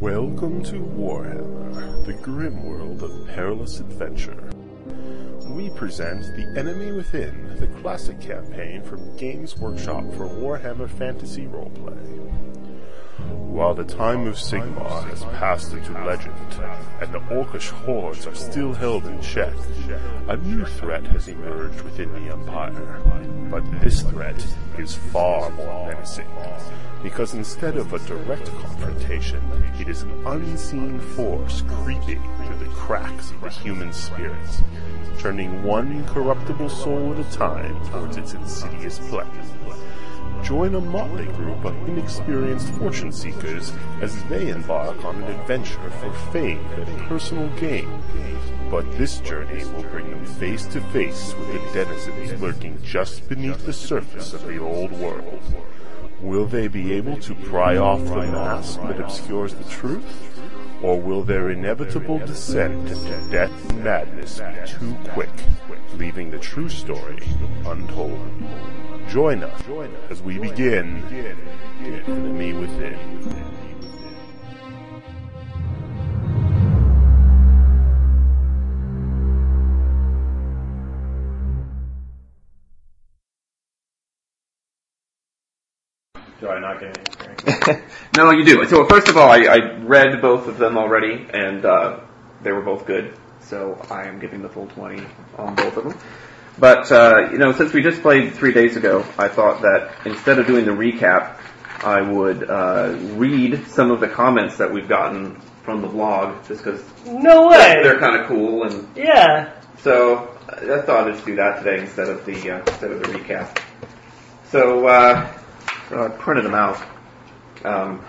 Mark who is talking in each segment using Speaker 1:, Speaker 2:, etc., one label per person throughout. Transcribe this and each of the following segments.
Speaker 1: Welcome to Warhammer, the grim world of perilous adventure. We present The Enemy Within, the classic campaign from Games Workshop for Warhammer Fantasy Roleplay. While the time of Sigmar has passed into legend, and the orcish hordes are still held in check, a new threat has emerged within the Empire. But this threat is far more menacing, because instead of a direct confrontation, it is an unseen force creeping through the cracks of the human spirit, turning one corruptible soul at a time towards its insidious plan join a motley group of inexperienced fortune seekers as they embark on an adventure for fame and personal gain. But this journey will bring them face to face with the denizens lurking just beneath the surface of the old world. Will they be able to pry off the mask that obscures the truth? Or will their inevitable descent into death and madness be too quick, leaving the true story untold? Join us as we begin The Enemy Within.
Speaker 2: Do I not get it?
Speaker 3: No, you do. So first of all, I, I read both of them already, and uh, they were both good. So I am giving the full twenty on both of them. But uh, you know, since we just played three days ago, I thought that instead of doing the recap, I would uh, read some of the comments that we've gotten from the blog, just because
Speaker 2: No way!
Speaker 3: they're kind of cool. And
Speaker 2: Yeah.
Speaker 3: so I I thought I'd just do that today instead of the uh, instead of the recap. So uh, so I printed them out. Um,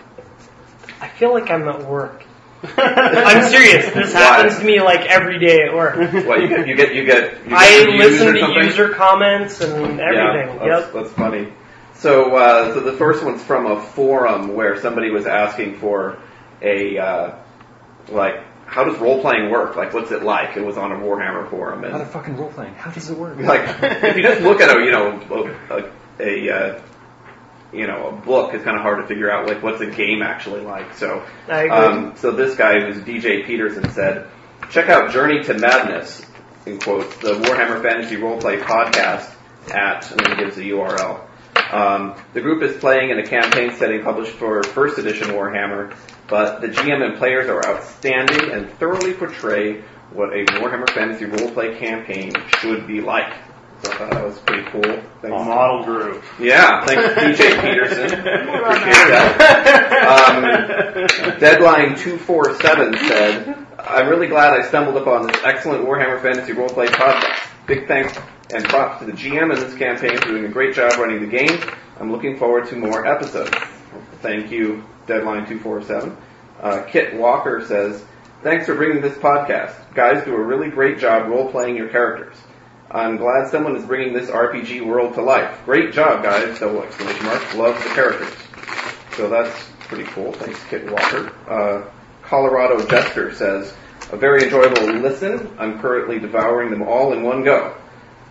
Speaker 2: I feel like I'm at work. I'm serious. This happens to me like every day at work.
Speaker 3: What you get? You get? You get? You
Speaker 2: I
Speaker 3: get views or
Speaker 2: listen to
Speaker 3: something?
Speaker 2: user comments and everything.
Speaker 3: Yeah, that's,
Speaker 2: yep.
Speaker 3: that's funny. So, uh, so the first one's from a forum where somebody was asking for a uh, like, how does role playing work? Like, what's it like? It was on a Warhammer forum, and
Speaker 4: Motherfucking role playing. How does it work?
Speaker 3: like if you just look at a you know a, a, a uh, you know a book it's kind of hard to figure out like what's a game actually like so
Speaker 2: I agree.
Speaker 3: um, so this guy who's DJ Peterson said check out Journey to Madness in quotes the Warhammer Fantasy Roleplay podcast at and then gives the URL um, the group is playing in a campaign setting published for first edition Warhammer but the GM and players are outstanding and thoroughly portray what a Warhammer Fantasy roleplay campaign should be like. So I thought that was pretty cool. Thanks.
Speaker 5: Model group.
Speaker 3: Yeah, thanks DJ Peterson. Appreciate that. Um, Deadline 247 said, I'm really glad I stumbled upon this excellent Warhammer Fantasy roleplay podcast. Big thanks and props to the GM in this campaign for doing a great job running the game. I'm looking forward to more episodes. Thank you, Deadline 247. Uh, Kit Walker says, Thanks for bringing this podcast. Guys do a really great job role-playing your characters. I'm glad someone is bringing this RPG world to life. Great job, guys! Double exclamation mark. Love the characters. So that's pretty cool. Thanks, Kit Walker. Uh, Colorado Jester says, a very enjoyable listen. I'm currently devouring them all in one go.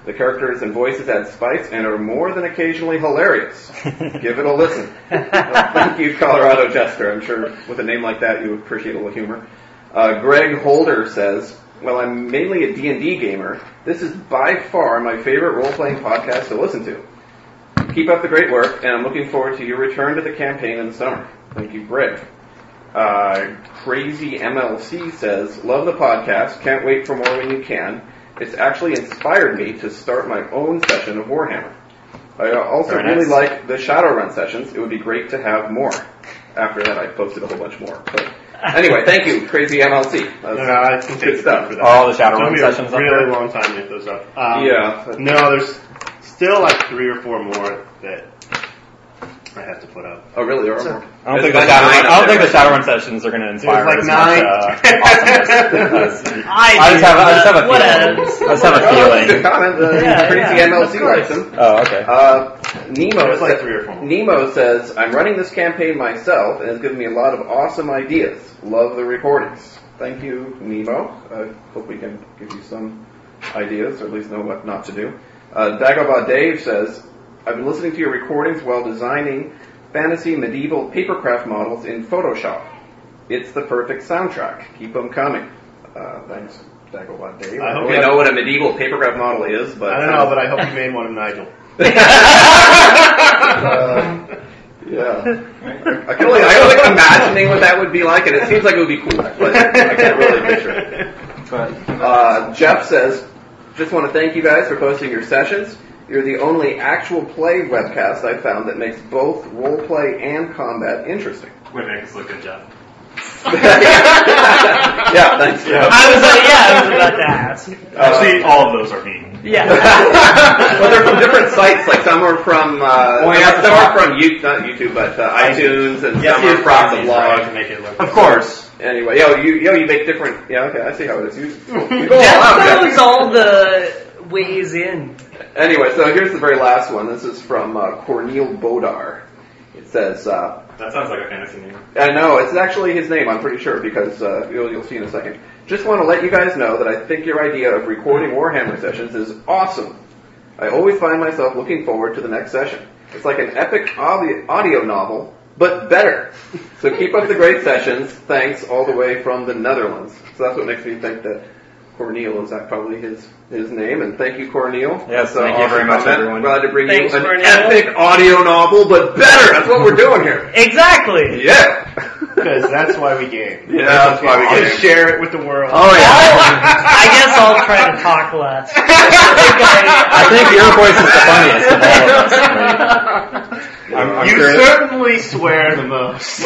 Speaker 3: The characters and voices add spice and are more than occasionally hilarious. Give it a listen. Well, thank you, Colorado Jester. I'm sure with a name like that, you appreciate a little humor. Uh, Greg Holder says, "Well, I'm mainly a D&D gamer. This is by far my favorite role-playing podcast to listen to. Keep up the great work, and I'm looking forward to your return to the campaign in the summer. Thank you, Greg." Uh, Crazy MLC says, "Love the podcast. Can't wait for more when you can. It's actually inspired me to start my own session of Warhammer. I also
Speaker 5: Very
Speaker 3: really
Speaker 5: nice.
Speaker 3: like the Shadowrun sessions. It would be great to have more." After that, I posted a whole bunch more. But anyway, thank you, Crazy MLC. That
Speaker 5: No,
Speaker 3: was-
Speaker 5: no, Uh, I can
Speaker 3: Good stuff.
Speaker 5: take stuff for that.
Speaker 4: Are all the Shadowrun
Speaker 5: Took me
Speaker 4: sessions
Speaker 5: a
Speaker 4: up
Speaker 5: really
Speaker 4: there?
Speaker 5: long time to get those up. Um,
Speaker 3: Yeah.
Speaker 5: No, there's still like three or four more that I have to put up.
Speaker 3: Oh, really? There are
Speaker 2: So-
Speaker 3: more.
Speaker 4: I don't think the
Speaker 3: There's like
Speaker 4: Shadowrun,
Speaker 3: nine
Speaker 4: I don't think
Speaker 3: up
Speaker 4: the Shadowrun sessions are going to inspire
Speaker 5: There's like
Speaker 4: as much
Speaker 5: nine.
Speaker 4: uh, awesomeness.
Speaker 2: I,
Speaker 4: I just have, I just have a
Speaker 2: what
Speaker 4: feeling. I
Speaker 2: a-
Speaker 4: just have
Speaker 3: there, right?
Speaker 4: a
Speaker 3: Good
Speaker 4: feeling.
Speaker 3: comment. The
Speaker 2: Yeah,
Speaker 3: crazy
Speaker 2: yeah,
Speaker 3: MLC
Speaker 2: of course.
Speaker 3: likes them.
Speaker 4: Oh, okay.
Speaker 3: Uh, Nemo,
Speaker 5: There's like
Speaker 3: said-
Speaker 5: three or four more.
Speaker 3: Nemo says, I'm running this campaign myself and it's given me a lot of awesome ideas. Love the recordings. Thank you, Nemo. I hope we can give you some ideas or at least know what not to do. Uh, Dagobah Dave says, I've been listening to your recordings while designing fantasy medieval papercraft models in Photoshop. It's the perfect soundtrack. Keep them coming. Uh, thanks, Dagobah Dave.
Speaker 5: I
Speaker 3: I
Speaker 5: hope
Speaker 3: don't
Speaker 5: you-
Speaker 3: know what a medieval papercraft model is, but
Speaker 5: I don't know, but I hope you made one of Nigel.
Speaker 3: Uh, yeah. I can only, I can only imagining what that would be like, and it seems like it would be cool, but I can't really picture it. Uh, Jeff says, just want to thank you guys for posting your sessions. You're the only actual play webcast I've found that makes both roleplay and combat interesting.
Speaker 5: Wait, man, it's looking Jeff.
Speaker 3: yeah, thanks.
Speaker 5: Yeah.
Speaker 2: I was like, yeah, I was about to ask.
Speaker 5: Actually, all of those are mean.
Speaker 2: Yeah.
Speaker 3: but they're from different sites. Like some are from uh,
Speaker 5: Well, yeah,
Speaker 3: some are from you, not YouTube, but uh, iTunes, and
Speaker 5: Yes,
Speaker 3: some are from the blog.
Speaker 5: to make it look.
Speaker 4: Of course.
Speaker 3: Anyway, yo, you yo, you make different. Yeah, okay, I see how it is. You, you go all out,
Speaker 2: Jeff
Speaker 3: Jeff.
Speaker 2: knows all the ways in.
Speaker 3: Anyway, so here's the very last one. This is from uh, Cornel Bodar. It says, uh,
Speaker 5: That sounds like a fantasy name.
Speaker 3: I know, it's actually his name, I'm pretty sure, because uh, you'll, you'll see in a second. Just want to let you guys know that I think your idea of recording Warhammer sessions is awesome. I always find myself looking forward to the next session. It's like an epic audi- audio novel, but better. So keep up the great sessions. Thanks all the way from the Netherlands. So that's what makes me think that Cornel is that probably his his name. And thank you, Cornel.
Speaker 4: Yes,
Speaker 3: That's a
Speaker 4: thank you very much, everyone.
Speaker 3: Glad to bring
Speaker 2: Thanks,
Speaker 3: you an
Speaker 2: Cornel.
Speaker 3: epic audio novel, but better. That's what we're doing here.
Speaker 2: Exactly.
Speaker 3: Yeah.
Speaker 5: Because that's why we game.
Speaker 3: Yeah, that's why we
Speaker 5: I'll
Speaker 3: game.
Speaker 5: share it with the world.
Speaker 3: oh yeah.
Speaker 2: I guess I'll try to talk less. I think I-
Speaker 4: I think your voice is the funniest of all of us. Right? I'm, I'm
Speaker 5: you
Speaker 4: curious.
Speaker 5: certainly swear the most.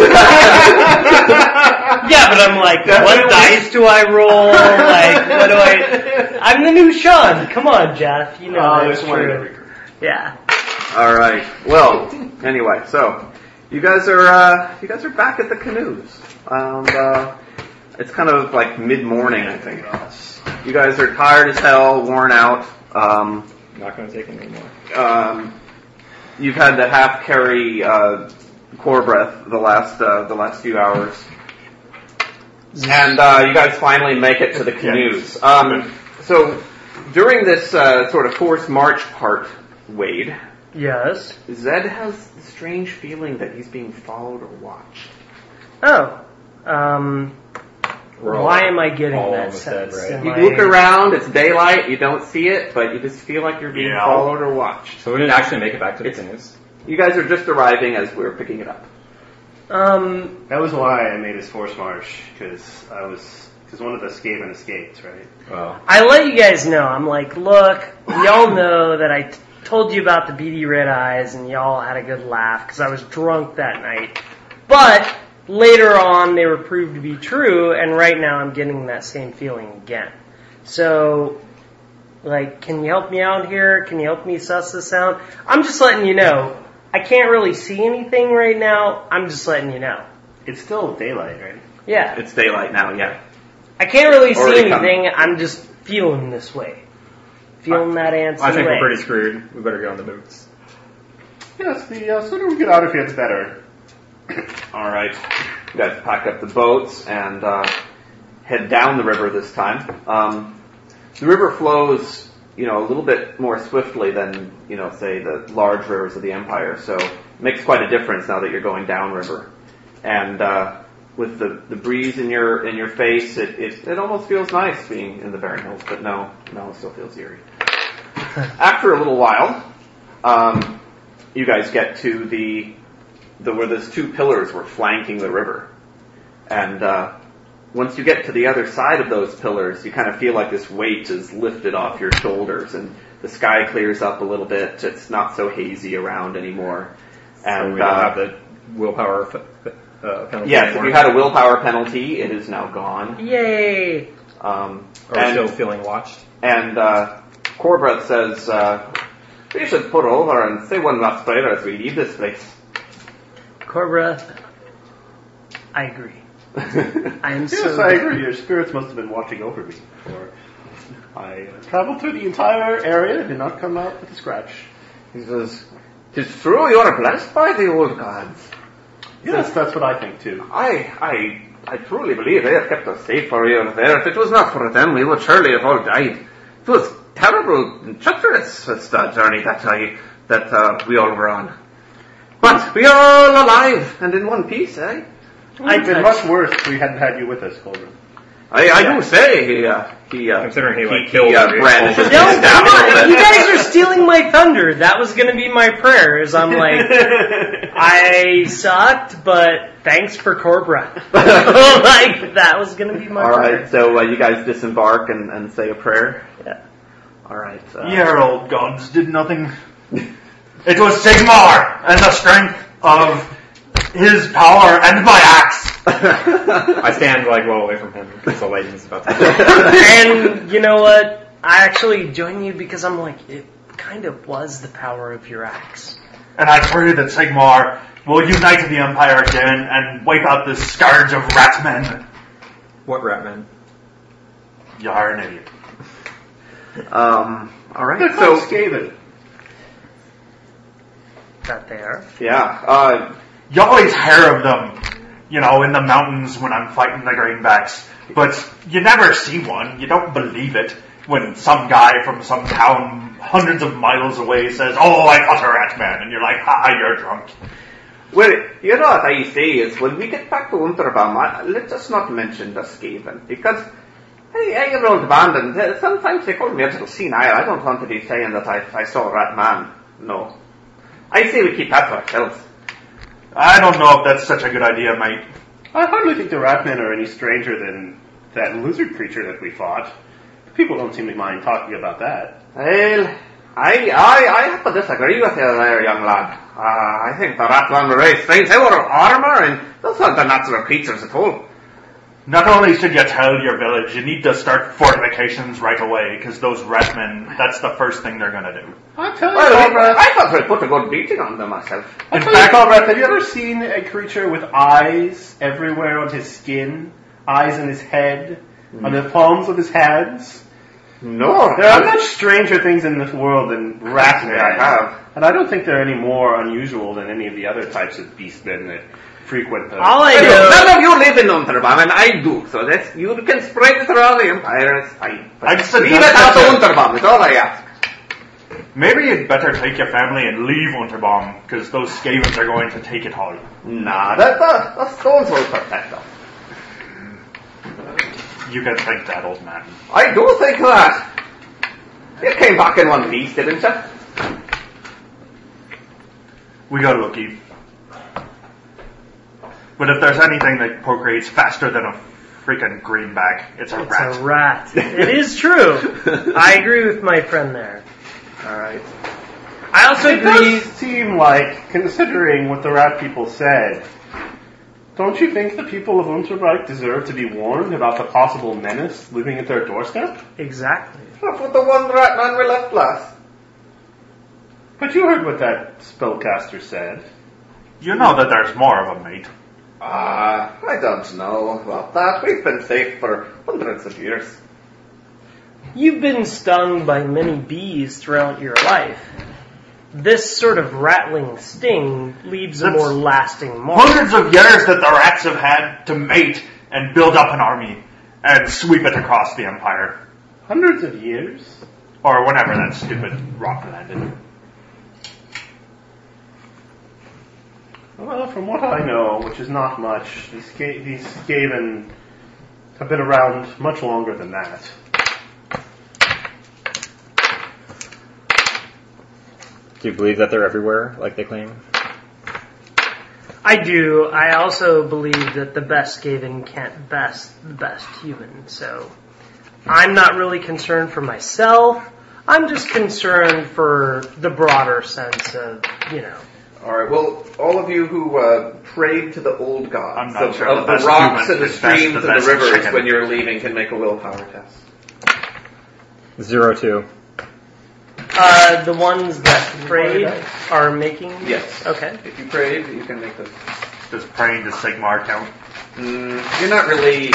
Speaker 2: yeah, but I'm like, what dice do I roll? Like, what do I? I'm the new Sean. Come on, Jeff. You know
Speaker 5: Oh,
Speaker 2: that's
Speaker 5: there's one in
Speaker 2: true.
Speaker 5: every group.
Speaker 2: Yeah.
Speaker 3: All right. Well, anyway, so you guys are uh, you guys are back at the canoes. Um, uh, it's kind of like mid morning, I think. You guys are tired as hell, worn out. Um,
Speaker 4: Not going to take it anymore.
Speaker 3: um, you've had to half carry uh, core breath the last uh, the last few hours, and uh, you guys finally make it to the canoes. Um, so during this uh, sort of forced march part, Wade,
Speaker 2: Yes.
Speaker 3: Zed has the strange feeling that he's being followed or watched.
Speaker 2: Oh. Um.
Speaker 4: We're all-
Speaker 2: why am I getting
Speaker 4: all
Speaker 2: that
Speaker 4: almost dead,
Speaker 2: sense?
Speaker 4: right?
Speaker 2: Am
Speaker 3: You
Speaker 2: I-
Speaker 3: look around, it's daylight, you don't see it, but you just feel like you're being
Speaker 5: Yeah.
Speaker 3: followed or watched.
Speaker 4: So we didn't actually make it back to the canoes.
Speaker 3: You guys are just arriving as we're picking it up.
Speaker 2: Um.
Speaker 5: That was why I made his force march because I was because one of us gave and escaped, right?
Speaker 4: Well,
Speaker 2: I let you guys know. I'm like, look, y'all know that I t- told you about the beady red eyes, and y'all had a good laugh because I was drunk that night. But later on, they were proved to be true, and right now I'm getting that same feeling again. So, like, can you help me out here? Can you help me suss this out? I'm just letting you know. I can't really see anything right now. I'm just letting you know.
Speaker 5: It's still daylight, right?
Speaker 2: Yeah.
Speaker 3: It's daylight now, yeah.
Speaker 2: I can't really
Speaker 3: Already
Speaker 2: see
Speaker 3: coming.
Speaker 2: anything. I'm just feeling this way. Feeling that answer.
Speaker 4: I think
Speaker 2: way.
Speaker 4: we're pretty screwed. We better get on the boots.
Speaker 5: Yes. The uh, sooner we get out of here, it's better. All right.
Speaker 3: You guys pack up the boats and uh, head down the river this time. Um, the river flows, you know, a little bit more swiftly than, you know, say the large rivers of the empire. So it makes quite a difference now that you're going downriver. And uh, with the, the breeze in your in your face, it, it it almost feels nice being in the Barren Hills. But no, no, it still feels eerie. After a little while, um, you guys get to the the where those two pillars were flanking the river. And uh, once you get to the other side of those pillars, you kind of feel like this weight is lifted off your shoulders, and the sky clears up a little bit. It's not so hazy around anymore.
Speaker 4: So
Speaker 3: And
Speaker 4: we don't
Speaker 3: uh,
Speaker 4: have the willpower f- uh, penalty
Speaker 3: yes, if
Speaker 4: anymore.
Speaker 3: you had a willpower penalty, it is now gone.
Speaker 2: Yay!
Speaker 3: Um,
Speaker 4: Are we
Speaker 3: and
Speaker 4: still feeling watched?
Speaker 3: and uh, Corbett says, uh, "We should put over and say one last prayer as we leave this place."
Speaker 2: Cobra, I agree. I am
Speaker 5: Yes,
Speaker 2: so.
Speaker 5: I agree. Your spirits must have been watching over me. For I uh, traveled through the entire area and did not come out with a scratch.
Speaker 3: He says, "Tis true you are blessed by the old gods.
Speaker 5: Yes, that's what I think too.
Speaker 3: I, I, I truly believe they have kept us safe for you there. If it was not for them, we would surely have all died. It was terrible and treacherous this uh, journey that I, that uh, we all were on. But we are all alive and in one piece, eh?
Speaker 5: It'd been much worse if we hadn't had you with us, Colbert.
Speaker 3: I, I do say he uh, he uh,
Speaker 4: Considering he, like,
Speaker 3: he,
Speaker 4: killed
Speaker 3: uh,
Speaker 4: you.
Speaker 3: brandishes
Speaker 2: No,
Speaker 3: his
Speaker 2: come on!
Speaker 3: staff.
Speaker 2: You guys are stealing my thunder. That was gonna be my prayer. Is I'm like, I sucked, but thanks for Cobra. like that was gonna be my
Speaker 3: All
Speaker 2: prayer.
Speaker 3: right, so uh, you guys disembark and, and say a prayer.
Speaker 2: Yeah.
Speaker 3: All right. Uh,
Speaker 6: Your old gods did nothing. It was Sigmar and the strength of his power and my axe.
Speaker 4: I stand like well away from him because the lightning's about to.
Speaker 2: and you know what? I actually join you because I'm like, it kind of was the power of your axe.
Speaker 6: And I pray that Sigmar will unite the Empire again and wipe out this scourge of rat men.
Speaker 4: What rat man?
Speaker 6: You are an idiot.
Speaker 3: Um, all right.
Speaker 5: So
Speaker 3: So
Speaker 5: Skaven.
Speaker 2: That they are.
Speaker 3: yeah. Uh,
Speaker 6: You always hear of them, you know, in the mountains when I'm fighting the greenbacks. But you never see one. You don't believe it when some guy from some town hundreds of miles away says, "Oh, I fought a rat man," and you're like, "Ha, ha, you're drunk."
Speaker 3: well, you know what I say is when we get back to Unterbama, let us not mention the Skaven because I, I don't abandon. uh, Sometimes they call me a little senile. I don't want to be saying that I, I saw a rat man. No. I say we keep that to ourselves.
Speaker 6: I don't know if that's such a good idea, mate.
Speaker 5: I hardly think the Ratmen are any stranger than that lizard creature that we fought. People don't seem to mind talking about that.
Speaker 3: Well, I, I, I have to disagree with you there, young lad. Uh, I think the Ratlan were very strange. They were armor, and those aren't the natural creatures at all.
Speaker 6: Not only should you tell your village, you need to start fortifications right away, because those rat men, that's the first thing they're gonna do.
Speaker 5: I tell you,
Speaker 3: Well, I-
Speaker 5: Cobra,
Speaker 3: I thought we put a good beating on them myself.
Speaker 5: I
Speaker 6: In
Speaker 5: tell you,
Speaker 6: fact-
Speaker 5: Cobra, have you ever seen a creature with eyes everywhere on his skin, eyes in his head, on the palms of his hands?
Speaker 3: No,
Speaker 5: There are much stranger things in this world than ratmen.
Speaker 3: I have.
Speaker 5: And I don't think they're any more unusual than any of the other types of beastmen that frequent the.
Speaker 2: All I
Speaker 3: Well,
Speaker 2: know.
Speaker 3: None of you live in Unterbaum, and I do, so that's, you can spread it around the empire, it's fine. But
Speaker 6: I just
Speaker 3: Leave it out of Unterbaum, is all I ask.
Speaker 6: Maybe you'd better take your family and leave Unterbaum, because those Skavens are going to take it all.
Speaker 3: Nah, that, that, the Uh, stones will protect us.
Speaker 6: You can thank that, old man.
Speaker 3: I do think that. You came back in one piece, didn't you?
Speaker 6: We gotta look Eve. But if there's anything that procreates faster than a freaking greenback, it's a
Speaker 2: It's
Speaker 6: rat.
Speaker 2: a rat. It is true. I agree with my friend there.
Speaker 3: Alright.
Speaker 2: I also
Speaker 5: It does
Speaker 2: agree.
Speaker 5: seem like, considering what the rat people said, don't you think the people of Unterreich deserve to be warned about the possible menace living at their doorstep?
Speaker 2: Exactly.
Speaker 3: Up with the one rat man we left last.
Speaker 5: But you heard what that spellcaster said.
Speaker 6: You know that there's more of a mate.
Speaker 3: Ah, I don't know about that. We've been safe for hundreds of years.
Speaker 2: You've been stung by many bees throughout your life. This sort of rattling sting leaves a
Speaker 6: That's-
Speaker 2: more lasting mark.
Speaker 6: Hundreds of years that the rats have had to mate and build up an army and sweep it across the empire.
Speaker 5: Hundreds of years?
Speaker 6: Or whenever that stupid rock landed.
Speaker 5: Well, from what I know, which is not much, these, Ga- these Skaven have been around much longer than that.
Speaker 4: Do you believe that they're everywhere, like they claim?
Speaker 2: I do. I also believe that the best Skaven can't best the best human. So I'm not really concerned for myself. I'm just concerned for the broader sense of, you know,
Speaker 3: Alright, well, all of you who uh, prayed to the old gods
Speaker 6: I'm not
Speaker 3: of,
Speaker 6: sure
Speaker 3: of
Speaker 6: the
Speaker 3: the,
Speaker 6: best
Speaker 3: rocks
Speaker 6: human
Speaker 3: and the
Speaker 6: is best-
Speaker 3: streams
Speaker 6: the
Speaker 3: and the
Speaker 6: best
Speaker 3: rivers
Speaker 6: chicken.
Speaker 3: when you're leaving can make a willpower test.
Speaker 4: Zero two.
Speaker 2: uh, the ones that prayed are making.
Speaker 3: Yes.
Speaker 2: Okay.
Speaker 3: If you prayed, you can make this.
Speaker 6: Does praying to Sigmar count?
Speaker 3: Mm, you're not really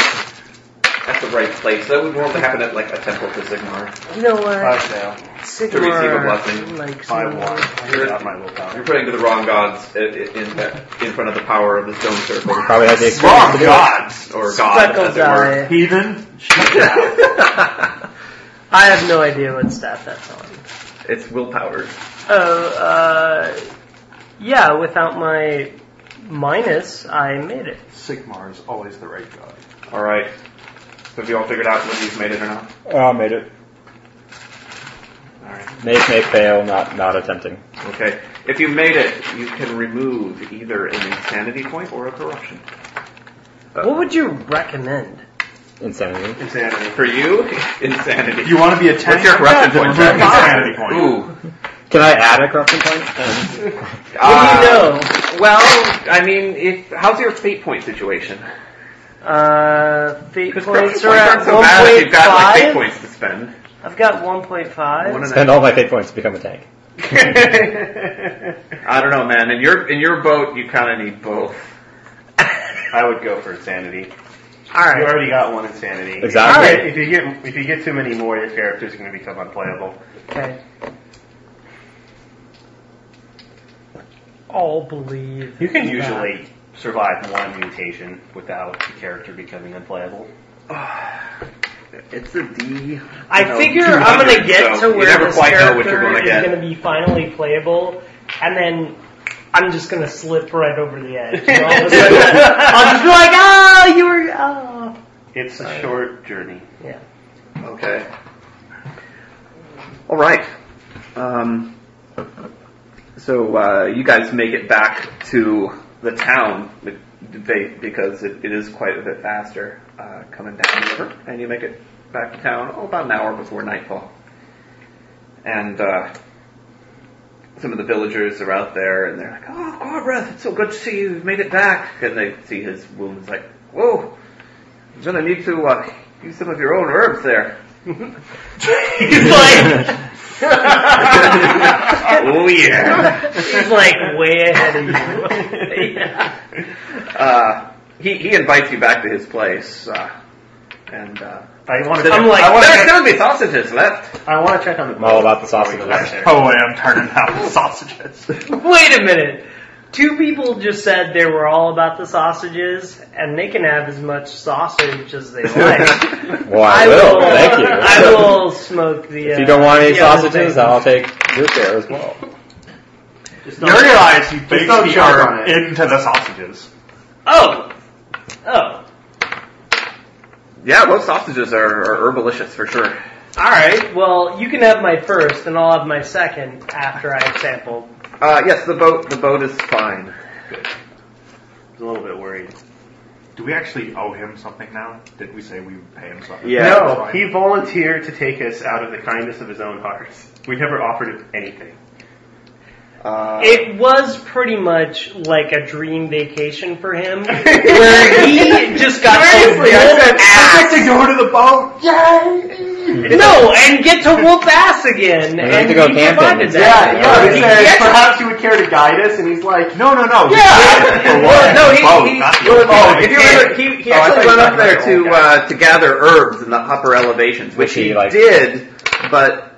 Speaker 3: at the right place. That would normally happen at like a temple to Sigmar.
Speaker 2: You know
Speaker 3: Uh,
Speaker 2: what?
Speaker 5: Five now.
Speaker 2: Sigmar,
Speaker 3: to receive a blessing.
Speaker 2: Like
Speaker 5: I
Speaker 2: some-
Speaker 5: won. I
Speaker 3: You're-
Speaker 5: got my
Speaker 3: You're
Speaker 5: willpower.
Speaker 3: praying to the wrong gods uh, i- i- in, that- in front of the power of the stone circle.
Speaker 4: Probably had the experience
Speaker 6: Wrong
Speaker 4: to do
Speaker 6: gods!
Speaker 3: Or god,
Speaker 2: Speckled
Speaker 3: as it were.
Speaker 2: eye.
Speaker 6: Heathen?
Speaker 2: I have no idea what stat that's on.
Speaker 3: It's willpower.
Speaker 2: Oh, uh, yeah, without my minus, I made it.
Speaker 6: Sigmar is always the right guy.
Speaker 3: All right. So have you all figured out whether you've made it or not?
Speaker 4: Oh, made it. Make, make, fail, not, not attempting.
Speaker 3: Okay. If you made it, you can remove either an insanity point or a corruption. Oh.
Speaker 2: What would you recommend?
Speaker 4: Insanity.
Speaker 5: Insanity.
Speaker 3: For you, insanity.
Speaker 6: You want to be a 10?
Speaker 3: What's your corruption point,
Speaker 6: Remove
Speaker 3: Jack?
Speaker 6: insanity point.
Speaker 3: Ooh.
Speaker 4: Can I add a corruption point?
Speaker 2: What do you
Speaker 3: Uh,
Speaker 2: know?
Speaker 3: Well, I mean, if how's your fate point situation?
Speaker 2: Uh, fate
Speaker 3: Because
Speaker 2: points
Speaker 3: corruption points
Speaker 2: are at
Speaker 3: aren't so bad if you've got like fate
Speaker 2: 1.5.
Speaker 3: points to spend.
Speaker 2: I've got 1.5.
Speaker 3: One and a
Speaker 4: Spend all my fate points to become a tank.
Speaker 3: I don't know, man. In your in your boat, you kind of need both.
Speaker 5: I would go for insanity. You
Speaker 2: Alright.
Speaker 5: already got one insanity.
Speaker 4: Exactly.
Speaker 5: If you get if you get too many more, your character's going to become unplayable.
Speaker 2: Okay. All believe.
Speaker 5: You can usually survive one mutation without the character becoming unplayable.
Speaker 3: It's a D.
Speaker 2: I
Speaker 3: you know,
Speaker 2: figure I'm
Speaker 3: 200,
Speaker 2: gonna get
Speaker 3: so
Speaker 2: to
Speaker 3: you
Speaker 2: where
Speaker 3: never
Speaker 2: this
Speaker 3: quite know what
Speaker 2: character
Speaker 3: you're gonna
Speaker 2: is
Speaker 3: get.
Speaker 2: gonna be finally playable, and then I'm just gonna slip right over the edge. And all of a sudden, I'll just be like, ah, you were, ah.
Speaker 5: It's a short journey.
Speaker 2: Yeah.
Speaker 3: Okay. All right. Um, so uh, you guys make it back to the town with- they- because it, it is quite a bit faster uh, coming down the river, and you make it back to town oh, about an hour before nightfall. And uh, some of the villagers are out there, and they're like, "Oh, Quadrath, it's so good to see you. You've made it back." And they see his wounds, like, "Whoa, you're gonna need to uh, use some of your own herbs there."
Speaker 2: He's like,
Speaker 3: oh yeah.
Speaker 2: he's like way ahead of you. yeah.
Speaker 3: Uh, he he invites you back to his place, uh, and uh,
Speaker 5: I want to.
Speaker 2: I'm like,
Speaker 3: I
Speaker 5: want
Speaker 3: there's
Speaker 5: to.
Speaker 3: gonna be sausages left.
Speaker 5: I want to check on the.
Speaker 4: I'm all about the
Speaker 5: before we go back
Speaker 4: sausages.
Speaker 5: there.
Speaker 6: Probably I'm turning out the sausages.
Speaker 2: Wait a minute. Two people just said they were all about the sausages, and they can have as much sausage as they like.
Speaker 4: Well, I, will. Thank you.
Speaker 2: I will smoke the.
Speaker 4: If
Speaker 2: uh,
Speaker 4: you don't want any
Speaker 2: the other
Speaker 4: sausages,
Speaker 2: thing.
Speaker 4: I'll take your share as well.
Speaker 5: Just
Speaker 6: You realize he baked
Speaker 5: don't
Speaker 6: the
Speaker 5: choke
Speaker 6: herb
Speaker 5: on it.
Speaker 6: into the sausages.
Speaker 2: Oh, oh,
Speaker 3: Yeah, those sausages are, are herbalicious for sure.
Speaker 2: all right. Well, you can have my first, and I'll have my second after I've sampled.
Speaker 3: Uh, yes, the boat the boat is fine.
Speaker 5: I was a little bit worried.
Speaker 6: Do we actually owe him something now? Did we say we would pay him something?
Speaker 3: Yeah.
Speaker 5: no,
Speaker 6: Fine.
Speaker 5: he volunteered to take us out of the kindness of his own heart. We never offered him anything.
Speaker 3: Uh,
Speaker 2: It was pretty much like a dream vacation for him, where he just got
Speaker 3: Seriously,
Speaker 2: to
Speaker 3: I
Speaker 2: whoop
Speaker 3: said,
Speaker 2: ass.
Speaker 6: to go to the boat.
Speaker 2: No, and get to whoop ass again,
Speaker 4: We
Speaker 2: and
Speaker 4: have to go
Speaker 2: he
Speaker 4: camping.
Speaker 2: provided that.
Speaker 4: Yeah, yeah,
Speaker 5: he
Speaker 4: he
Speaker 5: says,
Speaker 2: gets-
Speaker 5: perhaps you would care to guide us, and he's like,
Speaker 6: No, no, no.
Speaker 3: yeah.
Speaker 6: Well,
Speaker 3: no, he,
Speaker 4: Oh,
Speaker 6: boat,
Speaker 3: he,
Speaker 6: not the
Speaker 3: it was-
Speaker 6: boat.
Speaker 3: oh, if you remember, he, he
Speaker 5: Oh, I thought
Speaker 3: actually went
Speaker 5: you were
Speaker 3: up there
Speaker 5: talking
Speaker 3: to
Speaker 5: about
Speaker 3: uh, to gather herbs in the upper elevations, which
Speaker 4: Which he,
Speaker 3: he
Speaker 4: like-
Speaker 3: did, but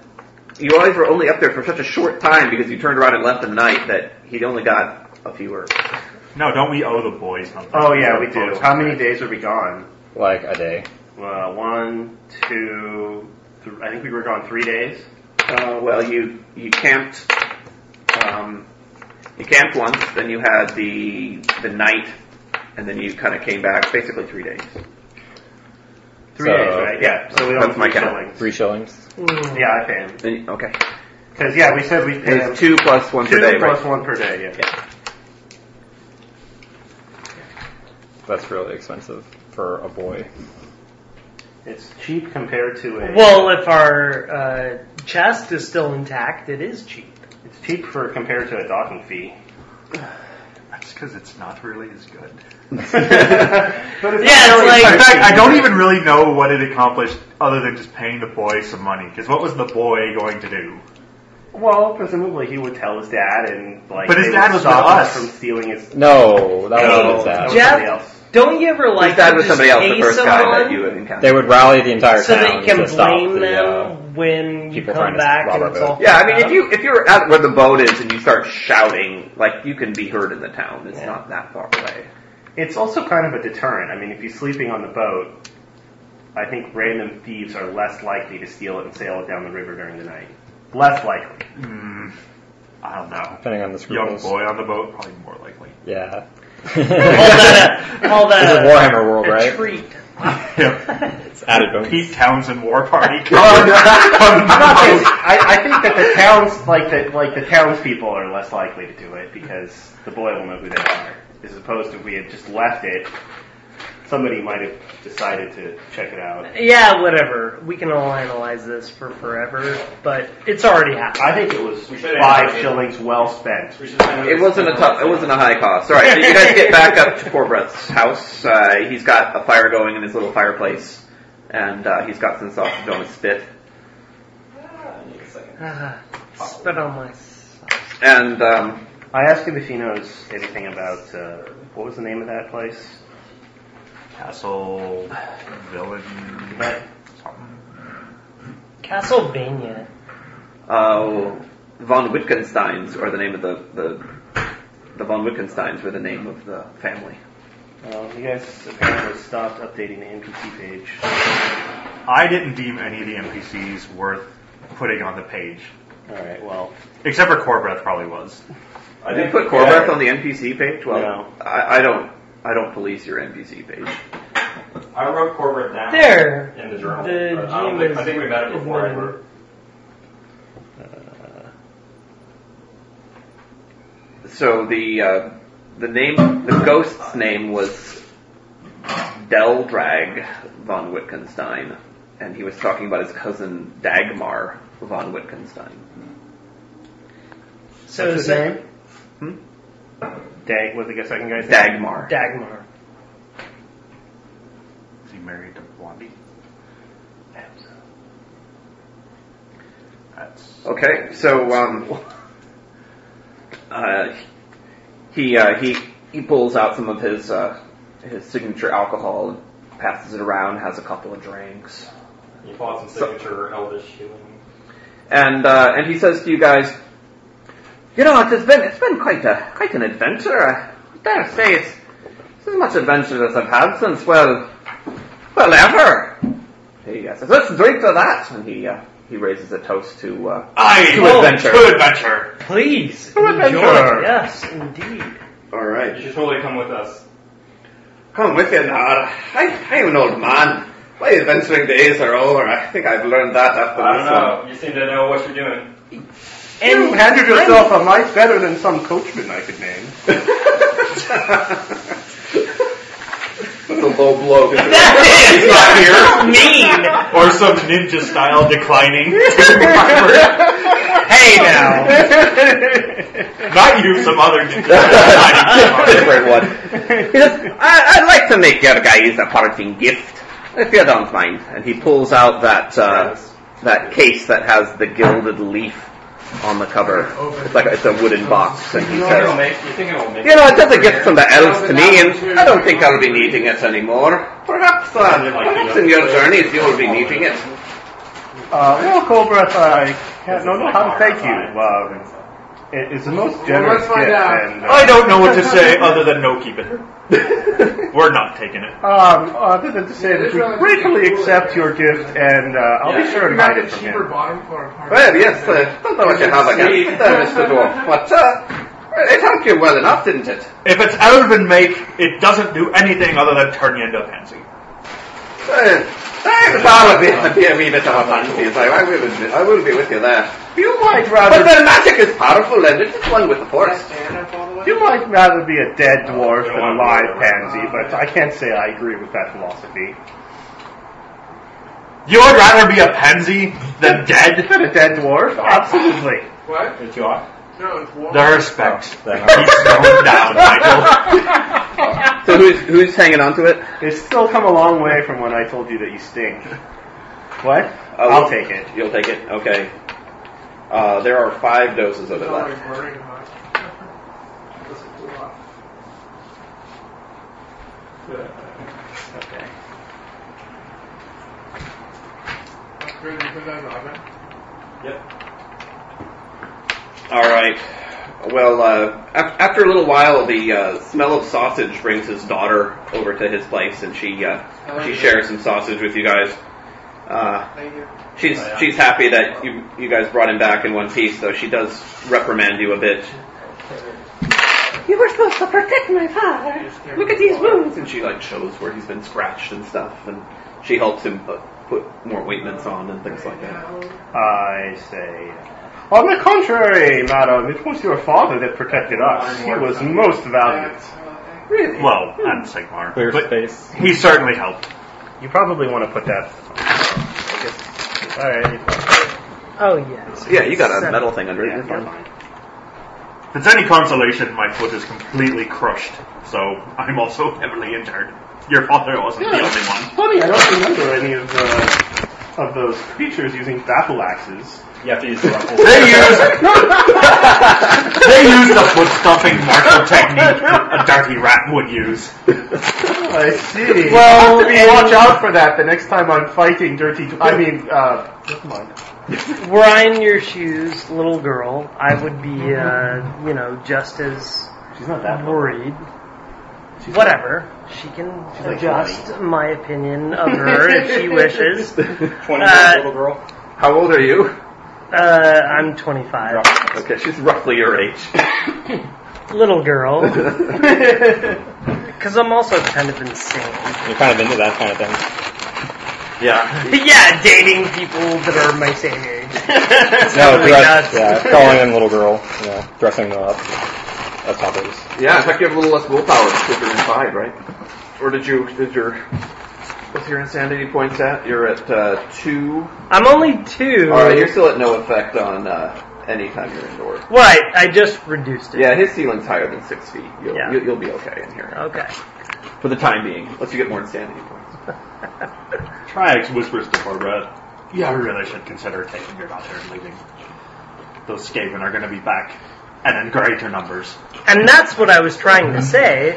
Speaker 3: you always were only up there for such a short time because you turned around and left in the night that he only got a few herbs.
Speaker 6: No, don't we owe the boys something?
Speaker 5: oh yeah, we do. How many days were we gone?
Speaker 4: Like a day.
Speaker 5: Uh, one, two, thr I think we were gone three days.
Speaker 3: Uh, well, you you camped. Um, you camped once, then you had the the night, and then you kind of came back. Basically, three days.
Speaker 5: Three
Speaker 4: So-
Speaker 5: days, right? Yeah. So we owe
Speaker 3: That's
Speaker 5: him
Speaker 3: my
Speaker 5: three
Speaker 3: count.
Speaker 5: shillings.
Speaker 4: Three shillings.
Speaker 2: Mm.
Speaker 5: Yeah, I pay him.
Speaker 3: And you- okay,
Speaker 5: Because yeah, we said we pay him
Speaker 3: it's two plus one
Speaker 5: two
Speaker 3: per day,
Speaker 5: plus
Speaker 3: right?
Speaker 5: one per day. Yeah.
Speaker 4: That's really expensive for a boy.
Speaker 5: It's cheap compared to a.
Speaker 2: Well, if our uh, chest is still intact, it is cheap.
Speaker 5: It's cheap for compared to a docking fee.
Speaker 6: That's because it's not really as good.
Speaker 5: But it's
Speaker 2: Yeah, it's like-
Speaker 6: In fact, I don't even really know what it accomplished other than just paying the boy some money. Because what was the boy going to do?
Speaker 5: well, presumably he would tell his dad and like.
Speaker 6: But his
Speaker 5: they
Speaker 6: dad
Speaker 5: would
Speaker 6: was
Speaker 5: stop us
Speaker 6: with us.
Speaker 5: from stealing his.
Speaker 4: No, that
Speaker 5: No,
Speaker 4: was
Speaker 5: that
Speaker 4: not
Speaker 5: was
Speaker 4: his
Speaker 2: Jeff-
Speaker 5: somebody else.
Speaker 2: Don't you ever like
Speaker 3: His dad
Speaker 2: to
Speaker 3: was
Speaker 2: just
Speaker 3: somebody else, the
Speaker 2: pay
Speaker 3: first guy that
Speaker 2: someone
Speaker 3: you
Speaker 4: They
Speaker 3: encountered.
Speaker 4: would rally the entire
Speaker 2: so that
Speaker 4: town
Speaker 2: you can
Speaker 4: to stop
Speaker 2: blame
Speaker 4: the, uh,
Speaker 2: them when you
Speaker 4: people
Speaker 2: come
Speaker 4: trying to
Speaker 2: back
Speaker 4: rob
Speaker 2: and
Speaker 4: our
Speaker 2: it's
Speaker 4: boat.
Speaker 2: all
Speaker 3: Yeah, I mean,
Speaker 2: fucked
Speaker 3: if you if you're out where the boat is and you start shouting, like you can be heard in the town. It's
Speaker 2: Yeah.
Speaker 3: not that far away.
Speaker 5: It's also kind of a deterrent. I mean, if he's sleeping on the boat, I think random thieves are less likely to steal it and sail it down the river during the night. Less likely.
Speaker 6: Hmm, I don't know.
Speaker 4: depending on the
Speaker 6: Young
Speaker 4: scruples.
Speaker 6: boy on the boat, probably more likely.
Speaker 4: Yeah.
Speaker 2: Call that a, call
Speaker 4: This is
Speaker 6: Uh,
Speaker 2: that a,
Speaker 4: Warhammer World,
Speaker 2: a
Speaker 4: right?
Speaker 2: treat.
Speaker 4: It's added bonus.
Speaker 6: Pete Townsend War Party.
Speaker 5: Oh, no. I'm not saying- I, I think that the towns, like the like the townspeople, are less likely to do it because the boy will know who they are. As opposed to if we had just left it, somebody might have decided to check it out.
Speaker 2: Yeah, whatever. We can all analyze this for forever, but it's already happened.
Speaker 5: I think it was
Speaker 7: We should
Speaker 5: five
Speaker 7: have-
Speaker 5: shillings well spent.
Speaker 7: We should find out
Speaker 3: It wasn't a tough, it wasn't a high cost. All right, so you guys get back up to Corbrett's house. Uh, he's got a fire going in his little fireplace, and uh, he's got some sausage on his spit.
Speaker 7: I need a second.
Speaker 2: Ah, spit on my. s-
Speaker 3: And um,
Speaker 5: I asked him if he knows anything about uh, what was the name of that place.
Speaker 6: Castle villain.
Speaker 5: That
Speaker 6: Something.
Speaker 2: Castlevania.
Speaker 3: uh, von Wittgenstein's, or the name of the, the the von Wittgenstein's were the name of the family.
Speaker 5: uh, you guys apparently stopped updating the NPC page.
Speaker 6: I didn't deem any of the NPCs worth putting on the page,
Speaker 5: All right, well,
Speaker 6: except for Corbreth probably was.
Speaker 7: I
Speaker 3: Did
Speaker 7: think
Speaker 3: you put Corbett on the NPC page? Well,
Speaker 5: No.
Speaker 3: I, I don't. I don't police your NPC page.
Speaker 7: I wrote Corbett down
Speaker 2: There.
Speaker 7: in the journal.
Speaker 2: The
Speaker 7: but I, don't
Speaker 2: GM
Speaker 7: think, I
Speaker 2: is-
Speaker 7: think we met him
Speaker 2: is
Speaker 7: before. I
Speaker 2: in-
Speaker 7: wrote.
Speaker 3: So the uh, the name, the ghost's name was Deldrag von Wittgenstein, and he was talking about his cousin Dagmar von Wittgenstein.
Speaker 2: So
Speaker 5: What's
Speaker 2: is
Speaker 5: his
Speaker 2: that-
Speaker 5: Dag was the second guy's name.
Speaker 3: Dagmar.
Speaker 2: Dagmar.
Speaker 6: Is he married to Blondie? That's
Speaker 3: Okay, so um, uh, he uh, he he pulls out some of his uh, his signature alcohol, and passes it around, has a couple of drinks.
Speaker 7: You bought some signature Elvish healing.
Speaker 3: and uh, and he says to you guys, you know, it's been it's been quite a quite an adventure. I dare say it's, it's as much adventure as I've had since well, well ever. He uh, says, let's drink to that, and he uh, he raises a toast to. Uh,
Speaker 6: I
Speaker 3: To adventure.
Speaker 6: To adventure.
Speaker 2: Please.
Speaker 3: To
Speaker 2: enjoy.
Speaker 3: adventure.
Speaker 2: Yes, indeed.
Speaker 3: All
Speaker 7: You
Speaker 3: right,
Speaker 7: should totally come with us.
Speaker 3: come with you now. I I'm an old man. My adventuring days are over. I think I've learned that after
Speaker 7: I don't know. You seem to know what you're doing.
Speaker 2: And
Speaker 5: you handled yourself a life better than some coachman I could name.
Speaker 3: That's a low blow.
Speaker 2: That is
Speaker 3: not here.
Speaker 2: mean.
Speaker 6: Or some ninja style declining.
Speaker 2: Hey now.
Speaker 6: Not you, some other ninja style
Speaker 3: Different one. He
Speaker 6: declining.
Speaker 3: says, I, I'd like to make your guys a parting gift, if you don't mind. And he pulls out that uh, that case that has the gilded leaf on the cover. It's like a, it's a wooden box, and he
Speaker 7: You think it'll
Speaker 3: says,
Speaker 7: make? You think it'll make?
Speaker 3: "You know, it's just a gift from the elves to me, and I don't think I'll be needing it anymore. Perhaps, uh, perhaps in your journeys you will be needing it."
Speaker 5: Uh, well, Cobra, I have no know how to thank you. Um, it, it's the most generous
Speaker 3: find
Speaker 5: gift,
Speaker 3: out.
Speaker 5: and
Speaker 6: I
Speaker 5: uh,
Speaker 6: don't know what to say other than no, keep it. We're not taking it.
Speaker 5: um, other than to say that we gratefully accept your gift, and uh, I'll be sure to buy it from him.
Speaker 3: Well, yes, uh, don't know what you have again, there, Mr. Dwarf, but uh, it helped you well enough, didn't it?
Speaker 6: If it's elven make, it doesn't do anything other than turn you into a pansy.
Speaker 3: Uh, thanks, I would be, I'd be a wee bit of a fancy, so I will, admit- I will be with you there.
Speaker 5: You might
Speaker 3: But
Speaker 5: rather
Speaker 3: their magic is powerful and it is one with the force.
Speaker 5: you might rather be a dead dwarf than a live pansy, but I can't say I agree with that philosophy.
Speaker 6: You would rather be a pansy
Speaker 5: Than
Speaker 6: than dead?
Speaker 5: a dead dwarf, absolutely.
Speaker 7: What you are?
Speaker 6: The respect keeps going down, Michael.
Speaker 3: So who's who's hanging on to it?
Speaker 5: It's still come a long way from when I told you that you stink. What? I'll take it.
Speaker 3: You'll take it. Okay. Uh, there are five doses of it left.
Speaker 7: Yep.
Speaker 3: All right. Well, uh, af- after a little while, the uh, smell of sausage brings his daughter over to his place, and she uh, she shares some sausage with you guys. Uh, she's
Speaker 7: Oh, yeah.
Speaker 3: she's happy that you you guys brought him back in one piece, though she does reprimand you a bit.
Speaker 2: You were supposed to protect my father. Look at these wounds.
Speaker 3: And she like shows where he's been scratched and stuff, and she helps him put, put more ointments on and things like that.
Speaker 5: I say. On the contrary, madam, it was your father that protected us. He was most valued.
Speaker 2: Really?
Speaker 6: Well, and Sigmar.
Speaker 7: Clear
Speaker 6: But
Speaker 7: space.
Speaker 6: he certainly helped.
Speaker 5: You probably want to put that. I guess- All right.
Speaker 2: Oh yes.
Speaker 3: Yeah, you got a
Speaker 2: Seven.
Speaker 3: metal thing under it.
Speaker 5: Yeah,
Speaker 3: You're
Speaker 5: you're
Speaker 3: fine.
Speaker 5: fine.
Speaker 6: If it's any consolation, my foot is completely crushed, so I'm also heavily injured. Your father wasn't the only one.
Speaker 5: Funny, I don't remember any of the of those creatures using battle axes.
Speaker 7: You have to use the ruffle.
Speaker 6: They used they used the foot stomping martial technique a dirty rat would use.
Speaker 5: Oh, I see.
Speaker 6: Well,
Speaker 5: Well, watch out for that the next time I'm fighting dirty. I mean, uh, come on.
Speaker 2: Were I in your shoes, little girl, I would be, uh, you know, just as
Speaker 5: She's not that
Speaker 2: worried. Whatever. She can
Speaker 5: like
Speaker 2: adjust my opinion of her if she wishes.
Speaker 7: Twenty
Speaker 2: Uh,
Speaker 7: little girl.
Speaker 3: How old are you?
Speaker 2: Uh, I'm 25.
Speaker 3: Okay, she's roughly your age.
Speaker 2: Little girl. Because I'm also kind of insane.
Speaker 7: You're kind of into that kind of thing.
Speaker 3: yeah.
Speaker 2: yeah, dating people that are my same age.
Speaker 6: Oh
Speaker 7: No,
Speaker 2: Totally
Speaker 7: dress,
Speaker 2: nuts.
Speaker 7: yeah, calling them little girl, you know, dressing them up. That's how it is.
Speaker 3: Yeah, in fact, you have a little less willpower because you're inside, right? Or did you? Did your? What's your insanity points at? You're at uh, two.
Speaker 2: I'm only two.
Speaker 3: All right, you're still at no effect on uh, any time you're indoors.
Speaker 2: Right, I just reduced it.
Speaker 3: Yeah, his ceiling's higher than six feet. You'll,
Speaker 2: Yeah.
Speaker 3: you'll, you'll be okay in here
Speaker 2: Okay.
Speaker 3: for the time being, unless you get more insanity points.
Speaker 6: Triax whispers to Corbett, "Yeah, I really should consider taking your daughter and leaving. Those Skaven are going to be back, and in greater numbers."
Speaker 2: And that's what I was trying to say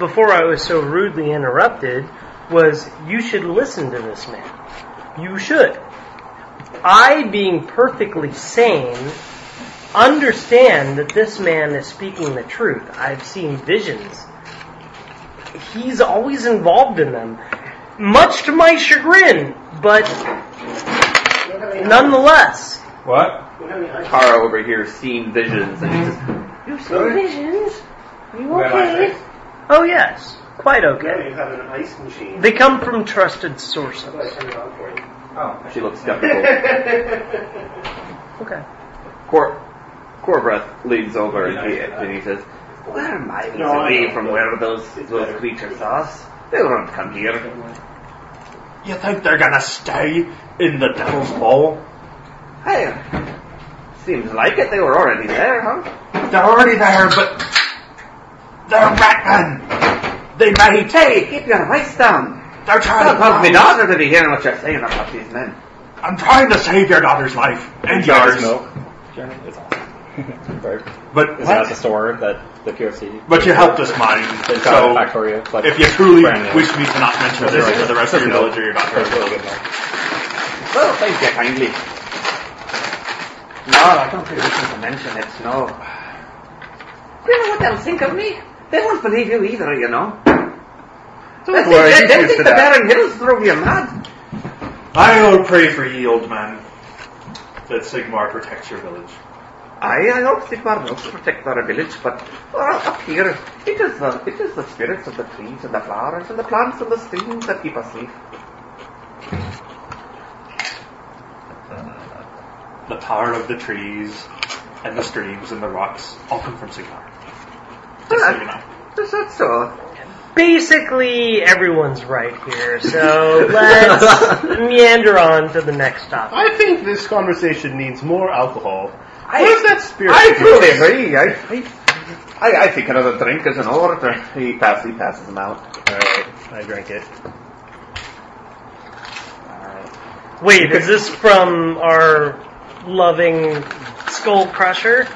Speaker 2: before I was so rudely interrupted was you should listen to this man. You should. I being perfectly sane understand that this man is speaking the truth. I've seen visions. He's always involved in them. Much to my chagrin, but nonetheless.
Speaker 7: What?
Speaker 3: Tara over here seeing visions, and she's just
Speaker 2: You've seen visions? You
Speaker 7: Well, I think-
Speaker 2: Oh yes, quite okay.
Speaker 5: You have an ice machine.
Speaker 2: They come from trusted sources.
Speaker 7: Oh.
Speaker 3: She looks skeptical.
Speaker 2: Okay.
Speaker 3: Cor- Corbreath leans over and he, and he says, We're miles away from where those, those creatures are. They won't come here.
Speaker 6: You think they're going to stay in the Devil's Bowl?
Speaker 3: Hey, seems like it. They were already there, huh?
Speaker 6: They're already there, but they're ratmen. They may
Speaker 3: Hey, keep your voice down.
Speaker 6: They're
Speaker 3: I
Speaker 6: trying
Speaker 3: want my
Speaker 6: to.
Speaker 3: daughter to be hearing what you're saying about these men.
Speaker 6: I'm trying to save your daughter's life and yours.
Speaker 7: Milk. Jeremy, It's awesome. Very-
Speaker 6: But
Speaker 7: Is that the store that the PFC?
Speaker 6: but you helped us mine.
Speaker 7: They
Speaker 6: So
Speaker 7: got Factorio. Like,
Speaker 6: if you truly
Speaker 7: brand new.
Speaker 6: wish me to not mention this to the rest of your village or your
Speaker 7: That's
Speaker 6: daughter,
Speaker 7: really good milk.
Speaker 3: Well, thank you kindly.
Speaker 4: No, I don't think we should mention it.
Speaker 3: No. You know what they'll think of me? They won't believe you either, you know. They'll
Speaker 5: Don't
Speaker 3: think,
Speaker 5: worry,
Speaker 3: they,
Speaker 5: he's
Speaker 3: they'll
Speaker 5: used
Speaker 3: think
Speaker 5: to
Speaker 3: the
Speaker 5: that.
Speaker 3: Baron Hills drove you mad.
Speaker 6: I will pray for ye, old man, that Sigmar protects your village.
Speaker 3: Aye, I hope Sigmar knows to protect our village, but uh, up here, it is, the, it is the spirits of the trees and the flowers and the plants and the streams that keep us safe.
Speaker 6: The power of the trees and the streams and the rocks all come from Sigmar. Just so you know.
Speaker 3: Is that so?
Speaker 2: Basically, everyone's right here, so let's meander on to the next topic.
Speaker 5: I think this conversation needs more alcohol.
Speaker 3: I,
Speaker 5: Where's that spirit?
Speaker 3: I truly agree. I, I, I, I think another drink is in order. He, pass, he passes them out.
Speaker 5: Alright, I drank it.
Speaker 2: Wait, is this from our loving skull crusher?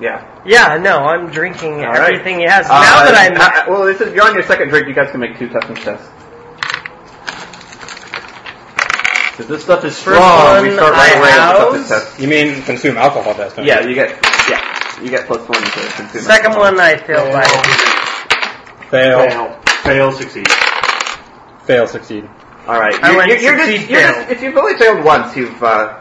Speaker 3: Yeah.
Speaker 2: Yeah, no, I'm drinking
Speaker 3: All right.
Speaker 2: everything he has.
Speaker 3: Uh,
Speaker 2: now that
Speaker 3: uh, well, this is, you're on your second drink. You guys can make two toughness tests. Because this stuff is
Speaker 2: First
Speaker 3: strong. We
Speaker 2: one
Speaker 3: start right
Speaker 2: I
Speaker 3: away on the toughness
Speaker 2: house.
Speaker 3: test.
Speaker 7: You mean consume alcohol test? don't you?
Speaker 3: Yeah, you get yeah, you get plus one to
Speaker 2: I'm
Speaker 3: consume.
Speaker 2: second one I failed by.
Speaker 7: Fail. Fail.
Speaker 6: Fail. Fail, succeed.
Speaker 7: Succeed.
Speaker 3: All right,
Speaker 2: I
Speaker 3: you,
Speaker 2: went
Speaker 3: you, you're,
Speaker 2: succeed,
Speaker 3: just, you're
Speaker 2: fail.
Speaker 3: just if you've only failed once, you've uh,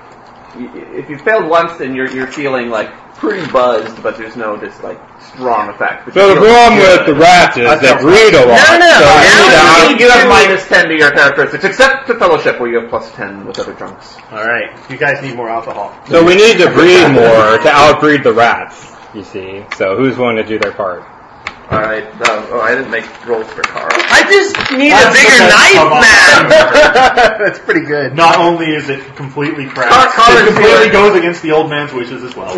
Speaker 3: y- if you failed once and you're you're feeling like pretty buzzed, but there's no just like strong effect. But
Speaker 8: So
Speaker 3: you
Speaker 8: the
Speaker 3: feel-
Speaker 8: problem with the rats is they breed a
Speaker 2: No,
Speaker 8: lot.
Speaker 2: no, no,
Speaker 8: so you
Speaker 2: no,
Speaker 8: know,
Speaker 2: no.
Speaker 3: You, you have minus ten to your characteristics, except for fellowship, where you have plus ten with other drunks.
Speaker 5: All right, you guys need more alcohol.
Speaker 8: So we need to breed more to outbreed the rats, you see. So who's willing to do their part?
Speaker 3: All right. Oh, oh, I didn't make rolls for Carl.
Speaker 2: I just need a
Speaker 5: That's
Speaker 2: bigger
Speaker 5: because
Speaker 2: knife,
Speaker 5: of
Speaker 2: man.
Speaker 5: That's pretty good.
Speaker 6: Not only is it completely
Speaker 3: Car-
Speaker 6: cracked,
Speaker 3: Car
Speaker 6: it
Speaker 3: is
Speaker 6: completely
Speaker 3: feeling-
Speaker 6: goes against the old man's wishes as well.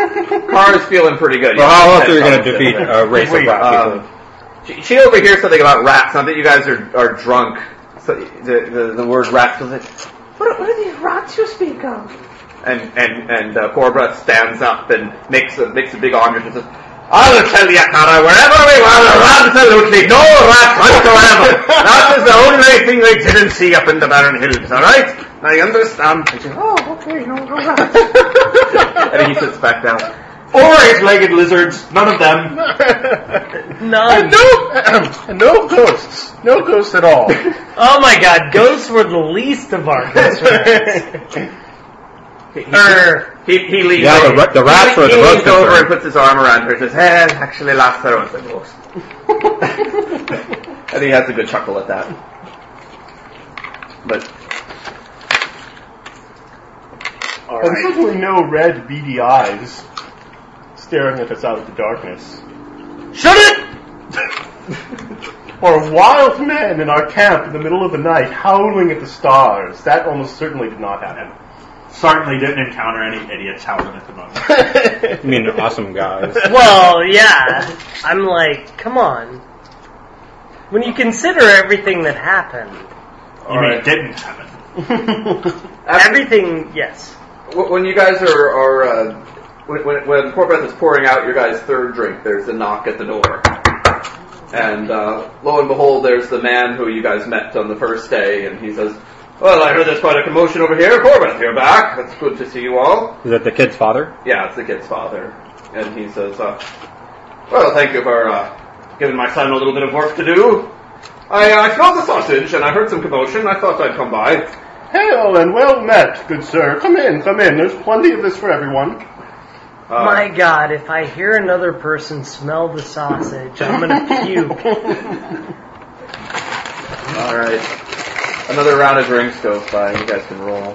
Speaker 3: Car is feeling pretty good.
Speaker 8: Well, how else are we
Speaker 3: Yeah,
Speaker 8: going to defeat a race of
Speaker 6: Wait,
Speaker 8: rat
Speaker 3: Um,
Speaker 8: people?
Speaker 3: she, she overhears something about rats. Not that you guys are, are drunk. So the, the, the word rats was like, what are, what are these rats you speak of? And and and uh, Corbra stands up and makes a makes a big onrush and says, "I will tell the Akara wherever we were, the rats absolutely no rats whatsoever. that is the only thing I didn't see up in the barren hills. All right, I understand." And she, "Oh, okay, no, no rats." and he sits back down.
Speaker 6: Four eight-legged lizards, none of them.
Speaker 2: None.
Speaker 9: No, no ghosts. No ghosts at all.
Speaker 2: Oh my god, ghosts were the least of our concerns. er,
Speaker 3: He, he leans
Speaker 8: Yeah, the
Speaker 3: over.
Speaker 8: ra- the rats
Speaker 3: he,
Speaker 8: were the
Speaker 3: he
Speaker 8: most
Speaker 3: leans over
Speaker 8: concerned.
Speaker 3: and puts his arm around her and says, hey, actually last time I was the ghost. and he has a good chuckle at that. But
Speaker 5: Unfortunately, no red beady eyes staring at us out of the darkness.
Speaker 2: shut it!
Speaker 5: Or wild men in our camp in the middle of the night howling at the stars. That almost certainly did not happen.
Speaker 6: Certainly didn't encounter any idiots howling at the moment.
Speaker 8: I mean, awesome guys.
Speaker 2: Well, yeah. I'm like, come on. When you consider everything that happened,
Speaker 6: You mean didn't happen?
Speaker 2: everything, yes.
Speaker 3: Wh- When you guys are, are uh, when, when, when Corbett is pouring out your guys' third drink, there's a knock at the door. And uh, lo and behold, there's the man who you guys met on the first day, and he says, well, I heard there's quite a commotion over here. Corbett, you're back. That's good to see you all.
Speaker 8: Is that the kid's father?
Speaker 3: Yeah, it's the kid's father. And he says, uh, Well, thank you for uh, giving my son a little bit of work to do. I uh, smelled the sausage and I heard some commotion. I thought I'd come by.
Speaker 5: Hail and well met, good sir. Come in, come in. There's plenty of this for everyone.
Speaker 3: Uh,
Speaker 2: My god, if I hear another person smell the sausage, I'm gonna puke.
Speaker 3: Alright. Another round of drinks goes by. You guys can roll.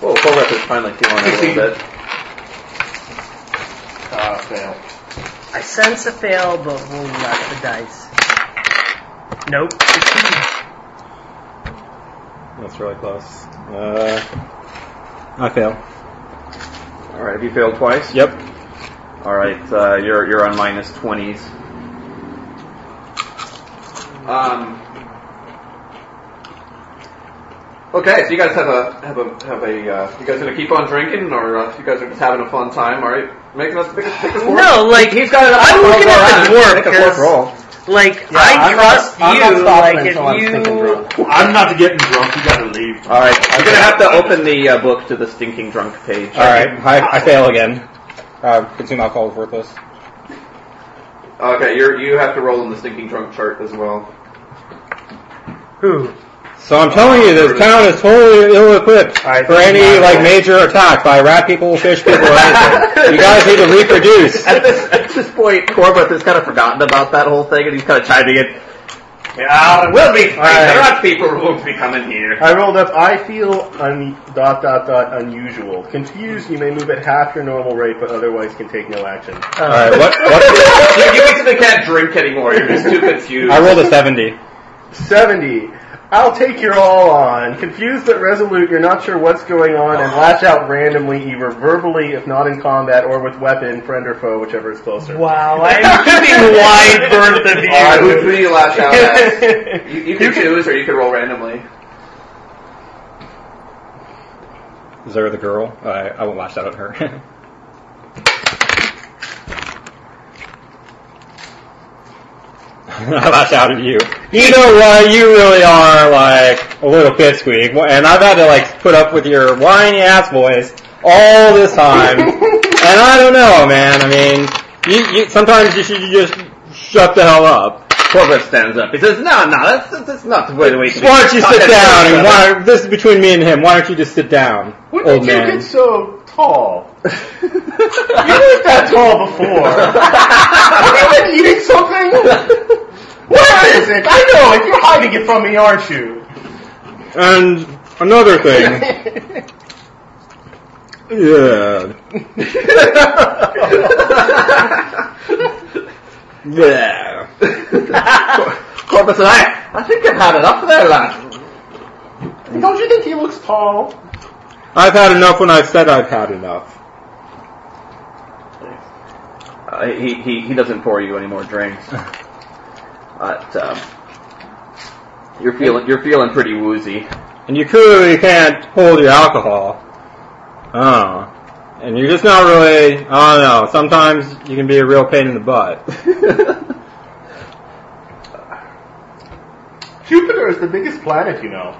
Speaker 3: Whoa, Colbert is finally feeling it a little bit.
Speaker 5: Ah, fail.
Speaker 2: I sense a fail, but we'll let the dice. Nope.
Speaker 8: That's really close. Uh, I fail.
Speaker 3: Alright, have you failed twice?
Speaker 8: Yep.
Speaker 3: Alright, uh, you're, you're on minus 20s. Um, okay, so you guys have a, have a, have a, uh, you guys gonna keep on drinking, or, uh, you guys are just having a fun time, alright? Making us pick a, pick a fork?
Speaker 2: No, like
Speaker 3: He's got it up
Speaker 2: I'm
Speaker 3: to
Speaker 2: looking
Speaker 3: roll
Speaker 2: at the
Speaker 3: around.
Speaker 2: dwarf,
Speaker 3: Make a
Speaker 2: because-
Speaker 3: fourth roll.
Speaker 2: Like I
Speaker 5: I'm not-
Speaker 2: trust
Speaker 5: I'm not
Speaker 2: you. like
Speaker 5: stopping
Speaker 2: if
Speaker 5: until I'm stinking
Speaker 2: you,
Speaker 5: drunk.
Speaker 6: I'm not getting drunk. You gotta leave.
Speaker 3: Alright, you're gonna have to open the uh, book to the stinking drunk page.
Speaker 8: All right, I, I fail again. Uh, consume alcohol is worthless.
Speaker 3: Okay, you're, you have to roll in the stinking drunk chart as well.
Speaker 2: who?
Speaker 8: So I'm telling you, this town is totally ill-equipped
Speaker 5: All right,
Speaker 8: for any like major attack by rat people, fish people, or anything. You guys need to reproduce.
Speaker 3: At this, at this point, Corbett has kind of forgotten about that whole thing, and he's kind of chiming in. Yeah, there will be.
Speaker 5: right.
Speaker 3: There are people who won't be coming here.
Speaker 5: I rolled up. I feel un- dot dot dot unusual. Confused. You may move at half your normal rate, but otherwise can take no action.
Speaker 2: Uh,
Speaker 8: All right, what? what
Speaker 3: you, you basically can't drink anymore. You're just too confused.
Speaker 8: I rolled a seventy.
Speaker 5: Seventy. I'll take your all on. Confused but resolute, you're not sure what's going on, and lash out randomly, either verbally, if not in combat, or with weapon, friend or foe, whichever is closer.
Speaker 2: Wow, I'm giving wide berth of you.
Speaker 3: All right, who, who do you lash out at?
Speaker 5: you
Speaker 3: You, you can choose, or you can roll randomly.
Speaker 8: Is there the girl? I, I won't lash out at her. I lash out at you. You know what? You really are like a little pipsqueak, and I've had to like put up with your whiny ass voice all this time. and I don't know, man. I mean, you, you sometimes you should just shut the hell up.
Speaker 3: Corbett stands up. He says, "No, no, that's, that's not the way the way to
Speaker 8: Why don't you sit down? And why? This is between me and him. Why don't you just sit down, old man?
Speaker 5: so tall. you weren't that tall before. Have you been eating something? Where is it? I know it. You're hiding it from me, aren't you?
Speaker 8: And another thing. yeah. yeah.
Speaker 3: Corpus and I, I think I've had enough of that lad.
Speaker 5: Don't you think he looks tall?
Speaker 8: I've had enough when I've said I've had enough.
Speaker 3: Uh, he, he, he doesn't pour you any more drinks. But, um, you're feeling, you're feeling pretty woozy.
Speaker 8: And you clearly can't hold your alcohol. Oh. And you're just not really, I don't know, sometimes you can be a real pain in the butt.
Speaker 5: Jupiter is the biggest planet, you know.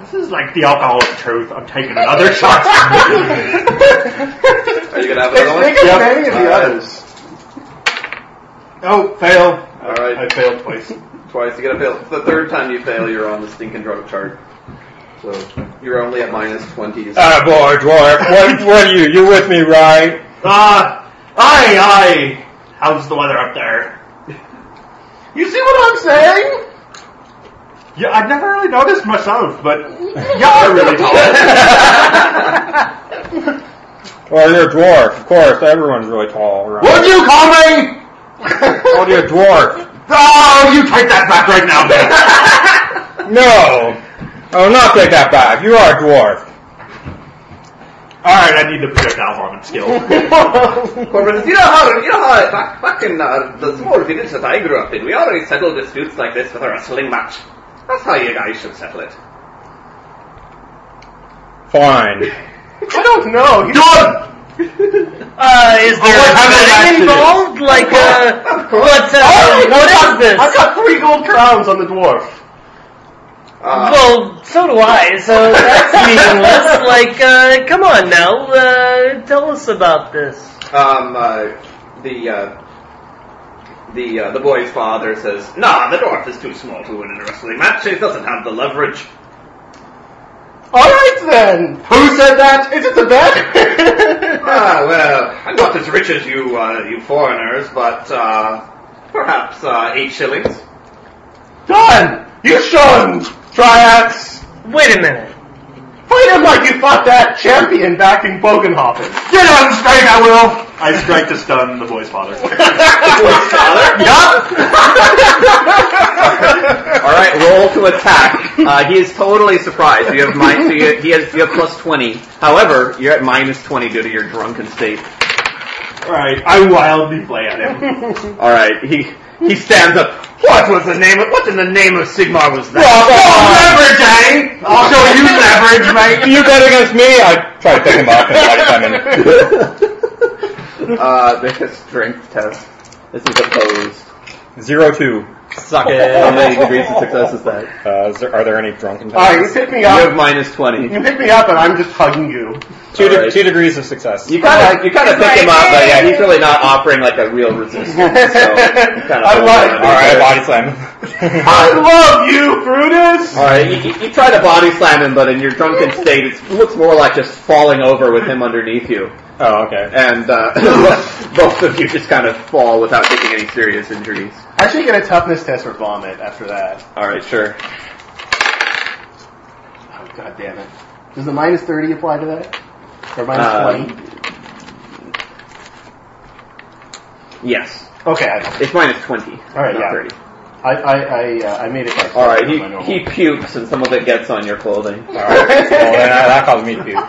Speaker 5: This is like the alcoholic truth. I'm taking another shot.
Speaker 10: Are you gonna have another one?
Speaker 5: Think of many of the
Speaker 10: Alright.
Speaker 5: others. Oh, fail.
Speaker 10: All right.
Speaker 5: I failed twice.
Speaker 10: Twice you gotta fail. The third time you fail, you're on the stinking drug chart. So you're only at minus
Speaker 5: Uh,
Speaker 10: twenties.
Speaker 8: Ah, boy, dwarf. What, what are you? You with me, right?
Speaker 5: Ah, aye, aye. How's the weather up there? You see what I'm saying? Yeah, I never really noticed myself, but y'all are really tall.
Speaker 8: Well, you're a dwarf, of course. Everyone's really tall, right?
Speaker 3: Would you call me?
Speaker 8: Oh, you're a dwarf.
Speaker 5: oh, you take that back right now, man.
Speaker 8: No. Oh, not take that back. You are a dwarf.
Speaker 5: All right, I need the projectile vomit skill.
Speaker 10: Corbin says, you know how, you know how, back, back in uh, the small village that I grew up in, we always settled disputes like this with a wrestling match. That's how you guys should settle it.
Speaker 8: Fine.
Speaker 5: I don't know. He's Done.
Speaker 2: Uh, is there
Speaker 5: what happened
Speaker 2: betting
Speaker 5: last
Speaker 2: involved? Like, uh, what, uh, what is this?
Speaker 5: I've got three gold crowns on the dwarf.
Speaker 10: Uh,
Speaker 2: Well, so do I, so that's meaningless. Like, uh, come on now, uh, tell us about this.
Speaker 10: um, uh, the, uh, the, uh, the boy's father says, nah, the dwarf is too small to win in a wrestling match. He doesn't have the leverage.
Speaker 5: All right then. Who said that? Is it the bet?
Speaker 10: Ah, well, I'm not as rich as you, uh, you foreigners, but, uh, perhaps, uh, eight shillings.
Speaker 5: Done. You shunned, Triax.
Speaker 2: Wait a minute.
Speaker 5: Fight him like you fought that champion back in Bogenhofen. Get on strike, I will. I strike to stun the boy's father.
Speaker 3: Alright, roll to attack. Uh, he is totally surprised. You have minus, so you, he has, you have plus 20. However, you're at minus 20 due to your drunken state.
Speaker 5: Alright, I wildly play at him.
Speaker 3: Alright, Uh, he, he stands up. What was the name of, what in the name of Sigmar was that?
Speaker 5: leverage, eh? I'll show you leverage, mate.
Speaker 8: you bet against me? I try to pick him up and try to come in.
Speaker 3: uh, there's a strength test. This is opposed.
Speaker 8: Zero two.
Speaker 3: Suck it. How many degrees of success is that?
Speaker 8: Uh, is there, are there any drunken
Speaker 5: Alright,
Speaker 8: times?
Speaker 5: you pick me
Speaker 3: You have
Speaker 5: up.
Speaker 3: minus 20.
Speaker 5: You pick me up, and I'm just hugging you.
Speaker 8: Two, de-
Speaker 3: Alright.
Speaker 8: two degrees of success.
Speaker 3: You kind of you kind of pick him up, but yeah, he's really not offering like a real resistance. So you kind
Speaker 5: I
Speaker 3: of
Speaker 5: like-
Speaker 8: All right, body slam.
Speaker 5: I love you, Brutus.
Speaker 3: All right, you, you, you try to body slam him, but in your drunken state, it looks more like just falling over with him underneath you,
Speaker 8: oh, okay.
Speaker 3: and uh, both of you just kind of fall without taking any serious injuries.
Speaker 5: I should get a toughness test for vomit after that.
Speaker 3: All right, sure.
Speaker 5: Oh, God damn it. Does the minus 30 apply to that? Or minus
Speaker 3: Uh,
Speaker 5: 20?
Speaker 3: Yes,
Speaker 5: Okay, I,
Speaker 3: it's minus twenty. All
Speaker 5: right, yeah. I, I, I, uh, I made it by
Speaker 3: All right,
Speaker 5: my normal.
Speaker 3: he, he pukes, and some of it gets on your clothing.
Speaker 8: All right. Well, then that, that caused me to puke. All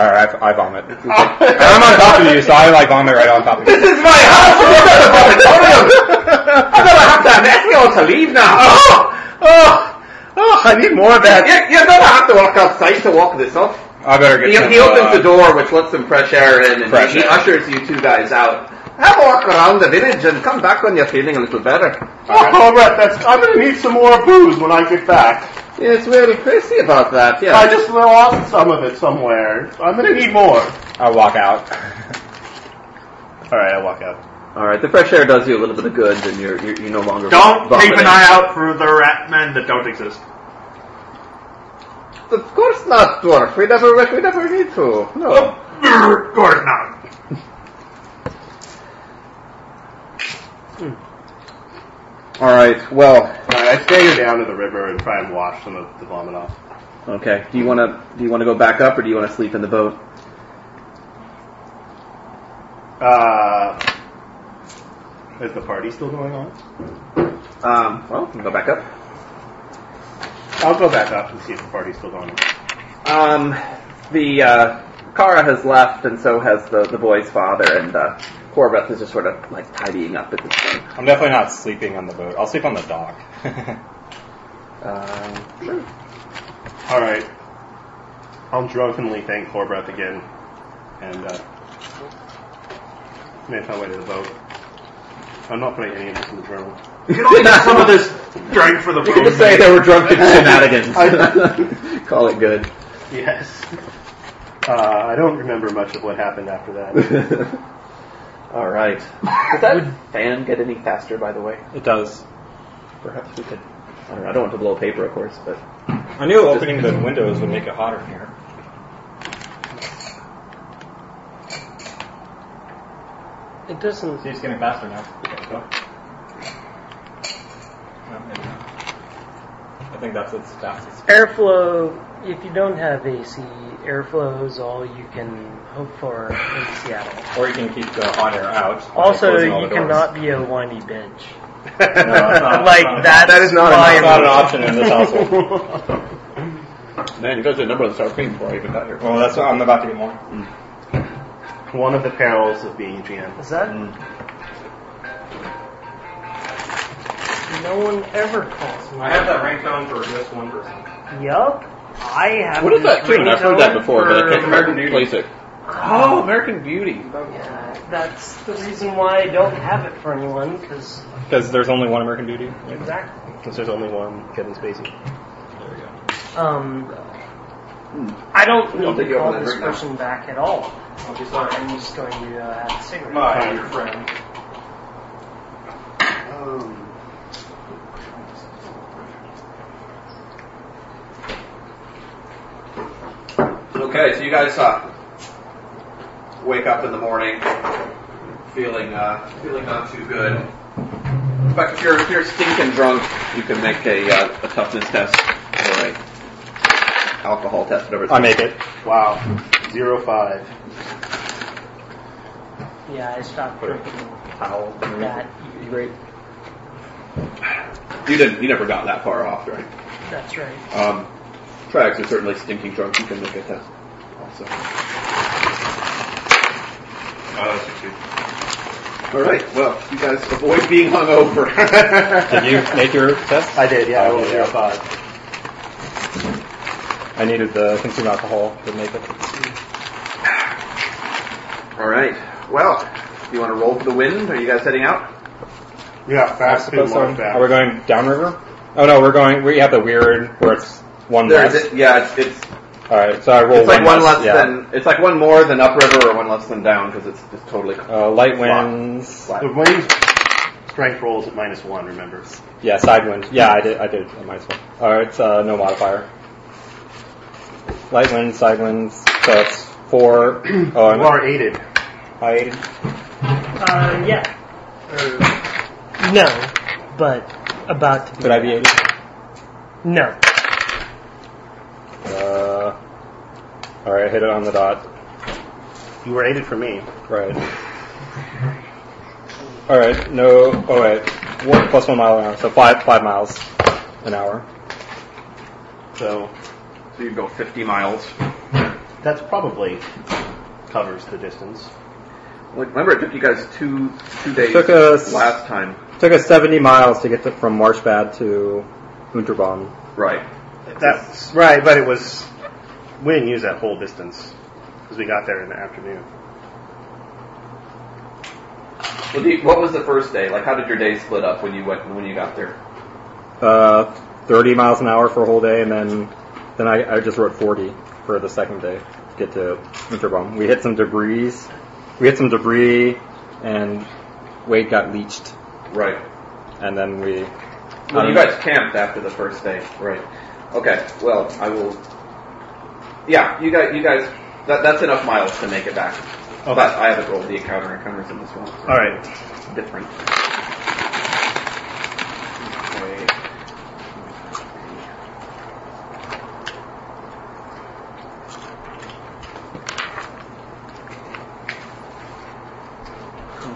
Speaker 8: right, I, I vomit. And I'm on top of you, so I like vomit right on top of you.
Speaker 3: This is my house. We're not a I better have to ask you all to leave now. Oh, oh, oh! I need more of that.
Speaker 10: You, you never have to walk outside to walk this off.
Speaker 8: I better get.
Speaker 10: He,
Speaker 8: some,
Speaker 10: he opens
Speaker 8: uh,
Speaker 10: the door, which lets some fresh air in, and
Speaker 8: Fresh
Speaker 10: he
Speaker 8: air.
Speaker 10: ushers you two guys out. Have a walk around the village and come back when you're feeling a little better.
Speaker 5: Oh, all right, that's, I'm gonna need some more booze when I get back.
Speaker 10: Yes, we're crazy about that,
Speaker 5: I just lost some of it somewhere. I'm gonna need more.
Speaker 8: I walk out.
Speaker 5: Alright, I walk out.
Speaker 3: All right, the fresh air does you a little bit of good, and you're you're, you're no
Speaker 8: Oh,
Speaker 3: longer
Speaker 5: Don't
Speaker 3: vomiting.
Speaker 5: keep an eye out for the rat men that don't exist.
Speaker 3: Of course not, dwarf. We never, we never need to. No.
Speaker 6: Of course not.
Speaker 3: Hmm. All right. Well.
Speaker 5: I stagger down to the river and try and wash some of the vomit off.
Speaker 3: Okay. Do you want to? Do you want to go back up, or do you want to sleep in the boat?
Speaker 5: Uh, is the party still going on?
Speaker 3: Um, well, we can go back up.
Speaker 5: I'll go back up and see if the party's still going on.
Speaker 3: Um, the uh, Kara has left, and so has the, the boy's father, and uh, Corbeth is just sort of like tidying up at this point.
Speaker 8: I'm definitely not sleeping on the boat. I'll sleep on the dock.
Speaker 3: Um,
Speaker 5: All right. I'll drunkenly thank Corbeth again, and uh, make my way to the boat. I'm not putting any of this in the journal.
Speaker 6: You can only get some of this drink for the
Speaker 3: you could say
Speaker 6: road.
Speaker 3: there were drunken shenanigans. Call it good.
Speaker 5: Yes. Uh, I don't remember much of what happened after that.
Speaker 3: All right. Does that fan get any faster? By the way,
Speaker 8: it does.
Speaker 3: perhaps we could. I don't, know, I don't want to blow paper, of course, but
Speaker 8: I knew opening the windows would make it hotter in here.
Speaker 2: It doesn't.
Speaker 8: See, it's getting faster now. Oh, Go. No, maybe not. I think that's its fastest.
Speaker 2: Airflow. If you don't have AC, airflow is all you can hope for in Seattle.
Speaker 8: Or you can keep the hot air out. by
Speaker 2: Also,
Speaker 8: closing all
Speaker 2: you
Speaker 8: the doors.
Speaker 2: cannot be a whiny bitch.
Speaker 8: No, it's not-
Speaker 2: like
Speaker 8: it's not-
Speaker 2: that. That is not.
Speaker 8: It's not an option Oh, in this household.
Speaker 3: man, you guys are a number of start paying for even better.
Speaker 8: Well, that's what I'm about to get more.
Speaker 5: One of the perils of being GM.
Speaker 2: Is that?
Speaker 8: Mm.
Speaker 2: No one ever calls me.
Speaker 8: I have that rank on for just one person.
Speaker 2: Yup. I have.
Speaker 3: What is that
Speaker 2: this
Speaker 3: tune? I've heard that
Speaker 2: ringtone
Speaker 3: before, but I
Speaker 2: for-
Speaker 3: can't remember who plays it. Oh, American Beauty.
Speaker 2: Yeah, that's the reason why I don't have it for anyone, because
Speaker 8: Because there's only one American Beauty.
Speaker 2: exactly.
Speaker 5: Because there's only one Kevin Spacey.
Speaker 8: There we go.
Speaker 2: Um, I
Speaker 8: Hmm.
Speaker 2: don't
Speaker 3: don't
Speaker 2: need
Speaker 3: think
Speaker 2: to
Speaker 3: you
Speaker 2: call
Speaker 3: have
Speaker 2: this
Speaker 3: that right now.
Speaker 2: person back at all.
Speaker 8: I'll be sorry.
Speaker 2: I'm just going to uh, have a cigarette.
Speaker 8: My your friend.
Speaker 3: Okay, so you guys uh, wake up in the morning feeling uh, feeling not too good. But if you're if you're stinking drunk, you can make a, uh, a toughness test or a alcohol test, whatever. It's
Speaker 8: I make it.
Speaker 5: Wow. Zero five.
Speaker 2: Yeah, I stopped drinking that.
Speaker 3: great. You didn't. You never got that far off, right?
Speaker 2: That's right.
Speaker 3: Um, Trags are certainly stinking drunk. You can make a test. Also. All right. Well, you guys avoid being hungover.
Speaker 8: Did you make your test?
Speaker 5: I did, yeah, I rolled
Speaker 8: Okay,
Speaker 5: zero
Speaker 8: yeah.
Speaker 5: five.
Speaker 8: I needed the consume alcohol to make it.
Speaker 3: All right. Well, you want to roll for the wind? Are you guys heading out?
Speaker 5: Yeah, fast
Speaker 8: Suppose so. Are we going downriver? Oh no, we're going. We have the weird where it's one
Speaker 3: There
Speaker 8: less.
Speaker 3: is it- yeah, it's it's,
Speaker 8: All right, so I roll
Speaker 3: it's like one less
Speaker 8: yeah.
Speaker 3: than it's like one more than upriver or one less than down because it's it's totally
Speaker 8: Uh, light winds.
Speaker 3: flat.
Speaker 5: The wind's strength rolls at minus one, remember.
Speaker 8: Yeah, side wind. Yeah, I did. I did. I might as well. All right, uh, no modifier. Light winds, side winds. So it's four. Oh,
Speaker 5: You
Speaker 8: no,
Speaker 5: are aided.
Speaker 8: I aided.
Speaker 2: Uh, yeah. Or- Uh, no, but about to be.
Speaker 8: Could I be aided?
Speaker 2: No.
Speaker 8: Uh, all right, hit it on the dot.
Speaker 5: You were aided for me.
Speaker 8: Right. All right. No. Oh wait. One plus one mile an hour. So five five miles an hour.
Speaker 5: So
Speaker 3: So you go 50 miles.
Speaker 5: that's probably covers the distance.
Speaker 3: Like, remember, it took you guys two two days
Speaker 8: Took us-
Speaker 3: last time,
Speaker 8: Took us 70 miles to get to, from Marshbad to Unterbahn.
Speaker 3: right?
Speaker 5: That's right, but it was we didn't use that whole distance because we got there in the afternoon.
Speaker 3: Well, do you, what was the first day? Like, how did your day split up when you went when you got there?
Speaker 8: Uh, 30 miles an hour for a whole day, and then then I, I just wrote 40 for the second day to get to Unterbahn. We hit some debris. We hit some debris, and Wade got leached,
Speaker 3: Right.
Speaker 8: and then we. Um,
Speaker 3: Well, you guys camped after the first day, right? Okay. Well, I will yeah, you guys, you guys, that, that's enough miles to make it back. But I haven't rolled the encounter encumbrance in this one. so
Speaker 5: All right.
Speaker 3: it's different.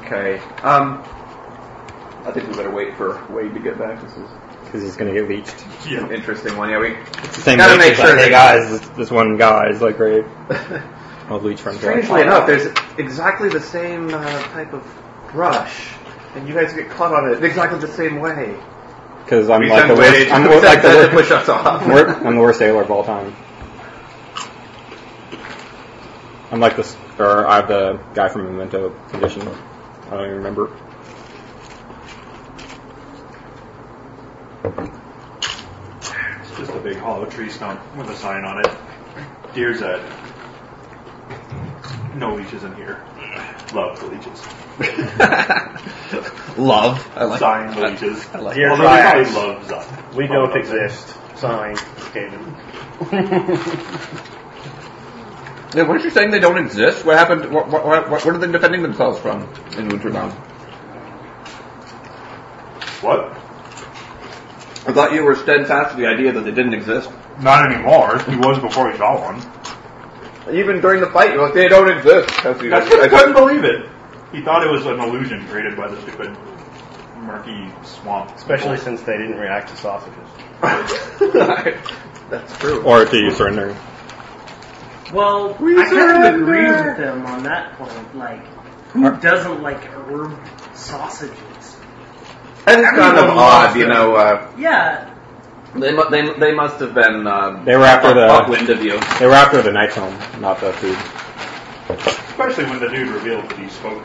Speaker 3: Okay. Um, I think we better wait for Wade to get back. This is
Speaker 8: because he's gonna get leached.
Speaker 3: an interesting one. Yeah, we
Speaker 8: It's the same
Speaker 3: Gotta
Speaker 8: leech,
Speaker 3: make
Speaker 8: it's
Speaker 3: sure
Speaker 8: like, hey
Speaker 3: they-
Speaker 8: guys, this, this one guy is like great. I'll leech from
Speaker 3: Strangely enough, there's exactly the same uh, type of brush, and you guys get caught on it exactly the same way.
Speaker 8: because I'm
Speaker 4: We
Speaker 8: like the
Speaker 4: send
Speaker 8: worst.
Speaker 4: Wade.
Speaker 8: I'm, wor- like the
Speaker 3: That
Speaker 8: worst,
Speaker 3: push us off.
Speaker 8: wor- I'm the worst sailor of all time. I'm like this, or I have the guy from Memento condition. I don't even remember.
Speaker 6: It's just a big hollow tree stump with a sign on it. Dear Zed, no leeches in here. Love the leeches.
Speaker 4: Love. I like
Speaker 6: Zion the leeches.
Speaker 4: I like
Speaker 5: Dear
Speaker 6: Although I probably
Speaker 5: Zion,
Speaker 6: love Zion.
Speaker 5: we don't exist. Signed, David.
Speaker 4: Yeah, weren't you saying they don't exist? What happened? What, what, what, what are they defending themselves from in Winterbound?
Speaker 6: What?
Speaker 3: I thought you were steadfast to the idea that they didn't exist.
Speaker 6: Not anymore. He was before he got one.
Speaker 3: Even during the fight, you're like, they don't exist. That's what you
Speaker 6: That's
Speaker 3: guys-
Speaker 6: what I
Speaker 3: I
Speaker 6: couldn't believe it. He thought it was an illusion created by the stupid murky swamp.
Speaker 5: Especially since they didn't react to sausages.
Speaker 3: That's true.
Speaker 8: Or do you surrender?
Speaker 2: Well,
Speaker 3: We
Speaker 2: I kind of
Speaker 3: surrender.
Speaker 2: agree with them on that point. Like, who doesn't like herb sausages?
Speaker 3: And it's kind of
Speaker 2: Everyone
Speaker 3: odd,
Speaker 2: loves
Speaker 3: you
Speaker 2: them.
Speaker 3: know. Uh,
Speaker 2: Yeah,
Speaker 3: they, mu- they they must have been um,
Speaker 8: They were after the-
Speaker 3: upwind of you.
Speaker 8: They were after the night's home, not the food.
Speaker 6: Especially when the dude revealed that he spoke.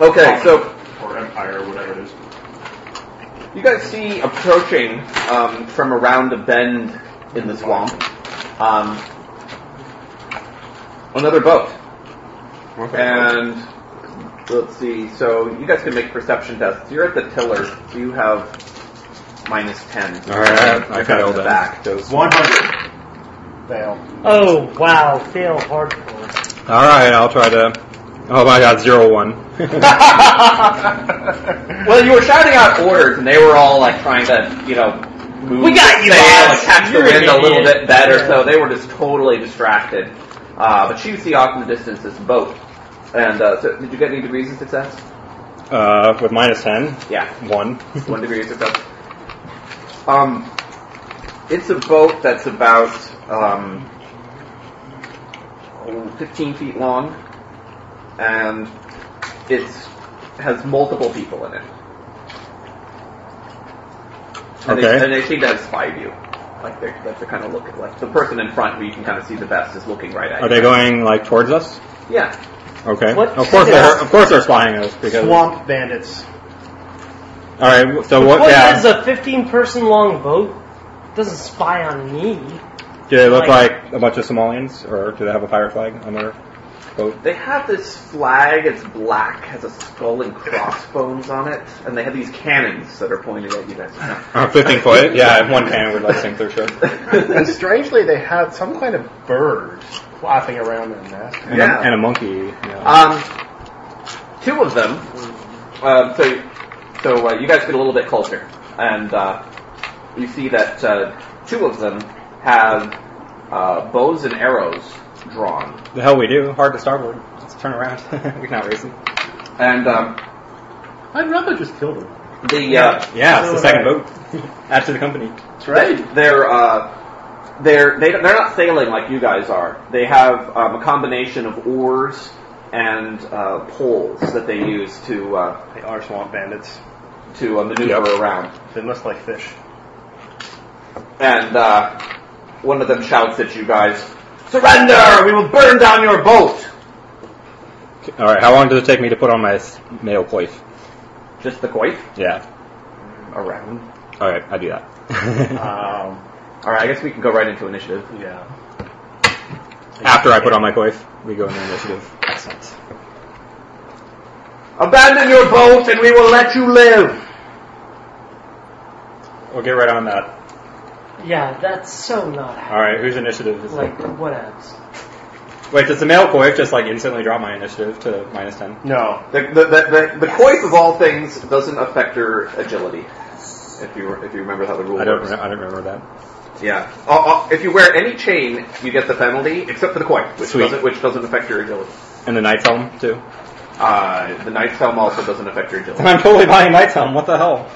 Speaker 3: Okay, so
Speaker 6: or empire, or whatever it is.
Speaker 3: You guys see approaching um, from around a bend in the swamp um, another boat. And let's see, so you guys can make perception tests. You're at the tiller, so you have minus 10.
Speaker 8: All right, I
Speaker 3: You're kind of in
Speaker 8: failed
Speaker 3: the
Speaker 8: that.
Speaker 3: back.
Speaker 6: One hundred.
Speaker 5: Fail.
Speaker 2: Oh wow, fail hardcore.
Speaker 8: All right, I'll try to. Oh my God, zero one.
Speaker 3: Well, you were shouting out orders, and they were all like trying to, you know, move
Speaker 2: We got you,
Speaker 3: sail and
Speaker 2: lads.
Speaker 3: catch
Speaker 2: You're
Speaker 3: the wind
Speaker 2: an
Speaker 3: a little
Speaker 2: idiot.
Speaker 3: bit better. So they were just totally distracted. Uh, but you see off in the distance this boat. And uh, so, did you get any degrees of success?
Speaker 8: uh, with minus ten,
Speaker 3: Yeah,
Speaker 8: one.
Speaker 3: one degree of success. Um, it's a boat that's about um, oh, 15 feet long, and it has multiple people in it. And,
Speaker 8: Okay.
Speaker 3: they, and they seem to have spied you. Like they're, that's the kind of look. Like the person in front, who you can kind of see the best, is looking right at you.
Speaker 8: Are they going like towards us?
Speaker 3: Yeah.
Speaker 8: Okay.
Speaker 2: What
Speaker 8: Of course they're of course they're spying us because. All
Speaker 5: Swamp bandits.
Speaker 8: right. So what?
Speaker 2: What
Speaker 8: Yeah.
Speaker 2: is a 15 person long boat? Doesn't spy on me.
Speaker 8: Do they look
Speaker 2: like-
Speaker 8: like a bunch of Somalians, or do they have a pirate flag on their boat?
Speaker 3: They have this flag, it's black, has a skull and crossbones on it, and they have these cannons that are pointed at you guys.
Speaker 8: Uh, Fifteen foot. Yeah, if one cannon would like sink their ship.
Speaker 5: And strangely, they had some kind of bird flapping around their nest.
Speaker 8: And,
Speaker 3: Yeah.
Speaker 8: a, and a monkey. Yeah.
Speaker 3: um, two of them, um, so, so uh, you guys get a little bit closer, and uh, you see that uh, two of them have uh, bows and arrows drawn,
Speaker 8: the hell we do. Hard to starboard. Let's turn around. we cannot race them.
Speaker 3: and um,
Speaker 5: I'd rather just kill them.
Speaker 3: the uh,
Speaker 8: Yeah,
Speaker 5: So
Speaker 8: it's the
Speaker 5: would I.
Speaker 8: second boat. After the company.
Speaker 3: They, they're uh, they're they, they're not sailing like you guys are. They have um, a combination of oars and uh, poles that they use to uh,
Speaker 5: They are swamp bandits.
Speaker 3: to uh, maneuver around.
Speaker 5: They must like fish.
Speaker 3: And uh, one of them shouts at you guys, "Surrender! We will burn down your boat!"
Speaker 8: All right. How long does it take me to put on my s- mail plate?
Speaker 3: Just the coif
Speaker 8: Yeah.
Speaker 3: around.
Speaker 8: All right. I do that.
Speaker 5: Um,
Speaker 3: All right, I guess we can go right into initiative.
Speaker 5: yeah.
Speaker 8: After I put on my coif, we go into initiative. Excellent.
Speaker 3: Abandon your boat, and we will let you live.
Speaker 8: We'll get right on that.
Speaker 2: Yeah, that's so not
Speaker 8: All right, whose initiative is it?
Speaker 2: Like, what else?
Speaker 8: Wait, does the male coic just like instantly drop my initiative to minus ten?
Speaker 5: No.
Speaker 3: The, the, the, the, the coif of all things doesn't affect her agility. If you if you remember how the rule
Speaker 8: I don't.
Speaker 3: works.
Speaker 8: Re- I don't remember that.
Speaker 3: Yeah. Uh, uh, if you wear any chain, you get the penalty, except for the coif, which
Speaker 8: Sweet.
Speaker 3: doesn't which doesn't affect your agility.
Speaker 8: And the knight's helm too.
Speaker 3: Uh, the knight's helm also doesn't affect your agility.
Speaker 8: I'm totally buying knight's helm. What the hell?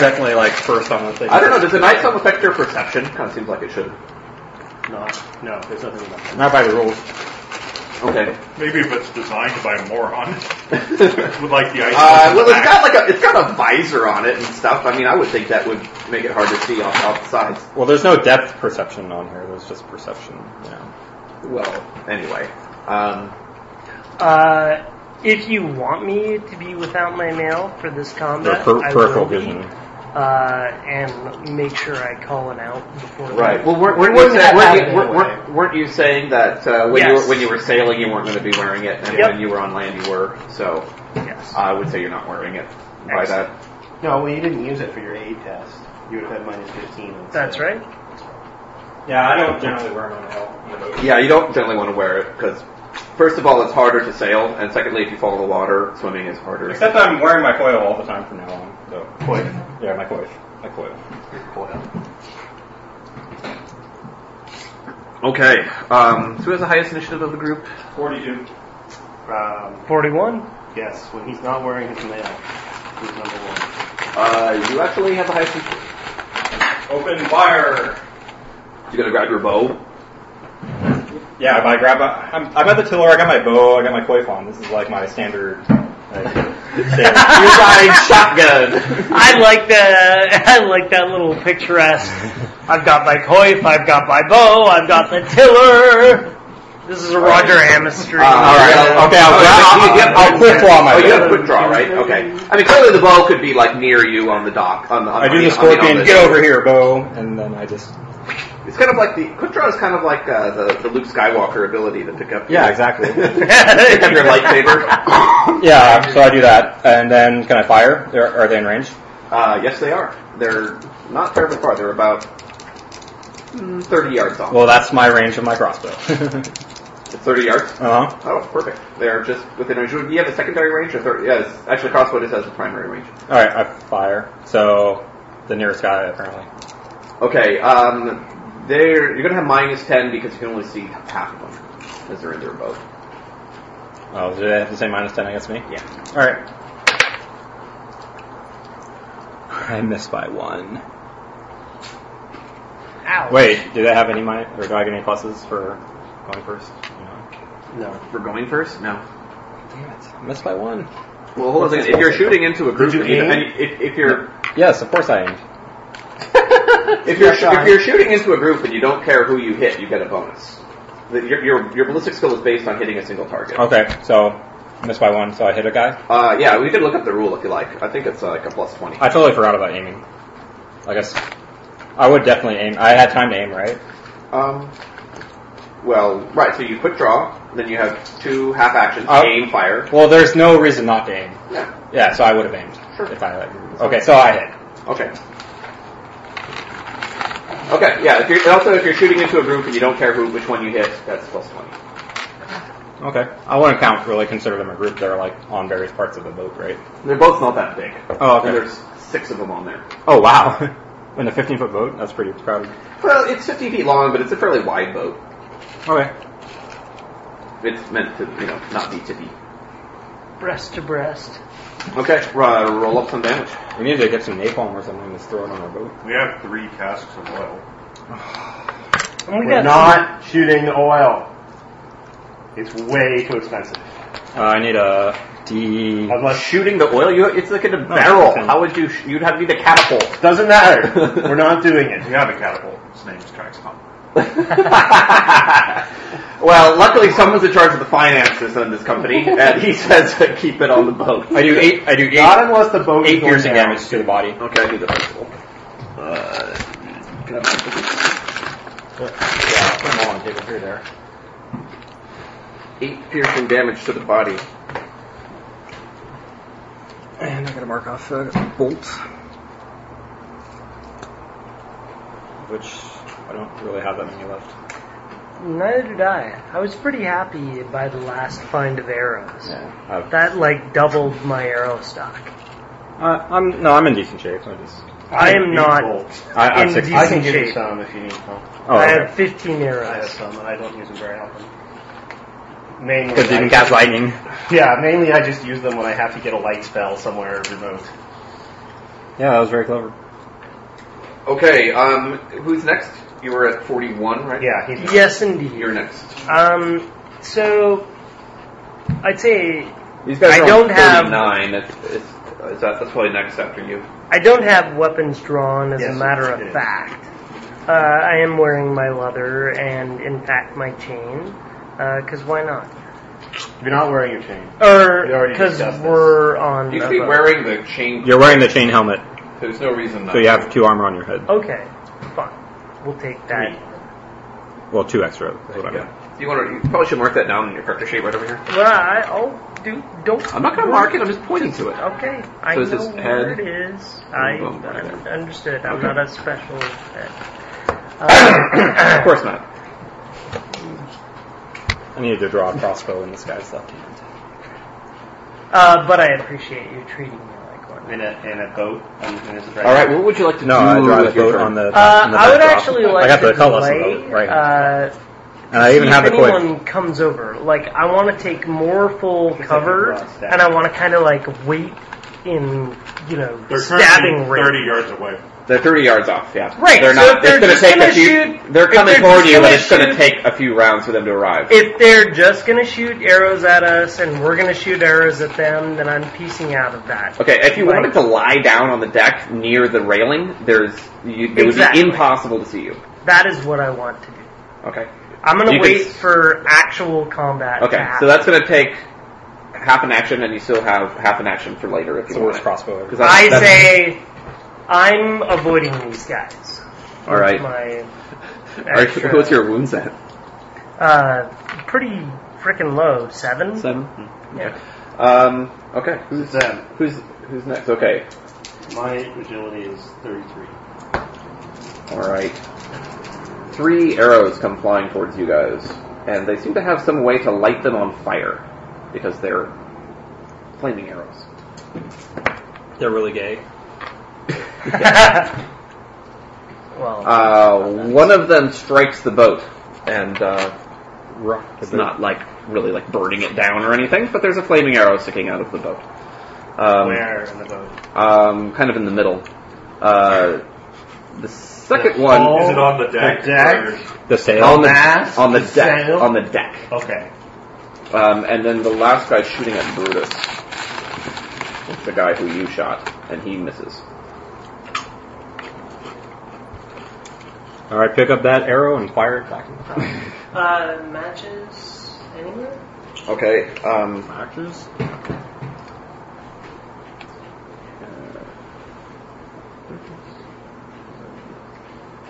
Speaker 8: Definitely like first on the thing.
Speaker 3: I don't know. Does the knight's helm affect your perception? Kind of seems like it should.
Speaker 5: No. No. There's nothing about that.
Speaker 8: Not by the rules.
Speaker 3: Okay.
Speaker 6: Maybe if it's designed by a moron,
Speaker 3: uh,
Speaker 6: would like the idea.
Speaker 3: well, it's got like a it's got a visor on it and stuff. I mean, I would think that would make it hard to see off, off the sides.
Speaker 8: Well, there's no depth perception on here. There's just perception. Yeah.
Speaker 3: Well, anyway. Um,
Speaker 2: Uh, if you want me to be without my mail for this
Speaker 8: Or
Speaker 2: combat,
Speaker 8: per-
Speaker 2: I
Speaker 8: peripheral
Speaker 2: will be,
Speaker 8: vision.
Speaker 2: Uh, and make sure I call it out before.
Speaker 3: Right. Well, weren't,
Speaker 2: We're
Speaker 3: weren't, you,
Speaker 2: gonna
Speaker 3: sa-
Speaker 2: have
Speaker 3: weren't,
Speaker 2: it
Speaker 3: you, weren't,
Speaker 2: anyway.
Speaker 3: weren't, weren't you saying that uh, when you
Speaker 2: Yes.
Speaker 3: were, when you were sailing you weren't going to be wearing it, and
Speaker 2: Yep.
Speaker 3: when you were on land you were? So
Speaker 2: Yes.
Speaker 3: I would say you're not wearing it by that.
Speaker 5: No, well, you didn't use it for your aid test. You would have had minus 15.
Speaker 2: That's right.
Speaker 8: Yeah, I don't generally wear my helm.
Speaker 3: Yeah, you don't generally want to wear it because first of all it's harder to sail, and secondly if you fall in the water swimming is harder.
Speaker 8: Except I'm wearing my coil all the time from now on. So
Speaker 5: Quick.
Speaker 8: yeah, my coil. My coil.
Speaker 3: Okay. Um, so who has the highest initiative of the group?
Speaker 6: Forty-two.
Speaker 5: Um,
Speaker 2: Forty-one.
Speaker 5: yes, when he's not wearing his mail, he's number one.
Speaker 3: Uh, you actually have the highest. Initiative.
Speaker 6: Open fire.
Speaker 3: You gonna grab your bow?
Speaker 8: Yeah, if I grab my, I'm, I'm at the tiller. I got my bow. I got my koi on. This is like my standard. Like, standard.
Speaker 3: You're buying shotgun.
Speaker 2: I like that. I like that little picturesque. I've got my coif. I've got my bow. I've got the tiller. This is a Roger Amos stream.
Speaker 3: all right.
Speaker 8: Okay, I'll, I'll, I'll, I'll quick draw my
Speaker 3: Oh, you have
Speaker 8: bow.
Speaker 3: quick draw, right? Okay. I mean, clearly the bow could be like near you on the dock. On the, on
Speaker 8: I do
Speaker 3: on
Speaker 8: the scorpion.
Speaker 3: on the-
Speaker 8: Get over here, bow, and then I just
Speaker 3: It's kind of like the quick draw is kind of like uh, the, the Luke Skywalker ability to pick up.
Speaker 8: yeah, exactly.
Speaker 3: pick up your lightsaber.
Speaker 8: yeah, so I do that, and then can I fire? Are, are they in range?
Speaker 3: Uh, yes, they are. They're not terribly far. They're about mm, thirty yards off.
Speaker 8: Well, that's my range of my crossbow.
Speaker 3: thirty yards.
Speaker 8: uh huh.
Speaker 3: Oh, perfect. They're just within range. Do you have a secondary range or thirty? Yes, actually, crossbow just has the primary range.
Speaker 8: All right, I fire. So the nearest guy apparently.
Speaker 3: Okay, um, they're, you're gonna have minus 10 because you can only see half of them as they're in their boat.
Speaker 8: Oh, do they have to say minus ten against me?
Speaker 3: Yeah.
Speaker 8: All right. I missed by one.
Speaker 2: Ow.
Speaker 8: Wait, do they have any minus, or do I get any pluses for going first? No.
Speaker 5: No.
Speaker 3: For going first? No.
Speaker 8: Damn it! I missed by one.
Speaker 3: Well, hold on a second. If you're shooting into a group,
Speaker 5: Did you
Speaker 3: and you-
Speaker 5: aim?
Speaker 3: and you- if, if you're
Speaker 8: Yes, of course I am.
Speaker 3: if you're sh- if you're shooting into a group and you don't care who you hit, you get a bonus. The, your, your your ballistic skill is based on hitting a single target.
Speaker 8: Okay, so missed by one, so I hit a guy.
Speaker 3: Uh, yeah, we could look up the rule if you like. I think it's uh, like a plus 20.
Speaker 8: I totally forgot about aiming. I guess I would definitely aim. I had time to aim, right?
Speaker 3: Um, well, right. So you quick draw, then you have two half actions:
Speaker 8: Oh.
Speaker 3: aim, fire.
Speaker 8: Well, there's no reason not to aim.
Speaker 3: Yeah.
Speaker 8: Yeah, so I would have aimed
Speaker 3: Sure.
Speaker 8: if I like. Okay, so I hit.
Speaker 3: Okay. Okay, yeah, if you're, and also if you're shooting into a group and you don't care who, which one you hit, that's plus 20.
Speaker 8: Okay, I wouldn't count really consider them a group. They're like on various parts of the boat, right?
Speaker 3: They're both not that big.
Speaker 8: Oh, okay.
Speaker 3: And there's six of them on there.
Speaker 8: Oh wow, in a 15 foot boat, that's pretty crowded.
Speaker 3: Well, it's 50 feet long, but it's a fairly wide boat.
Speaker 8: Okay,
Speaker 3: It's meant to, you know, not be tippy.
Speaker 2: Breast to breast.
Speaker 3: Okay, uh, roll up some damage.
Speaker 8: we need to get some napalm or something. Just throw it on our boat.
Speaker 6: We have three casks of oil.
Speaker 2: And we
Speaker 5: We're
Speaker 2: got
Speaker 5: not shooting oil. It's way too expensive.
Speaker 8: Uh, I need a D.
Speaker 5: Unless
Speaker 3: Shooting the oil, you, it's like in a barrel.
Speaker 8: okay.
Speaker 3: How would you, sh- you'd have to be the catapult.
Speaker 5: Oh, doesn't matter. We're not doing it.
Speaker 6: We have a catapult. Its name's Traxcom.
Speaker 3: well, luckily someone's in charge of the finances in this company, and he says to keep it on the boat.
Speaker 8: I do eight. I do eight.
Speaker 5: Not unless the boat is
Speaker 8: eight
Speaker 5: going
Speaker 8: piercing
Speaker 5: down.
Speaker 8: damage to the body.
Speaker 3: Okay, I need the first roll. Uh, can I have the-
Speaker 8: Yeah, put them all on the table. Here, there.
Speaker 3: eight piercing damage to the body.
Speaker 8: And I gotta mark off a bolt. I don't really have that many left.
Speaker 2: Neither did I. I was pretty happy by the last find of arrows.
Speaker 8: Yeah. I've,
Speaker 2: That like doubled my arrow stock.
Speaker 8: I, Uh, I'm no, I'm in decent shape. I just
Speaker 2: I am not
Speaker 8: I, I'm
Speaker 2: in
Speaker 8: six.
Speaker 2: decent
Speaker 5: I can give you
Speaker 2: shape.
Speaker 5: some if you need some.
Speaker 8: oh,
Speaker 2: I
Speaker 8: okay.
Speaker 2: have 15
Speaker 5: I have
Speaker 2: arrows.
Speaker 5: some, and I don't use them very often. Mainly,
Speaker 8: Because you
Speaker 5: I-
Speaker 8: can cast lightning.
Speaker 5: yeah, mainly I just use them when I have to get a light spell somewhere remote.
Speaker 8: Yeah, that was very clever.
Speaker 3: Okay, um, who's next? You were at 41, right?
Speaker 5: Yeah, he's
Speaker 2: Yes, indeed.
Speaker 3: You're next.
Speaker 2: Um, so I'd say
Speaker 3: These guys
Speaker 2: I
Speaker 3: are on
Speaker 2: don't
Speaker 8: Um,
Speaker 2: have-
Speaker 3: 39. It's, it's, is that, that's probably next after you.
Speaker 2: I don't have weapons drawn as
Speaker 5: Yes,
Speaker 2: a matter
Speaker 5: it
Speaker 2: of
Speaker 5: is.
Speaker 2: fact. Uh, I am wearing my leather and, in fact, my chain. Because why not?
Speaker 5: You're not wearing your chain. We
Speaker 2: Or
Speaker 5: already
Speaker 2: because
Speaker 5: discussed this.
Speaker 2: we're on.
Speaker 3: You
Speaker 2: a
Speaker 3: should be
Speaker 2: boat.
Speaker 3: wearing the chain.
Speaker 8: You're wearing the chain helmet,
Speaker 3: There's no reason not
Speaker 8: so you have two armor on your head.
Speaker 2: Okay, fine. We'll take that.
Speaker 8: Well, two extra. Is what I meant.
Speaker 3: Yeah. You, want to, you probably should mark that down in your character sheet right over here.
Speaker 2: Well, I, I'll do. Don't.
Speaker 3: I'm not going to mark it, I'm just pointing to it.
Speaker 2: Okay, I
Speaker 3: So
Speaker 2: know
Speaker 3: it's his
Speaker 2: where
Speaker 3: head.
Speaker 2: it is. I
Speaker 3: Oh, right
Speaker 2: un-
Speaker 3: there.
Speaker 2: understood. I'm
Speaker 3: Okay.
Speaker 2: not a special.
Speaker 3: of course not.
Speaker 8: I needed to draw a crossbow in this guy's left hand.
Speaker 2: Uh, but I appreciate you treating me like one.
Speaker 5: In a in a boat. I'm in his
Speaker 3: All right, what would you like to
Speaker 8: No,
Speaker 3: do
Speaker 8: I draw the
Speaker 3: with your
Speaker 8: boat
Speaker 3: turn?
Speaker 8: on the.
Speaker 2: Uh,
Speaker 8: on the
Speaker 2: I would
Speaker 8: backdrop.
Speaker 2: actually like
Speaker 8: I got
Speaker 2: to
Speaker 8: the colorless
Speaker 2: delay,
Speaker 8: boat right. hand.
Speaker 2: uh,
Speaker 8: and I even
Speaker 2: see
Speaker 8: have the
Speaker 2: if
Speaker 8: coil.
Speaker 2: anyone comes over. Like, I want to take more full
Speaker 5: like
Speaker 2: cover,
Speaker 5: a broad stack.
Speaker 2: and I want to kind of like wait in, you know,
Speaker 6: They're
Speaker 2: stabbing
Speaker 6: currently
Speaker 2: range.
Speaker 6: 30 yards away.
Speaker 3: They're 30 yards off, yeah.
Speaker 2: Right,
Speaker 3: They're
Speaker 2: so
Speaker 3: not,
Speaker 2: if they're
Speaker 3: it's gonna
Speaker 2: just
Speaker 3: take
Speaker 2: gonna
Speaker 3: a few,
Speaker 2: shoot-
Speaker 3: they're
Speaker 2: if
Speaker 3: coming
Speaker 2: they're
Speaker 3: toward
Speaker 2: just
Speaker 3: you, but
Speaker 2: gonna
Speaker 3: it's going to
Speaker 2: shoot-
Speaker 3: take a few rounds for them to arrive.
Speaker 2: If they're just gonna shoot arrows at us, and we're gonna shoot arrows at them, then I'm piecing out of that.
Speaker 3: Okay, if you
Speaker 2: Like-
Speaker 3: wanted to lie down on the deck near the railing, there's you, it
Speaker 2: Exactly.
Speaker 3: would be impossible to see you.
Speaker 2: That is what I want to do.
Speaker 3: Okay.
Speaker 2: I'm gonna
Speaker 3: You can-
Speaker 2: wait for actual combat. to
Speaker 3: Okay, so
Speaker 2: happen.
Speaker 3: that's going to take half an action, and you still have half an action for later if you
Speaker 8: So
Speaker 3: want.
Speaker 8: where's
Speaker 3: it.
Speaker 8: crossbow?
Speaker 3: 'Cause that's-
Speaker 2: I
Speaker 3: that's-
Speaker 2: say, I'm avoiding these guys.
Speaker 3: All right.
Speaker 2: My
Speaker 3: All right,
Speaker 2: extra-
Speaker 3: what's your wounds at?
Speaker 2: Uh, pretty freaking low. Seven.
Speaker 3: Seven.
Speaker 2: Yeah.
Speaker 3: Um. Okay. Who's
Speaker 5: Then
Speaker 3: who's who's next? Okay.
Speaker 5: my agility is 33.
Speaker 3: All right. Three arrows come flying towards you guys, and they seem to have some way to light them on fire because they're flaming arrows.
Speaker 8: They're really gay.
Speaker 2: Well,
Speaker 3: Uh, one of them strikes the boat, and uh,
Speaker 8: Rock the
Speaker 3: it's
Speaker 8: boat.
Speaker 3: not like really like burning it down or anything, but there's a flaming arrow sticking out of the boat. Um,
Speaker 5: Where in the boat?
Speaker 3: Um, kind of in the middle. Uh, the second one
Speaker 5: hull?
Speaker 6: Is it on the deck?
Speaker 5: The deck?
Speaker 6: Or-
Speaker 8: The sail.
Speaker 3: on the
Speaker 5: mast?
Speaker 3: on the
Speaker 5: The
Speaker 3: deck
Speaker 5: sail?
Speaker 3: on the deck,
Speaker 5: Okay.
Speaker 3: um, and then the last guy shooting at Brutus, the guy who you shot, and he misses.
Speaker 8: All right, pick up that arrow and fire it back.
Speaker 2: uh, matches anywhere?
Speaker 3: Okay. Um,
Speaker 8: Actors.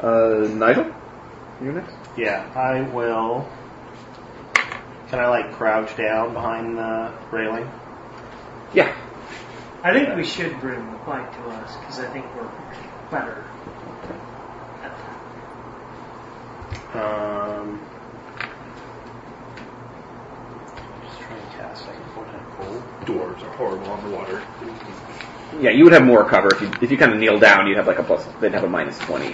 Speaker 3: uh, Nigel, you next.
Speaker 5: Yeah, I will. Can I like crouch down behind the railing?
Speaker 3: Yeah.
Speaker 2: I think we should bring the flag to us because I think we're better.
Speaker 5: Um, just trying to cast like a four-hand pole.
Speaker 6: Dwarves are horrible on the water.
Speaker 3: Yeah, you would have more cover if you if you kind of kneel down. You'd have like a plus. They'd have a minus twenty.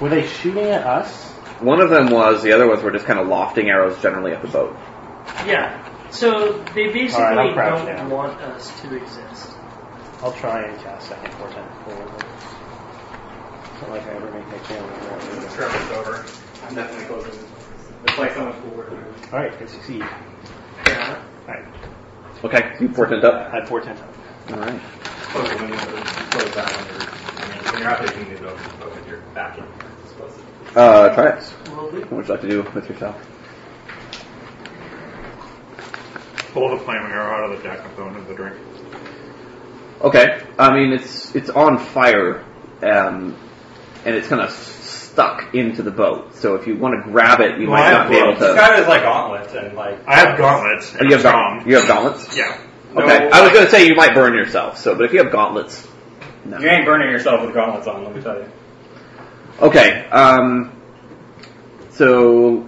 Speaker 5: Were they shooting at us?
Speaker 3: One of them was. The other ones were just kind of lofting arrows generally at the boat.
Speaker 2: Yeah. So they basically
Speaker 5: All right, I'll crouch
Speaker 2: don't
Speaker 5: down.
Speaker 2: want us to exist.
Speaker 5: I'll try and cast second four-hand pole. but It's not like I ever make my camera.
Speaker 4: Trevor, over. I'm definitely closing this. It's like someone's cool working.
Speaker 5: All right, I succeed.
Speaker 2: Yeah.
Speaker 5: All right,
Speaker 3: Okay, you portent up.
Speaker 5: I had four ten.
Speaker 3: All right.
Speaker 4: Close the window. Close that one. Or, I mean, when you're out there, you can do it open your back in. Close it.
Speaker 3: Uh, try it.
Speaker 2: Will do.
Speaker 3: What would you like to do with yourself?
Speaker 6: Pull the flaming arrow out of the deck and throw it into the drink.
Speaker 3: Okay. I mean, it's it's on fire, um, and it's kind of stuck into the boat. So if you want to grab it, you
Speaker 4: Well,
Speaker 3: might
Speaker 4: I
Speaker 3: not be able
Speaker 4: He's
Speaker 3: to.
Speaker 4: got his like gauntlets and like.
Speaker 6: I have gauntlets.
Speaker 3: Oh,
Speaker 6: And
Speaker 3: you have
Speaker 6: strong.
Speaker 3: gauntlets. You have gauntlets.
Speaker 6: Yeah.
Speaker 3: Okay.
Speaker 8: uh,
Speaker 3: I was gonna say you might burn yourself. So, but if you have gauntlets, no.
Speaker 4: ain't burning yourself with gauntlets on. Let me tell you.
Speaker 3: Okay. Um, So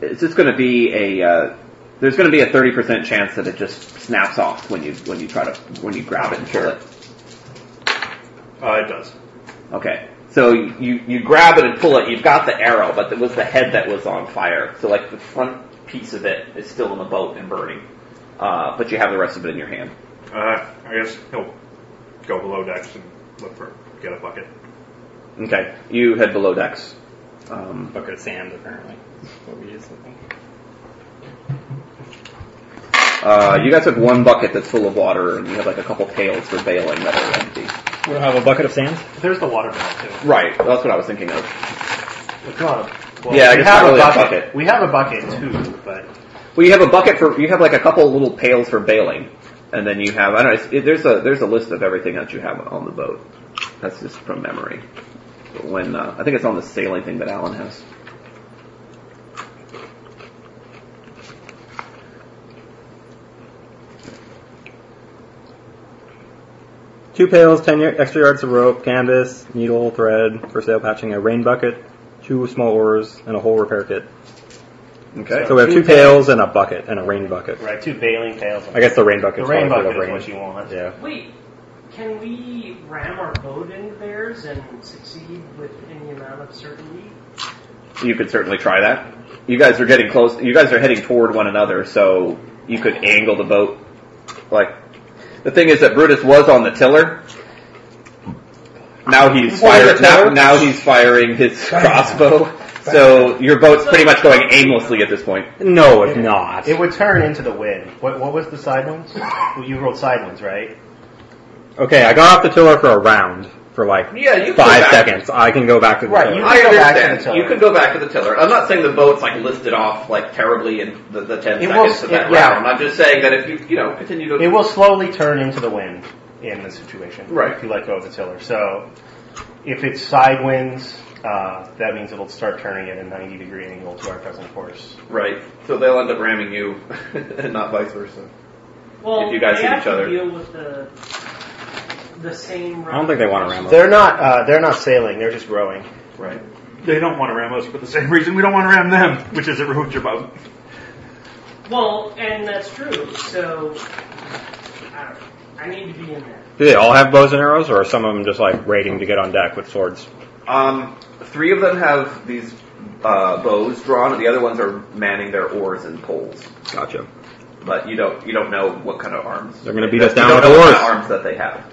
Speaker 3: it's just going to be a uh, there's going to be a thirty percent chance that it just snaps off when you when you try to when you grab it and pull it.
Speaker 6: Uh, it does.
Speaker 3: Okay. So you you grab it and pull it. You've got the arrow, but it was the head that was on fire. So like the front piece of it is still in the boat and burning, uh, but you have the rest of it in your hand.
Speaker 6: Uh, I guess he'll go below decks and look for get a bucket.
Speaker 3: Okay. You head below decks. Um,
Speaker 8: Bucket of sand, apparently. What we use, I think.
Speaker 3: uh, you guys have one bucket that's full of water, and you have like a couple pails for bailing that are empty.
Speaker 8: We don't have a bucket of sand?
Speaker 5: There's the water barrel too.
Speaker 3: Right. That's what I was thinking of.
Speaker 5: It's not a, well,
Speaker 3: Yeah, I
Speaker 5: we
Speaker 3: guess not
Speaker 5: have
Speaker 3: really
Speaker 5: a
Speaker 3: a
Speaker 5: bucket.
Speaker 3: bucket.
Speaker 5: We have a bucket too, but
Speaker 3: Well, you have a bucket for you have like a couple little pails for bailing, and then you have I don't know. it's- It, there's a there's a list of everything that you have on the boat. That's just from memory. But When uh, I think it's on the sailing thing that Alan has.
Speaker 8: Two pails, ten y- extra yards of rope, canvas, needle, thread, for sale patching, a rain bucket, two small oars, and a whole repair kit.
Speaker 3: Okay.
Speaker 8: So we have two pails and a bucket and a rain bucket.
Speaker 5: right, two bailing pails.
Speaker 8: I guess the rain bucket.
Speaker 5: the rain bucket is what you want.
Speaker 8: Yeah.
Speaker 2: Wait, can we ram our boat into theirs and succeed with any amount of certainty?
Speaker 3: you could certainly try that. You guys are getting close. You guys are heading toward one another, so you could angle the boat. Like the thing is that Brutus was on the tiller. Now he's
Speaker 7: on the
Speaker 3: firing. Now,
Speaker 7: tiller?
Speaker 3: now he's firing his crossbow. So your boat's pretty much going aimlessly at this point.
Speaker 8: No, it's not.
Speaker 5: It would turn into the wind. What, what was the side ones? Well, you rolled side ones, right?
Speaker 8: Okay, I got off the tiller for a round for like
Speaker 4: Yeah, you could
Speaker 8: five
Speaker 4: go back.
Speaker 8: seconds. I can go back to the
Speaker 5: Right,
Speaker 8: tiller.
Speaker 5: you-
Speaker 4: I
Speaker 5: can go back to the
Speaker 4: understand.
Speaker 5: tiller.
Speaker 4: You could go back to the tiller. I'm not saying the boat's like listed off like terribly in the, the ten
Speaker 5: It will-
Speaker 4: seconds of that
Speaker 5: it- yeah.
Speaker 4: round. I'm just saying that if you you know continue to
Speaker 5: It will slowly turn into the wind in the situation.
Speaker 4: Right.
Speaker 5: If you let go of the tiller. So if it's side winds, uh, that means it'll start turning at a 90 degree angle to our present course.
Speaker 4: right, so they'll end up ramming you, and not vice versa.
Speaker 2: Well,
Speaker 4: If you guys
Speaker 2: they
Speaker 4: hit
Speaker 2: have
Speaker 4: each
Speaker 2: to
Speaker 4: other.
Speaker 2: deal with the the same.
Speaker 8: I don't think they want to ram up.
Speaker 5: They're not, uh, they're not sailing, they're just rowing.
Speaker 4: Right.
Speaker 6: They don't want to ram us for the same reason we don't want to ram them, which is it ruins your boat.
Speaker 2: Well, and that's true. So I don't know. I need to be in there.
Speaker 8: Do they all have bows and arrows, or are some of them just like waiting to get on deck with swords?
Speaker 4: Um, three of them have these uh, bows drawn, and the other ones are manning their oars and poles.
Speaker 8: Gotcha.
Speaker 4: But you don't you don't know what kind of arms
Speaker 8: They're gonna beat us
Speaker 4: you
Speaker 8: down
Speaker 4: don't
Speaker 8: with
Speaker 4: know
Speaker 8: the
Speaker 4: what
Speaker 8: oars.
Speaker 4: kind of arms that they have.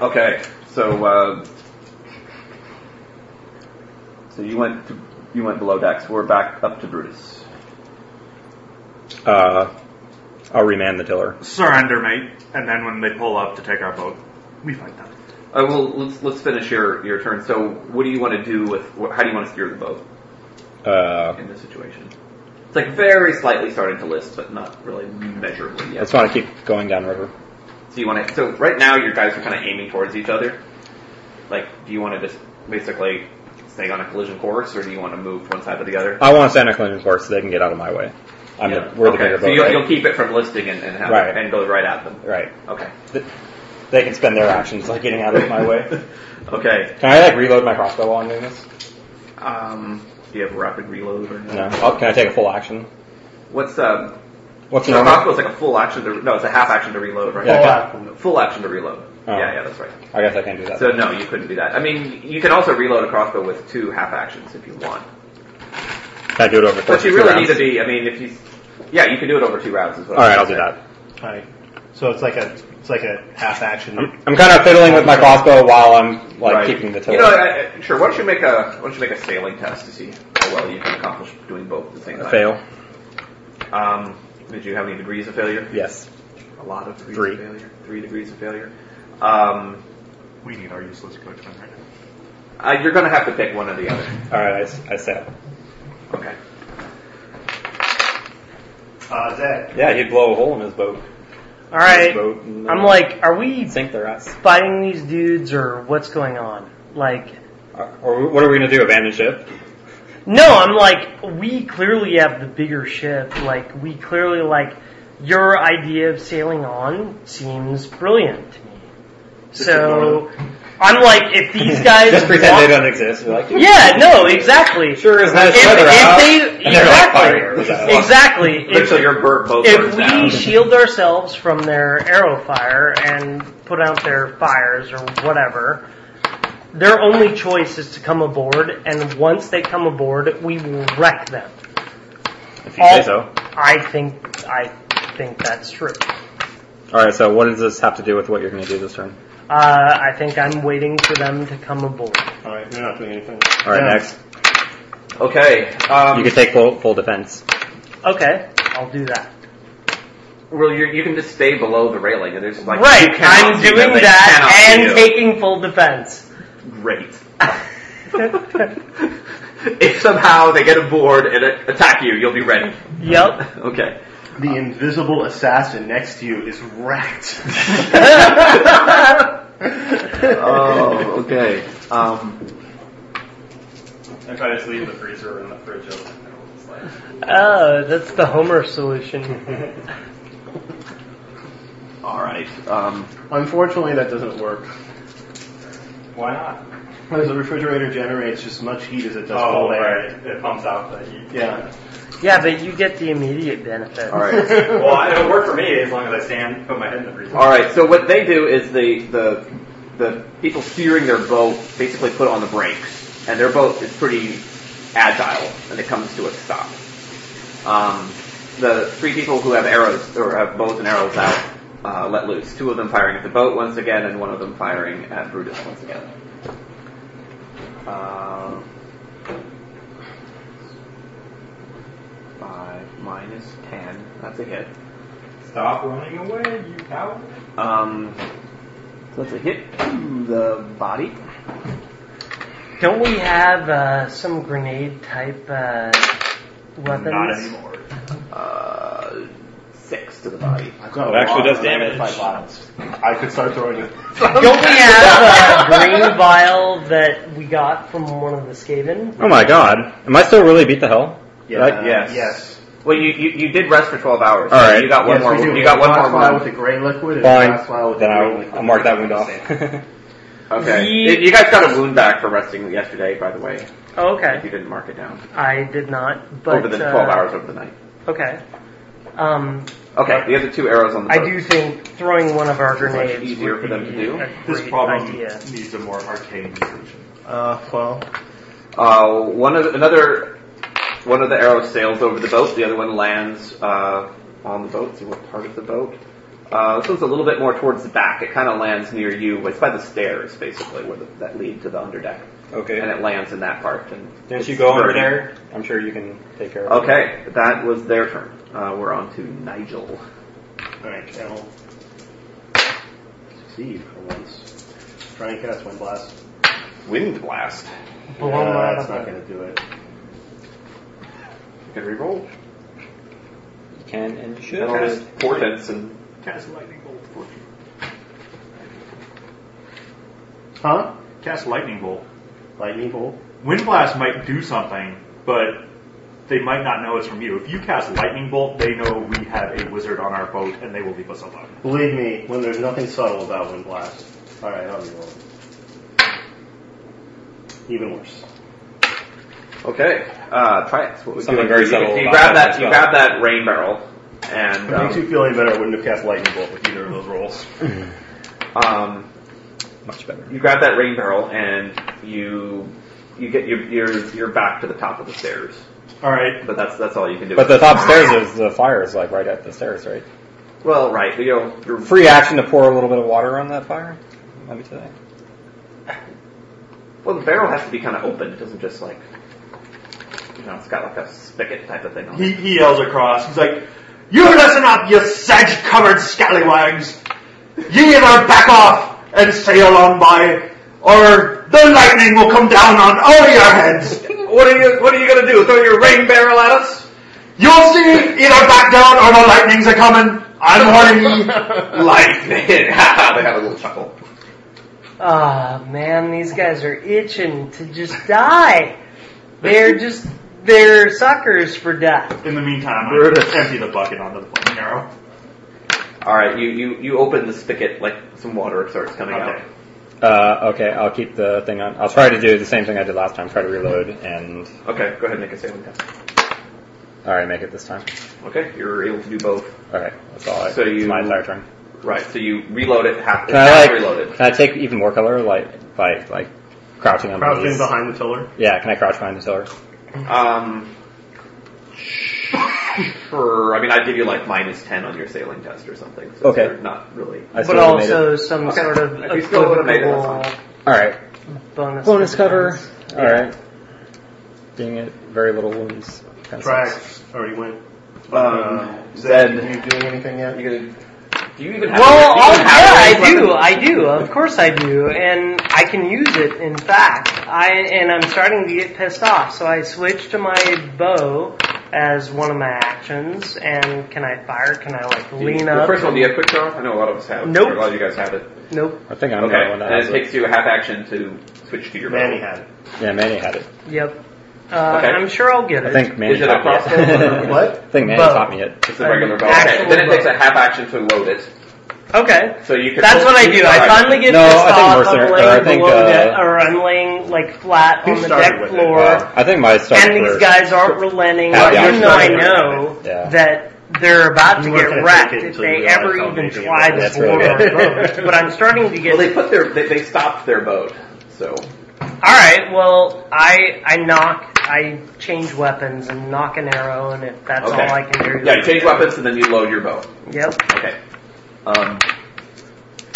Speaker 4: Okay, so uh,
Speaker 3: So you went to, you went below decks. We're back up to Brutus.
Speaker 8: Uh, I'll reman the tiller.
Speaker 6: Surrender, mate. And then when they pull up to take our boat, we fight them.
Speaker 4: uh, well let's let's finish your your turn. So what do you want to do with wh- how do you want to steer the boat
Speaker 8: Uh,
Speaker 4: in this situation? It's like very slightly starting to list, but not really measurably
Speaker 8: I
Speaker 4: yet.
Speaker 8: just want to keep going downriver.
Speaker 4: So you want to so right now your guys are kind of aiming towards each other. Like, do you want to just basically stay on a collision course, or do you want to move one side to the other?
Speaker 8: I want to send a collision course so they can get out of my way. I'm
Speaker 4: Yeah.
Speaker 8: the, we're the
Speaker 4: okay.
Speaker 8: bigger
Speaker 4: so
Speaker 8: boat,
Speaker 4: you'll,
Speaker 8: right?
Speaker 4: you'll keep it from listing and, and have
Speaker 8: Right.
Speaker 4: and go right at them.
Speaker 8: Right.
Speaker 4: Okay.
Speaker 8: They can spend their actions like getting out of my way.
Speaker 4: Okay.
Speaker 8: Can I like reload my crossbow while I'm doing this?
Speaker 4: Um, do you have rapid reload or no?
Speaker 8: No. Oh, can I take a full action?
Speaker 4: What's um?
Speaker 8: What's
Speaker 4: No,
Speaker 8: normal?
Speaker 4: crossbow's like a full action to no, it's a half action to reload, right?
Speaker 8: Yeah, okay.
Speaker 4: Full action to reload.
Speaker 8: Oh.
Speaker 4: Yeah, yeah, that's right.
Speaker 8: I guess I can do that.
Speaker 4: So no, you couldn't do that. I mean, you can also reload a crossbow with two half actions if you want.
Speaker 8: can I do it over the course
Speaker 4: But
Speaker 8: of
Speaker 4: you
Speaker 8: two
Speaker 4: really
Speaker 8: rounds?
Speaker 4: need to be. I mean, if you, yeah, you can do it over two rounds as well.
Speaker 8: All right, I'll do that.
Speaker 5: Right. So it's like a, it's like a half action.
Speaker 8: I'm, I'm kind of fiddling with my crossbow while I'm like
Speaker 4: Right.
Speaker 8: keeping the tiller.
Speaker 4: You know, I, I, sure. Why don't you make a why don't you make a sailing test to see how well you can accomplish doing both at the same time?
Speaker 8: Fail.
Speaker 4: Um, did you have any degrees of failure?
Speaker 8: Yes.
Speaker 4: A lot of degrees
Speaker 8: Three.
Speaker 4: of failure. Three degrees of failure. Um,
Speaker 6: We need our useless coachman right now.
Speaker 4: uh, you're going to have to pick one or the other.
Speaker 8: All right, I, s- I said.
Speaker 4: Okay.
Speaker 5: Uh, Zed.
Speaker 8: Yeah, he'd blow a hole in his boat.
Speaker 2: All right.
Speaker 8: Boat and, uh,
Speaker 2: I'm like, are we
Speaker 8: sink their ass.
Speaker 2: fighting these dudes or what's going on? Like,
Speaker 8: Or- Or what are we gonna do? Abandon ship?
Speaker 2: no, I'm like, we clearly have the bigger ship. Like, we clearly like your idea of sailing on seems brilliant to me. So, I'm like, if these guys
Speaker 11: Just pretend
Speaker 2: want-
Speaker 11: they don't exist. We're like,
Speaker 2: Yeah, no, exactly.
Speaker 11: sure is nice
Speaker 2: If,
Speaker 11: weather out.
Speaker 2: if they
Speaker 11: and they're like,
Speaker 2: exactly,
Speaker 11: fire.
Speaker 2: exactly. If,
Speaker 3: Literally, your bird both
Speaker 2: if
Speaker 3: burns
Speaker 2: we
Speaker 3: down.
Speaker 2: shield ourselves from their arrow fire and put out their fires or whatever, their only choice is to come aboard, and once they come aboard, we will wreck them.
Speaker 8: If you say
Speaker 2: All-
Speaker 8: so.
Speaker 2: I think I think that's true.
Speaker 8: All right. So what does this have to do with what you're going to do this turn?
Speaker 2: Uh, I think I'm waiting for them to come aboard.
Speaker 5: All right, you're not doing anything.
Speaker 8: All right.
Speaker 5: Yeah.
Speaker 8: Next,
Speaker 3: Okay. Um,
Speaker 8: you can take full, full defense.
Speaker 2: Okay, I'll do that.
Speaker 3: well, you you can just stay below the railing. There's like
Speaker 2: right,
Speaker 3: you cannot
Speaker 2: I'm
Speaker 3: see them,
Speaker 2: doing
Speaker 3: they
Speaker 2: that
Speaker 3: cannot
Speaker 2: and
Speaker 3: see you.
Speaker 2: taking full defense.
Speaker 3: great. if somehow they get aboard and a- attack you, you'll be ready.
Speaker 2: yep.
Speaker 3: Okay.
Speaker 5: The invisible assassin next to you is wrecked.
Speaker 3: Oh, okay. Um,
Speaker 5: I try to just leave the freezer in the fridge open. It's like-
Speaker 2: Oh, that's the Homer solution.
Speaker 3: all right. Um,
Speaker 5: Unfortunately, that doesn't work.
Speaker 6: Why not?
Speaker 5: Because the refrigerator generates just as much heat as it does
Speaker 6: oh,
Speaker 5: cold
Speaker 6: right.
Speaker 5: air.
Speaker 6: It pumps out the heat.
Speaker 5: Yeah.
Speaker 2: yeah, but you get the immediate benefit.
Speaker 3: all right.
Speaker 6: Well, I- it'll work for me as long as I stand, put my head in the freezer.
Speaker 3: All right. So what they do is the the the people steering their boat basically put on the brakes, and their boat is pretty agile, and it comes to a stop. Um, the three people who have arrows or have bows and arrows out uh, let loose. Two of them firing at the boat once again, and one of them firing at Brutus once again. Uh, five minus ten. That's a hit.
Speaker 6: Stop running away, you coward.
Speaker 3: Um, so that's a hit to the body.
Speaker 2: Don't we have uh, some grenade type uh, weapons?
Speaker 6: Not anymore.
Speaker 3: Uh, six to the body.
Speaker 5: I've got
Speaker 11: It actually
Speaker 5: lot of
Speaker 11: does damage.
Speaker 5: magnified bottles. I could start throwing it.
Speaker 2: Don't we have a green vial that we got from one of the Skaven?
Speaker 8: Oh my God. Am I still really beat the hell? Right?
Speaker 3: yes.
Speaker 5: Yes.
Speaker 3: Well, you, you, you did rest for 12 hours.
Speaker 8: All right.
Speaker 3: You got one
Speaker 5: yes,
Speaker 3: more.
Speaker 5: we do.
Speaker 3: You got one
Speaker 5: glass
Speaker 3: more.
Speaker 5: vial with
Speaker 3: wound.
Speaker 5: the gray liquid and
Speaker 8: Fine.
Speaker 5: a glass vial with
Speaker 8: Then
Speaker 5: the green
Speaker 8: I'll,
Speaker 5: liquid.
Speaker 8: I'll mark that wound off.
Speaker 3: Okay.
Speaker 2: Ye-
Speaker 3: You- You guys got a wound back for resting yesterday, by the way.
Speaker 2: Oh,
Speaker 3: If you
Speaker 2: okay,
Speaker 3: didn't mark it down.
Speaker 2: I did not. But
Speaker 3: over the
Speaker 2: uh,
Speaker 3: 12 hours over the night.
Speaker 2: Okay. Um,
Speaker 3: Okay. The other two arrows on the
Speaker 2: I
Speaker 3: boat.
Speaker 2: do think throwing one of our
Speaker 3: Much
Speaker 2: grenades
Speaker 3: easier
Speaker 2: would
Speaker 3: for them to
Speaker 2: be
Speaker 3: do.
Speaker 2: A
Speaker 6: This
Speaker 2: great
Speaker 6: problem
Speaker 2: idea.
Speaker 6: needs a more arcane solution.
Speaker 5: Uh, well,
Speaker 3: Uh, one of another one of the arrows sails over the boat. The other one lands uh, on the boat. See what part of the boat? Uh, this one's a little bit more towards the back. It kind of lands near you. It's by the stairs, basically, where the, that lead to the underdeck, and
Speaker 8: okay.
Speaker 3: it lands in that part. And
Speaker 8: Didn't you go under
Speaker 3: burning.
Speaker 8: there? I'm sure you can take care of it.
Speaker 3: Okay, that was their turn. Uh, we're on to Nigel.
Speaker 5: alright, I'll succeed for once. Try and cast one blast.
Speaker 3: Wind blast.
Speaker 2: Blow
Speaker 5: Yeah,
Speaker 2: them out
Speaker 5: that's
Speaker 2: of
Speaker 5: not
Speaker 2: the-
Speaker 5: gonna do it.
Speaker 3: You can reroll.
Speaker 8: Can and should.
Speaker 3: Cast portents and
Speaker 6: Cast lightning bolt.
Speaker 5: Huh?
Speaker 6: Cast lightning bolt.
Speaker 5: Lightning bolt.
Speaker 6: Wind blast might do something, but they might not know it's from you. If you cast lightning bolt, they know we have a wizard on our boat, and they will leave us alone.
Speaker 5: Believe me, when there's nothing subtle about wind blast. Alright, I'll roll. Even worse.
Speaker 3: okay. Uh, try it. What we
Speaker 8: Something
Speaker 3: doing?
Speaker 8: very
Speaker 3: you,
Speaker 8: subtle
Speaker 3: You
Speaker 8: about
Speaker 3: grab
Speaker 8: that
Speaker 3: that. You
Speaker 8: as well.
Speaker 3: grab that rain barrel, and
Speaker 5: If it makes
Speaker 3: um,
Speaker 5: you feel any better, I wouldn't have cast lightning bolt with either of those rolls.
Speaker 3: um,
Speaker 8: Much better.
Speaker 3: you grab that rain barrel and you you get your your you're back to the top of the stairs.
Speaker 6: All right.
Speaker 3: But that's that's all you can do.
Speaker 8: But the top stairs is the fire is like right at the stairs, right?
Speaker 3: well, right, you know, you're
Speaker 8: Free action to pour a little bit of water on that fire. Maybe today.
Speaker 3: well, the barrel has to be kind of open. It doesn't just like you know, it's got like a spigot type of thing on it.
Speaker 6: He, he yells across. He's like, "You listen up, you sedge-covered scallywags! Ye either back off and sail on by, or the lightning will come down on all your heads.
Speaker 3: What are you What are you gonna do? Throw your rain barrel at us?
Speaker 6: You'll see either back down or the lightnings are coming. I'm warning ye."
Speaker 3: Lightning! they have a little chuckle.
Speaker 2: Ah, man, these guys are itching to just die. They're just, they're suckers for death.
Speaker 6: In the meantime,
Speaker 3: Brutus.
Speaker 6: I empty the bucket onto the flaming arrow.
Speaker 3: All right, you you you open the spigot like some water starts coming
Speaker 6: Okay.
Speaker 3: out.
Speaker 8: Uh, okay, I'll keep the thing on. I'll try to do the same thing I did last time. Try to reload and
Speaker 3: Okay, go ahead and make a saving test.
Speaker 8: all right, make it this time.
Speaker 3: Okay, you're able to do both.
Speaker 8: Okay, that's all. I,
Speaker 3: So you-
Speaker 8: it's my entire turn.
Speaker 3: Right, so you reload it half.
Speaker 8: Can
Speaker 3: it's
Speaker 8: I
Speaker 3: half
Speaker 8: like?
Speaker 3: reloaded.
Speaker 8: Can I take even more color? Like by like crouching on my
Speaker 5: Crouching
Speaker 8: knees.
Speaker 5: behind the tiller.
Speaker 8: Yeah, can I crouch behind the tiller?
Speaker 3: Um, sure. I mean, I'd give you like minus ten on your sailing test or something. So
Speaker 8: Okay.
Speaker 3: you're Not really.
Speaker 8: I
Speaker 2: but
Speaker 8: still made it.
Speaker 2: also some
Speaker 3: Okay.
Speaker 2: sort of
Speaker 3: If you still would've made it, that's
Speaker 2: equivocal
Speaker 8: All right,
Speaker 2: bonus.
Speaker 8: bonus cover.
Speaker 2: defense.
Speaker 8: All right, being at very little wounds. Kinda sucks.
Speaker 5: Drax already went. Uh,
Speaker 3: Zed,
Speaker 5: you doing anything yet?
Speaker 3: you gonna? Do Um, you even have?
Speaker 2: Well,
Speaker 3: you
Speaker 2: oh,
Speaker 3: even have
Speaker 2: yeah, I do, I do, of course I do, and I can use it. In fact, I and I'm starting to get pissed off, so I switch to my bow as one of my actions. And can I fire? Can I like
Speaker 3: Do you-
Speaker 2: lean
Speaker 3: Well,
Speaker 2: up?
Speaker 3: first of all, do you have quick draw? I know a lot of us have.
Speaker 2: Nope.
Speaker 3: A lot of you guys have it.
Speaker 2: Nope.
Speaker 8: I think I'm the
Speaker 3: Okay,
Speaker 8: only one that
Speaker 3: and
Speaker 8: has
Speaker 3: it
Speaker 8: it.
Speaker 3: takes you a half action to switch to your bow.
Speaker 5: Manny had it.
Speaker 8: Yeah, Manny had it.
Speaker 2: Yep. Uh,
Speaker 3: Okay.
Speaker 2: I'm sure I'll get it.
Speaker 8: I think Manny
Speaker 3: Is it a
Speaker 8: taught me
Speaker 3: crossbow
Speaker 8: it.
Speaker 3: or-
Speaker 5: What?
Speaker 8: I think Manny
Speaker 2: Bow.
Speaker 8: taught me it.
Speaker 3: It's a regular bow.
Speaker 2: Actual
Speaker 3: Okay, then it
Speaker 2: bow.
Speaker 3: takes a half action to load it.
Speaker 2: Okay.
Speaker 3: So you can.
Speaker 2: That's what I do. I finally get
Speaker 8: No,
Speaker 2: pissed
Speaker 8: I think
Speaker 2: off.
Speaker 8: Mercer-
Speaker 2: I'm
Speaker 8: or
Speaker 2: laying
Speaker 8: I think,
Speaker 2: below
Speaker 8: uh,
Speaker 2: deck, or I'm laying like flat
Speaker 5: Who
Speaker 2: on the
Speaker 5: started
Speaker 2: deck
Speaker 5: with it?
Speaker 2: floor.
Speaker 5: Wow.
Speaker 8: I think my started
Speaker 2: and these
Speaker 8: first.
Speaker 2: guys aren't relenting,
Speaker 8: Yeah, yeah.
Speaker 2: even though I
Speaker 5: Yeah.
Speaker 2: know
Speaker 8: Yeah.
Speaker 2: that they're about to
Speaker 5: You weren't
Speaker 2: get
Speaker 5: gonna
Speaker 2: wrecked
Speaker 5: take it
Speaker 2: if
Speaker 5: until you
Speaker 2: they
Speaker 5: realized
Speaker 2: ever
Speaker 5: how
Speaker 2: even
Speaker 5: big it
Speaker 2: try
Speaker 5: was.
Speaker 2: this
Speaker 8: That's really
Speaker 2: border
Speaker 8: good.
Speaker 2: approach. But I'm starting to get.
Speaker 3: Well, they put their they, they stopped their boat. So
Speaker 2: all right, well, I I knock, I change weapons and knock an arrow, and if that's
Speaker 3: Okay.
Speaker 2: all I can do,
Speaker 3: yeah, you change weapons and then you load your bow.
Speaker 2: Yep.
Speaker 3: Okay. Um,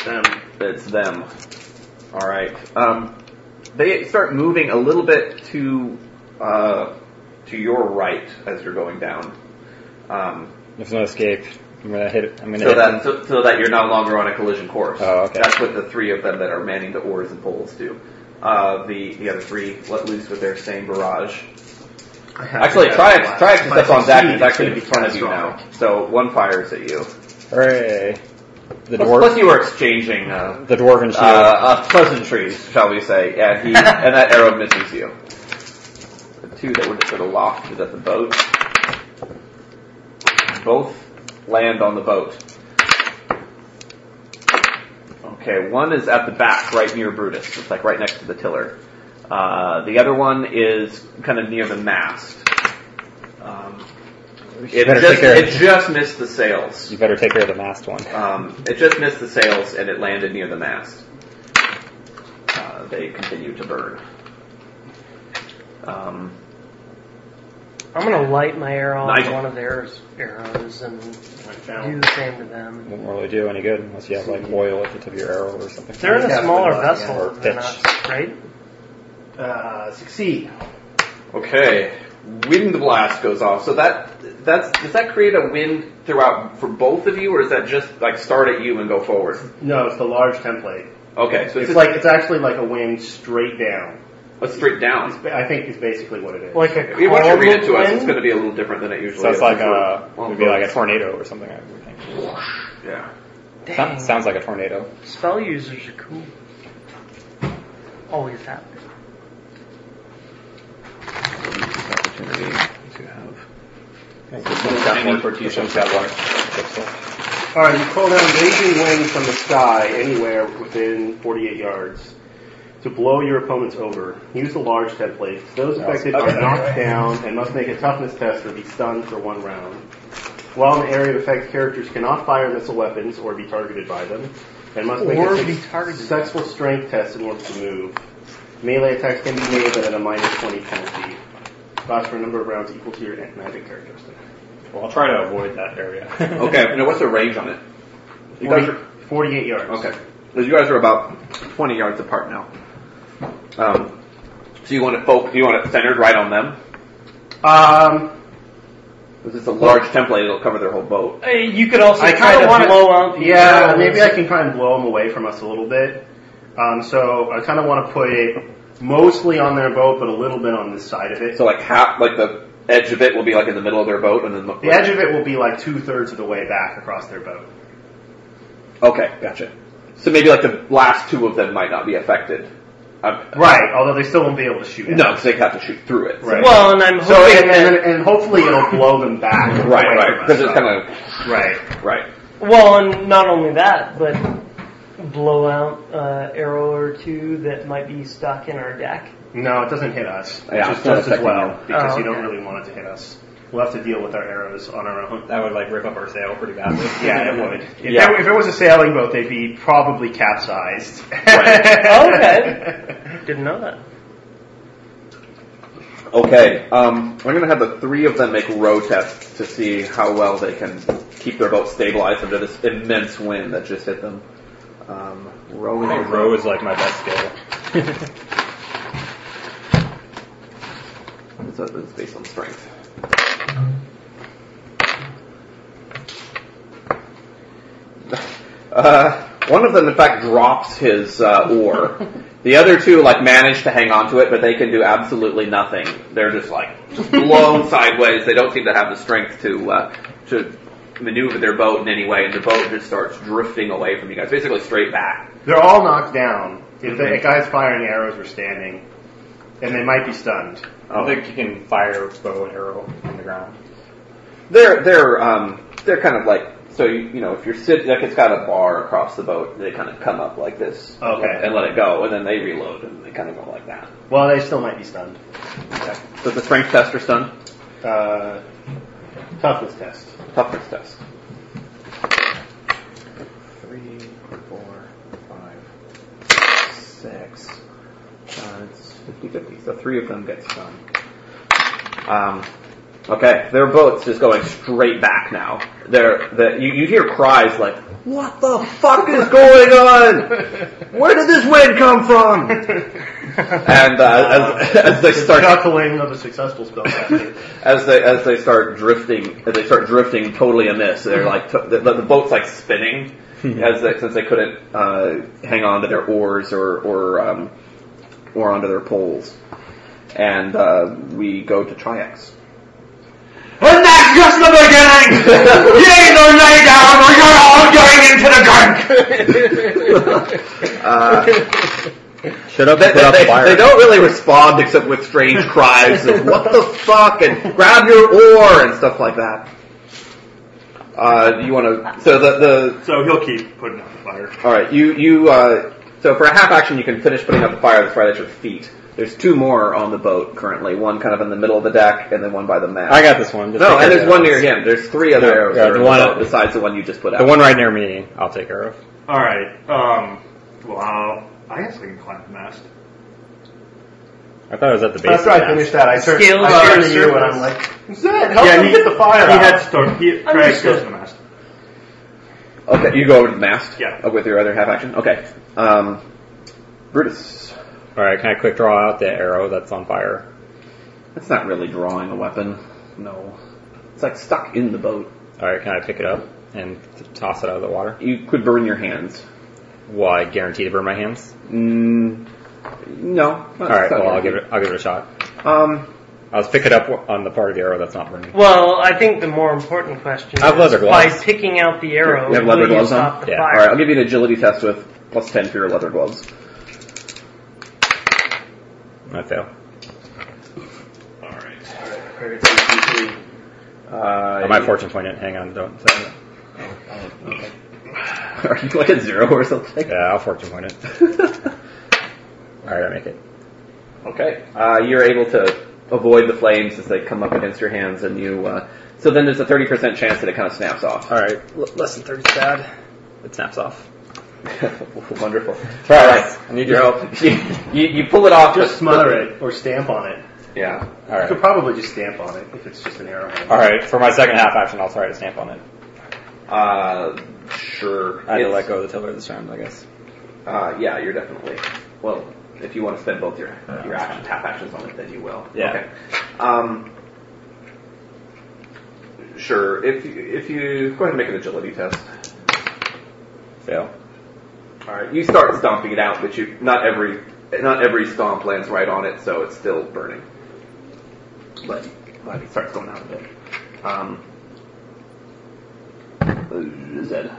Speaker 5: Them.
Speaker 3: it's them. All right. Um, they start moving a little bit to uh, to your right as you're going down. Um,
Speaker 8: There's no escape. I'm gonna hit. it- I'm gonna
Speaker 3: so
Speaker 8: hit.
Speaker 3: that
Speaker 8: him.
Speaker 3: so, so that you're no longer on a collision course.
Speaker 8: Oh, okay.
Speaker 3: That's what the three of them that are manning the oars and poles do. Uh, the the other three let loose with their same barrage.
Speaker 5: I have
Speaker 3: Actually,
Speaker 5: to-
Speaker 3: Triumph, Triumph is
Speaker 5: If I
Speaker 3: up on deck and
Speaker 5: succeed,
Speaker 3: is actually in
Speaker 5: it's
Speaker 3: front
Speaker 5: gonna
Speaker 3: of
Speaker 5: be
Speaker 3: you now. So one fires at you.
Speaker 8: Hooray! The
Speaker 3: Plus,
Speaker 8: dwarf.
Speaker 3: plus you are exchanging uh,
Speaker 8: The dwarven shield.
Speaker 3: uh, uh, pleasantries, shall we say, and he and that arrow misses you. The two that were sort of lofted at the boat both land on the boat. Okay, one is at the back, right near Brutus. It's like right next to the tiller. Uh, the other one is kind of near the mast. Um, it,
Speaker 8: better
Speaker 3: just,
Speaker 8: take care of
Speaker 3: it just missed the sails.
Speaker 8: you better take care of the mast one.
Speaker 3: Um, it just missed the sails and it landed near the mast. Uh, they continue to burn. Um,
Speaker 2: I'm gonna light my arrow on
Speaker 3: Nigel.
Speaker 2: one of their arrows and do
Speaker 5: I found-
Speaker 2: the same to them.
Speaker 8: Won't really do any good unless you have like oil at the tip of your arrow or something.
Speaker 2: They're in a
Speaker 5: Yeah,
Speaker 2: smaller
Speaker 5: but, uh,
Speaker 2: vessel
Speaker 8: or
Speaker 2: than
Speaker 8: pitch.
Speaker 2: us, right?
Speaker 5: Uh, succeed.
Speaker 3: okay, wind blast goes off. So that that's does that create a wind throughout for both of you, or is that just like start at you and go forward?
Speaker 5: No, it's the large template.
Speaker 3: Okay, so
Speaker 5: It's,
Speaker 3: it's, just
Speaker 5: like it's actually like a wind straight down.
Speaker 3: a straight
Speaker 5: It's,
Speaker 3: down.
Speaker 5: ba- I think is basically what it is.
Speaker 2: Like a
Speaker 3: If you want to
Speaker 2: cold
Speaker 3: read it to us,
Speaker 2: wind?
Speaker 3: it's going to be a little different than it usually
Speaker 8: So
Speaker 3: is.
Speaker 8: it's like
Speaker 3: Well,
Speaker 8: a would be like a tornado or something. I would think.
Speaker 3: yeah.
Speaker 2: Dang.
Speaker 8: Sounds, sounds like a tornado.
Speaker 2: Spell users are cool. Always have.
Speaker 3: Opportunity to have.
Speaker 8: Someone's got one. Someone's got one.
Speaker 5: All right, you call down raging wind from the sky anywhere within 48 yards to blow your opponents over. Use the large template. Those affected are knocked down and must make a toughness test or be stunned for one round. While in the area of effect, characters cannot fire missile weapons or be targeted by them, and must make
Speaker 2: Or
Speaker 5: a
Speaker 2: be
Speaker 5: suc-
Speaker 2: targeted.
Speaker 5: successful strength test in order to move. Melee attacks can be made, but at a minus 20 penalty. Lasts for a number of rounds equal to your magic characteristic.
Speaker 8: Well, I'll try to avoid that area.
Speaker 3: Okay, now what's the range on it? You guys
Speaker 5: 40,
Speaker 3: are
Speaker 5: 48 yards.
Speaker 3: Okay. So you guys are about 20 yards apart now. Um, so you want it fo- you want it centered right on them?
Speaker 5: Um,
Speaker 3: Because it's a large template, it'll cover their whole boat.
Speaker 2: Uh, You could also
Speaker 5: I
Speaker 2: try
Speaker 5: kinda
Speaker 2: to
Speaker 5: wanna-
Speaker 2: blow out the
Speaker 5: Yeah,
Speaker 2: arrows.
Speaker 5: maybe I can kind of blow them away from us a little bit. Um, so I kind of want to put it mostly on their boat, but a little bit on this side of it.
Speaker 3: So like half, like the edge of it will be like in the middle of their boat, and then the,
Speaker 5: The edge of it will be like two thirds of the way back across their boat.
Speaker 3: Okay, gotcha. So maybe like the last two of them might not be affected. Um,
Speaker 5: Right, although they still won't be able to shoot. At
Speaker 3: No, because
Speaker 5: us.
Speaker 3: they have to shoot through it.
Speaker 5: Right.
Speaker 2: Well, and I'm
Speaker 5: so
Speaker 2: hoping
Speaker 5: and,
Speaker 2: that
Speaker 5: and, and hopefully it'll blow them back.
Speaker 3: Right,
Speaker 5: away
Speaker 3: right.
Speaker 5: from
Speaker 3: Because
Speaker 5: us.
Speaker 3: it's kind of
Speaker 5: right.
Speaker 3: right.
Speaker 2: Well, and not only that, but blowout uh, arrow or two that might be stuck in our deck?
Speaker 5: No, it doesn't hit us. It
Speaker 8: Yeah,
Speaker 5: just
Speaker 8: it's not
Speaker 5: does as
Speaker 8: affecting
Speaker 5: well
Speaker 8: you.
Speaker 5: because
Speaker 2: Oh,
Speaker 5: you don't
Speaker 2: okay.
Speaker 5: really want it to hit us. We'll have to deal with our arrows on our own.
Speaker 8: That would like rip up our sail pretty badly.
Speaker 5: Yeah, it would. If,
Speaker 8: Yeah.
Speaker 5: There, if it was a sailing boat, they'd be probably capsized.
Speaker 2: Okay. Didn't know that.
Speaker 3: Okay, um, I'm gonna have the three of them make row tests to see how well they can keep their boat stabilized under this immense wind that just hit them. Um, rowing.
Speaker 8: I think row is like my best skill.
Speaker 3: It's, it's based on strength. Uh, one of them, in fact, drops his uh, oar. The other two, like, manage to hang on to it, but they can do absolutely nothing. They're just like just blown sideways. They don't seem to have the strength to uh, to maneuver their boat in any way, and the boat just starts drifting away from you guys, basically straight back.
Speaker 5: They're all knocked down. If the
Speaker 8: Mhm.
Speaker 5: guys firing arrows were standing, and they might be stunned.
Speaker 8: I think you can fire bow and arrow on the ground.
Speaker 3: They're they're um they're kind of like so you, you know if you're sitting like it's got a bar across the boat they kind of come up like this
Speaker 5: Okay.
Speaker 3: and let it go and then they reload and they kind of go like that.
Speaker 5: Well, they still might be stunned.
Speaker 3: So the strength test or stun
Speaker 5: Uh, toughness test.
Speaker 3: toughness test.
Speaker 8: Three, four, five, six.
Speaker 3: Uh, it's 50-50. So three of them get stunned. Um, okay, their boat's just going straight back now. They're the you, you hear cries like what the fuck is going on? Where did this wind come from? and uh, as, as they start
Speaker 5: Calculating of a successful spell. casting.
Speaker 3: as they as they start drifting, as they start drifting totally amiss, they're like t- the, the boat's like spinning as they, since they couldn't uh, hang on to their oars or or um, or onto their poles. And uh, we go to Triax.
Speaker 6: And that's just the beginning! Yea, though lay down, or you're all going into the gunk!
Speaker 8: Shut up
Speaker 3: Uh, They,
Speaker 8: and put out
Speaker 3: they-
Speaker 8: the fire.
Speaker 3: they don't really respond except with strange cries of "What the fuck!" and "Grab your oar!" and stuff like that. Uh, you want to? So the the
Speaker 6: So he'll keep putting out the fire.
Speaker 3: All right, you you uh, so for a half action you can finish putting out the fire that's right at your feet. There's two more on the boat currently. One kind of in the middle of the deck, and then one by the mast.
Speaker 8: I got this one. Just
Speaker 3: no, and
Speaker 8: take it
Speaker 3: there's
Speaker 8: down.
Speaker 3: one near him. There's three other
Speaker 8: No,
Speaker 3: arrows
Speaker 8: yeah,
Speaker 3: that are
Speaker 8: the
Speaker 3: in the
Speaker 8: one-
Speaker 3: boat besides the one you just put out.
Speaker 8: The one right near me, I'll take care of.
Speaker 6: Alright, um, well, I'll- I guess I can climb the mast.
Speaker 8: I thought it was at the base.
Speaker 5: That's right. I finished that. I turned,
Speaker 2: Skills
Speaker 5: I turned
Speaker 2: are
Speaker 5: to you and
Speaker 2: circles.
Speaker 5: I'm like, Zed, help
Speaker 6: yeah,
Speaker 5: him
Speaker 6: he,
Speaker 5: get the fire
Speaker 6: he
Speaker 5: out.
Speaker 6: had storm. He, Craig
Speaker 2: Understood.
Speaker 6: goes to the mast.
Speaker 3: Okay, you go over to the mast.
Speaker 6: Yeah.
Speaker 3: uh, With your other half action. Okay. Um, Brutus.
Speaker 8: All right, can I quick draw out the arrow that's on fire?
Speaker 3: That's not really drawing a weapon. No. It's like stuck in the boat.
Speaker 8: All right, can I pick it up and t- toss it out of the water?
Speaker 3: You could burn your hands.
Speaker 8: Well, I guarantee to burn my hands.
Speaker 3: Mm, no. All
Speaker 8: All right, well, I'll give it. I'll give it a shot.
Speaker 3: Um,
Speaker 8: I'll just pick it up on the part of the arrow that's not burning.
Speaker 2: Well, I think the more important question
Speaker 8: I have
Speaker 2: is
Speaker 8: leather
Speaker 2: by
Speaker 8: gloves.
Speaker 2: picking out the arrow,
Speaker 3: You have
Speaker 2: will
Speaker 3: leather
Speaker 2: you
Speaker 3: gloves on?
Speaker 2: stop the
Speaker 8: Yeah.
Speaker 2: fire?
Speaker 3: all right. I'll give you an agility test with plus ten for your leather gloves.
Speaker 8: I fail.
Speaker 3: Uh,
Speaker 8: I might fortune point it. Hang on, don't. Say it.
Speaker 3: Are you like at zero or something?
Speaker 8: Yeah, I'll fortune point it. All right, I make it.
Speaker 3: okay. Uh, you're able to avoid the flames as they come up against your hands, and you. Uh, so then there's a 30% chance that it kind of snaps off.
Speaker 8: All right, l- less than thirty bad. It snaps off.
Speaker 3: Wonderful. All right.
Speaker 8: I need
Speaker 3: Your
Speaker 8: your help.
Speaker 3: help. You, you, you pull it off.
Speaker 5: Just smother it or stamp on it.
Speaker 3: Yeah.
Speaker 8: All
Speaker 5: You could
Speaker 8: right.
Speaker 5: probably just stamp on it if it's just an arrowhead.
Speaker 8: All right. For my second half action, I'll try to stamp on it.
Speaker 3: Uh, sure.
Speaker 8: I had to
Speaker 3: It's-
Speaker 8: let go of the tiller this round, I guess.
Speaker 3: Uh, yeah, you're definitely. Well, if you want to spend both your your action tap actions on it, then you will.
Speaker 8: Yeah.
Speaker 3: Okay. Um, sure. If you, if you go ahead and make an agility test.
Speaker 8: Fail.
Speaker 3: All right. You start stomping it out, but you not every not every stomp lands right on it, so it's still burning. But but it starts going out a bit. Um. uh, Zed.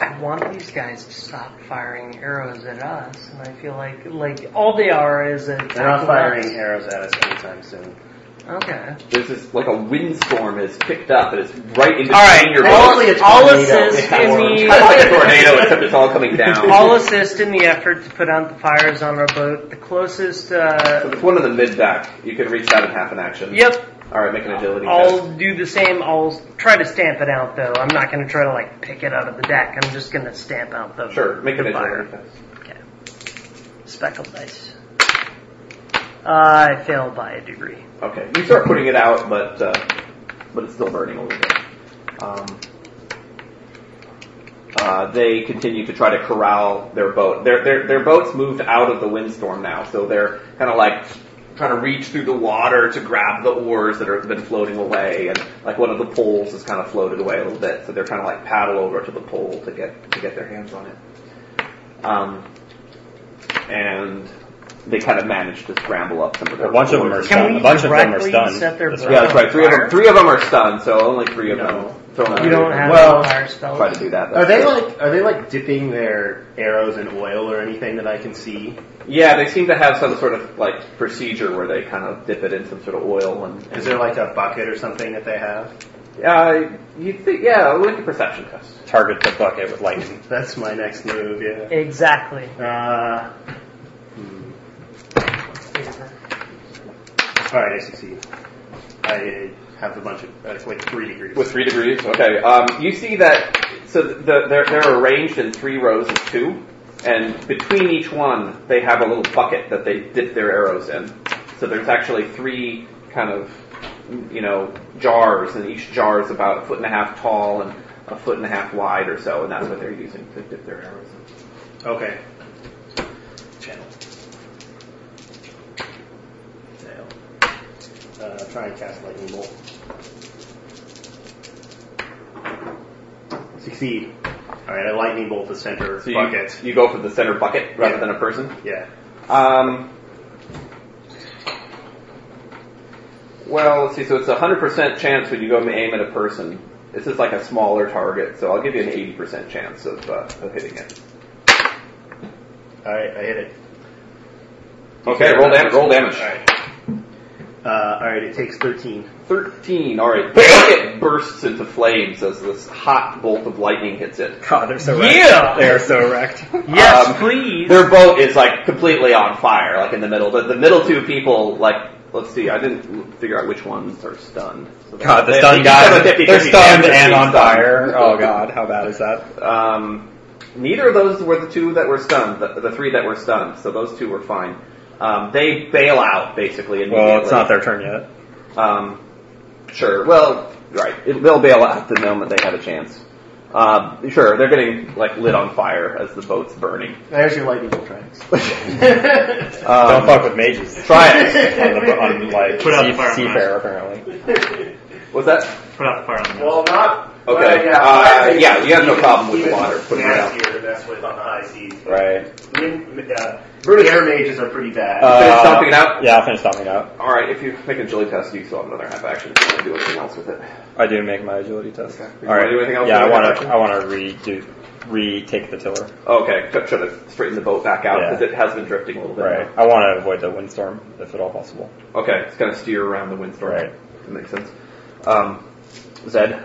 Speaker 2: I want these guys to stop firing arrows at us, and I feel like like all they are is a
Speaker 5: They're not firing arrows at us anytime soon.
Speaker 2: Okay.
Speaker 3: There's this like a windstorm has picked up and it's right in between
Speaker 2: All right.
Speaker 3: your
Speaker 2: All,
Speaker 3: bones.
Speaker 2: all assist in
Speaker 3: Kind of like a
Speaker 2: the
Speaker 3: tornado, except it's all coming down.
Speaker 2: all assist in the effort to put out the fires on our boat. The closest.
Speaker 3: So
Speaker 2: Uh,
Speaker 3: it's one of the mid back. You can reach that in half an action.
Speaker 2: yep.
Speaker 3: All right, make an agility test.
Speaker 2: I'll do the same. I'll try to stamp it out though. I'm not going to try to like pick it out of the deck. I'm just going to stamp out the
Speaker 3: Sure, make
Speaker 2: the
Speaker 3: an
Speaker 2: fire.
Speaker 3: agility test.
Speaker 2: Okay. Speckled dice. Uh, I fail by a degree.
Speaker 3: Okay, you start putting it out, but uh, but it's still burning a little bit. Um, uh, they continue to try to corral their boat. Their their their boat's moved out of the windstorm now, so they're kind of like trying to reach through the water to grab the oars that have been floating away, and like one of the poles is kind of floated away a little bit, so they're trying to like paddle over to the pole to get to get their hands on it. Um, and they kind of manage to scramble up some of their.
Speaker 8: A bunch of them are
Speaker 3: oars.
Speaker 8: stunned.
Speaker 2: Can we
Speaker 8: a bunch of them are
Speaker 2: directly
Speaker 8: stunned.
Speaker 2: set their
Speaker 8: That's
Speaker 2: boat
Speaker 8: right.
Speaker 3: Yeah, that's right. Three of them. Three of them are stunned, so only three of
Speaker 5: No.
Speaker 3: them. So
Speaker 2: You don't have
Speaker 5: Well,
Speaker 2: any fire spells.
Speaker 3: try to do that.
Speaker 5: Are they like are they like dipping their arrows in oil or anything that I can see?
Speaker 3: Yeah, they seem to have some sort of like procedure where they kind of dip it in some sort of oil and.
Speaker 5: Is there like a bucket or something that they have?
Speaker 3: Uh, you think? Yeah, look at perception test.
Speaker 8: Target the bucket with lightning.
Speaker 5: That's my next move. Yeah.
Speaker 2: Exactly.
Speaker 5: Uh, hmm. all right, I succeed. I have a bunch of uh, it's like three degrees.
Speaker 3: With three degrees. Okay. Um, you see that? So the, they're they're arranged in three rows of two, and between each one they have a little bucket that they dip their arrows in. So there's actually three kind of you know jars, and each jar is about a foot and a half tall and a foot and a half wide or so, and that's what they're using to dip their arrows. in.
Speaker 5: Okay. Channel. Channel. Uh, try and cast lightning bolt. Succeed. All right, I lightning bolt the center
Speaker 3: So you,
Speaker 5: bucket.
Speaker 3: you go for the center bucket rather
Speaker 5: Yeah.
Speaker 3: than a person.
Speaker 5: Yeah.
Speaker 3: Um, well, let's see. So it's a hundred percent chance when you go and aim at a person. This is like a smaller target, so I'll give you an eighty percent chance of, uh, of hitting it.
Speaker 5: All right, I hit it.
Speaker 3: Okay, roll damage. Roll damage.
Speaker 5: All right. Uh, all right, it takes thirteen.
Speaker 3: Thirteen. All right. The bucket bursts into flames as this hot bolt of lightning hits it.
Speaker 8: God, they're so wrecked.
Speaker 2: Yeah.
Speaker 8: They are so wrecked.
Speaker 2: Yes,
Speaker 3: Um,
Speaker 2: please.
Speaker 3: Their boat is like completely on fire, like in the middle. The, the middle two people, like, let's see, I didn't figure out which ones are stunned. So they-
Speaker 8: God, the
Speaker 3: they-
Speaker 8: stunned
Speaker 3: they-
Speaker 8: guys.
Speaker 3: they-
Speaker 8: They're stunned
Speaker 3: they-
Speaker 8: and on
Speaker 3: stunned.
Speaker 8: fire. Oh god, how bad is that?
Speaker 3: Um, neither of those were the two that were stunned, the, the three that were stunned, so those two were fine. Um, they bail out, basically, immediately.
Speaker 8: Well, it's not their turn yet.
Speaker 3: Um, sure. Well, right. It, they'll bail out the moment they have a chance. Um, sure, they're getting, like, lit on fire as the boat's burning.
Speaker 5: There's your lightning bolt tracks.
Speaker 8: Don't
Speaker 3: Um,
Speaker 8: fuck with mages.
Speaker 3: Try it.
Speaker 8: on, the, on like
Speaker 6: Put out
Speaker 8: sea-
Speaker 6: the fire
Speaker 8: seafarer apparently.
Speaker 3: What's that?
Speaker 6: Put out the fire on the
Speaker 5: well, not.
Speaker 3: Okay. Uh, yeah, you have no problem with the water. Put it
Speaker 5: Last
Speaker 3: out.
Speaker 5: year, that's with on the high seas.
Speaker 8: Right.
Speaker 5: Wind, uh,
Speaker 3: Brutus.
Speaker 5: air mages are pretty bad.
Speaker 8: Uh,
Speaker 3: Finish stomping it out.
Speaker 8: Yeah, I'll finish stomping out.
Speaker 3: All right. If you make a agility test, you still have another half action. If you want to do anything else with it?
Speaker 8: I do make my agility test.
Speaker 3: Okay. You
Speaker 8: All
Speaker 3: wanna
Speaker 8: right.
Speaker 3: do anything else
Speaker 8: yeah,
Speaker 3: with
Speaker 8: I
Speaker 3: your
Speaker 8: want to.
Speaker 3: action?
Speaker 8: I want to redo, retake the tiller.
Speaker 3: Okay. Try try to straighten the boat back out
Speaker 8: Yeah.
Speaker 3: because it has been drifting a little bit.
Speaker 8: Right. I want to avoid the windstorm if at all possible.
Speaker 3: Okay. It's gonna steer around the windstorm.
Speaker 8: Right.
Speaker 3: That makes sense. Um, Zed.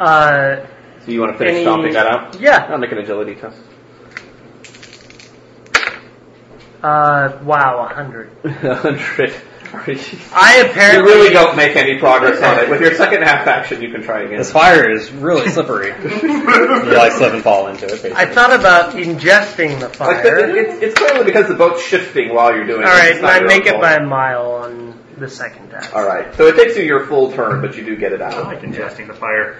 Speaker 2: uh,
Speaker 3: So you want to finish
Speaker 2: Any-
Speaker 3: stomping that out?
Speaker 2: yeah.
Speaker 3: I'll make an agility test.
Speaker 2: Uh, wow, a hundred.
Speaker 3: Hundred.
Speaker 2: I
Speaker 3: You
Speaker 2: apparently
Speaker 3: really don't make any progress on it. With your second half action, you can try again.
Speaker 8: This fire is really slippery. you like slip and fall into it. Basically.
Speaker 2: I thought about ingesting the
Speaker 3: Like, but
Speaker 2: fire.
Speaker 3: it's, it's clearly because the boat's shifting while you're doing
Speaker 2: All
Speaker 3: it.
Speaker 2: right,
Speaker 3: It's
Speaker 2: and
Speaker 3: not
Speaker 2: I
Speaker 3: your
Speaker 2: make
Speaker 3: own
Speaker 2: it
Speaker 3: fault.
Speaker 2: by a mile on the second deck.
Speaker 3: All right. So it takes you your full turn, but you do get it out.
Speaker 6: like ingesting the fire.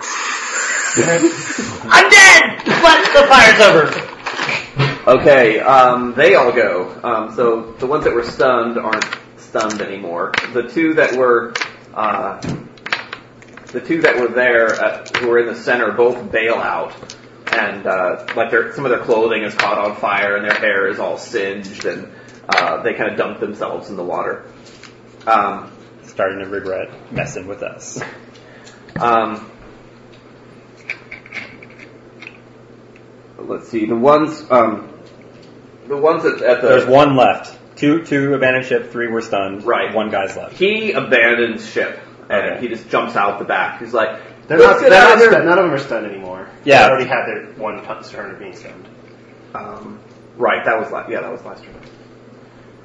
Speaker 2: I'm dead, but the fire's over.
Speaker 3: Okay. Um, they all go. Um, so the ones that were stunned aren't stunned anymore. The two that were, uh, the two that were there at, who were in the center both bail out, and uh, like their some of their clothing is caught on fire and their hair is all singed, and uh, they kind of dunk themselves in the water. Um,
Speaker 8: starting to regret messing with us.
Speaker 3: Uh, Um, let's see. The ones, um, the ones at, at the
Speaker 8: There's one left. Two two abandoned ship, three were stunned.
Speaker 3: Right.
Speaker 8: One guy's left.
Speaker 3: He abandons ship and
Speaker 8: Okay.
Speaker 3: he just jumps out the back. He's like,
Speaker 5: They're
Speaker 3: "Let's
Speaker 5: not,
Speaker 3: get
Speaker 5: they're
Speaker 3: out
Speaker 5: not
Speaker 3: of here."
Speaker 5: stunned. None of them are stunned anymore.
Speaker 8: Yeah.
Speaker 5: They already had their one pun- turn of being stunned.
Speaker 3: Um, right, that was last, yeah, that was last turn.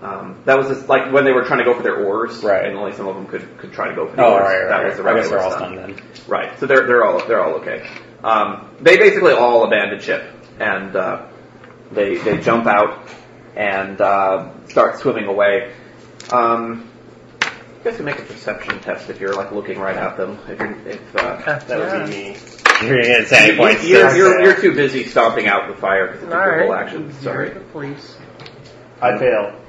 Speaker 3: Um, that was just like when they were trying to go for their oars,
Speaker 8: Right.
Speaker 3: And only some of them could, could try to go for the
Speaker 8: Oh,
Speaker 3: oars.
Speaker 8: right, right.
Speaker 3: that
Speaker 8: right.
Speaker 3: was the
Speaker 8: I guess
Speaker 3: regular
Speaker 8: they're all
Speaker 3: stuff.
Speaker 8: stunned then.
Speaker 3: Right, so they're they're all they're all okay. Um, they basically all abandon ship and uh, they they jump out and uh, start swimming away. Um, you guys can make a perception test if you're like looking right at them. If you're if uh,
Speaker 5: That would be me.
Speaker 8: You're gonna get
Speaker 3: you,
Speaker 8: sanity points.
Speaker 3: you're, you're, you're too busy stomping out the fire because it's a
Speaker 2: All
Speaker 3: critical
Speaker 2: right.
Speaker 3: action.
Speaker 2: Zero
Speaker 3: Sorry.
Speaker 2: to police.
Speaker 5: I fail.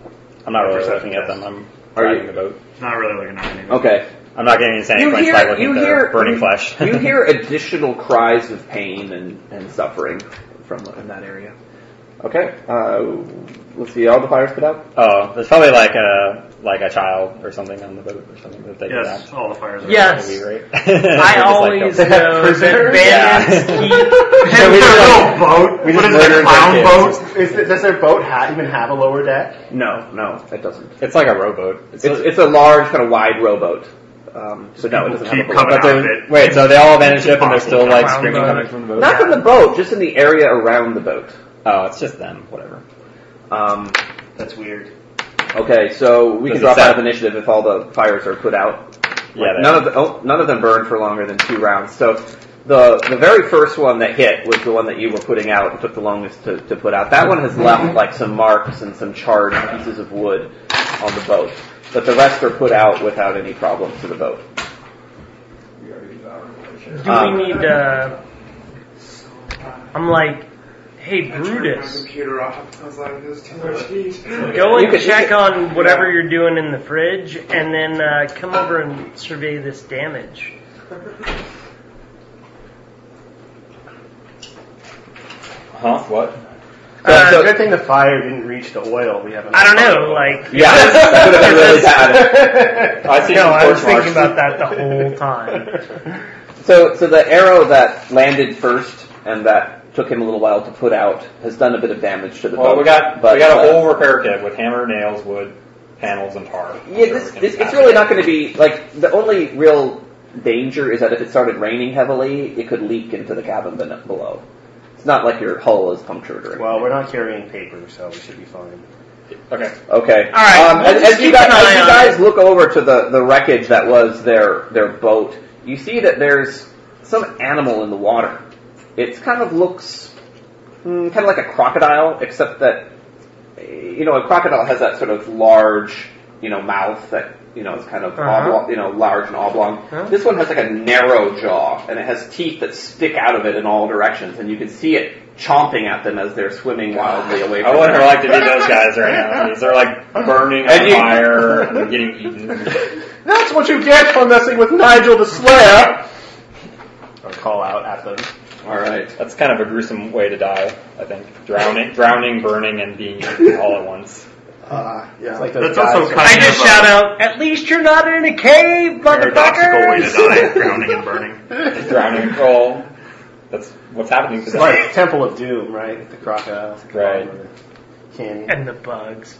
Speaker 8: I'm not really
Speaker 5: Perception
Speaker 8: looking at
Speaker 5: test.
Speaker 8: them.
Speaker 3: Are
Speaker 8: I'm
Speaker 3: you-
Speaker 8: riding the boat.
Speaker 6: Not really looking at anything.
Speaker 3: Okay.
Speaker 8: I'm not getting insanity
Speaker 3: You
Speaker 8: points
Speaker 3: hear,
Speaker 8: by looking
Speaker 3: you
Speaker 8: at
Speaker 3: hear
Speaker 8: their burning
Speaker 3: you,
Speaker 8: flesh.
Speaker 3: you hear additional cries of pain and, and suffering from in that area. Okay, uh, let's see. All the fires put out.
Speaker 8: oh, there's probably like a like a child or something on the boat or something that they
Speaker 6: Yes, all the fires are
Speaker 2: Yes.
Speaker 8: We, right?
Speaker 2: I always
Speaker 3: uh,
Speaker 2: know that bandits keep.
Speaker 8: So we just, like,
Speaker 6: Their little boat.
Speaker 8: we
Speaker 6: what
Speaker 8: just
Speaker 6: is it,
Speaker 8: murdered
Speaker 6: clown
Speaker 8: their
Speaker 6: boat?
Speaker 5: Is th- does their boat ha- even have a lower deck?
Speaker 3: No, no, it doesn't.
Speaker 8: it's like a rowboat. It's,
Speaker 3: It's it's a large kind of wide rowboat. Um, so no, it doesn't have a
Speaker 6: Keep
Speaker 3: boat.
Speaker 6: coming
Speaker 8: but
Speaker 6: out of
Speaker 8: they,
Speaker 6: it.
Speaker 8: wait, so they all abandoned ship and they're still like
Speaker 2: Clown
Speaker 8: screaming
Speaker 2: boat.
Speaker 8: coming from the boat.
Speaker 3: Not from the boat, just in the area around the boat.
Speaker 8: Oh, it's just them. Whatever.
Speaker 3: Um,
Speaker 5: That's weird.
Speaker 3: okay, so we
Speaker 8: Does
Speaker 3: can
Speaker 8: it
Speaker 3: drop out
Speaker 8: sound-
Speaker 3: of initiative if all the fires are put out.
Speaker 8: Yeah. they-
Speaker 3: none of the, oh, none of them burned for longer than two rounds. So the the very first one that hit was the one that you were putting out and took the longest to, to put out. That one has left like some marks and some charred pieces of wood on the boat, but the rest are put out without any problems to the boat.
Speaker 2: Do we need Uh, I'm like, hey Brutus,
Speaker 12: computer off. I was like, there's too much heat.
Speaker 2: go
Speaker 3: You could-
Speaker 2: and
Speaker 3: you
Speaker 2: check
Speaker 3: could-
Speaker 2: on whatever you're doing in the fridge, and then uh, come over and survey this damage.
Speaker 8: Huh? What?
Speaker 2: Uh,
Speaker 5: So, good thing the fire didn't reach the oil. We have.
Speaker 2: I don't know, like.
Speaker 8: Yeah, that would have been really bad. I see
Speaker 2: No,
Speaker 8: some
Speaker 2: I was
Speaker 8: torch marks.
Speaker 2: thinking about that the whole time.
Speaker 3: So so the arrow that landed first and that took him a little while to put out has done a bit of damage to the boat.
Speaker 8: Well, we got
Speaker 3: but,
Speaker 8: we got
Speaker 3: uh,
Speaker 8: a whole repair kit with hammer, nails, wood, panels, and tar.
Speaker 3: Yeah, this, this, it's really not going to be like the only real danger is that if it started raining heavily, it could leak into the cabin ben- below. It's not like your hull is punctured or anything.
Speaker 5: Well, we're not carrying paper, so we should be fine.
Speaker 8: Okay.
Speaker 3: Okay.
Speaker 2: All right,
Speaker 3: Um,
Speaker 2: we'll
Speaker 3: as,
Speaker 2: just
Speaker 3: as you
Speaker 2: keep
Speaker 3: guys,
Speaker 2: an eye
Speaker 3: as you
Speaker 2: on
Speaker 3: guys look over to the, the wreckage that was their their boat, you see that there's some animal in the water. It kind of looks mm, kind of like a crocodile, except that eh, you know a crocodile has that sort of large you know mouth that you know is kind of
Speaker 2: Uh-huh.
Speaker 3: oblong, you know large and oblong.
Speaker 2: Huh?
Speaker 3: This one has like a narrow jaw, and it has teeth that stick out of it in all directions, and you can see it chomping at them as they're swimming wildly away.
Speaker 8: I
Speaker 3: From
Speaker 8: wouldn't
Speaker 3: her.
Speaker 8: like to be those guys right now. These are like burning
Speaker 3: And
Speaker 8: on
Speaker 3: you-
Speaker 8: fire and getting eaten.
Speaker 5: That's what you get for messing with Nigel the Slayer. Or call out at them.
Speaker 3: All right.
Speaker 8: That's kind of a gruesome way to die. I think drowning, drowning, burning, and being eaten all at once.
Speaker 12: Uh, yeah.
Speaker 5: It's like those
Speaker 6: That's also
Speaker 5: guys
Speaker 6: kind
Speaker 2: I
Speaker 6: of
Speaker 2: just
Speaker 6: a
Speaker 2: shout out, at least you're not in a cave,
Speaker 6: paradoxical way to
Speaker 2: motherfuckers!
Speaker 6: die: drowning and burning.
Speaker 8: Drowning. Well, that's what's happening. to
Speaker 5: It's like Temple of Doom, right? With the crocodiles.
Speaker 8: Right.
Speaker 5: Canyon.
Speaker 2: And the bugs.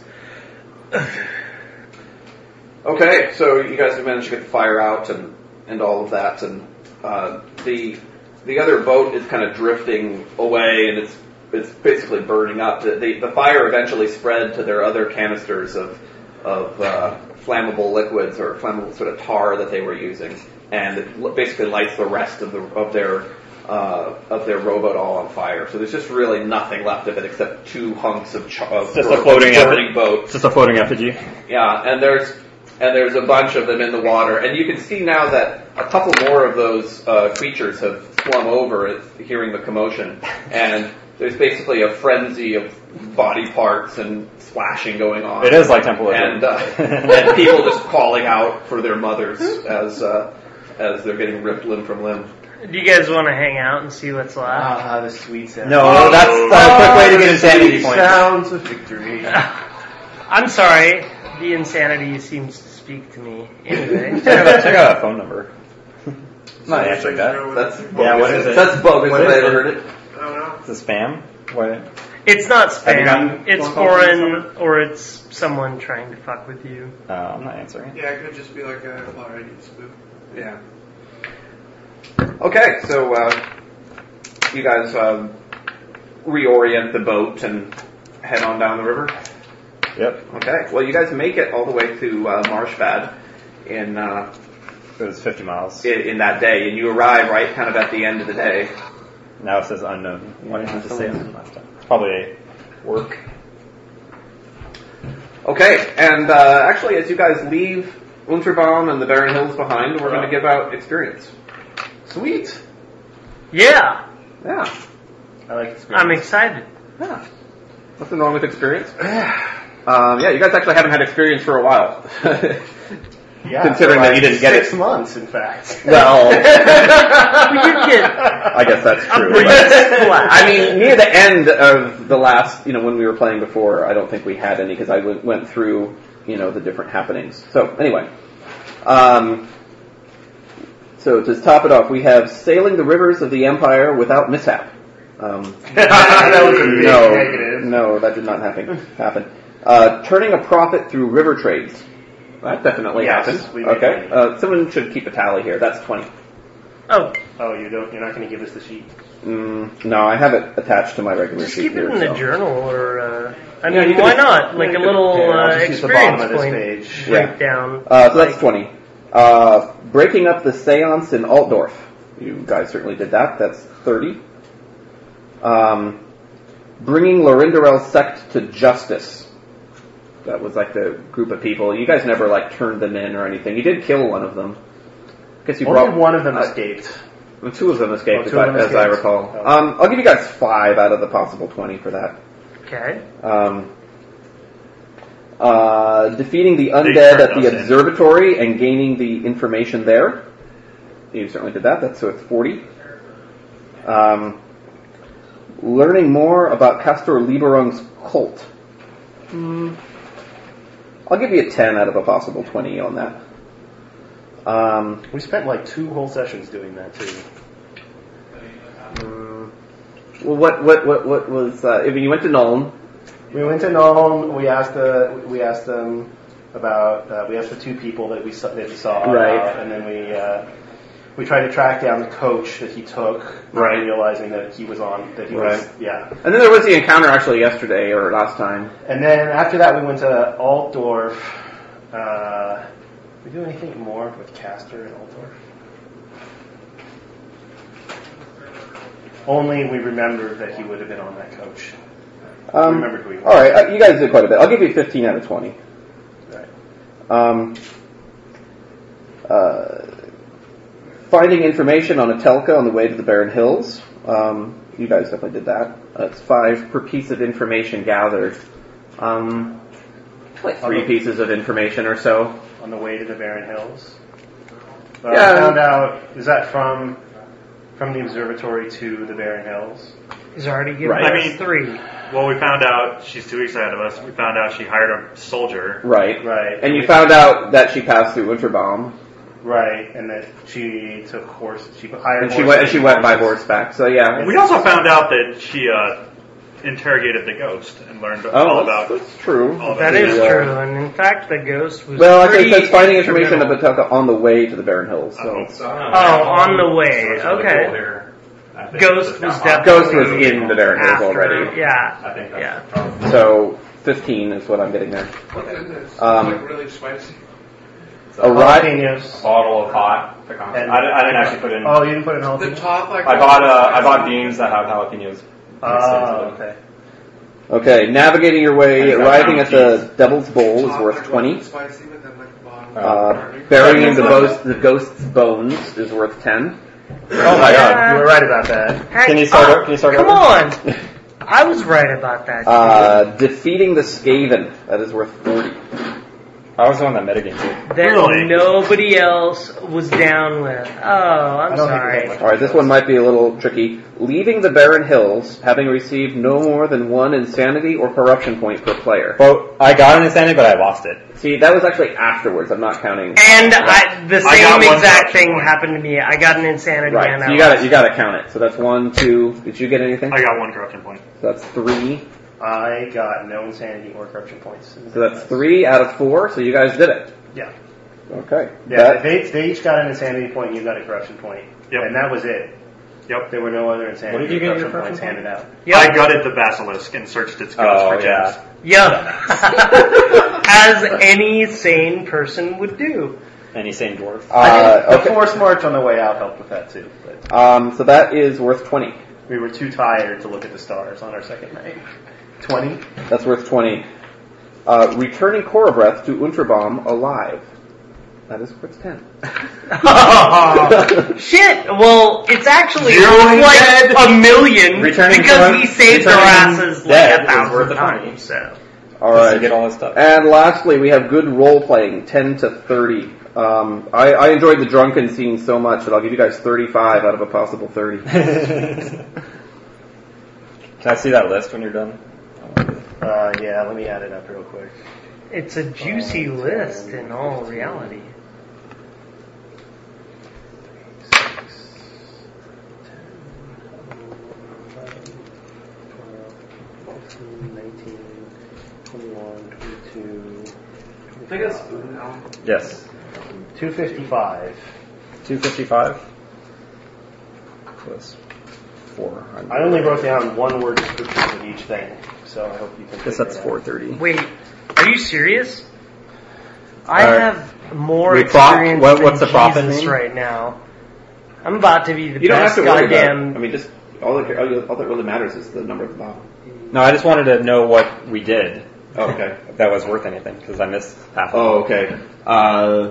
Speaker 3: Okay, so you guys have managed to get the fire out and, and all of that, and uh, the the other boat is kind of drifting away, and it's it's basically burning up. The, the, the fire eventually spread to their other canisters of of uh, flammable liquids or flammable sort of tar that they were using, and it li- basically lights the rest of the of their uh, of their rowboat all on fire. So there's just really nothing left of it except two hunks of, ch- of
Speaker 8: It's just a floating
Speaker 3: burning boat.
Speaker 8: It's just a floating effigy.
Speaker 3: Yeah, and there's and there's a bunch of them in the water, and you can see now that a couple more of those uh, creatures have swum over, at hearing the commotion, and there's basically a frenzy of body parts and splashing going on,
Speaker 8: It is like Temple of Doom.
Speaker 3: and uh, and people just calling out for their mothers as uh, as they're getting ripped limb from limb.
Speaker 2: Do you guys want to hang out and see what's left?
Speaker 5: Ah, the sweet sound.
Speaker 8: no, no, that's, that's a
Speaker 5: Oh,
Speaker 8: quick way to get insanity
Speaker 5: Sweet
Speaker 8: points.
Speaker 5: sounds of victory.
Speaker 3: Uh.
Speaker 2: I'm sorry, the insanity seems to speak to me. Anyway.
Speaker 8: check, out, check out that phone number. I'm not answering that.
Speaker 3: That's
Speaker 8: Yeah, what is it?
Speaker 3: That's bogus.
Speaker 8: What
Speaker 3: if I
Speaker 8: is
Speaker 3: ever
Speaker 8: it?
Speaker 3: heard it.
Speaker 12: I don't know.
Speaker 8: It's a spam. What?
Speaker 2: It's not
Speaker 8: Have you
Speaker 2: spam.
Speaker 8: gotten
Speaker 2: It's
Speaker 8: phone calls from
Speaker 2: foreign, or it's someone trying to fuck with you.
Speaker 8: Uh, I'm not answering.
Speaker 12: Yeah, it could just be like a already spook.
Speaker 3: Yeah. Okay, so uh, you guys um, reorient the boat and head on down the river.
Speaker 8: Yep.
Speaker 3: Okay, well you guys make it all the way to uh, Marshfad in uh,
Speaker 8: It was 50 miles.
Speaker 3: i- in that day, and you arrive right kind of at the end of the day.
Speaker 8: Now it says unknown. Why didn't I just say
Speaker 3: Yeah.
Speaker 8: unknown last time? Probably work.
Speaker 3: Okay, and uh, actually, as you guys leave Unterbaum and the barren hills behind, we're going to give out experience. Sweet.
Speaker 2: Yeah,
Speaker 3: Yeah.
Speaker 5: I like this.
Speaker 2: I'm excited.
Speaker 3: Yeah. Nothing wrong with experience. um, yeah, you guys actually haven't had experience for a while.
Speaker 5: Yeah,
Speaker 3: Considering that
Speaker 5: for like
Speaker 3: you didn't get
Speaker 5: six
Speaker 3: it.
Speaker 5: months, in fact.
Speaker 8: Well,
Speaker 2: We did get
Speaker 8: I guess that's
Speaker 2: a
Speaker 8: true.
Speaker 2: brief
Speaker 8: but-
Speaker 2: splash.
Speaker 3: I mean, near the end of the last, you know, when we were playing before, I don't think we had any because I went, went through, you know, the different happenings. So anyway, um, so to top it off, we have sailing the rivers of the empire without mishap. Um,
Speaker 5: that was a big
Speaker 3: no,
Speaker 5: negative.
Speaker 3: no, that did not happen. Happen. Uh, turning a profit through river trades. That definitely
Speaker 5: Yes, we
Speaker 3: happened.
Speaker 5: made
Speaker 3: Okay,
Speaker 5: money.
Speaker 3: uh, someone should keep a tally here. That's twenty.
Speaker 2: Oh,
Speaker 5: Oh, you don't. You're not going to give us the sheet.
Speaker 3: Mm, no, I have it attached to my regular
Speaker 2: just
Speaker 3: sheet
Speaker 2: keep it
Speaker 3: here,
Speaker 2: in the
Speaker 3: so-
Speaker 2: journal, or uh, I
Speaker 3: Yeah,
Speaker 2: mean,
Speaker 3: you could-
Speaker 2: why not?
Speaker 3: you
Speaker 2: Like a
Speaker 3: could-
Speaker 2: little
Speaker 5: Yeah, I'll
Speaker 2: uh,
Speaker 5: just use the bottom
Speaker 2: experience
Speaker 5: of this
Speaker 2: point
Speaker 5: page.
Speaker 3: Yeah.
Speaker 2: breakdown.
Speaker 3: Uh, so that's
Speaker 2: Like,
Speaker 3: 20. Uh, breaking up the seance in Altdorf. You guys certainly did that. That's 30. Um, bringing Lorindarel's sect to justice. That was like the group of people. You guys never like turned them in or anything. You did kill one of them. Guess you
Speaker 5: Only
Speaker 3: brought
Speaker 5: one of them
Speaker 3: uh,
Speaker 5: escaped.
Speaker 3: well, Two of them escaped,
Speaker 5: Oh,
Speaker 3: as,
Speaker 5: two of
Speaker 3: I,
Speaker 5: them
Speaker 3: as I
Speaker 5: escaped.
Speaker 3: recall.
Speaker 5: Oh.
Speaker 3: Um, I'll give you guys five out of the possible 20 for that.
Speaker 2: Okay.
Speaker 3: Um, uh, defeating the
Speaker 6: They
Speaker 3: undead
Speaker 6: turned
Speaker 3: at the
Speaker 6: us in.
Speaker 3: observatory and gaining the information there. You certainly did that. That's so it's forty. Um, learning more about Castor Liberung's cult. Hmm. I'll give you a ten out of a possible twenty on that. Um,
Speaker 5: We spent like two whole sessions doing that too.
Speaker 3: well, what what what what was? Uh, I mean, you went to Nuln.
Speaker 5: We went to Nuln. We asked the we asked them about uh, we asked the two people that we saw, that we saw
Speaker 3: Right.
Speaker 5: about, and then we uh, we tried to track down the coach that he took, not
Speaker 3: Right.
Speaker 5: realizing that he was on that he was
Speaker 3: Right.
Speaker 5: yeah.
Speaker 3: And then there was the encounter actually yesterday or last time.
Speaker 5: And then after that, we went to Altdorf. Uh, we do anything more with Castor and Altdorf? Only we remembered that he would have been on that coach.
Speaker 3: Um,
Speaker 5: remember who he was.
Speaker 3: All right, uh, you guys did quite a bit. I'll give you 15 out of 20.
Speaker 5: Right.
Speaker 3: Um, uh, finding information on a telka on the way to the Barren Hills. Um, you guys definitely did that. That's five per piece of information gathered. Um, like three
Speaker 5: Okay.
Speaker 3: pieces of information or so.
Speaker 5: on the way to the Barren Hills. Uh,
Speaker 3: Yeah.
Speaker 5: I found out is that from from the observatory to the Barren Hills.
Speaker 2: He's already given
Speaker 3: Right.
Speaker 2: us
Speaker 6: I mean-
Speaker 2: three.
Speaker 6: Well, we found out she's two weeks ahead of us. We found out she hired a soldier.
Speaker 3: Right.
Speaker 5: Right.
Speaker 3: And you found out that she passed through Winterbaum,
Speaker 5: right, and that she took horse. She hired.
Speaker 3: and she went. And she went by
Speaker 5: horses.
Speaker 3: horseback. So yeah.
Speaker 6: We also found out that she uh, interrogated the ghost and learned all
Speaker 3: Oh,
Speaker 6: about
Speaker 3: that's, that's true.
Speaker 6: all
Speaker 2: That
Speaker 6: about
Speaker 2: is
Speaker 3: Yeah.
Speaker 2: true, and in fact, the ghost was.
Speaker 3: uh, Well, I think
Speaker 2: pretty
Speaker 3: that's finding information
Speaker 2: instrumental.
Speaker 3: about Telka on the way to the Barren Hills. So.
Speaker 6: Oh.
Speaker 4: So I don't know.
Speaker 2: Oh, on the way.
Speaker 4: Source of the
Speaker 2: Okay.
Speaker 4: folder, I think,
Speaker 2: Ghost
Speaker 4: is
Speaker 2: was
Speaker 4: not-
Speaker 2: definitely-
Speaker 3: Ghost was in the Baron Hills
Speaker 2: after.
Speaker 3: already.
Speaker 2: Yeah.
Speaker 4: I think that's
Speaker 2: Yeah.
Speaker 3: So 15 is what I'm getting there.
Speaker 12: What is this?
Speaker 3: Um,
Speaker 12: like really spicy.
Speaker 3: Arriving.
Speaker 4: a
Speaker 5: Jalapenos.
Speaker 4: bottle of hot pecan.
Speaker 5: And-
Speaker 4: I,
Speaker 8: I, I didn't actually put in.
Speaker 5: Oh, you didn't put an
Speaker 12: The
Speaker 5: jalapeno.
Speaker 12: top like.
Speaker 8: I bought uh, I bought beans that have jalapenos.
Speaker 5: Oh, okay.
Speaker 3: Okay, navigating your way, arriving at the Devil's Bowl is
Speaker 12: Top,
Speaker 3: worth
Speaker 12: like,
Speaker 3: 20.
Speaker 12: Spicy, but then like bottom.
Speaker 3: Uh, burying the, bo- the ghost's bones is worth 10.
Speaker 5: Oh my
Speaker 2: Yeah.
Speaker 5: God, you were right about that.
Speaker 2: Heck,
Speaker 8: Can you start
Speaker 2: oh,
Speaker 8: o- can you start
Speaker 2: Come
Speaker 8: over?
Speaker 2: on. I was right about that.
Speaker 3: Uh, defeating the Skaven, that is worth 40.
Speaker 8: I was the one that metagame too.
Speaker 2: that
Speaker 6: Really?
Speaker 2: nobody else was down with. Oh, I'm sorry.
Speaker 3: All right, this one might be a little tricky. Leaving the barren hills, having received no more than one insanity or corruption point per player.
Speaker 8: Well, I got an insanity, but I lost it.
Speaker 3: See, that was actually afterwards. I'm not counting.
Speaker 2: And I, the
Speaker 6: I got
Speaker 2: same
Speaker 6: one
Speaker 2: exact
Speaker 6: corruption
Speaker 2: thing
Speaker 6: point.
Speaker 2: happened to me. I got an insanity.
Speaker 3: Right,
Speaker 2: and
Speaker 3: so
Speaker 2: I
Speaker 3: you
Speaker 2: lost.
Speaker 3: gotta, you gotta count it. So that's one, two, did you get anything?
Speaker 6: I got one corruption point.
Speaker 3: So that's three.
Speaker 5: I got no insanity or corruption points.
Speaker 3: So that's three out of four, so you guys did it.
Speaker 5: Yeah.
Speaker 3: Okay.
Speaker 5: Yeah,
Speaker 3: That-
Speaker 5: they, they each got an insanity point, you got a corruption point.
Speaker 6: Yep.
Speaker 5: And that was it.
Speaker 6: Yep.
Speaker 5: There were no other insanity
Speaker 8: What did you get
Speaker 5: or
Speaker 8: in your
Speaker 5: corruption points
Speaker 8: corruption
Speaker 5: handed out.
Speaker 2: Yeah.
Speaker 6: I gutted the basilisk and searched its guts
Speaker 8: Oh,
Speaker 6: for gems.
Speaker 2: Yeah. As any sane person would do.
Speaker 8: Any sane dwarf.
Speaker 5: I
Speaker 3: uh,
Speaker 5: think the
Speaker 3: okay.
Speaker 5: force march on the way out helped with that too, but
Speaker 3: Um, so that is worth 20.
Speaker 5: we were too tired to look at the stars on our second night. Twenty.
Speaker 3: That's worth 20. Uh, returning Korobreath to Unterbaum alive. That is worth 10.
Speaker 2: Shit. Well, it's actually
Speaker 6: Zero and
Speaker 2: like
Speaker 6: dead.
Speaker 2: a million
Speaker 8: Returning
Speaker 2: because
Speaker 8: to-
Speaker 2: we saved their
Speaker 8: returning
Speaker 2: asses like
Speaker 8: dead
Speaker 2: a
Speaker 8: is worth
Speaker 2: thousand
Speaker 8: a penny.
Speaker 2: times. So
Speaker 8: Just to
Speaker 3: Alright.
Speaker 8: get all this stuff.
Speaker 3: And lastly, we have good role playing, 10 to 30. Um, I, I enjoyed the drunken scene so much that I'll give you guys 35 out of a possible 30.
Speaker 8: Can I see that list when you're done?
Speaker 5: Uh, yeah, let me add it up real quick.
Speaker 2: it's a juicy list in all reality.
Speaker 4: Can I get a spoon now?
Speaker 8: Yes.
Speaker 5: 255.
Speaker 8: 255 plus 400.
Speaker 5: I only wrote down one word descriptions of each thing, so I hope you can.
Speaker 8: guess
Speaker 5: figure
Speaker 8: that's
Speaker 5: it out.
Speaker 8: 430.
Speaker 2: Wait, are you serious? I
Speaker 8: All right.
Speaker 2: have more
Speaker 8: We prop-
Speaker 2: experience
Speaker 8: what-
Speaker 2: than
Speaker 8: what's the prop in
Speaker 2: Jesus
Speaker 8: name?
Speaker 2: right now. I'm about to be the
Speaker 3: You don't have
Speaker 2: best
Speaker 3: to worry about it. I
Speaker 2: goddamn.
Speaker 3: mean, just, all that, all that really matters is the number at the bottom.
Speaker 8: No, I just wanted to know what we did.
Speaker 3: Oh, okay.
Speaker 8: If that was worth anything, because I missed half. of
Speaker 4: Oh, okay. Uh,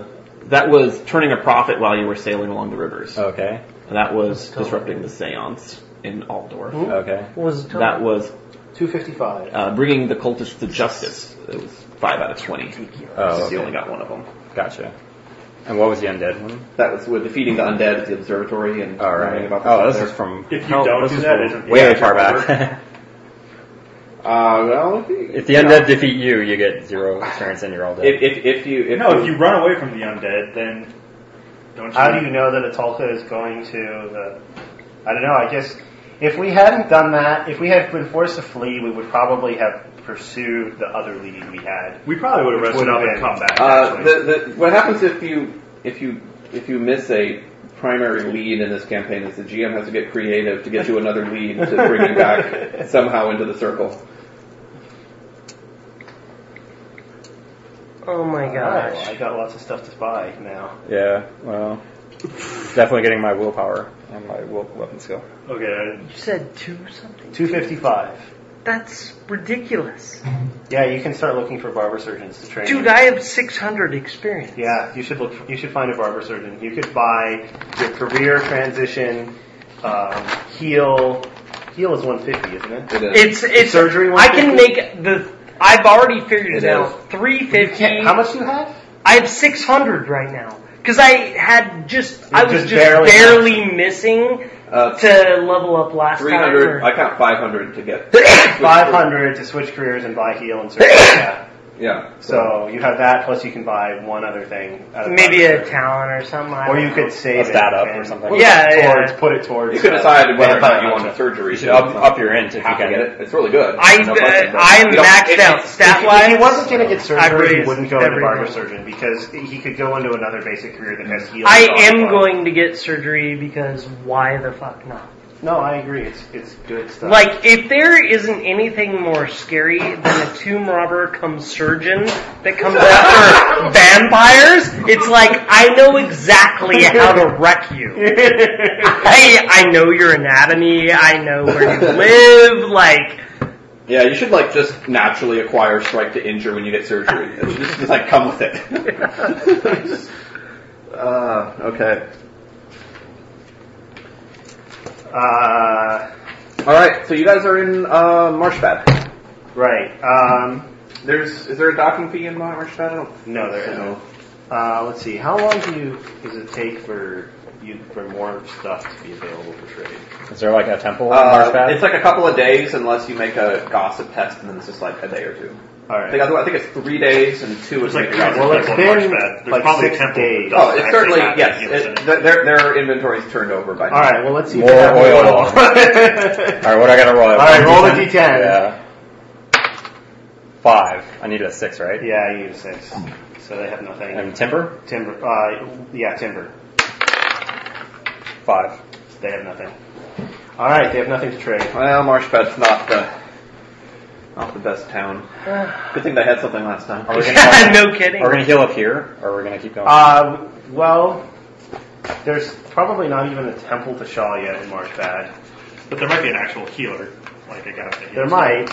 Speaker 4: that was turning a profit while you were sailing along the rivers.
Speaker 8: it. Okay.
Speaker 4: And that was disrupting the seance in Aldor.
Speaker 8: Okay.
Speaker 2: Was
Speaker 4: That was
Speaker 5: 255.
Speaker 4: uh, bringing the cultists to justice. It was 5 out of 20.
Speaker 8: Oh,
Speaker 4: So you
Speaker 8: okay.
Speaker 4: only got one of them.
Speaker 8: Gotcha. And what was the undead one?
Speaker 3: That was with defeating the undead at the observatory and
Speaker 8: All
Speaker 3: learning
Speaker 8: right.
Speaker 3: about the
Speaker 8: Oh, this
Speaker 3: there.
Speaker 8: is from
Speaker 5: If you don't
Speaker 8: this
Speaker 5: do
Speaker 8: is
Speaker 5: that,
Speaker 8: from
Speaker 5: isn't-
Speaker 8: way
Speaker 5: yeah,
Speaker 8: far
Speaker 5: it's
Speaker 8: back.
Speaker 3: Uh, well, if you,
Speaker 8: if the
Speaker 3: you know,
Speaker 8: undead defeat you, you get zero experience and you're all dead.
Speaker 3: if, if, if you, if
Speaker 6: No, if you run away from the undead, then don't you?
Speaker 5: How do you know that Atalka is going to the? I don't know. I guess if we hadn't done that, if we had been forced to flee, we would probably have pursued the other lead we had.
Speaker 6: We probably would have rested
Speaker 5: Would've
Speaker 6: up and
Speaker 5: been.
Speaker 6: come back.
Speaker 3: Uh,
Speaker 6: actually.
Speaker 3: the, the, what happens if you if you if you miss a primary lead in this campaign is the GM has to get creative to get you another lead to bring you back somehow into the circle.
Speaker 2: Oh my
Speaker 5: Oh, I
Speaker 2: gosh.
Speaker 5: got lots of stuff to buy now.
Speaker 8: yeah. Well, definitely getting my willpower and my will, weapon skill.
Speaker 6: okay.
Speaker 2: You said two something?
Speaker 5: 255.
Speaker 2: That's ridiculous.
Speaker 5: Yeah, you can start looking for barber surgeons to train.
Speaker 2: Dude, I have 600 experience.
Speaker 5: Yeah, you should look. You should find a barber surgeon. You could buy your career transition, um, heal. Heal is 150, isn't it?
Speaker 3: It is.
Speaker 2: It's, it's,
Speaker 5: Surgery
Speaker 2: I can
Speaker 5: 150?
Speaker 2: make the, I've already figured it,
Speaker 3: It
Speaker 2: out.
Speaker 5: You
Speaker 2: 350.
Speaker 5: can't- How much do you have?
Speaker 2: I have 600 right now. Cause I had just, I was
Speaker 5: just
Speaker 2: just,
Speaker 5: barely-
Speaker 2: barely, missing
Speaker 3: Uh,
Speaker 2: to level up last
Speaker 3: three
Speaker 2: time.
Speaker 3: hundred.
Speaker 2: or-
Speaker 3: I count five hundred to get.
Speaker 5: 500 to switch careers and buy heal and surgery. yeah.
Speaker 3: Yeah.
Speaker 5: So you have that, plus you can buy one other thing. out of
Speaker 2: Maybe
Speaker 5: barber
Speaker 2: a
Speaker 5: surgeon.
Speaker 2: talent or something. I
Speaker 5: Or
Speaker 2: don't
Speaker 5: you
Speaker 2: know.
Speaker 5: could save
Speaker 8: A
Speaker 5: it
Speaker 8: stat up or
Speaker 5: and-
Speaker 8: something.
Speaker 5: Well,
Speaker 2: Yeah,
Speaker 5: put it
Speaker 2: yeah,
Speaker 5: towards-
Speaker 2: yeah.
Speaker 5: Put it towards.
Speaker 3: you could
Speaker 5: uh,
Speaker 3: decide whether or
Speaker 5: vampire
Speaker 3: not you want
Speaker 5: hunter.
Speaker 3: surgery.
Speaker 8: You should up, up your int if you
Speaker 3: Have to
Speaker 8: can.
Speaker 3: get it. It's really good.
Speaker 2: I,
Speaker 3: No question,
Speaker 2: uh,
Speaker 3: but-
Speaker 2: I'm
Speaker 3: you know,
Speaker 2: maxed
Speaker 3: it-
Speaker 2: out
Speaker 5: If
Speaker 2: stat
Speaker 5: he- If
Speaker 2: wise.
Speaker 5: he wasn't going to get surgery, he
Speaker 2: raised
Speaker 5: wouldn't go into
Speaker 2: everything.
Speaker 5: barber surgeon because he could go into another basic career that has healing.
Speaker 2: I am going to get surgery because why the fuck not?
Speaker 5: No, I agree. It's it's good stuff.
Speaker 2: Like, if there isn't anything more scary than a tomb robber come surgeon that comes after vampires, it's like, I know exactly how to wreck you. I, I know your anatomy, I know where you live, like,
Speaker 3: Yeah, you should like just naturally acquire strike to injure when you get surgery. It should just, just like come with it. uh, okay.
Speaker 5: uh,
Speaker 3: All right, so you guys are in uh, Marshpad.
Speaker 5: right. Um,
Speaker 3: There's is there a docking fee in Maharashtra? I don't
Speaker 5: No, there
Speaker 3: think so.
Speaker 5: isn't. Uh, let's see. How long do you does it take for you for more stuff to be available for trade?
Speaker 8: Is there like a temple in
Speaker 3: Uh,
Speaker 8: Marshbat?
Speaker 3: it's like a couple of days unless you make a gossip test, and then it's just like a day or two.
Speaker 5: All
Speaker 3: I
Speaker 5: right.
Speaker 3: think, I think it's three days and two is
Speaker 6: It's like,
Speaker 3: make a gossip
Speaker 6: well,
Speaker 3: test.
Speaker 6: it's
Speaker 5: like
Speaker 6: been
Speaker 5: one Marshbat. There's
Speaker 6: like
Speaker 5: probably a
Speaker 6: six
Speaker 5: temple that
Speaker 6: days.
Speaker 5: doesn't
Speaker 3: Oh, it's
Speaker 6: actually
Speaker 3: certainly
Speaker 6: have
Speaker 3: yes.
Speaker 6: it,
Speaker 3: It,
Speaker 6: you know,
Speaker 3: their, their their inventory's turned over by.
Speaker 5: All right. Well, let's see.
Speaker 8: More oil.
Speaker 5: All right.
Speaker 8: Alright, what I gotta roll? All
Speaker 5: Roll a d10. Yeah.
Speaker 8: Yeah. Five. I needed a six, right?
Speaker 5: I need a six. So they have nothing.
Speaker 8: And timber?
Speaker 5: timber. Uh, yeah, timber.
Speaker 8: Five.
Speaker 5: They have nothing. All right. They have nothing to trade.
Speaker 3: Well, Marshpet's not the not the best town. Good thing they had something last time.
Speaker 5: Oh,
Speaker 8: Are we gonna,
Speaker 2: no kidding.
Speaker 8: are we gonna heal up here, or are we gonna keep going?
Speaker 5: Uh, well, there's probably not even a temple to Shaw yet in Marshbad.
Speaker 6: But there might be an actual healer, like a guy that heals.
Speaker 5: There might.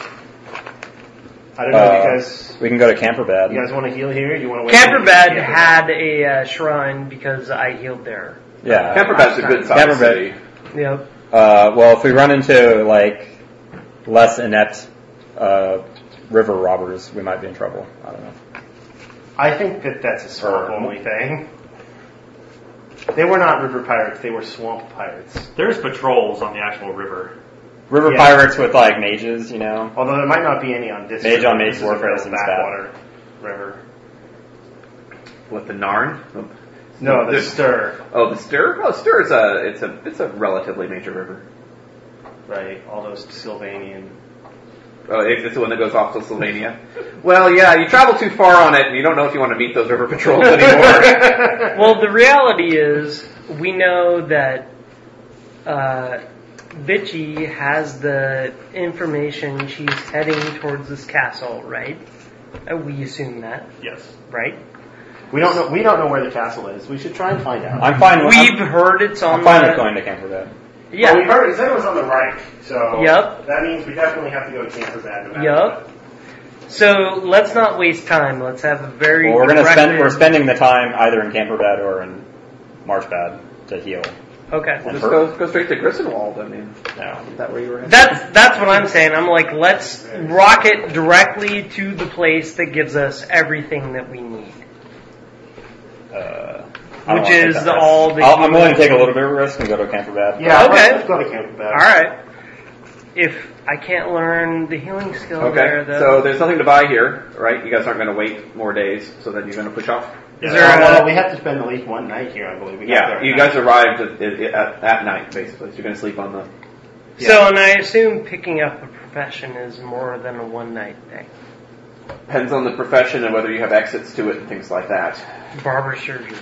Speaker 5: I don't know
Speaker 8: Uh,
Speaker 5: because
Speaker 8: we can go to Camperbad.
Speaker 5: you guys want to heal here. You want to wait.
Speaker 2: Camperbed
Speaker 5: Yeah.
Speaker 2: had a uh, shrine because I healed there.
Speaker 8: yeah.
Speaker 3: Camperbad's a good size
Speaker 8: Camperbad.
Speaker 3: city.
Speaker 2: Yep.
Speaker 8: Uh, well, if we run into like less inept uh, river robbers, we might be in trouble. I don't know.
Speaker 5: I think that that's a swamp
Speaker 8: Or-
Speaker 5: only thing. They were not river pirates. They were swamp pirates.
Speaker 6: There's patrols on the actual river.
Speaker 8: River
Speaker 5: Yeah.
Speaker 8: pirates with like mages, you know.
Speaker 5: Although there might not be any on this.
Speaker 8: Mage
Speaker 5: river.
Speaker 8: on mage
Speaker 5: This is a
Speaker 8: warfare
Speaker 5: real
Speaker 8: isn't bad.
Speaker 5: backwater river.
Speaker 3: What the Narn?
Speaker 5: No, the
Speaker 3: There's-
Speaker 5: stir.
Speaker 3: Oh, the Stir. Oh, Stir is a it's a it's a relatively major river.
Speaker 5: Right. All those Sylvanian.
Speaker 3: Oh, it- it's the one that goes off to Sylvania. Well, yeah, you travel too far on it, and you don't know if you want to meet those river patrols anymore.
Speaker 2: Well, the reality is, we know that uh, Vichy has the information she's heading towards this castle, right? Uh, we assume that,
Speaker 6: Yes.
Speaker 2: right?
Speaker 5: We don't know. We don't know where the castle is. We should try and find out.
Speaker 8: I'm fine. with
Speaker 2: We've
Speaker 8: I'm,
Speaker 2: heard it's on
Speaker 8: I'm fine with
Speaker 2: the.
Speaker 8: going to Camperbad.
Speaker 5: Well, we
Speaker 2: Yeah.
Speaker 5: heard it said it was on the right, so
Speaker 2: Yep.
Speaker 5: that means we definitely have to go to Camperbad. no matter
Speaker 2: Yep. So let's not waste time. Let's have a very.
Speaker 8: Well, we're gonna spend.
Speaker 2: directed-
Speaker 8: We're spending the time either in Camperbad or in Marchbad to heal.
Speaker 2: Okay.
Speaker 8: And
Speaker 3: Just
Speaker 8: her-
Speaker 3: go, go straight to Grissenwald. I mean,
Speaker 8: no.
Speaker 3: is that where you were? At?
Speaker 2: That's that's what I'm saying. I'm like, let's rocket directly to the place that gives us everything that we need.
Speaker 8: Uh, I
Speaker 2: Which
Speaker 8: don't wanna take
Speaker 2: is
Speaker 8: that
Speaker 2: the-
Speaker 8: risk.
Speaker 2: all the-
Speaker 8: I'll- I'm willing to take a little bit of a risk and go to Camperbad.
Speaker 5: Yeah,
Speaker 2: Okay.
Speaker 5: let's, let's go to Camperbad.
Speaker 2: All right. If I can't learn the healing skill
Speaker 3: Okay,
Speaker 2: there, though,
Speaker 3: so there's nothing to buy here, right? You guys aren't going to wait more days, so then you're going to push off.
Speaker 2: is
Speaker 5: Uh,
Speaker 2: there
Speaker 5: well,
Speaker 2: a,
Speaker 5: we have to spend at least one night here, I believe. We got there
Speaker 3: Yeah,
Speaker 5: at
Speaker 3: you
Speaker 5: night.
Speaker 3: guys arrived at, at, at night, basically. So you're going to sleep on the.
Speaker 2: so? And I assume picking up a profession is more than a one night thing.
Speaker 3: Depends on the profession and whether you have exits to it and things like that.
Speaker 2: Barber surgery.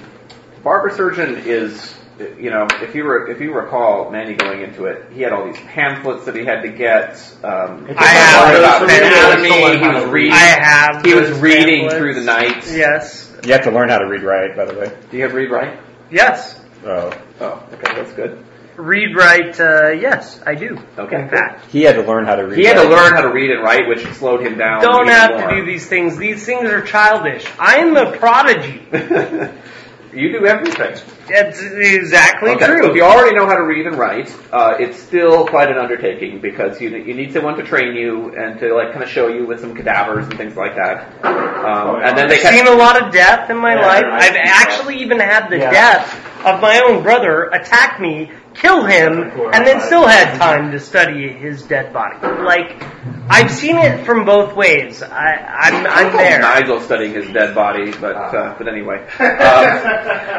Speaker 3: Barber surgeon is, you know, if you were if you recall Manny going into it, he had all these pamphlets that he had to get. Um,
Speaker 5: It's
Speaker 2: I
Speaker 5: Barber
Speaker 2: have
Speaker 5: surgery.
Speaker 2: anatomy.
Speaker 3: He was reading.
Speaker 2: I have.
Speaker 3: he was
Speaker 2: those
Speaker 3: reading
Speaker 2: pamphlets.
Speaker 3: through the night.
Speaker 2: Yes.
Speaker 8: You have to learn how to read right, by the way.
Speaker 3: Do you have read right?
Speaker 2: Yes.
Speaker 8: Oh,
Speaker 3: Oh, okay, that's good.
Speaker 2: Read right. Uh, yes, I do.
Speaker 3: Okay.
Speaker 2: In fact.
Speaker 8: he had to learn how to read.
Speaker 3: He had to
Speaker 8: write.
Speaker 3: learn how to read and write, which slowed him down.
Speaker 2: Don't
Speaker 3: even
Speaker 2: have
Speaker 3: more.
Speaker 2: to do these things. These things are childish. I am a prodigy.
Speaker 3: you do everything.
Speaker 2: That's exactly
Speaker 3: Okay,
Speaker 2: true.
Speaker 3: So if you already know how to read and write, uh, it's still quite an undertaking because you you need someone to train you and to like kind of show you with some cadavers and things like that. Um, and then they
Speaker 2: I've seen
Speaker 3: kind
Speaker 2: a lot of death in my
Speaker 5: Yeah,
Speaker 2: life.
Speaker 5: I
Speaker 2: I've
Speaker 5: see
Speaker 2: actually even had the
Speaker 5: Yeah.
Speaker 2: death of my own brother attack me, kill him,
Speaker 5: Before
Speaker 2: and then
Speaker 5: I-
Speaker 2: still had time to study his dead body. Like, I've seen it from both ways. I, I'm, I'm there. Ah.
Speaker 3: Nigel studying his dead body, but uh, but anyway. Um,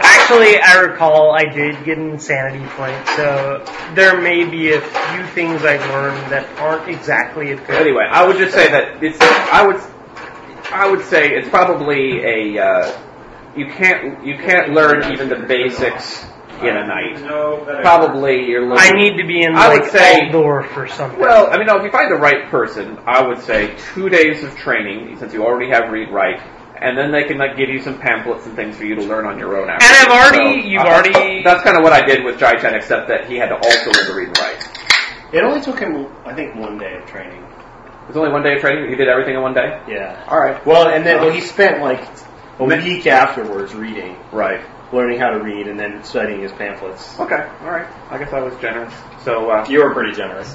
Speaker 2: Actually, I recall I did get an insanity point, so there may be a few things I've learned that aren't exactly a good.
Speaker 3: anyway, I would just say that it's I would I would say it's probably a uh, you can't you can't learn even the basics in a night.
Speaker 12: No, that
Speaker 3: Probably you're learning.
Speaker 2: I need to be in
Speaker 3: I would
Speaker 2: like
Speaker 3: say-
Speaker 2: outdoor for something.
Speaker 3: Well, I mean, no, if you find the right person, I would say two days of training, since you already have read write, and then they can like give you some pamphlets and things for you to learn on your own. After. uh,
Speaker 2: I've already- you've already-
Speaker 3: That's kind of what I did with Jai Chen, except that he had to also learn to read and write.
Speaker 5: It only took him, I think, one day of training.
Speaker 3: It was only one day of training. but You did everything in one day.
Speaker 5: Yeah.
Speaker 3: All right.
Speaker 5: Well, and then well, he spent like Uh, a week afterwards reading,
Speaker 3: Right.
Speaker 5: learning how to read, and then studying his pamphlets.
Speaker 3: Okay. All right. I guess I was generous. So uh,
Speaker 8: You were pretty generous.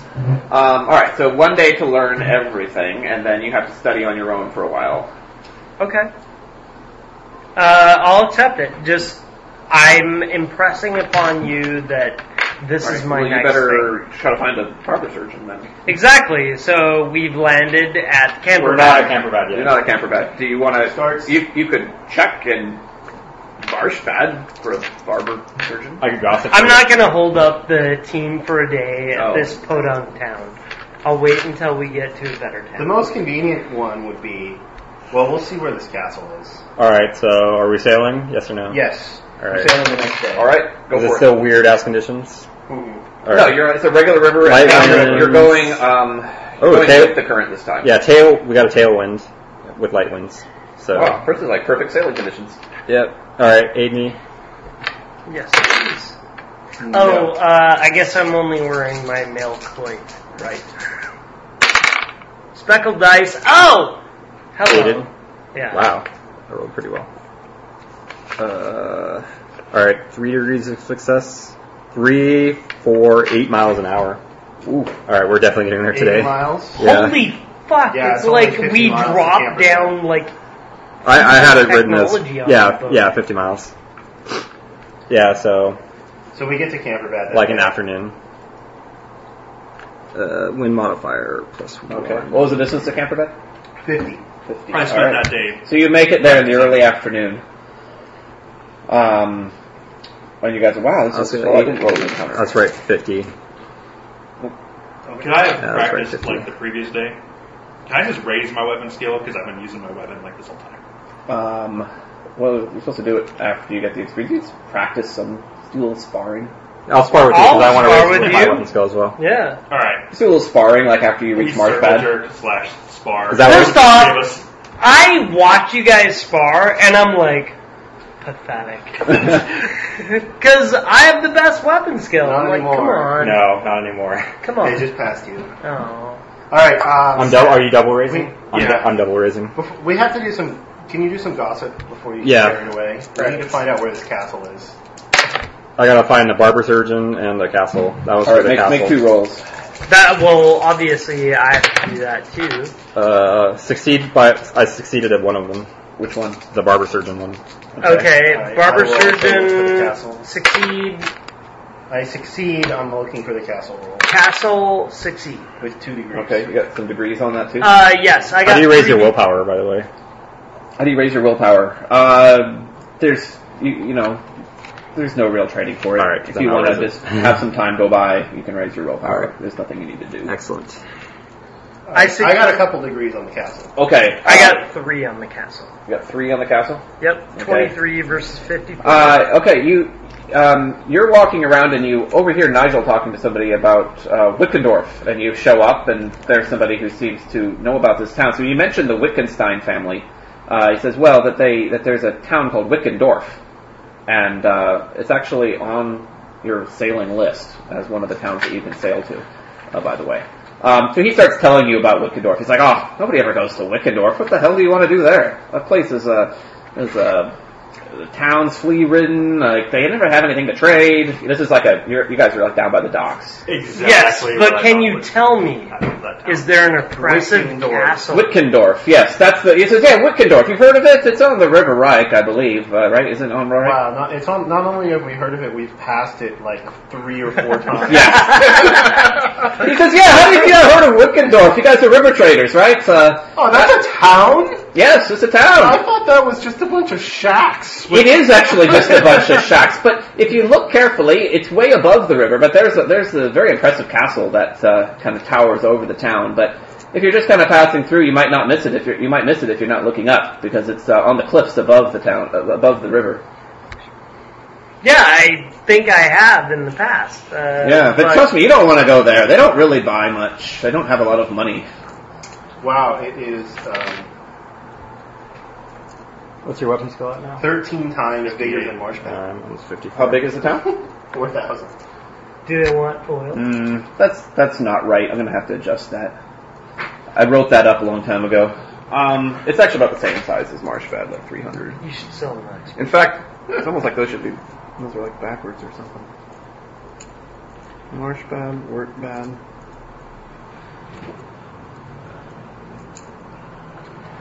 Speaker 3: Um, all right, so one day to learn everything, and then you have to study on your own for a while.
Speaker 2: Okay. Uh, I'll accept it. Just, I'm impressing upon you that this
Speaker 3: All
Speaker 2: is
Speaker 3: right,
Speaker 2: my
Speaker 3: well, you
Speaker 2: next thing.
Speaker 3: better try to find a proper surgeon then.
Speaker 2: Exactly. So we've landed at Canberra.
Speaker 8: We're not a camper bad
Speaker 3: You're
Speaker 8: yet.
Speaker 3: not a camper vet. Do you want to? You you could check in Barshfad for a barber surgeon.
Speaker 8: I could gossip.
Speaker 2: I'm not going to hold up the team for a day at
Speaker 3: Oh.
Speaker 2: this podunk town. I'll wait until we get to a better town.
Speaker 5: The most convenient one would be, well, we'll see where this castle is.
Speaker 8: All right, so are we sailing? Yes or no?
Speaker 5: Yes.
Speaker 8: All
Speaker 5: We're
Speaker 8: right.
Speaker 5: sailing the next day.
Speaker 3: All right, go
Speaker 8: Is it
Speaker 3: for it.
Speaker 8: still weird ass conditions? All
Speaker 3: No,
Speaker 8: right.
Speaker 3: you're it's a regular river.
Speaker 8: Light
Speaker 3: and
Speaker 8: winds.
Speaker 3: you're going um
Speaker 8: Oh,
Speaker 3: going
Speaker 8: okay.
Speaker 3: with the current this time.
Speaker 8: yeah, tail. We got a tailwind with light winds. So.
Speaker 3: Wow, first is like perfect sailing conditions.
Speaker 8: Yep. All right, aid me.
Speaker 2: Yes, please. Oh, uh, I guess I'm only wearing my male cloak. Right. Speckled dice. Oh! Hello.
Speaker 8: Aided.
Speaker 2: Yeah.
Speaker 8: Wow, I rolled pretty well. Uh, all right, three degrees of success. Three, four, eight miles an hour. Ooh. All right, we're definitely getting there
Speaker 5: Eight
Speaker 8: today.
Speaker 5: miles.
Speaker 8: Yeah.
Speaker 2: Holy fuck!
Speaker 5: Yeah,
Speaker 2: it's
Speaker 5: it's only
Speaker 2: like
Speaker 5: 50
Speaker 2: we
Speaker 5: miles to
Speaker 2: dropped
Speaker 5: Canberra.
Speaker 2: down like
Speaker 8: I, I had it written as
Speaker 2: Technology on that
Speaker 8: yeah,
Speaker 2: boat.
Speaker 8: yeah, fifty miles. Yeah, so
Speaker 5: So we get to Camperbat.
Speaker 8: like an afternoon. Uh, wind modifier plus one.
Speaker 3: What was the distance to camper vet?
Speaker 5: 50.
Speaker 3: Fifty.
Speaker 6: I spent that day.
Speaker 3: So you make it there in the early afternoon. Um, and you guys, wow,
Speaker 8: I'll
Speaker 3: this
Speaker 8: say
Speaker 3: is. Well, I
Speaker 8: eight.
Speaker 3: didn't roll a good counter.
Speaker 8: That's right, fifty.
Speaker 6: Can I have
Speaker 8: Yeah, that's right,
Speaker 6: practiced
Speaker 8: 50.
Speaker 6: like the previous day? Can I just raise my weapon skill because I've been using my weapon like this whole time?
Speaker 3: Um, well, you're supposed to do it after you get the experience. You just practice some dual sparring.
Speaker 8: I'll spar with you
Speaker 2: I'll
Speaker 8: because I want to
Speaker 2: spar
Speaker 8: raise
Speaker 2: with
Speaker 8: my
Speaker 2: you.
Speaker 8: weapon skill as well.
Speaker 2: yeah.
Speaker 6: All right.
Speaker 3: Just do a little sparring, like after you
Speaker 6: We
Speaker 3: reach
Speaker 6: circle
Speaker 3: Marshpad.
Speaker 6: jerk slash spar.
Speaker 8: Is that what-
Speaker 2: First off,
Speaker 6: Give us-
Speaker 2: I watch you guys spar and I'm like pathetic because I have the best weapon skill.
Speaker 5: Not
Speaker 2: I'm like,
Speaker 5: anymore.
Speaker 2: come on,
Speaker 8: No, not anymore.
Speaker 2: come
Speaker 5: They
Speaker 2: on.
Speaker 5: just passed you.
Speaker 2: oh.
Speaker 5: All right. Um,
Speaker 8: I'm double. Are you double raising? I'm,
Speaker 6: Yeah.
Speaker 8: I'm double raising.
Speaker 5: Bef- We have to do some. Can you do some gossip before you get
Speaker 8: Yeah.
Speaker 5: carried away? We need to find out where this castle is.
Speaker 8: I gotta find a barber surgeon and a castle. That was
Speaker 3: All right,
Speaker 8: for the
Speaker 3: make,
Speaker 8: castle.
Speaker 3: make two rolls.
Speaker 2: That well, obviously I have to do that too.
Speaker 8: Uh, succeed by I succeeded at one of them,
Speaker 3: Which one?
Speaker 8: the barber surgeon one.
Speaker 2: Okay,
Speaker 5: Alright,
Speaker 2: barber
Speaker 5: I will look for the
Speaker 2: surgeon
Speaker 5: castle.
Speaker 2: succeed,
Speaker 5: I succeed on looking for the castle roll
Speaker 2: castle succeed.
Speaker 5: with two degrees.
Speaker 3: Okay, you got some degrees on that too.
Speaker 2: Uh, yes, I got.
Speaker 8: How do you raise your
Speaker 2: three-
Speaker 8: willpower, by the way?
Speaker 3: How do you raise your willpower? Uh, there's, you, you know, there's no real training for it.
Speaker 8: All right,
Speaker 3: if
Speaker 8: then
Speaker 3: you
Speaker 8: I'll
Speaker 3: want
Speaker 8: raise
Speaker 3: to
Speaker 8: it.
Speaker 3: just have some time go by, you can raise your willpower.
Speaker 8: All right.
Speaker 3: There's nothing you need to do.
Speaker 8: Excellent.
Speaker 5: I,
Speaker 2: I see-
Speaker 5: I got a couple degrees on the castle.
Speaker 3: Okay,
Speaker 8: Uh,
Speaker 2: I got three on the castle.
Speaker 3: You got three on the castle.
Speaker 2: Yep,
Speaker 3: Okay.
Speaker 2: 23 versus 54.
Speaker 3: Uh, okay, you um, you're walking around and you overhear Nigel talking to somebody about uh, Wickendorf, and you show up and there's somebody who seems to know about this town. So you mentioned the Wittgenstein family. Uh, he says, well, that they that there's a town called Wickendorf, and uh, it's actually on your sailing list as one of the towns that you can sail to. Uh, by the way. Um, so he starts telling you about Wickendorf. He's like, "Oh, nobody ever goes to Wickendorf. What the hell do you want to do there? That place is a is a the town's flea ridden. Like they never have anything to trade. This is like a you're, you guys are like down by the docks.
Speaker 6: Exactly.
Speaker 2: yes,
Speaker 6: what
Speaker 2: but
Speaker 6: I
Speaker 2: can
Speaker 6: thought
Speaker 2: you
Speaker 6: was
Speaker 2: tell me,
Speaker 6: happening that time.
Speaker 2: is there an oppressive
Speaker 5: Wickendorf.
Speaker 2: castle?
Speaker 3: Wickendorf. Yes, that's the. He says, "Yeah, Wickendorf. You've heard of it? It's on the River Reich, I believe. Uh, right? Isn't it on Reich?
Speaker 5: Wow, not, it's on, not only have we heard of it, we've passed it like three or four times.
Speaker 3: Yeah. he says, "Yeah. How do you not heard of Wickendorf? You guys are river traders, right? Uh,
Speaker 5: Oh, that's a town?
Speaker 3: yes, it's a
Speaker 5: I
Speaker 3: town.
Speaker 5: thought that was just a bunch of shacks.
Speaker 3: It is actually just a bunch of shacks, but if you look carefully, it's way above the river. But there's a, there's a very impressive castle that uh, kind of towers over the town. But if you're just kind of passing through, you might not miss it. If you're, you might miss it if you're not looking up because it's uh, on the cliffs above the town, uh, above the river.
Speaker 2: Yeah, I think I have in the past. Uh,
Speaker 3: Yeah, but, trust me, you don't want to go there. They don't really buy much. They don't have a lot of money.
Speaker 5: Wow, it is um,
Speaker 8: What's your weapon skill at now?
Speaker 5: 13 times bigger than Marshmallow.
Speaker 8: Um, almost fifty.
Speaker 3: How big is the town?
Speaker 5: 4,000.
Speaker 2: Do they want oil?
Speaker 3: Mm, that's that's not right. I'm gonna have to adjust that. I wrote that up a long time ago.
Speaker 13: Um, it's actually about the same size as Marshfad, like 300.
Speaker 2: You should sell them next.
Speaker 13: In fact, it's almost like those should be. Those are like backwards or something. Marsh bad, work bad.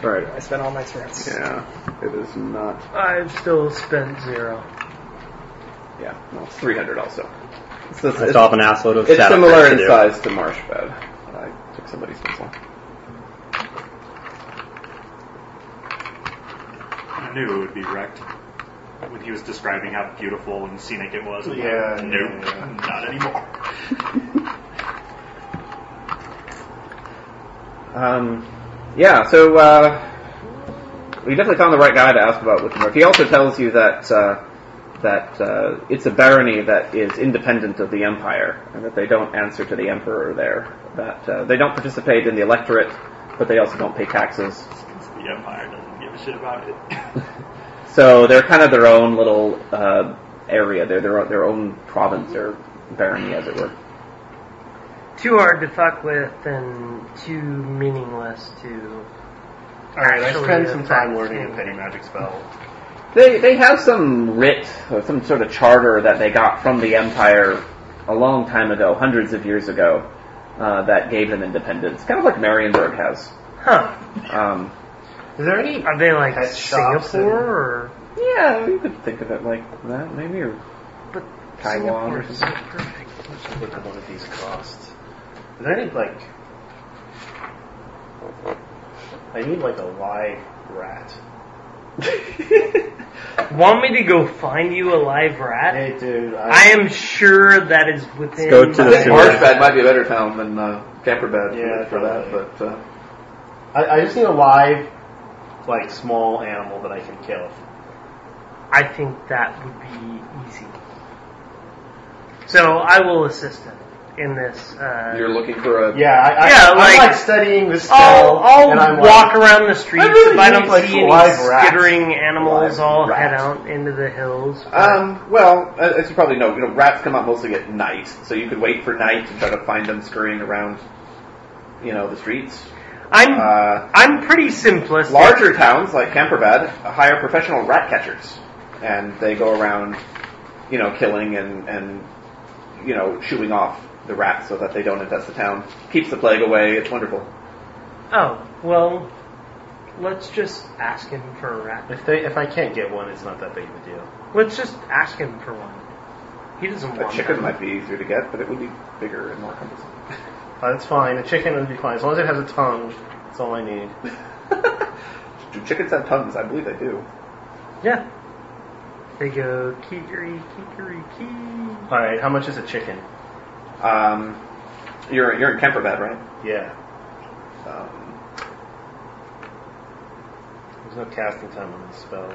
Speaker 13: Alright.
Speaker 14: I spent all my spirits.
Speaker 13: Yeah, it is not.
Speaker 2: I've still spent zero.
Speaker 13: Yeah, no, it's 300 also. It's, it's,
Speaker 8: I still have an assload of
Speaker 13: it's
Speaker 8: shadow
Speaker 13: similar
Speaker 8: prayers to
Speaker 13: in
Speaker 8: do.
Speaker 13: size to Marsh bad. I took somebody's pencil.
Speaker 6: I knew it would be wrecked when he was describing how beautiful and scenic it was.
Speaker 5: Yeah,
Speaker 6: Nope,
Speaker 5: yeah.
Speaker 6: not anymore.
Speaker 13: Um, yeah, so uh, we definitely found the right guy to ask about Wickenburg. He also tells you that uh, that uh, it's a barony that is independent of the empire, and that they don't answer to the emperor there. That uh, they don't participate in the electorate, but they also don't pay taxes.
Speaker 6: The Empire doesn't give a shit about it.
Speaker 13: So they're kind of their own little uh, area. They're their own, their own province or barony, as it were.
Speaker 2: Too hard to fuck with and too meaningless to.
Speaker 5: Alright, I
Speaker 2: Actually,
Speaker 5: spend some
Speaker 2: that's
Speaker 5: time learning
Speaker 2: true.
Speaker 5: a petty magic spell.
Speaker 13: They they have some writ or some sort of charter that they got from the empire a long time ago, hundreds of years ago, uh, that gave them independence, kind of like Marienburg has.
Speaker 2: Huh?
Speaker 13: Um,
Speaker 5: Is there any?
Speaker 2: Are they like
Speaker 5: Pet shops
Speaker 2: Singapore or?
Speaker 13: yeah, you could think of it like that, maybe. Or
Speaker 2: But
Speaker 13: Taiwan or
Speaker 2: Singapore is so
Speaker 13: something.
Speaker 2: perfect.
Speaker 5: Look at one of these costs. Is there any like? I need like a live rat.
Speaker 2: Want me to go find you a live rat?
Speaker 5: Hey, dude.
Speaker 2: I am sure that is within.
Speaker 8: go to
Speaker 2: my-
Speaker 8: the sewer.
Speaker 3: Marshbad might be a better town than uh, Camperbad
Speaker 5: Yeah,
Speaker 3: for that,
Speaker 5: probably.
Speaker 3: but uh,
Speaker 5: I, I just need a live, like small animal that I can kill.
Speaker 2: I think that would be easy. So I will assist him in this. Uh,
Speaker 3: you're looking for a.
Speaker 5: Yeah, I, I,
Speaker 2: Yeah,
Speaker 5: I'm
Speaker 2: like-
Speaker 5: like, studying this spell,
Speaker 2: I'll,
Speaker 5: and
Speaker 2: I'll
Speaker 5: I'm
Speaker 2: walk
Speaker 5: like,
Speaker 2: around the streets
Speaker 5: I really
Speaker 2: if I
Speaker 5: need,
Speaker 2: don't
Speaker 5: like,
Speaker 2: see any
Speaker 5: live rats.
Speaker 2: skittering animals.
Speaker 5: Live
Speaker 2: I'll
Speaker 5: rat.
Speaker 2: head out into the hills.
Speaker 3: Um, well, a- as you probably know, you know, rats come out mostly at night, so you could wait for night and try to find them scurrying around, you know, the streets.
Speaker 2: I'm
Speaker 3: Uh,
Speaker 2: I'm pretty simplistic.
Speaker 3: larger towns like Camperbad hire professional rat catchers, and they go around, you know, killing and and you know shooing off the rats so that they don't infest the town. Keeps the plague away. It's wonderful.
Speaker 2: Oh well, let's just ask him for a rat.
Speaker 5: If they, if I can't get one, it's not that big of a deal.
Speaker 2: Let's just ask him for one. He doesn't
Speaker 3: A
Speaker 2: want
Speaker 3: chicken
Speaker 2: one.
Speaker 3: might be easier to get, but it would be bigger and more cumbersome.
Speaker 5: Uh, that's fine. A chicken would be fine as long as it has a tongue. That's all I need.
Speaker 3: Do chickens have tongues? I believe they do.
Speaker 2: Yeah. They go kikiri kikiri kee.
Speaker 5: All right, how much is a chicken?
Speaker 3: Um, you're you're in Camperbad, right?
Speaker 5: Yeah,
Speaker 3: Um,
Speaker 5: there's no casting time on this spell.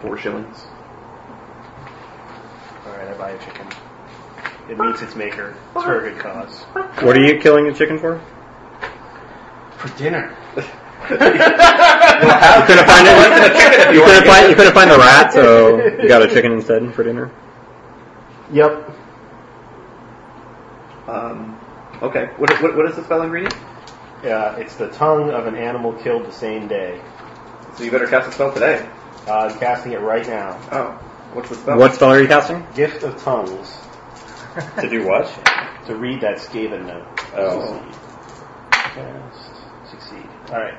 Speaker 3: four shillings.
Speaker 5: All right, I buy a chicken. It meets its maker. It's for a good cause.
Speaker 8: What are you killing a chicken for?
Speaker 5: For dinner.
Speaker 8: You couldn't find it. You couldn't find. You couldn't find the rat, so you got a chicken instead for dinner.
Speaker 5: Yep.
Speaker 3: Um, okay. What, what what is the spell ingredient?
Speaker 5: Yeah, it's the tongue of an animal killed the same day.
Speaker 3: So you better cast a spell today.
Speaker 5: Uh, I'm casting it right now.
Speaker 3: Oh, what's the spell?
Speaker 8: What spell are you casting?
Speaker 5: Gift of tongues
Speaker 8: To do what?
Speaker 5: to read that Skaven note.
Speaker 8: Oh.
Speaker 5: Cast. Succeed. All right.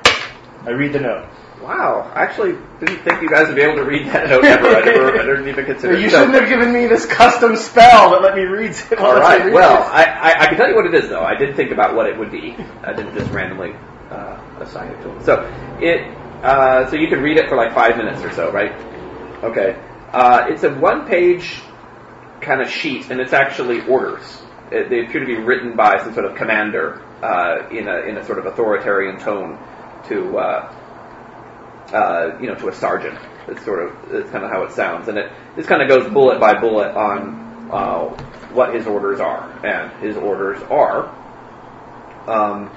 Speaker 5: I read the note.
Speaker 3: Wow, I actually didn't think you guys would be able to read that note ever. I, never, I didn't even consider. it. So-
Speaker 5: have given me this custom spell that let me read. it.
Speaker 3: All right. Well, I, I, I can tell you what it is though. I did think about what it would be. I didn't just randomly uh, assign it to him. So it uh, so you can read it for like five minutes or so, right? Okay. Uh, it's a one-page kind of sheet, and it's actually orders. It, they appear to be written by some sort of commander uh, in a in a sort of authoritarian tone to uh, uh, you know, to a sergeant. It's sort of it's kind of how it sounds, and it this kind of goes bullet by bullet on uh, what his orders are, and his orders are um,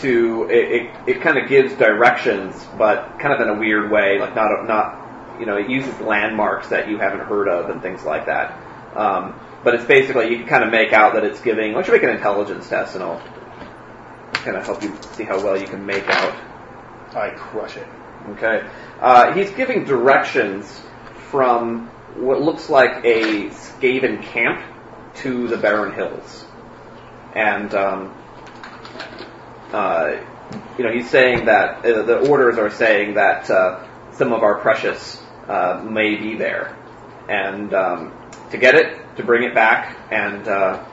Speaker 3: to it, it, it kind of gives directions, but kind of in a weird way, like not not you know, it uses landmarks that you haven't heard of and things like that. Um, but it's basically you can kind of make out that it's giving. Why don't you make an intelligence test and I'll kind of help you see how well you can make out.
Speaker 5: I crush it.
Speaker 3: Okay. Uh, he's giving directions from what looks like a Skaven camp to the Barren Hills. And, um, uh, you know, he's saying that uh, the orders are saying that uh, some of our precious uh, may be there. And um, to get it, to bring it back, and uh,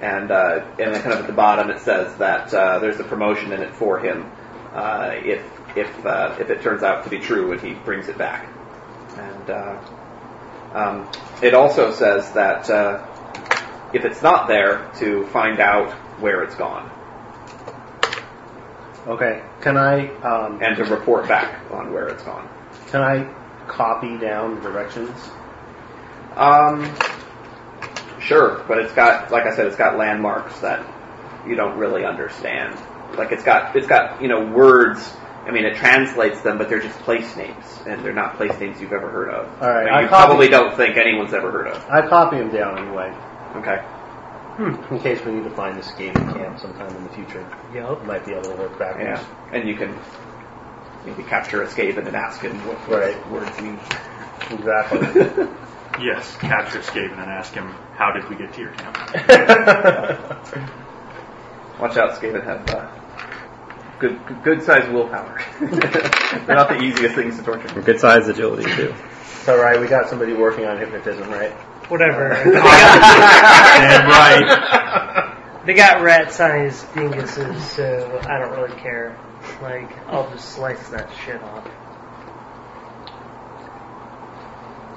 Speaker 3: and uh, and then kind of at the bottom it says that uh, there's a promotion in it for him uh, if if uh, if it turns out to be true and he brings it back. And uh, um, it also says that uh, if it's not there, to find out where it's gone
Speaker 5: Okay. Can I um,
Speaker 3: and to report back on where it's gone.
Speaker 5: can I copy down the directions?
Speaker 3: Um, sure, but it's got, like I said, it's got landmarks that you don't really understand. Like it's got, it's got, you know, words. I mean, it translates them, but they're just place names, and they're not place names you've ever heard of.
Speaker 5: All right,
Speaker 3: And
Speaker 5: I
Speaker 3: you
Speaker 5: copy-
Speaker 3: probably don't think anyone's ever heard of.
Speaker 5: I copy them down anyway,
Speaker 3: Okay.
Speaker 5: in case we need to find this game camp sometime in the future.
Speaker 2: Yep.
Speaker 5: Might be able to work backwards.
Speaker 3: Yeah. And you can maybe capture a Skaven and ask him what those
Speaker 5: Right.
Speaker 3: words mean.
Speaker 5: Exactly.
Speaker 6: Yes, capture Skaven and ask him, how did we get to your camp?
Speaker 3: Watch out, Skaven have uh, good good sized willpower. They're not the easiest things to torture.
Speaker 8: Good size agility too.
Speaker 5: It's all right. We got somebody working on hypnotism, right?
Speaker 2: Whatever.
Speaker 6: Damn right.
Speaker 2: They got rats on his dinguses, so I don't really care. Like, I'll just slice that shit off.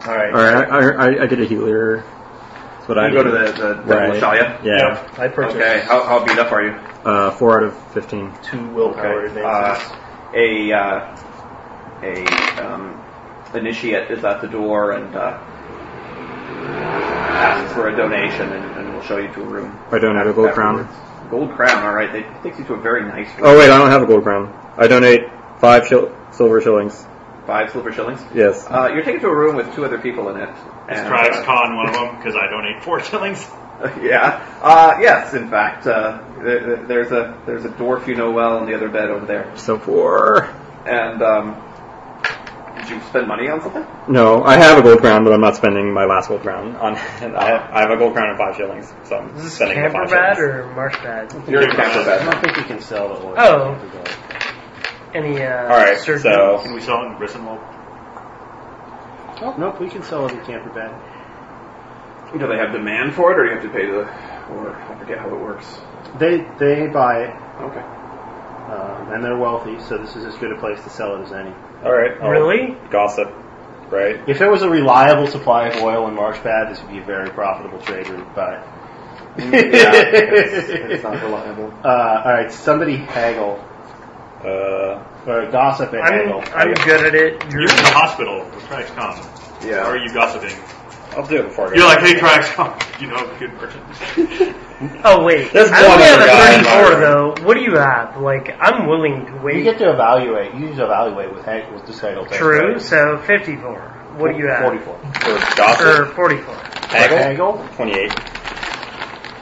Speaker 5: All right.
Speaker 8: All right, I, I, I get a healer. That's what I
Speaker 3: You go to
Speaker 8: do.
Speaker 3: the, the right.
Speaker 8: Right.
Speaker 3: Shalia.
Speaker 8: yeah.
Speaker 5: I purchased
Speaker 3: Okay, how, how beat up are you?
Speaker 8: Uh, four out of fifteen.
Speaker 5: two willpower
Speaker 3: Okay.
Speaker 5: advances.
Speaker 3: Uh, a uh, a um, initiate is at the door and uh, asks for a donation, and, and we'll show you to a room.
Speaker 8: I don't have a gold crown.
Speaker 3: afterwards. Gold crown. All right, they takes you to a very nice room.
Speaker 8: Oh wait, I don't have a gold crown. I donate five shil- silver shillings.
Speaker 3: Five silver shillings.
Speaker 8: Yes.
Speaker 3: Uh, you're taken to a room with two other people in it.
Speaker 6: Is
Speaker 3: and,
Speaker 6: Travis
Speaker 3: uh,
Speaker 6: Con one of them? Because I donate four shillings.
Speaker 3: yeah. Uh, yes, in fact, uh, th- th- there's a there's a dwarf you know well in the other bed over there.
Speaker 8: So poor.
Speaker 3: And um, did you spend money on something?
Speaker 8: No, I have a gold crown, but I'm not spending my last gold crown on. And I have I have a gold crown and five shillings, so I'm
Speaker 2: Is this
Speaker 8: spending the
Speaker 2: camper
Speaker 8: five
Speaker 2: bat
Speaker 8: shillings.
Speaker 2: or marsh bat?
Speaker 3: You're in camper
Speaker 5: I
Speaker 3: bed.
Speaker 5: don't think you can sell the oil.
Speaker 2: Oh. Any, uh,
Speaker 8: All right,
Speaker 2: surgeons?
Speaker 8: so
Speaker 6: Can we sell it in Brissenwald?
Speaker 5: Oh, nope, we can sell it in camper bed.
Speaker 3: Do they have demand for it, or you have to pay the? Or I forget how it works.
Speaker 5: Uh, They they buy it,
Speaker 3: Okay.
Speaker 5: um, and they're wealthy, so this is as good a place to sell it as any.
Speaker 8: all right, I'll
Speaker 2: Really?
Speaker 8: gossip, right?
Speaker 5: If there was a reliable supply of oil in Marsh Bad, this would be a very profitable trade route, but.
Speaker 3: It's not reliable.
Speaker 5: uh, alright, somebody haggle,
Speaker 8: Uh,
Speaker 5: or gossip and
Speaker 2: I'm,
Speaker 5: haggle.
Speaker 2: I'm good at it.
Speaker 6: You're in the hospital with Travis Con.
Speaker 3: Yeah.
Speaker 6: Or are you gossiping?
Speaker 8: I'll do it before. I go.
Speaker 6: You're like, hey, Travis Con, you know, good merchant.
Speaker 2: Oh, wait.
Speaker 8: There's
Speaker 2: I
Speaker 8: one
Speaker 2: only have
Speaker 8: other guy in
Speaker 2: a 34,
Speaker 8: my
Speaker 2: though. What do you have? Like, I'm willing to
Speaker 5: You
Speaker 2: wait.
Speaker 5: get to evaluate, you just evaluate with, hag- with this haggle. test,
Speaker 2: True,
Speaker 5: right?
Speaker 2: so 54. What do you have?
Speaker 5: 44.
Speaker 8: for gossip.
Speaker 2: Or 44.
Speaker 8: Haggle,
Speaker 5: Haggle,
Speaker 8: twenty-eight.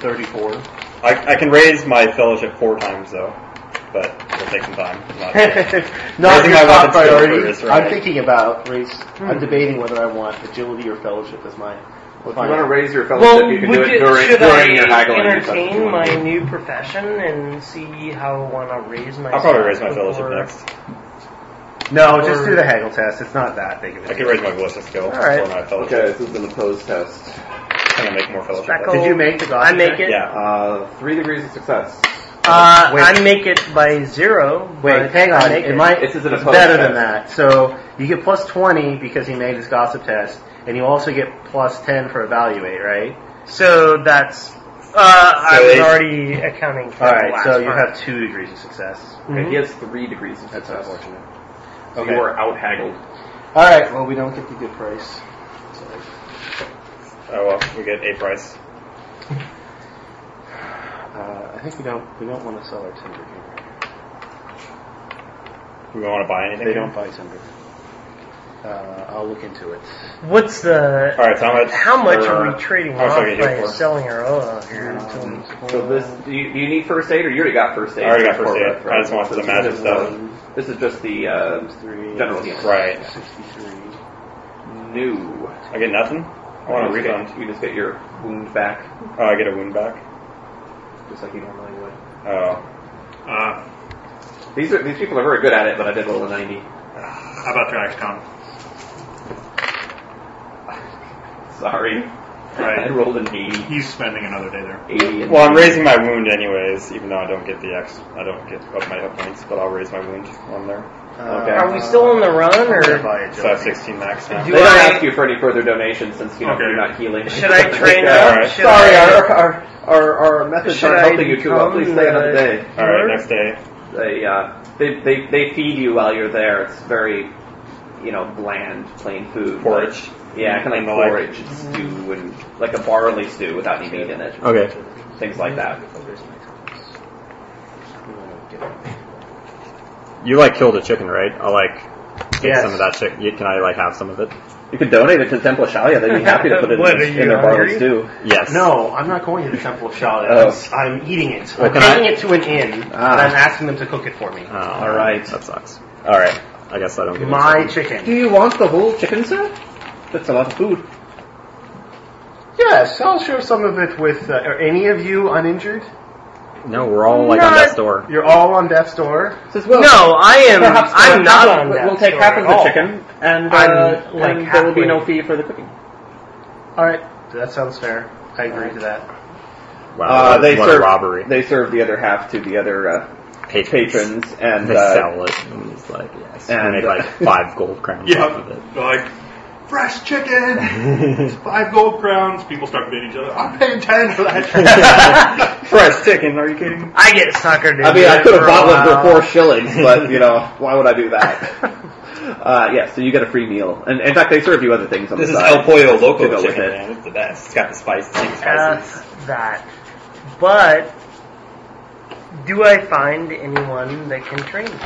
Speaker 5: 34.
Speaker 8: I, I can raise my fellowship four times though, but it'll take some time. I'm not
Speaker 5: Not
Speaker 8: Raising
Speaker 5: your top
Speaker 8: my weapon skill
Speaker 5: priority.
Speaker 8: first, right?
Speaker 5: I'm thinking about race.
Speaker 2: Hmm.
Speaker 5: I'm debating whether I want agility or fellowship as my.
Speaker 3: Well, if you
Speaker 5: fine.
Speaker 3: want to raise your fellowship,
Speaker 2: Well,
Speaker 3: you can
Speaker 2: would
Speaker 3: do it
Speaker 2: you-
Speaker 3: during,
Speaker 2: should
Speaker 3: during your
Speaker 2: I
Speaker 3: haggling. if that's what you
Speaker 2: entertain
Speaker 3: wanna
Speaker 2: my
Speaker 3: do.
Speaker 2: new profession and see how I want to raise my?
Speaker 8: I'll probably raise my fellowship next.
Speaker 5: No,
Speaker 2: Or-
Speaker 5: Oh, just do the haggle test. It's not that big of
Speaker 8: I
Speaker 5: a
Speaker 8: can
Speaker 5: deal.
Speaker 8: raise my ballistic skill
Speaker 5: Alright.
Speaker 8: for my fellowship.
Speaker 3: Okay, this is an opposed test.
Speaker 8: I'm gonna make more fellowship.
Speaker 2: Speckle.
Speaker 5: Did you make the
Speaker 2: I
Speaker 5: gossip?
Speaker 2: make
Speaker 5: check?
Speaker 2: it.
Speaker 8: Yeah.
Speaker 3: Uh, three degrees of success.
Speaker 2: Uh,
Speaker 5: Wait.
Speaker 2: I make it by zero.
Speaker 5: Wait,
Speaker 2: but
Speaker 5: hang
Speaker 2: I
Speaker 5: on.
Speaker 2: make
Speaker 5: It
Speaker 2: it.
Speaker 5: might.
Speaker 3: This is an
Speaker 5: it's
Speaker 3: opposed
Speaker 5: better
Speaker 3: test.
Speaker 5: than that. So you get plus 20 because he made his gossip test, and you also get plus 10 for evaluate, right?
Speaker 2: So that's. Uh, I
Speaker 8: So
Speaker 2: was
Speaker 8: it-
Speaker 2: already accounting for
Speaker 5: All
Speaker 2: the
Speaker 5: right.
Speaker 2: last
Speaker 5: So you
Speaker 2: part. Mm-hmm.
Speaker 5: have two degrees of success.
Speaker 3: Okay, he has three degrees of
Speaker 5: That's
Speaker 3: success.
Speaker 5: unfortunate.
Speaker 3: So
Speaker 5: Okay.
Speaker 3: you are out haggled.
Speaker 5: All right. Well, we don't get the good price.
Speaker 8: Oh well, we get a price.
Speaker 5: Uh, I think we don't. We don't want to sell our timber here.
Speaker 8: We don't want to buy anything.
Speaker 5: They don't buy timber. Uh, I'll look into it.
Speaker 2: What's the?
Speaker 8: All right, so how much?
Speaker 2: How much
Speaker 8: or,
Speaker 2: are
Speaker 8: uh,
Speaker 2: we trading
Speaker 8: how much
Speaker 2: off
Speaker 8: do I get hit
Speaker 2: by
Speaker 8: for?
Speaker 2: selling our own out here?
Speaker 3: So this, do you, do you need first aid, or you already got first aid?
Speaker 8: I already got first
Speaker 3: Correct,
Speaker 8: aid.
Speaker 3: right?
Speaker 8: I just want
Speaker 3: So
Speaker 8: the
Speaker 3: this
Speaker 8: magic
Speaker 3: is,
Speaker 8: stuff.
Speaker 3: um, This is just the uh, general healing.
Speaker 8: Right.
Speaker 3: New.
Speaker 8: I get nothing. I want
Speaker 3: You
Speaker 8: a
Speaker 3: just get-
Speaker 8: refund.
Speaker 3: You just get your wound back,
Speaker 8: Oh, I get a wound back.
Speaker 3: just like you normally would.
Speaker 8: Oh,
Speaker 6: Uh,
Speaker 3: These are these people are very good at it, but I did roll a ninety.
Speaker 6: how about your next con?
Speaker 3: Sorry, I
Speaker 6: Right.
Speaker 3: rolled an eighty.
Speaker 6: He's spending another day there.
Speaker 3: 80 and
Speaker 8: well, I'm raising my wound anyways, even though I don't get the X. I don't get up my hit points, but I'll raise my wound on there.
Speaker 3: Okay.
Speaker 2: Are we still on the run, or
Speaker 5: By a
Speaker 8: So I have
Speaker 5: joke.
Speaker 8: 16 max now.
Speaker 3: They
Speaker 2: Do
Speaker 3: don't
Speaker 2: I-
Speaker 3: ask you for any further donations since you know,
Speaker 6: Okay.
Speaker 3: you're not healing.
Speaker 2: should I train
Speaker 8: Yeah,
Speaker 2: up?
Speaker 8: alright.
Speaker 2: Should
Speaker 3: Sorry,
Speaker 2: I-
Speaker 3: our, our, our, our methods
Speaker 2: Should
Speaker 3: aren't
Speaker 2: I
Speaker 3: helping you too well. Please
Speaker 2: become
Speaker 3: stay another
Speaker 2: the-
Speaker 3: day.
Speaker 8: All right, next day.
Speaker 3: They, uh, they, they, they feed you while you're there. It's very, you know, bland, plain food.
Speaker 8: Porridge.
Speaker 3: Yeah, kind of like
Speaker 8: And the like.
Speaker 3: porridge and stew and like a barley stew without any meat in it.
Speaker 8: Okay.
Speaker 3: Things like that.
Speaker 8: You like killed a chicken, right? I'll like get
Speaker 5: Yes.
Speaker 8: some of that chicken. Can I like have some of it?
Speaker 3: You could donate it to Temple of Shalia. They'd be happy to put it
Speaker 2: What,
Speaker 3: in,
Speaker 2: are
Speaker 3: in
Speaker 2: you
Speaker 3: their barley
Speaker 2: hungry?
Speaker 3: stew.
Speaker 8: Yes.
Speaker 5: No, I'm not going to the Temple of Shalia.
Speaker 3: Oh.
Speaker 5: I'm eating it.
Speaker 8: Well,
Speaker 5: I'm
Speaker 8: can I-
Speaker 5: taking it to an inn,
Speaker 3: Ah.
Speaker 5: and I'm asking them to cook it for me.
Speaker 8: Oh,
Speaker 3: All right.
Speaker 8: That sucks. All right. I guess I don't get
Speaker 5: My
Speaker 8: It.
Speaker 5: chicken.
Speaker 3: Do you want the whole chicken set? That's a lot of food.
Speaker 5: Yes, I'll share some of it with. Uh, are any of you uninjured?
Speaker 8: No, we're all like on
Speaker 2: Not-
Speaker 8: death's door.
Speaker 5: You're all on death's door.
Speaker 3: Says, well,
Speaker 2: No, I am.
Speaker 3: Perhaps-
Speaker 2: I'm
Speaker 3: perhaps
Speaker 2: not on
Speaker 3: we'll-
Speaker 2: that.
Speaker 3: We'll take
Speaker 2: story
Speaker 3: half of
Speaker 2: at
Speaker 3: the
Speaker 2: all.
Speaker 3: chicken, and,
Speaker 5: I'm,
Speaker 3: uh,
Speaker 5: like,
Speaker 3: and there will be no
Speaker 5: halfway.
Speaker 3: fee for the cooking.
Speaker 5: All right, that sounds fair. I agree to that.
Speaker 8: Wow.
Speaker 3: Uh, they
Speaker 8: what
Speaker 3: serve
Speaker 8: a robbery.
Speaker 3: They serve the other half to the other uh,
Speaker 8: Patrons.
Speaker 3: patrons, and
Speaker 8: They
Speaker 3: uh,
Speaker 8: sell it. And it's like, yes.
Speaker 3: And-
Speaker 8: And make like five gold crowns
Speaker 6: Yeah.
Speaker 8: off of it.
Speaker 6: Like, fresh chicken! It's five gold crowns. People start bidding each other. I'm paying ten for that.
Speaker 8: Fresh chicken, are you kidding?
Speaker 2: I get suckered.
Speaker 3: I
Speaker 2: into
Speaker 3: mean, I
Speaker 2: it
Speaker 3: could have
Speaker 2: for a
Speaker 3: bought one
Speaker 2: while.
Speaker 3: for four shillings, but you know, why would I do that? uh, yeah, so you get a free meal, and in fact, they serve you other things on
Speaker 8: This
Speaker 3: the
Speaker 8: is
Speaker 3: side.
Speaker 8: El Pollo
Speaker 3: To
Speaker 8: Loco
Speaker 3: go with
Speaker 8: chicken,
Speaker 3: it.
Speaker 8: man. It's the best. It's got the spice, chicken spices.
Speaker 2: F Uh, that. But do I find anyone that can train? me?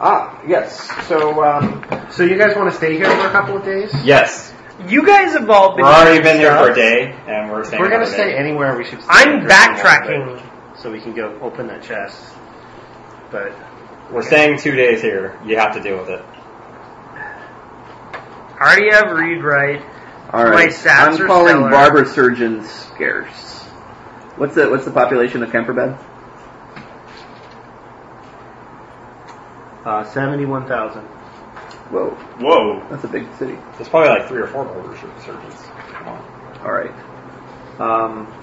Speaker 3: ah, yes. So um,
Speaker 5: So you guys want to stay here for a couple of days?
Speaker 8: yes.
Speaker 2: You guys have all been.
Speaker 8: We're already
Speaker 2: doing
Speaker 8: been here
Speaker 2: stuff.
Speaker 8: for a day, and we're staying
Speaker 5: We're gonna
Speaker 8: another
Speaker 5: stay
Speaker 8: day.
Speaker 5: anywhere. We should. Stay
Speaker 2: I'm
Speaker 5: during the whole day,
Speaker 2: backtracking.
Speaker 5: so we can go open that chest. But
Speaker 8: We're staying two days here. You have to deal with it.
Speaker 2: I already have read right.
Speaker 3: all
Speaker 2: My
Speaker 3: right,
Speaker 2: saps
Speaker 3: I'm
Speaker 2: are
Speaker 3: calling
Speaker 2: stellar.
Speaker 3: barber surgeons scarce. What's the what's the population of Camperbed?
Speaker 5: uh, seventy-one thousand.
Speaker 3: Whoa,
Speaker 6: Whoa.
Speaker 3: that's a big city.
Speaker 8: There's probably like three or four border sur- surgeons. Come on.
Speaker 3: All right. Um,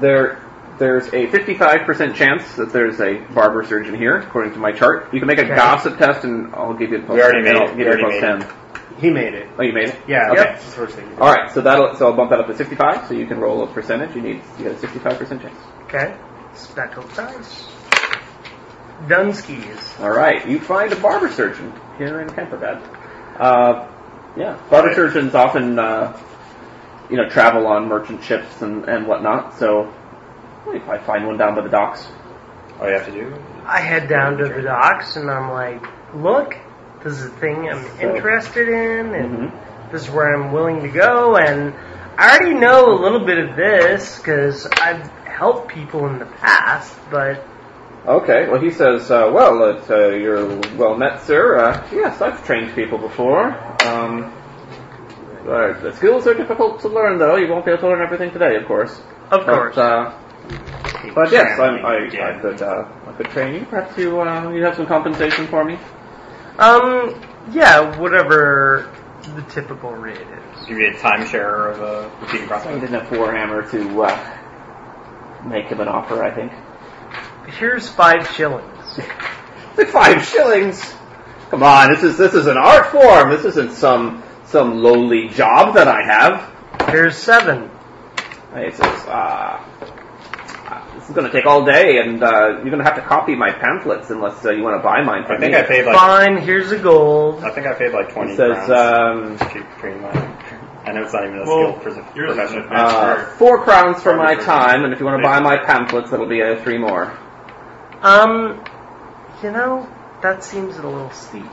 Speaker 3: there, there's a 55% chance that there's a barber surgeon here, according to my chart. You can make a
Speaker 2: Okay.
Speaker 3: gossip test, and I'll give you a plus.
Speaker 8: We already
Speaker 3: and
Speaker 8: made
Speaker 3: I'll
Speaker 8: it.
Speaker 3: give
Speaker 8: We
Speaker 3: you a
Speaker 8: already
Speaker 3: plus
Speaker 8: made it.
Speaker 3: 10.
Speaker 5: He made it.
Speaker 3: Oh, you made it.
Speaker 5: Yeah.
Speaker 3: Okay.
Speaker 5: That's the first thing.
Speaker 3: All right. So that'll. So I'll bump that up to 65. So you can roll a percentage. You need. You got a 65% chance.
Speaker 2: Okay. Speckled dice. Dunskies.
Speaker 3: All right. You find a barber surgeon here in Camperbad. Uh, yeah. Barber
Speaker 6: Right.
Speaker 3: surgeons often, uh, you know, travel on merchant ships and and whatnot. So. well, you probably find one down by the docks.
Speaker 8: All you have to do.
Speaker 2: I head down to the docks and I'm like, look, this is a thing I'm interested in, and
Speaker 3: Mm-hmm.
Speaker 2: this is where I'm willing to go. And I already know a little bit of this because I've helped people in the past, but
Speaker 3: Okay, well, he says, uh, well, it, uh, you're well met, sir. Uh, yes, I've trained people before. Um, uh, the skills are difficult to learn, though. You won't be able to learn everything today, of course.
Speaker 2: of course.
Speaker 3: But, uh, but yes, I, I, I, could, uh, I could train you. Perhaps you, uh, you have some compensation for me.
Speaker 2: Um, yeah, whatever the typical rate is.
Speaker 8: Give you a timeshare of a repeating
Speaker 3: I
Speaker 8: prospect.
Speaker 3: didn't have Warhammer to uh, make him an offer, I think.
Speaker 2: Here's five shillings.
Speaker 3: Like five shillings. Come on, this is this is an art form. This isn't some some lowly job that I have.
Speaker 2: Here's seven.
Speaker 3: And He says, uh, uh, this is going to take all day, and uh, you're going to have to copy my pamphlets unless uh, you want to buy mine from
Speaker 8: I think
Speaker 3: me.
Speaker 8: I paid like
Speaker 2: Fine, here's a gold.
Speaker 8: I think I paid like twenty
Speaker 3: He says,
Speaker 8: crowns.
Speaker 3: um,
Speaker 8: cheap cream wine. I know it's not even a
Speaker 6: Well,
Speaker 8: skilled pres-
Speaker 6: yours is
Speaker 8: profession.
Speaker 6: an advanced-
Speaker 3: uh, four crowns for my time, and if you want to buy my pamphlets, that'll be uh, three more.
Speaker 2: Um, you know, that seems a little steep.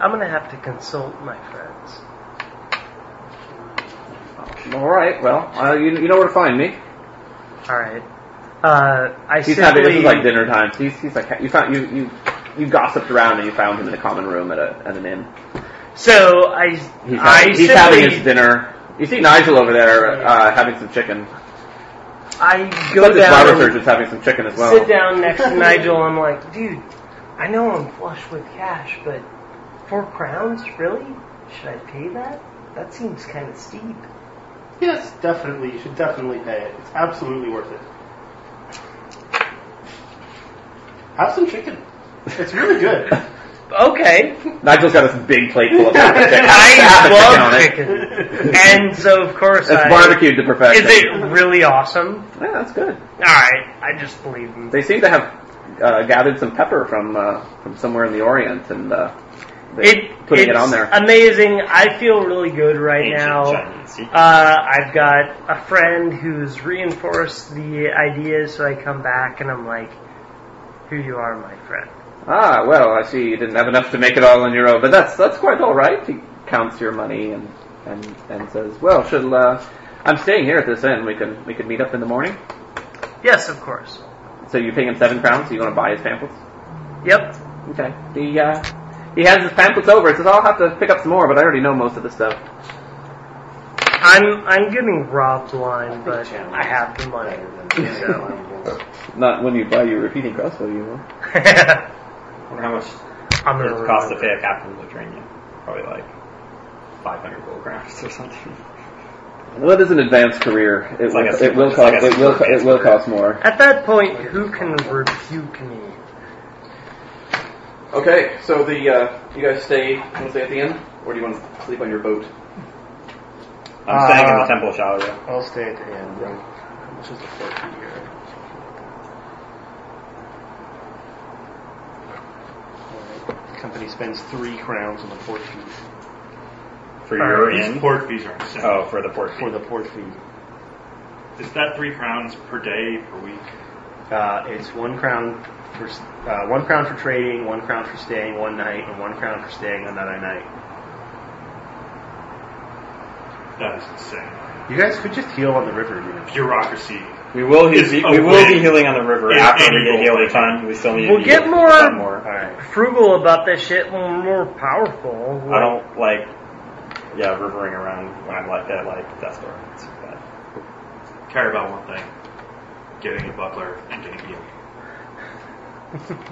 Speaker 2: I'm gonna have to consult my friends.
Speaker 3: All right. Well, uh, you, you know where to find me.
Speaker 2: All right. Uh, I
Speaker 3: He's
Speaker 2: simply
Speaker 3: having, this is like dinner time. He's, he's like you found you you you gossiped around and you found him in a common room at a at an inn.
Speaker 2: so I
Speaker 3: He's,
Speaker 2: I
Speaker 3: having, he's having his
Speaker 2: simply
Speaker 3: dinner. You see Nigel over there uh, having some chicken.
Speaker 2: I
Speaker 3: But
Speaker 2: go
Speaker 3: this
Speaker 2: down
Speaker 3: barber
Speaker 2: and
Speaker 3: surgeon's having some chicken as well.
Speaker 2: sit down next to Nigel. I'm like, dude, I know I'm flush with cash, but four crowns, really? Should I pay that? That seems kind of steep.
Speaker 5: Yes, definitely. You should definitely pay it. It's absolutely worth it. Have some chicken. It's really good.
Speaker 2: Okay,
Speaker 3: Nigel's got this big plate full of half a chicken.
Speaker 2: I
Speaker 3: Half a chicken on
Speaker 2: love
Speaker 3: it.
Speaker 2: chicken, and so of course
Speaker 3: It's
Speaker 2: I.
Speaker 3: barbecued to perfection.
Speaker 2: Is it really awesome?
Speaker 3: Yeah, that's good.
Speaker 2: All right, I just believe him.
Speaker 3: They seem to have uh, gathered some pepper from uh, from somewhere in the Orient and uh, they
Speaker 2: It,
Speaker 3: putting
Speaker 2: it's
Speaker 3: it on there.
Speaker 2: amazing. I feel really good right
Speaker 5: Ancient
Speaker 2: now.
Speaker 5: Chinese.
Speaker 2: Uh, I've got a friend who's reinforced the idea, so I come back and I'm like, "Here you are, my friend."
Speaker 3: Ah, well, I see you didn't have enough to make it all on your own, but that's that's quite all right. He counts your money and and, and says, "Well, shall uh, I'm staying here at this inn. We can we can meet up in the morning."
Speaker 2: Yes, of course.
Speaker 3: So you pay him seven crowns. So you want to buy his pamphlets?
Speaker 2: Yep.
Speaker 3: Okay. He uh, he hands his pamphlets over. He says, "I'll have to pick up some more, but I already know most of this stuff."
Speaker 2: I'm I'm getting robbed blind, but I have the money. So.
Speaker 3: Not when you buy your repeating crossbow, you will.
Speaker 2: I'm
Speaker 8: I wonder how much
Speaker 2: gonna
Speaker 8: it costs to
Speaker 2: remember.
Speaker 8: pay a captain to train you. Probably like 500 gold grams or something.
Speaker 3: Well, it is an advanced career. It
Speaker 8: It's
Speaker 3: will,
Speaker 8: like a-
Speaker 3: it will
Speaker 8: it's
Speaker 3: cost.
Speaker 8: like a
Speaker 3: it will.
Speaker 8: super
Speaker 3: It will cost more.
Speaker 2: At that point, who can rebuke me?
Speaker 3: Okay, so the uh, you guys stay. You want to stay at the inn, or do you want to sleep on your boat?
Speaker 8: I'm staying in
Speaker 5: Uh,
Speaker 8: the temple of Shaolin.
Speaker 5: I'll stay at the end. How much is the fork here? Alright. Company spends three crowns on the port fee.
Speaker 8: For
Speaker 2: Or
Speaker 8: your
Speaker 6: These
Speaker 8: inn?
Speaker 6: port fees are insane.
Speaker 8: Oh, for the port.
Speaker 5: For the port fee.
Speaker 6: Is that three crowns per day per week?
Speaker 5: Uh, it's one crown for s- uh, one crown for trading, one crown for staying one night, and one crown for staying another night.
Speaker 6: That is insane.
Speaker 5: You guys could just heal on the river, you know.
Speaker 6: Bureaucracy.
Speaker 8: We will
Speaker 6: It's
Speaker 8: be,
Speaker 6: a
Speaker 8: we will be
Speaker 6: win.
Speaker 8: healing on the river
Speaker 6: It's
Speaker 8: after we
Speaker 6: any
Speaker 8: get
Speaker 6: gold.
Speaker 8: healed a ton. We still need
Speaker 2: We'll
Speaker 8: to
Speaker 2: get
Speaker 8: heal
Speaker 2: more-
Speaker 8: some more.
Speaker 5: Alright.
Speaker 2: Frugal about this shit when we're more powerful.
Speaker 8: I don't like, yeah, rivering around when I'm like that. Like that's where it's bad.
Speaker 6: Care about one thing. Getting a buckler and getting healed.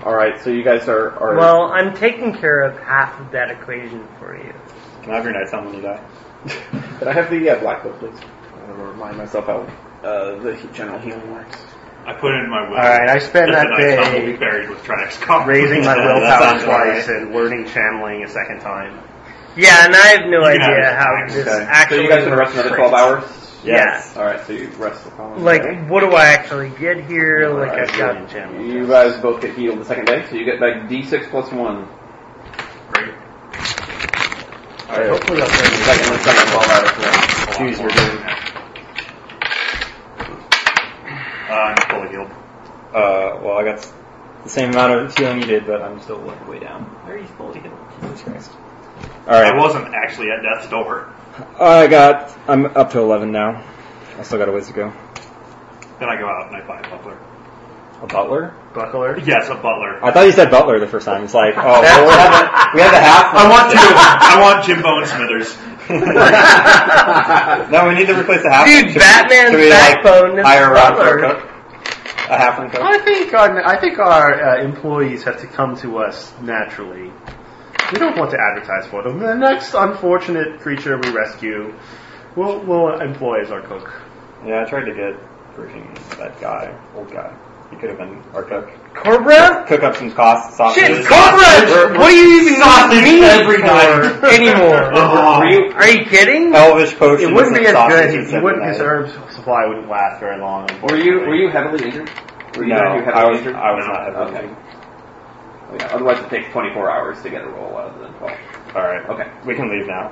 Speaker 3: All right, so you guys are are.
Speaker 2: Well, I'm taking care of half of that equation for you.
Speaker 8: Can I have your night time when you die?
Speaker 3: Can I have the uh, black book, please? I to remind myself how uh, the he- general healing works.
Speaker 6: I put in my will.
Speaker 5: Alright, I spend that
Speaker 6: I will be
Speaker 5: day
Speaker 6: buried with Trax Coffee.
Speaker 5: raising my
Speaker 8: Yeah,
Speaker 5: willpower
Speaker 8: that's alright.
Speaker 5: twice and learning channeling a second time.
Speaker 2: Yeah, and I have no
Speaker 6: You can have
Speaker 2: idea
Speaker 6: it.
Speaker 2: how this
Speaker 3: Okay.
Speaker 2: actually.
Speaker 3: so you guys gonna rest another twelve hours?
Speaker 2: Yes.
Speaker 3: All right, so you rest. the following day.
Speaker 2: Like, what do I actually get here? like,
Speaker 3: Alright,
Speaker 2: I've got.
Speaker 3: You guys both get healed the second day, so you get like D6 plus one.
Speaker 6: Great.
Speaker 3: Alright, hopefully I'll turn the second one, second 12 hours. left.
Speaker 8: Jeez, we're doing.
Speaker 6: Uh, I'm fully healed.
Speaker 8: Uh, well, I got s- the same amount of healing you did, but I'm still like way down. Very fully healed. Jesus Christ. All
Speaker 6: I
Speaker 8: right.
Speaker 6: wasn't actually at death's door.
Speaker 8: Uh, I got. I'm up to 11 now. I still got a ways to go.
Speaker 6: Then I go out and I buy a buckler.
Speaker 8: A butler?
Speaker 5: Buckler.
Speaker 6: Yes, a butler.
Speaker 8: I thought you said butler the first time. It's like, oh, well, we have the, we have the half.
Speaker 6: I want to. I want Jimbo and Smithers.
Speaker 8: No, we need to replace the half.
Speaker 2: Dude, Batman's
Speaker 8: should we, like,
Speaker 2: backbone is
Speaker 8: hire a
Speaker 2: butler.
Speaker 8: Rob cook? A half and cook?
Speaker 5: I think our I think our uh, employees have to come to us naturally. We don't want to advertise for them. The next unfortunate creature we rescue, we'll, we'll employ as our cook.
Speaker 8: Yeah, I tried to get freaking that guy, old guy. He could have been our cook.
Speaker 2: Cobra?
Speaker 8: Cook up some cost sausages.
Speaker 2: Shit, Cobra! What do you even
Speaker 8: Sausage
Speaker 2: need
Speaker 8: every
Speaker 2: for
Speaker 8: night.
Speaker 2: anymore?
Speaker 8: Are you-
Speaker 2: Are you kidding?
Speaker 8: Elvish potions.
Speaker 5: It wouldn't
Speaker 8: and
Speaker 5: be as good.
Speaker 8: sausages
Speaker 5: He, he
Speaker 8: every
Speaker 5: wouldn't.
Speaker 8: night.
Speaker 5: His herb supply wouldn't last very long.
Speaker 3: Were you were you heavily injured? Were you
Speaker 8: No,
Speaker 3: guys- you heavily
Speaker 8: I was.
Speaker 3: injured?
Speaker 8: I was not. Heavily.
Speaker 3: Okay. Oh, yeah, Otherwise, it takes 24 hours to get a roll out of the 12.
Speaker 8: All right.
Speaker 3: Okay.
Speaker 8: We can leave now.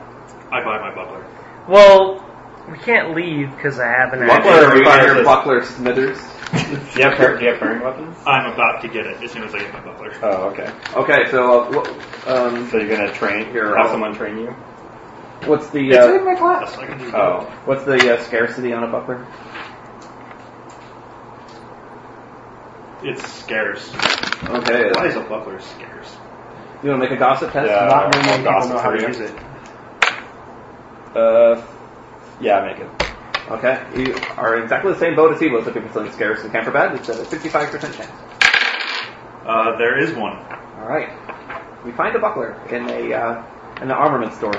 Speaker 6: I buy my buckler.
Speaker 2: Well, we can't leave because I haven't
Speaker 3: Buckler,
Speaker 8: Buckler
Speaker 3: are you
Speaker 8: requires
Speaker 3: under
Speaker 8: a-
Speaker 3: Buckler Smithers?
Speaker 8: Do you have par- do you have parrying weapons?
Speaker 6: I'm about to get it as soon as I get my butler.
Speaker 8: Oh, okay.
Speaker 3: Okay, so uh, wh- um,
Speaker 8: So you're gonna train
Speaker 3: Here,
Speaker 8: have
Speaker 3: I'll-
Speaker 8: someone train you?
Speaker 3: what's the
Speaker 6: It's
Speaker 3: uh,
Speaker 6: in my class. I can do
Speaker 8: Oh.
Speaker 3: what's the uh, scarcity on a buckler?
Speaker 6: that. It's scarce.
Speaker 3: Okay,
Speaker 6: Why is a buckler scarce?
Speaker 3: you want to make a gossip test?
Speaker 8: Yeah,
Speaker 3: Not
Speaker 8: I'll
Speaker 3: really many people
Speaker 8: gossip
Speaker 3: know how
Speaker 8: for
Speaker 3: to
Speaker 8: you.
Speaker 3: use it.
Speaker 8: Uh yeah, make it.
Speaker 3: Okay, you are exactly the same boat as he was looking for something scarce and counterbad. It's a 65% chance.
Speaker 6: Uh, there is one.
Speaker 3: All right. We find a buckler in a uh, in an armament store.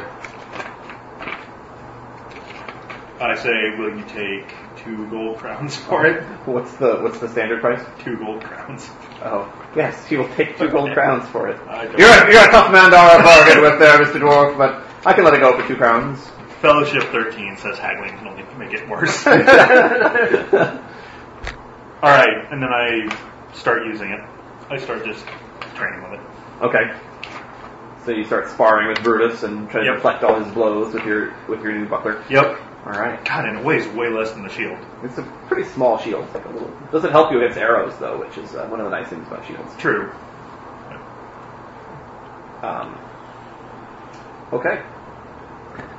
Speaker 6: I say, will you take two gold crowns for it?
Speaker 3: What's the what's the standard price?
Speaker 6: Two gold crowns.
Speaker 3: Oh, yes, he will take two gold crowns for it.
Speaker 6: I don't
Speaker 3: You're a, you're a tough man to uh, bargain with there, Mr. Dwarf, but I can let it go for two crowns.
Speaker 6: Fellowship 13 says haggling can only make it worse. Alright, and then I start using it. I start just training with it.
Speaker 3: okay. So you start sparring with Brutus and try to
Speaker 6: Yep.
Speaker 3: deflect all his blows with your with your new buckler.
Speaker 6: Yep.
Speaker 3: All right.
Speaker 6: God, and it weighs way less than the shield.
Speaker 3: It's a pretty small shield. It's like a little. Doesn't help you against arrows though, which is uh, one of the nice things about shields.
Speaker 6: True.
Speaker 3: Um, okay.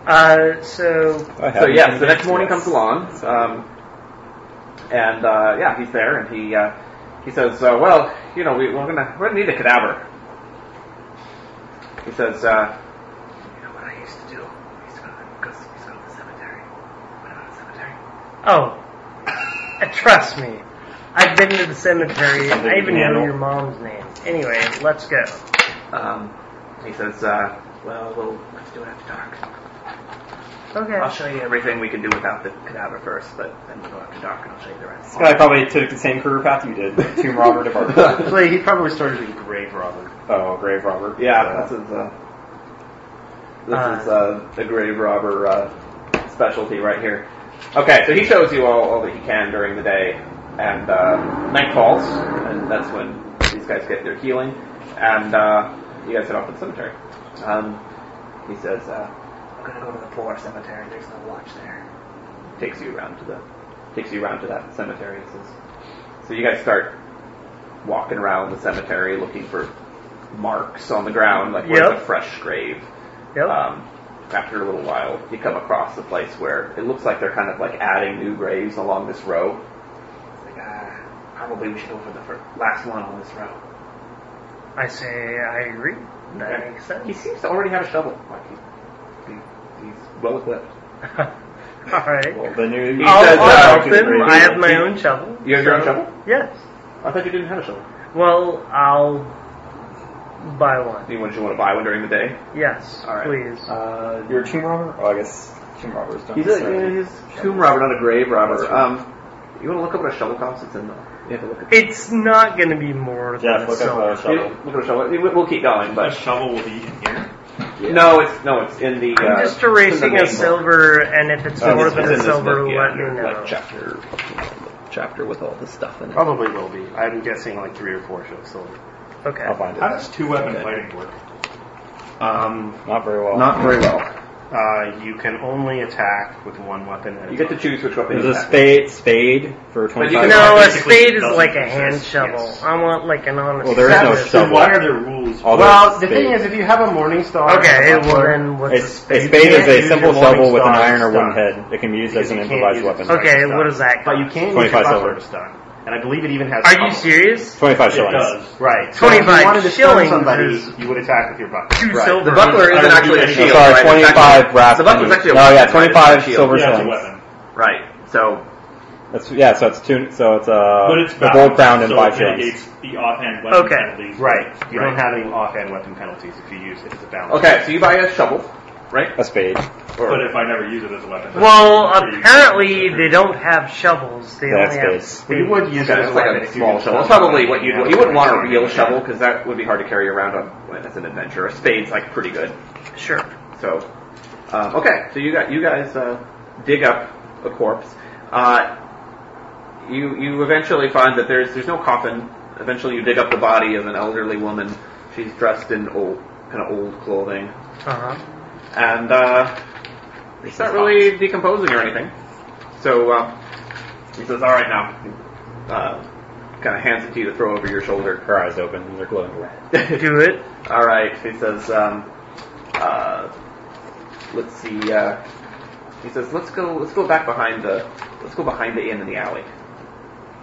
Speaker 2: Uh, so
Speaker 8: I have
Speaker 3: So yes,
Speaker 8: it.
Speaker 3: the next morning
Speaker 8: Yes.
Speaker 3: comes along, um, and uh, yeah, he's there, and he uh, he says, uh, "Well, you know, we, we're gonna we're gonna need a cadaver." He says, uh,
Speaker 12: You know what I used to do? I used to go to the, go, used to go to the cemetery. What about the cemetery?
Speaker 2: Oh, Uh, trust me. I've been to the cemetery.
Speaker 8: Something
Speaker 2: I
Speaker 8: you
Speaker 2: even
Speaker 8: can
Speaker 2: know
Speaker 8: handle.
Speaker 2: your mom's name. Anyway, let's go.
Speaker 3: um, he says, uh,
Speaker 12: Well, well, let's do it after dark.
Speaker 2: Okay.
Speaker 12: I'll show you everything we can do without the cadaver first, but then we'll go after dark and I'll show you the rest.
Speaker 8: This guy probably took the same career path you did, tomb robber to barber.
Speaker 5: Actually, he probably started as a grave robber.
Speaker 8: oh, grave robber.
Speaker 3: "Yeah, this is uh, this is uh, the grave robber uh, specialty right here." Okay, so he shows you all, all that he can during the day, and uh, night falls, and that's when these guys get their healing, and uh, you guys head off to the cemetery. Um, he says, uh,
Speaker 12: I'm gonna go to the poor cemetery. There's no watch there.
Speaker 3: takes you around to the, takes you around to that cemetery. He says, so you guys start walking around the cemetery looking for marks on the ground, like where's
Speaker 2: Yep.
Speaker 3: a fresh grave.
Speaker 2: Yep.
Speaker 3: Um, after a little while, you come across a place where it looks like they're kind of like adding new graves along this row.
Speaker 12: It's like, ah, probably we should go for the fir- last one on this row.
Speaker 2: I say I agree. That makes
Speaker 3: He
Speaker 2: sense.
Speaker 3: seems to already have a shovel. Like he's, he- he's well equipped.
Speaker 2: All right.
Speaker 8: Well, the new.
Speaker 3: He
Speaker 2: I'll,
Speaker 3: says,
Speaker 2: I'll
Speaker 3: uh,
Speaker 2: help him. I have my
Speaker 3: he-
Speaker 2: own shovel.
Speaker 3: You have your own
Speaker 2: so-
Speaker 3: shovel?
Speaker 2: Yes.
Speaker 3: I thought you didn't have a shovel.
Speaker 2: Well, I'll buy one.
Speaker 3: You want, you want to buy one during the day?
Speaker 2: Yes,
Speaker 3: All right.
Speaker 2: please.
Speaker 8: Uh, you're a tomb robber. Oh, I guess tomb robbers don't.
Speaker 3: He's a
Speaker 8: necessarily-
Speaker 3: he's a tomb robber, not a grave robber. Um, you want to look up what a shovel costs? It's in the. You have to look at.
Speaker 2: It's not going to be more than
Speaker 8: Jeff,
Speaker 2: a
Speaker 8: look up
Speaker 2: silver.
Speaker 8: a shovel.
Speaker 3: Look uh, at a shovel. We- We'll keep going,
Speaker 6: A
Speaker 3: but
Speaker 6: shovel will be in here.
Speaker 3: no, it's no, it's in the.
Speaker 2: I'm
Speaker 3: uh,
Speaker 2: just
Speaker 3: it's in
Speaker 2: erasing
Speaker 3: the
Speaker 2: a
Speaker 3: main book.
Speaker 2: silver, and if it's
Speaker 3: Oh,
Speaker 2: more
Speaker 3: it's
Speaker 2: than
Speaker 3: in
Speaker 2: a
Speaker 3: this
Speaker 2: silver,
Speaker 3: book, yeah,
Speaker 2: let
Speaker 3: under,
Speaker 2: me
Speaker 3: like,
Speaker 2: know.
Speaker 3: chapter, chapter with all the stuff
Speaker 6: Oh,
Speaker 3: in it.
Speaker 5: Probably will be. I'm guessing like three or four shows sold.
Speaker 2: Okay.
Speaker 8: I'll find it.
Speaker 6: How does two weapon fighting work?
Speaker 5: Um,
Speaker 8: Not very well.
Speaker 3: Not very well.
Speaker 5: uh, you can only attack with one weapon at a
Speaker 3: You get
Speaker 5: time.
Speaker 3: to choose which weapon.
Speaker 8: There's
Speaker 3: you
Speaker 8: a
Speaker 3: have.
Speaker 8: spade spade for
Speaker 3: But
Speaker 8: twenty
Speaker 3: you can-
Speaker 8: five.
Speaker 2: No, a
Speaker 6: Basically,
Speaker 2: spade is
Speaker 6: doesn't
Speaker 2: like a hand
Speaker 6: exist,
Speaker 2: shovel.
Speaker 6: yes.
Speaker 2: I want like an honest.
Speaker 8: Well, there is no
Speaker 2: shovel.
Speaker 8: shovel.
Speaker 6: Why are there rules?
Speaker 8: Although
Speaker 5: Well, the
Speaker 8: spade-
Speaker 5: thing is, if you have a morning star,
Speaker 2: Okay, well then
Speaker 8: A,
Speaker 2: what's
Speaker 8: a
Speaker 2: a
Speaker 8: spade,
Speaker 2: spade?
Speaker 5: can't use
Speaker 8: is a
Speaker 5: your
Speaker 8: simple
Speaker 5: morning
Speaker 8: shovel with an
Speaker 5: star
Speaker 8: iron or wooden
Speaker 5: stuff.
Speaker 8: head. It can be used
Speaker 5: Because
Speaker 8: as an
Speaker 5: you can't use
Speaker 8: improvised
Speaker 5: it.
Speaker 8: weapon.
Speaker 2: Okay, what is that?
Speaker 5: but you
Speaker 2: cost?
Speaker 5: can't use
Speaker 8: 25
Speaker 5: your
Speaker 8: silver.
Speaker 5: buckler to stun. And I believe it even has.
Speaker 2: Are you
Speaker 5: cover.
Speaker 2: serious?
Speaker 8: Twenty five
Speaker 6: It
Speaker 8: shillings.
Speaker 6: does.
Speaker 5: Right. So if
Speaker 2: 25
Speaker 5: you wanted to
Speaker 2: shillings
Speaker 5: stun somebody,
Speaker 2: is-
Speaker 5: you would attack with your buckler.
Speaker 2: Two
Speaker 3: Right.
Speaker 2: silver.
Speaker 3: The buckler isn't actually a
Speaker 8: Oh,
Speaker 3: shield.
Speaker 8: sorry,
Speaker 3: right? It's
Speaker 8: twenty
Speaker 3: actually-
Speaker 8: five brass.
Speaker 3: The buckler's actually a
Speaker 8: no,
Speaker 3: weapon,
Speaker 8: Oh, yeah,
Speaker 3: right?
Speaker 8: twenty
Speaker 3: It's
Speaker 8: five
Speaker 3: a shield.
Speaker 8: silver
Speaker 6: Yeah, it's a
Speaker 8: shillings.
Speaker 6: weapon.
Speaker 3: Right. So
Speaker 8: That's yeah. So it's two. So it's uh.
Speaker 6: But it's
Speaker 8: the gold
Speaker 6: balanced,
Speaker 8: crown and
Speaker 6: so
Speaker 8: five
Speaker 6: it
Speaker 8: shillings.
Speaker 6: mitigates the offhand weapon
Speaker 2: Okay.
Speaker 6: penalties.
Speaker 5: Right. You
Speaker 6: Right.
Speaker 5: don't have any offhand weapon penalties if you use it as a balance.
Speaker 3: okay, so you buy a shovel, right?
Speaker 8: A spade.
Speaker 3: Or-
Speaker 6: But if I never use it as a weapon.
Speaker 2: Well, apparently they don't have shovels. They
Speaker 8: Yeah,
Speaker 2: only have
Speaker 8: spades.
Speaker 5: But you
Speaker 2: spades.
Speaker 5: would use
Speaker 3: Yeah,
Speaker 5: it as
Speaker 3: it's like
Speaker 5: weapon
Speaker 3: a
Speaker 5: if you
Speaker 3: small
Speaker 5: used
Speaker 3: shovel.
Speaker 5: it
Speaker 3: It's
Speaker 5: as a
Speaker 3: probably
Speaker 5: weapon.
Speaker 3: what you'd want. You wouldn't want a real shovel because that would be hard to carry around on as an adventurer. A spade's like pretty good.
Speaker 2: Sure.
Speaker 3: So, um, okay, so you got you guys uh, dig up a corpse. Uh, you you eventually find that there's there's no coffin. Eventually, you dig up the body of an elderly woman. She's dressed in old kind of old clothing,
Speaker 2: Uh huh.
Speaker 3: and uh, it's um, not really decomposing or anything. So uh, he says, "All right, now uh, kind of hands it to you to throw over your shoulder.
Speaker 8: Her eyes open and they're glowing red.
Speaker 2: Do it.
Speaker 3: All right, he says. Um, uh, let's see. Uh, he says, "Let's go. Let's go back behind the. Let's go behind the inn in the alley."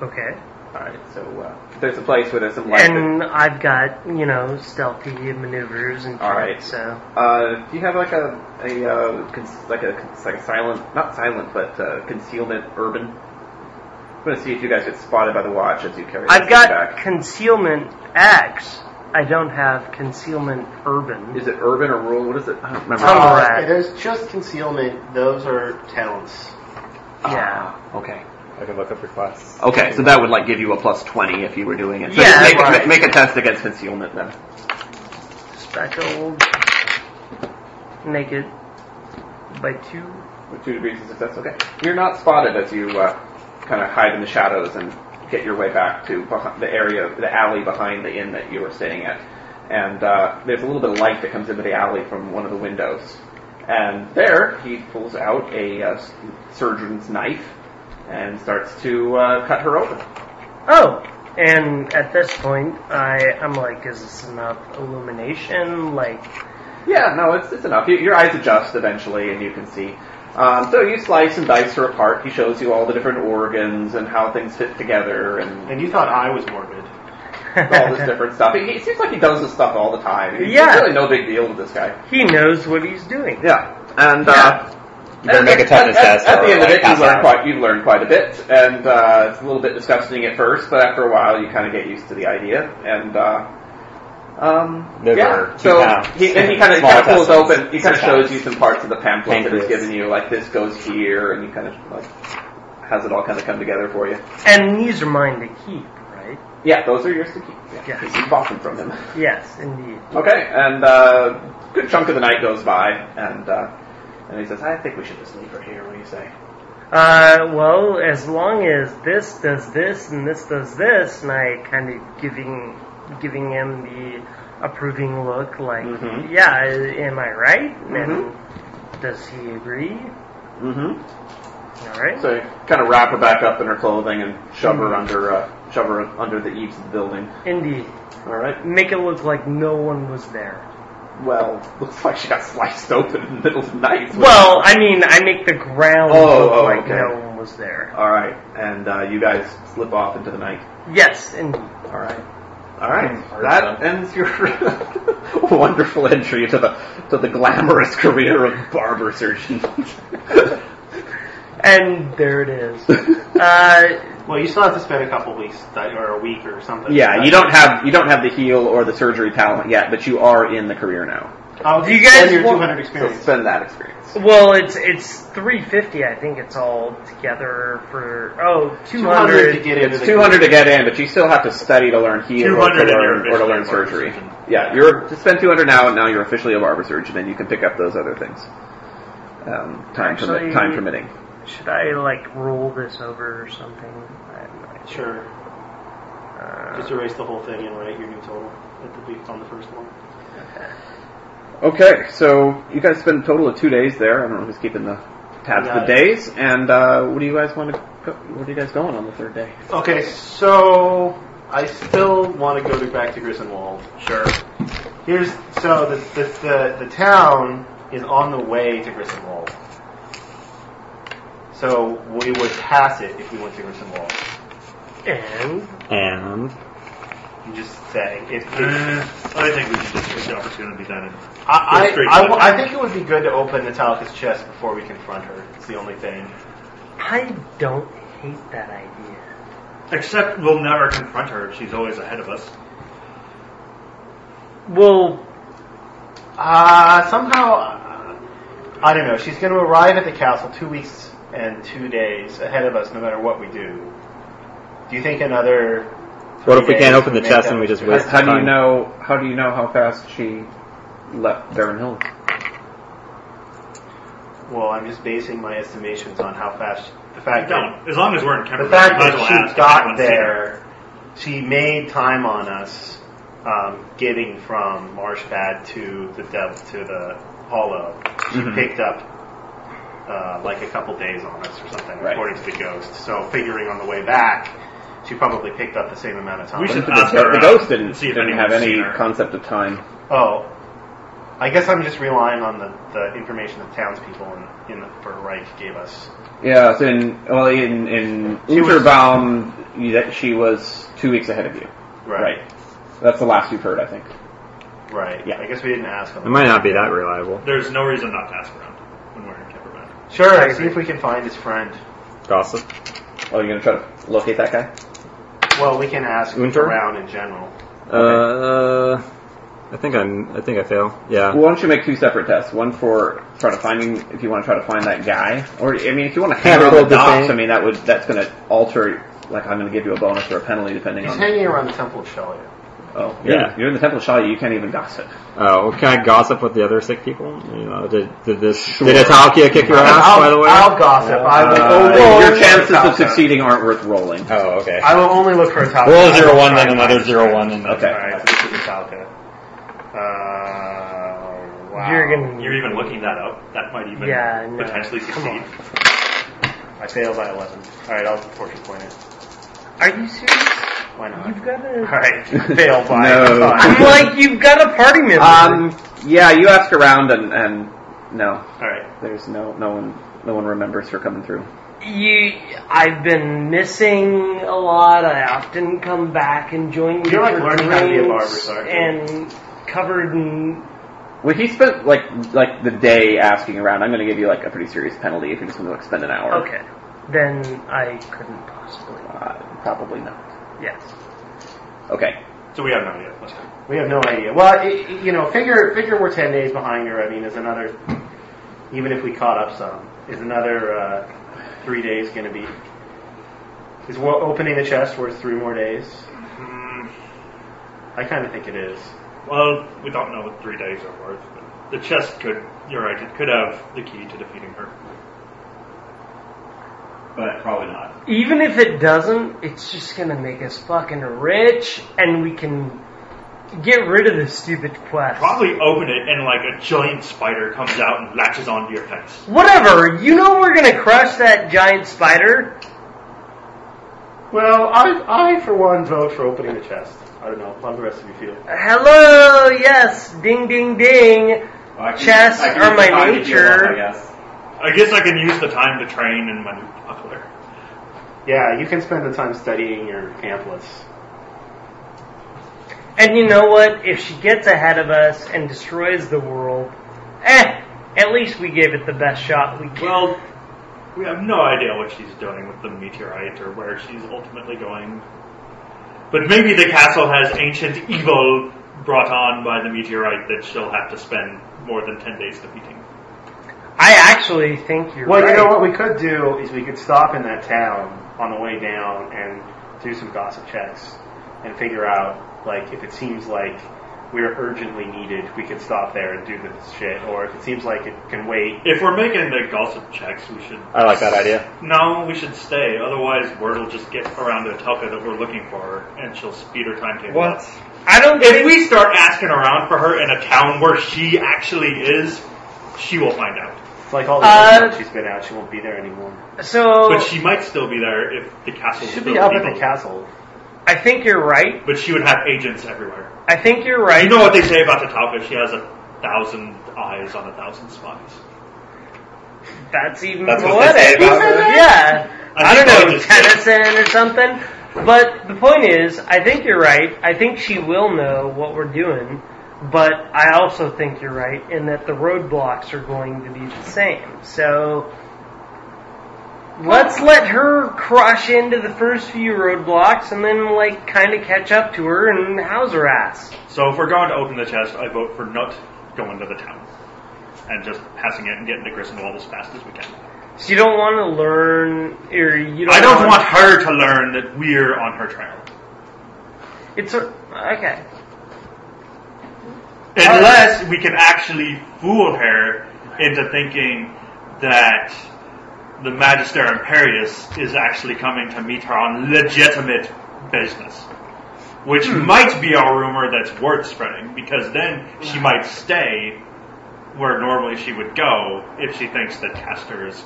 Speaker 2: Okay.
Speaker 3: All right. So uh, there's a place where there's some light.
Speaker 2: And I've got, you know, stealthy maneuvers and
Speaker 3: All
Speaker 2: crap,
Speaker 3: right.
Speaker 2: so.
Speaker 3: Uh, do you have like a a uh, cons- like a like a silent, not silent, but uh, concealment urban? I'm gonna see if you guys get spotted by the watch as you carry.
Speaker 2: I've
Speaker 3: this
Speaker 2: got
Speaker 3: back.
Speaker 2: concealment X. I don't have concealment urban.
Speaker 3: Is it urban or rural? What is it? I don't remember.
Speaker 2: Tunnel
Speaker 5: Uh,
Speaker 2: rat.
Speaker 5: there's just concealment. Those are talents.
Speaker 2: yeah.
Speaker 3: Okay.
Speaker 8: I can look up your class.
Speaker 3: Okay. So that would like give you a plus twenty if you were doing it. So
Speaker 2: Yeah,
Speaker 3: Make,
Speaker 2: right.
Speaker 3: ma- make a test against concealment then.
Speaker 2: uh, Speckled. Naked. By two.
Speaker 3: With two degrees of success. Okay. You're not spotted as you uh, kind of hide in the shadows and get your way back to behi- the area, the alley behind the inn that you were staying at. And uh, there's a little bit of light that comes into the alley from one of the windows. And there, he pulls out a uh, s- surgeon's knife and starts to uh, cut her open.
Speaker 2: Oh! And at this point, I, I'm like, is this enough illumination? Like,
Speaker 3: Yeah, no, it's, it's enough. You, your eyes adjust eventually, and you can see. Um, so you slice and dice her apart. He shows you all the different organs and how things fit together, and
Speaker 5: And you thought I was morbid.
Speaker 3: all this different stuff. He, he seems like he does this stuff all the time. He's
Speaker 2: Yeah.
Speaker 3: really no big deal with this guy.
Speaker 2: he knows what he's doing.
Speaker 3: Yeah. And
Speaker 2: Yeah.
Speaker 3: uh,
Speaker 8: You better
Speaker 3: at-
Speaker 8: make a toughness
Speaker 3: at, at-
Speaker 8: test.
Speaker 3: At,
Speaker 8: or
Speaker 3: the end of
Speaker 8: like
Speaker 3: it,
Speaker 8: pass
Speaker 3: you've learned
Speaker 8: out.
Speaker 3: quite you've learned quite a bit, and uh, it's a little bit disgusting at first, but after a while, you kind of get used to the idea. And uh, um,
Speaker 8: Those
Speaker 3: yeah.
Speaker 8: are two
Speaker 3: so
Speaker 8: pounds.
Speaker 3: he, and he kind of
Speaker 8: Small
Speaker 3: kind of pulls
Speaker 8: intestines.
Speaker 3: open. He kind of
Speaker 8: Six pounds.
Speaker 3: shows you some parts of the pamphlet that he's
Speaker 8: Pancreas.
Speaker 3: given you, like this goes here, and he kind of like has it all kind of come together for you.
Speaker 2: And these are mine to keep, right?
Speaker 3: Yeah, those are yours to keep.
Speaker 2: Yeah.
Speaker 3: because you bought them from him.
Speaker 2: Yes, indeed.
Speaker 3: Okay, and uh, good chunk of the night goes by, and uh, and he says, "I think we should just leave her here." What do you say?
Speaker 2: Uh, well, as long as this does this and this does this, and I kind of giving giving him the approving look, like,
Speaker 3: Mhm.
Speaker 2: yeah, I- am I right?
Speaker 3: Mhm.
Speaker 2: And does he agree?
Speaker 3: Mm-hmm.
Speaker 2: All right.
Speaker 3: So you kind of wrap her back up in her clothing and shove her under uh, shove her under the eaves of the building.
Speaker 2: Indeed.
Speaker 3: All right.
Speaker 2: Make it look like no one was there.
Speaker 3: Well, looks like she got sliced open in the middle of the night.
Speaker 2: Well, I mean, I make the ground
Speaker 3: Oh,
Speaker 2: look
Speaker 3: oh,
Speaker 2: like
Speaker 3: okay.
Speaker 2: no one was there.
Speaker 3: All right, and uh, you guys slip off into the night.
Speaker 2: Yes, indeed.
Speaker 3: All right. All right. That ends your wonderful entry to the to the glamorous career of barber surgeon.
Speaker 2: And there it is. Uh,
Speaker 5: Well, you still have to spend a couple weeks di- or a week or something.
Speaker 3: Yeah, you don't have you don't have the heal or the surgery talent yet, but you are in the career now.
Speaker 5: Oh,
Speaker 2: Do you guys
Speaker 5: spend your
Speaker 2: want-
Speaker 5: 200
Speaker 3: So
Speaker 5: experience.
Speaker 3: spend that experience.
Speaker 2: Well, it's it's 350. I think it's all together for oh 200.
Speaker 5: to get into
Speaker 3: It's
Speaker 5: the
Speaker 3: 200 to get in, but you still have to study to learn heal or to
Speaker 6: 200 and you're
Speaker 3: learn, or to
Speaker 6: officially
Speaker 3: learn
Speaker 6: a barber
Speaker 3: surgery.
Speaker 6: surgeon.
Speaker 3: Yeah, you're to spend 200 now, and now you're officially a barber surgeon, and you can pick up those other things. Um, time,
Speaker 2: Actually-
Speaker 3: permi- time permitting.
Speaker 2: Should I like roll this over or something? I have no idea.
Speaker 5: Sure. Just
Speaker 2: Uh,
Speaker 5: erase the whole thing and write your new total at the be- on the first one.
Speaker 3: Okay, so you guys spend a total of two days there. I don't know who's keeping the tabs of
Speaker 5: Got
Speaker 3: the
Speaker 5: it.
Speaker 3: days. And uh, what do you guys want to? Go, where are you guys going on the third day?
Speaker 5: Okay, so I still want to go to- back to Grissenwald. Sure. Here's so the the, the the town is on the way to Grissenwald. So we would pass it if we went to Grissenwald.
Speaker 2: and
Speaker 8: And
Speaker 5: I'm just saying. If, if
Speaker 6: Mm, I think we should just take the opportunity then. and-
Speaker 5: I,
Speaker 6: Go straight
Speaker 5: I, I,
Speaker 6: to
Speaker 5: w-
Speaker 6: it.
Speaker 5: I think it would be good to open Natalica's chest before we confront her. It's the only thing.
Speaker 2: I don't hate that idea.
Speaker 6: Except we'll never confront her. She's always ahead of us.
Speaker 2: Well,
Speaker 5: Uh, somehow, uh, I don't know. She's going to arrive at the castle two weeks and two days ahead of us, no matter what we do. Do you think another?
Speaker 8: what if we
Speaker 5: three
Speaker 8: can't
Speaker 5: days
Speaker 8: open the
Speaker 5: make
Speaker 8: chest
Speaker 5: that
Speaker 8: and we just
Speaker 5: would be-
Speaker 8: waste
Speaker 3: How do you
Speaker 8: time?
Speaker 3: know? How do you know how fast she left Baron Hill?
Speaker 5: Well, I'm just basing my estimations on how fast the fact that
Speaker 6: Don't. As long as we're in
Speaker 5: the
Speaker 6: Kemmerer,
Speaker 5: fact
Speaker 6: might as
Speaker 5: that
Speaker 6: well ask
Speaker 5: she
Speaker 6: if
Speaker 5: got
Speaker 6: anyone's seen her.
Speaker 5: there. She made time on us, um, getting from Marshpad to the dev- to the hollow. She
Speaker 8: Mhm.
Speaker 5: picked up. Uh, like a couple days on us or something,
Speaker 3: Right.
Speaker 5: according to the ghost. So figuring on the way back, She probably picked up the same amount of time.
Speaker 6: We should
Speaker 4: The,
Speaker 6: ask her
Speaker 4: the
Speaker 6: out
Speaker 4: ghost didn't,
Speaker 6: and see if
Speaker 4: didn't
Speaker 6: anyone's
Speaker 4: have any
Speaker 6: seen her.
Speaker 4: concept of time.
Speaker 5: Oh, I guess I'm just relying on the, the information that townspeople in, in the, for Reich gave us.
Speaker 4: Yeah, so in well in in
Speaker 5: She was-
Speaker 4: Interbaum, you- that she was two weeks ahead of you.
Speaker 5: Right.
Speaker 4: That's the last you've heard, I think.
Speaker 5: Right. Yeah. I guess we didn't ask
Speaker 8: It
Speaker 5: them.
Speaker 8: might not be that reliable.
Speaker 6: There's no reason not to ask around when we're in Camperback.
Speaker 5: Sure. See if we can find his friend.
Speaker 8: Gossip.
Speaker 4: Oh, you're gonna try to locate that guy?
Speaker 5: Well, we can ask
Speaker 8: Winter?
Speaker 5: around in general.
Speaker 8: Uh, I think I'm. I think I fail. Yeah.
Speaker 4: Well, why don't you make two separate tests? One for try to finding if you want to try to find that guy, or I mean, if you want to hammer on the
Speaker 8: rolled the
Speaker 4: dots,
Speaker 8: same.
Speaker 4: I mean that would that's gonna alter. Like I'm gonna give you a bonus or a penalty depending
Speaker 5: He's
Speaker 4: on.
Speaker 5: hanging around the Temple of Shalia.
Speaker 4: Oh,
Speaker 8: Yeah.
Speaker 4: yeah. You're in the Temple of Shalia, you can't even gossip.
Speaker 8: Oh, well, can I gossip with the other sick people? You know, did did this did Italkia kick your ass?
Speaker 5: I'll,
Speaker 8: by the way.
Speaker 5: I'll gossip. I
Speaker 2: Oh,
Speaker 5: will
Speaker 8: Uh,
Speaker 5: only
Speaker 8: Well,
Speaker 5: look
Speaker 4: Your
Speaker 5: for
Speaker 4: chances of
Speaker 5: Italca.
Speaker 4: succeeding aren't worth rolling.
Speaker 8: oh, okay.
Speaker 5: I will only look for a top.
Speaker 8: Roll a zero one, then another zero one, and
Speaker 4: Okay.
Speaker 5: Alright, so this is Italca. Uh, wow.
Speaker 2: You're gonna.
Speaker 6: You're even looking that up. That might even
Speaker 2: Yeah, no.
Speaker 6: potentially
Speaker 2: Come
Speaker 6: succeed.
Speaker 5: I failed by 11. Alright, I'll fortune point it.
Speaker 2: Are you serious?
Speaker 5: Why not?
Speaker 2: You've got a.
Speaker 5: Alright, fail by
Speaker 4: No.
Speaker 2: I'm like, you've got a party member.
Speaker 4: Um, yeah, you ask around and and no,
Speaker 5: Alright.
Speaker 4: there's no no one no one remembers her coming through.
Speaker 2: you, I've been missing a lot. I often come back and join
Speaker 5: You're, like,
Speaker 2: different
Speaker 5: learning how to be a barber,
Speaker 2: rooms
Speaker 5: sorry.
Speaker 2: and covered in.
Speaker 4: Well, he spent like like the day asking around. I'm going to give you like a pretty serious penalty if you're just going to like spend an hour.
Speaker 2: Okay, then I couldn't possibly.
Speaker 4: Uh, probably not.
Speaker 2: Yes.
Speaker 4: Okay.
Speaker 6: So we have no idea. Let's go.
Speaker 5: We have no idea. Well, i i- you know, figure figure we're 10 days behind her, I mean, is another, even if we caught up some, is another uh, three days going to be. Is wo- opening the chest worth three more days? Hmm.
Speaker 6: Mm,
Speaker 5: I kind of think it is.
Speaker 6: well, we don't know what three days are worth, but the chest could. You're right. It could have the key to defeating her. But probably not.
Speaker 2: Even if it doesn't, it's just gonna make us fucking rich, and we can get rid of this stupid quest.
Speaker 6: Probably open it and like a giant spider comes out and latches onto your fence.
Speaker 2: Whatever. You know we're gonna crush that giant spider.
Speaker 5: Well, I, I for one vote for opening the chest. I don't know how the rest of you feel.
Speaker 2: Hello. Yes. Ding, ding, ding. Chests are my nature.
Speaker 6: I guess I can use the time to train in my new buckler.
Speaker 5: Yeah, you can spend the time studying your pamphlets.
Speaker 2: And you know what? If she gets ahead of us and destroys the world, eh? At least we gave it the best shot we could.
Speaker 6: Well, we have no idea what she's doing with the meteorite or where she's ultimately going. But maybe the castle has ancient evil brought on by the meteorite that she'll have to spend more than 10 days defeating.
Speaker 2: I actually think you're
Speaker 5: Well,
Speaker 2: right.
Speaker 5: you know what we could do is we could stop in that town on the way down and do some gossip checks and figure out like if it seems like we're urgently needed, we could stop there and do this shit, or if it seems like it can wait.
Speaker 6: If we're making the gossip checks, we should.
Speaker 8: I like that idea.
Speaker 6: No, we should stay. Otherwise, word will just get around to Telka that we're looking for her, and she'll speed her timetable. up.
Speaker 2: I don't
Speaker 6: If
Speaker 2: think
Speaker 6: we start asking around for her in a town where she actually is, she will find out.
Speaker 5: It's like all the
Speaker 2: Uh,
Speaker 5: time she's been out, she won't be there anymore.
Speaker 2: so.
Speaker 6: But she might still be there if the castle
Speaker 5: She
Speaker 6: is
Speaker 5: should
Speaker 6: filled
Speaker 5: be up
Speaker 6: with
Speaker 5: at the
Speaker 6: people.
Speaker 5: castle.
Speaker 2: I think you're right.
Speaker 6: But she would have agents everywhere.
Speaker 2: I think you're
Speaker 6: I
Speaker 2: right.
Speaker 6: know what they say about Tatalka. She has a thousand eyes on a thousand spies.
Speaker 2: That's even
Speaker 8: That's what
Speaker 2: poetic.
Speaker 8: they say about her.
Speaker 2: Yeah.
Speaker 6: I
Speaker 2: I, don't
Speaker 6: think I
Speaker 2: know,
Speaker 6: just did.
Speaker 2: Tennyson or something. But the point is, I think you're right. I think she will know what we're doing. But I also think you're right in that the roadblocks are going to be the same. So let's let her crush into the first few roadblocks and then, like, kind of catch up to her and house her ass.
Speaker 6: So if we're going to open the chest, I vote for not going to the town and just passing it and getting to Griswold as fast as we can.
Speaker 2: So you don't want to learn, or you don't
Speaker 6: I don't want her to learn that we're on her trail,
Speaker 2: It's a, okay.
Speaker 6: unless we can actually fool her into thinking that the Magister Imperius is actually coming to meet her on legitimate business. Which might be a rumor that's worth spreading, because then she might stay where normally she would go if she thinks that Castor is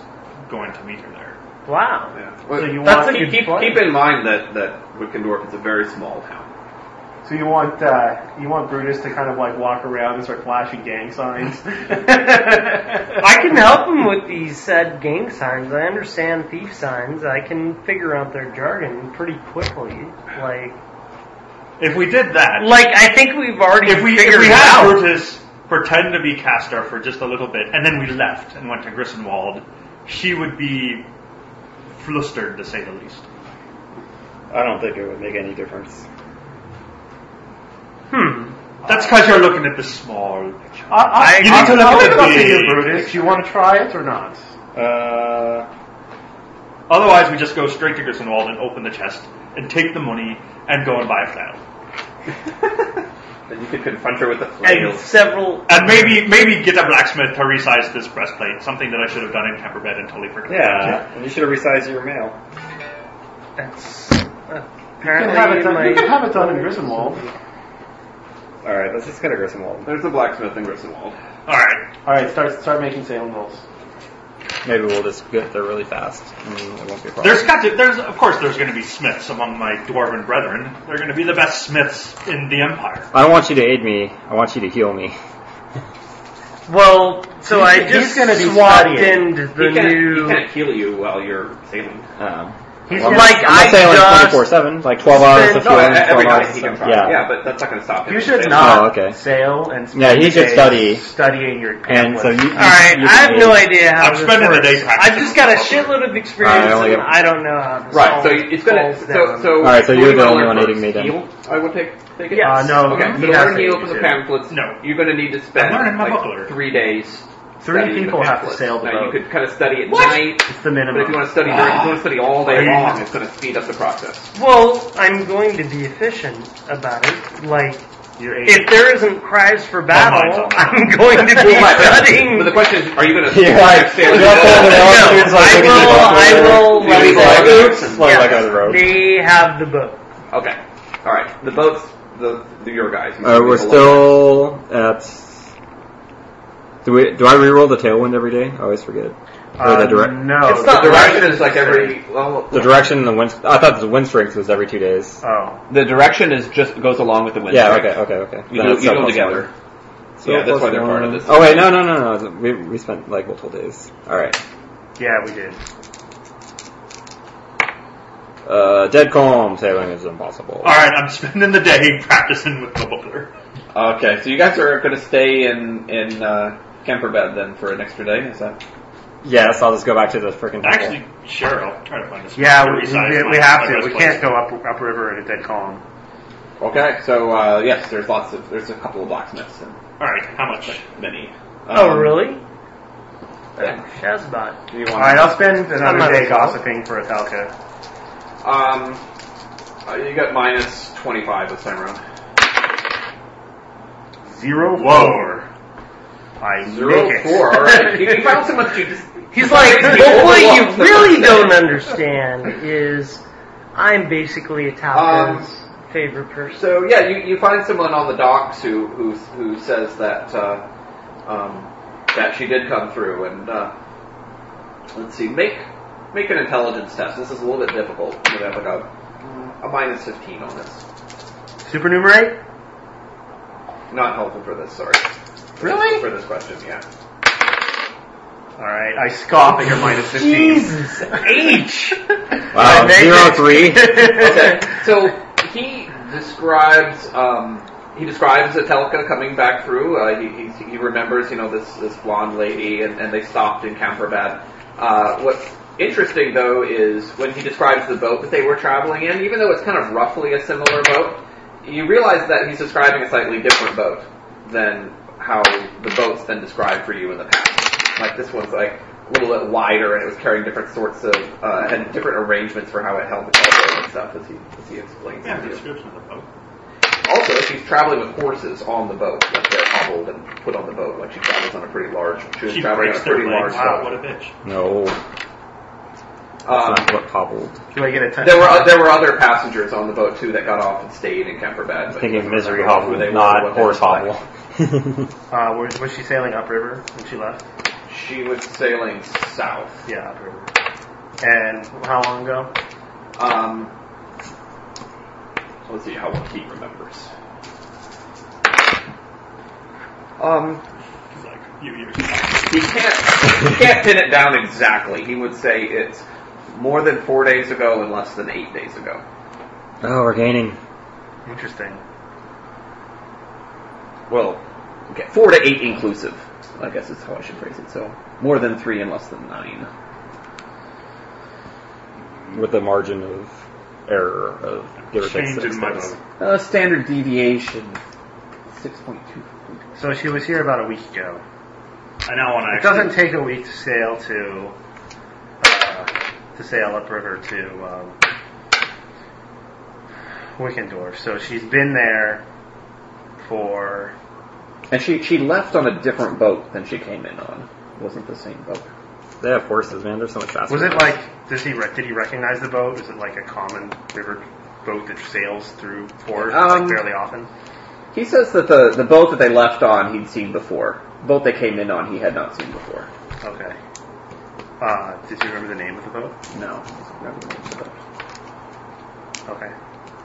Speaker 6: going to meet her there.
Speaker 2: Wow.
Speaker 3: Yeah.
Speaker 5: So you
Speaker 2: That's
Speaker 5: want
Speaker 2: a
Speaker 3: keep,
Speaker 2: good point.
Speaker 3: keep in mind that that Wickendorf is a very small town.
Speaker 5: so you want uh, you want Brutus to kind of like walk around and start flashing gang signs. I
Speaker 2: I can help them with these said gang signs. I understand thief signs. I can figure out their jargon pretty quickly. Like,
Speaker 6: If we did that,
Speaker 2: like I think we've already
Speaker 6: if we
Speaker 2: figured
Speaker 6: if we
Speaker 2: it
Speaker 6: had
Speaker 2: out.
Speaker 6: Brutus pretend to be Castor for just a little bit, and then we left and went to Grissenwald, she would be flustered to say the least.
Speaker 8: I don't think it would make any difference.
Speaker 2: Hmm.
Speaker 6: That's because you're looking at the small. picture.
Speaker 5: I, I,
Speaker 6: You need to look
Speaker 5: I'll
Speaker 6: at
Speaker 5: leave
Speaker 6: the
Speaker 5: it up to you,
Speaker 6: big
Speaker 5: Brutus. Do you want to try it or not?
Speaker 8: Uh,
Speaker 6: Otherwise, we just go straight to Grissenwald and open the chest and take the money and go and buy a flannel.
Speaker 3: Then you could confront her with the
Speaker 2: And
Speaker 3: flails.
Speaker 2: several.
Speaker 6: And maybe maybe get a blacksmith to resize this breastplate, something that I should have done in Camperbed and totally forgot.
Speaker 8: yeah. You should have resized your mail.
Speaker 2: That's
Speaker 5: You can have
Speaker 2: apparently
Speaker 5: it
Speaker 2: in
Speaker 5: done, you can
Speaker 2: my.
Speaker 5: have it done in Griswold.
Speaker 8: All right, let's just get a Griswold.
Speaker 3: There's a blacksmith in Griswold.
Speaker 6: All right.
Speaker 5: All right, start start making sailing rolls.
Speaker 8: Maybe we'll just get there really fast. and it won't be a problem.
Speaker 6: There's got to, there's of course there's going to be smiths among my dwarven brethren. They're going to be the best smiths in the empire.
Speaker 8: I don't want you to aid me. I want you to heal me.
Speaker 2: Well, so I
Speaker 5: He's- he's
Speaker 2: just
Speaker 5: gonna be
Speaker 2: swapped
Speaker 5: studying.
Speaker 2: into
Speaker 3: He
Speaker 2: the
Speaker 3: can't,
Speaker 2: new.
Speaker 3: he can't heal you while you're sailing.
Speaker 8: Um,
Speaker 5: He's
Speaker 8: well, I'm
Speaker 2: like,
Speaker 8: not- I'm
Speaker 2: I
Speaker 8: not saying
Speaker 2: just Oh,
Speaker 8: like 24 seven, like 12 hours of
Speaker 2: spent-
Speaker 4: Oh,
Speaker 3: No,
Speaker 8: healing,
Speaker 3: e- every
Speaker 8: 12
Speaker 3: night
Speaker 8: hours.
Speaker 3: he can try.
Speaker 8: yeah.
Speaker 3: yeah, but that's not going to stop him.
Speaker 5: You should
Speaker 3: Sailing.
Speaker 2: Uh,
Speaker 5: not
Speaker 8: Oh, okay.
Speaker 5: sail and spend
Speaker 8: Yeah, he
Speaker 5: the
Speaker 8: should
Speaker 5: day
Speaker 8: study.
Speaker 5: studying your
Speaker 8: And so you,
Speaker 5: pamphlets.
Speaker 8: you,
Speaker 2: All right,
Speaker 8: you
Speaker 2: I have
Speaker 8: can
Speaker 2: no
Speaker 8: aid.
Speaker 2: idea how
Speaker 6: I'm
Speaker 2: this
Speaker 6: spending the
Speaker 2: works.
Speaker 6: day practicing.
Speaker 2: I've just got a shitload of experience,
Speaker 8: Alright, I only
Speaker 2: and
Speaker 8: get-
Speaker 2: I don't know how this
Speaker 3: Right,
Speaker 2: all
Speaker 3: so it's gonna.
Speaker 2: falls
Speaker 3: So,
Speaker 2: down.
Speaker 3: so
Speaker 8: All right, so you're the only
Speaker 3: $40
Speaker 8: one
Speaker 3: per
Speaker 8: aiding me then.
Speaker 3: Heal, I would take take it.
Speaker 2: Yes.
Speaker 5: Uh, no,
Speaker 3: Okay,
Speaker 5: he
Speaker 3: so
Speaker 5: has
Speaker 3: learn
Speaker 5: to
Speaker 3: heal
Speaker 5: use
Speaker 3: for the
Speaker 5: it.
Speaker 3: pamphlets.
Speaker 6: No.
Speaker 3: you're going to need to spend
Speaker 6: learning my
Speaker 3: like
Speaker 6: buckler.
Speaker 3: three days.
Speaker 5: Three
Speaker 3: studying
Speaker 5: people
Speaker 3: the
Speaker 5: have to
Speaker 3: pamphlets.
Speaker 5: sail the
Speaker 3: now
Speaker 5: boat.
Speaker 3: You could kind of study at night,
Speaker 5: It's the
Speaker 3: but if you
Speaker 5: minimum.
Speaker 3: want to study during, if you want to study all day
Speaker 6: Are you-
Speaker 3: long, it's going to speed up the process.
Speaker 2: Well, I'm going to be efficient about it. Like,
Speaker 5: You're eight.
Speaker 2: if there isn't cries for
Speaker 6: mine's
Speaker 2: battle,
Speaker 6: on.
Speaker 2: I'm going to be
Speaker 3: Right, but-
Speaker 2: studying.
Speaker 3: But the question is, are you going to
Speaker 8: You're like, you're up there with all the students, like,
Speaker 2: I
Speaker 8: looking at
Speaker 2: will-
Speaker 8: the
Speaker 2: I
Speaker 8: book.
Speaker 2: will
Speaker 8: You
Speaker 2: leave
Speaker 8: like,
Speaker 2: it.
Speaker 8: oops, like, like on the road.
Speaker 2: They have the boat.
Speaker 3: Okay. All right. The boats, the, the your guys.
Speaker 8: Uh, we're still at. Do we? Do I reroll the tailwind every day? I always forget. Or the,
Speaker 5: Uh,
Speaker 8: direc-
Speaker 5: no,
Speaker 2: It's
Speaker 3: The
Speaker 2: not-
Speaker 3: direction is like every. Well,
Speaker 8: the direction and the wind. I thought the wind strength was every two days.
Speaker 5: Oh,
Speaker 3: the direction is just goes along with the
Speaker 2: Uh,
Speaker 3: wind.
Speaker 8: yeah. Okay. Okay. Okay.
Speaker 3: You
Speaker 8: Then
Speaker 3: do,
Speaker 8: it's
Speaker 3: you
Speaker 8: still
Speaker 3: do them
Speaker 8: plus
Speaker 3: together.
Speaker 8: one. So
Speaker 3: Yeah, that's
Speaker 8: plus
Speaker 3: why they're part of
Speaker 8: one.
Speaker 3: this.
Speaker 8: Oh wait, no, no, no, no. We, we spent like multiple days. All right.
Speaker 5: yeah, we did.
Speaker 8: Uh, dead calm sailing is impossible.
Speaker 6: All right, I'm spending the day practicing with the buckler.
Speaker 3: Okay, so you guys are going to stay in in uh, Kemperbed then for an extra day. Is that?
Speaker 8: Yes, I'll just go back to the freaking.
Speaker 6: Actually, sure, I'll try to find this.
Speaker 5: Yeah, we, we, we have to. We can't go up upriver in a dead calm.
Speaker 3: Okay, so uh, yes, there's lots of there's a couple of blacksmiths and
Speaker 6: All right, how much?
Speaker 3: many.
Speaker 2: Oh,
Speaker 3: Um,
Speaker 2: really?
Speaker 3: Yeah.
Speaker 2: Shazbot.
Speaker 3: Do you want?
Speaker 5: All right, I'll spend
Speaker 2: I'm
Speaker 5: another
Speaker 2: not
Speaker 5: day
Speaker 2: a sailor.
Speaker 5: gossiping for Athalca.
Speaker 3: Um, uh, you got minus twenty five this time around.
Speaker 5: Zero
Speaker 6: Whoa.
Speaker 5: four. I
Speaker 3: Zero
Speaker 5: make it.
Speaker 3: four. All right. you, you found so much. You just
Speaker 2: He's like,
Speaker 3: Well,
Speaker 2: what you
Speaker 3: well,
Speaker 2: really
Speaker 3: well,
Speaker 2: don't
Speaker 3: well.
Speaker 2: understand is I'm basically a Talca's favorite person.
Speaker 3: So yeah, you, you find someone on the docks who who who says that uh, um, that she did come through, and uh, let's see, make make an intelligence test. This is a little bit difficult. You have like a, a minus fifteen on this.
Speaker 5: Supernumerate?
Speaker 3: Not helpful for this, sorry. For
Speaker 2: Really?
Speaker 3: This, for this question, yeah.
Speaker 5: All right, I scoff at your minus fifteen.
Speaker 2: Jesus H.
Speaker 8: wow, Uh, zero three.
Speaker 3: Okay, so he describes um, he describes Atelka coming back through. Uh, he, he's, he remembers you know this this blonde lady, and, and they stopped in Camperbat. Uh, what's interesting though is when he describes the boat that they were traveling in, even though it's kind of roughly a similar boat, you realize that he's describing a slightly different boat than how the boat's been described for you in the past. Like this one's like a little bit wider and it was carrying different sorts of uh, had different arrangements for how it held the cargo and stuff as he as he explains
Speaker 6: Yeah,
Speaker 3: it to you.
Speaker 6: description of the boat.
Speaker 3: Also, if she's traveling with horses on the boat, like they're hobbled and put on the boat, like she travels on a pretty large she was
Speaker 6: She
Speaker 3: traveling on
Speaker 6: breaks
Speaker 3: a
Speaker 6: their
Speaker 3: pretty large
Speaker 6: legs. Wow, what
Speaker 3: boat.
Speaker 6: a bitch.
Speaker 8: No,
Speaker 3: Um,
Speaker 8: that's not what hobbled.
Speaker 5: Do I get a touch?
Speaker 3: There were there were other passengers on the boat too that got off and stayed in Kemperbad. but
Speaker 8: Thinking
Speaker 3: who they
Speaker 8: misery hobble,
Speaker 3: were,
Speaker 8: not
Speaker 3: what
Speaker 8: horse
Speaker 3: they looked
Speaker 8: hobble.
Speaker 3: like.
Speaker 5: Uh, was, was she sailing upriver when she left?
Speaker 3: She was sailing south.
Speaker 5: Yeah, upriver.
Speaker 2: And how long ago?
Speaker 3: Um, let's see how well he remembers. Um,
Speaker 6: It's like a few years.
Speaker 3: he can't he can't pin it down exactly. He would say it's more than four days ago and less than eight days ago.
Speaker 8: Oh, we're gaining.
Speaker 5: Interesting.
Speaker 3: Well, okay, four to eight inclusive. I guess is how I should phrase it. So more than three and less than nine.
Speaker 8: With a margin of error of give or take
Speaker 6: Change
Speaker 8: six
Speaker 6: in my
Speaker 8: days.
Speaker 6: mind.
Speaker 3: Uh, standard deviation, six point two.
Speaker 5: So she was here about a week ago.
Speaker 6: I now want to
Speaker 5: It
Speaker 6: actually.
Speaker 5: doesn't take a week to sail to uh, to sail upriver to um, Wickendorf. So she's been there for
Speaker 3: And she she left on a different boat than she came in on. Wasn't the same boat.
Speaker 8: They have horses, man. They're so much faster.
Speaker 5: Was it like does he rec- did he recognize the boat? Is it like a common river boat that sails through port
Speaker 3: Um,
Speaker 5: like fairly often?
Speaker 3: He says that the, the boat that they left on he'd seen before. The boat they came in on he had not seen before.
Speaker 5: Okay. Uh, did you remember the name of the boat?
Speaker 3: No. he doesn't remember the name of the boat.
Speaker 5: Okay.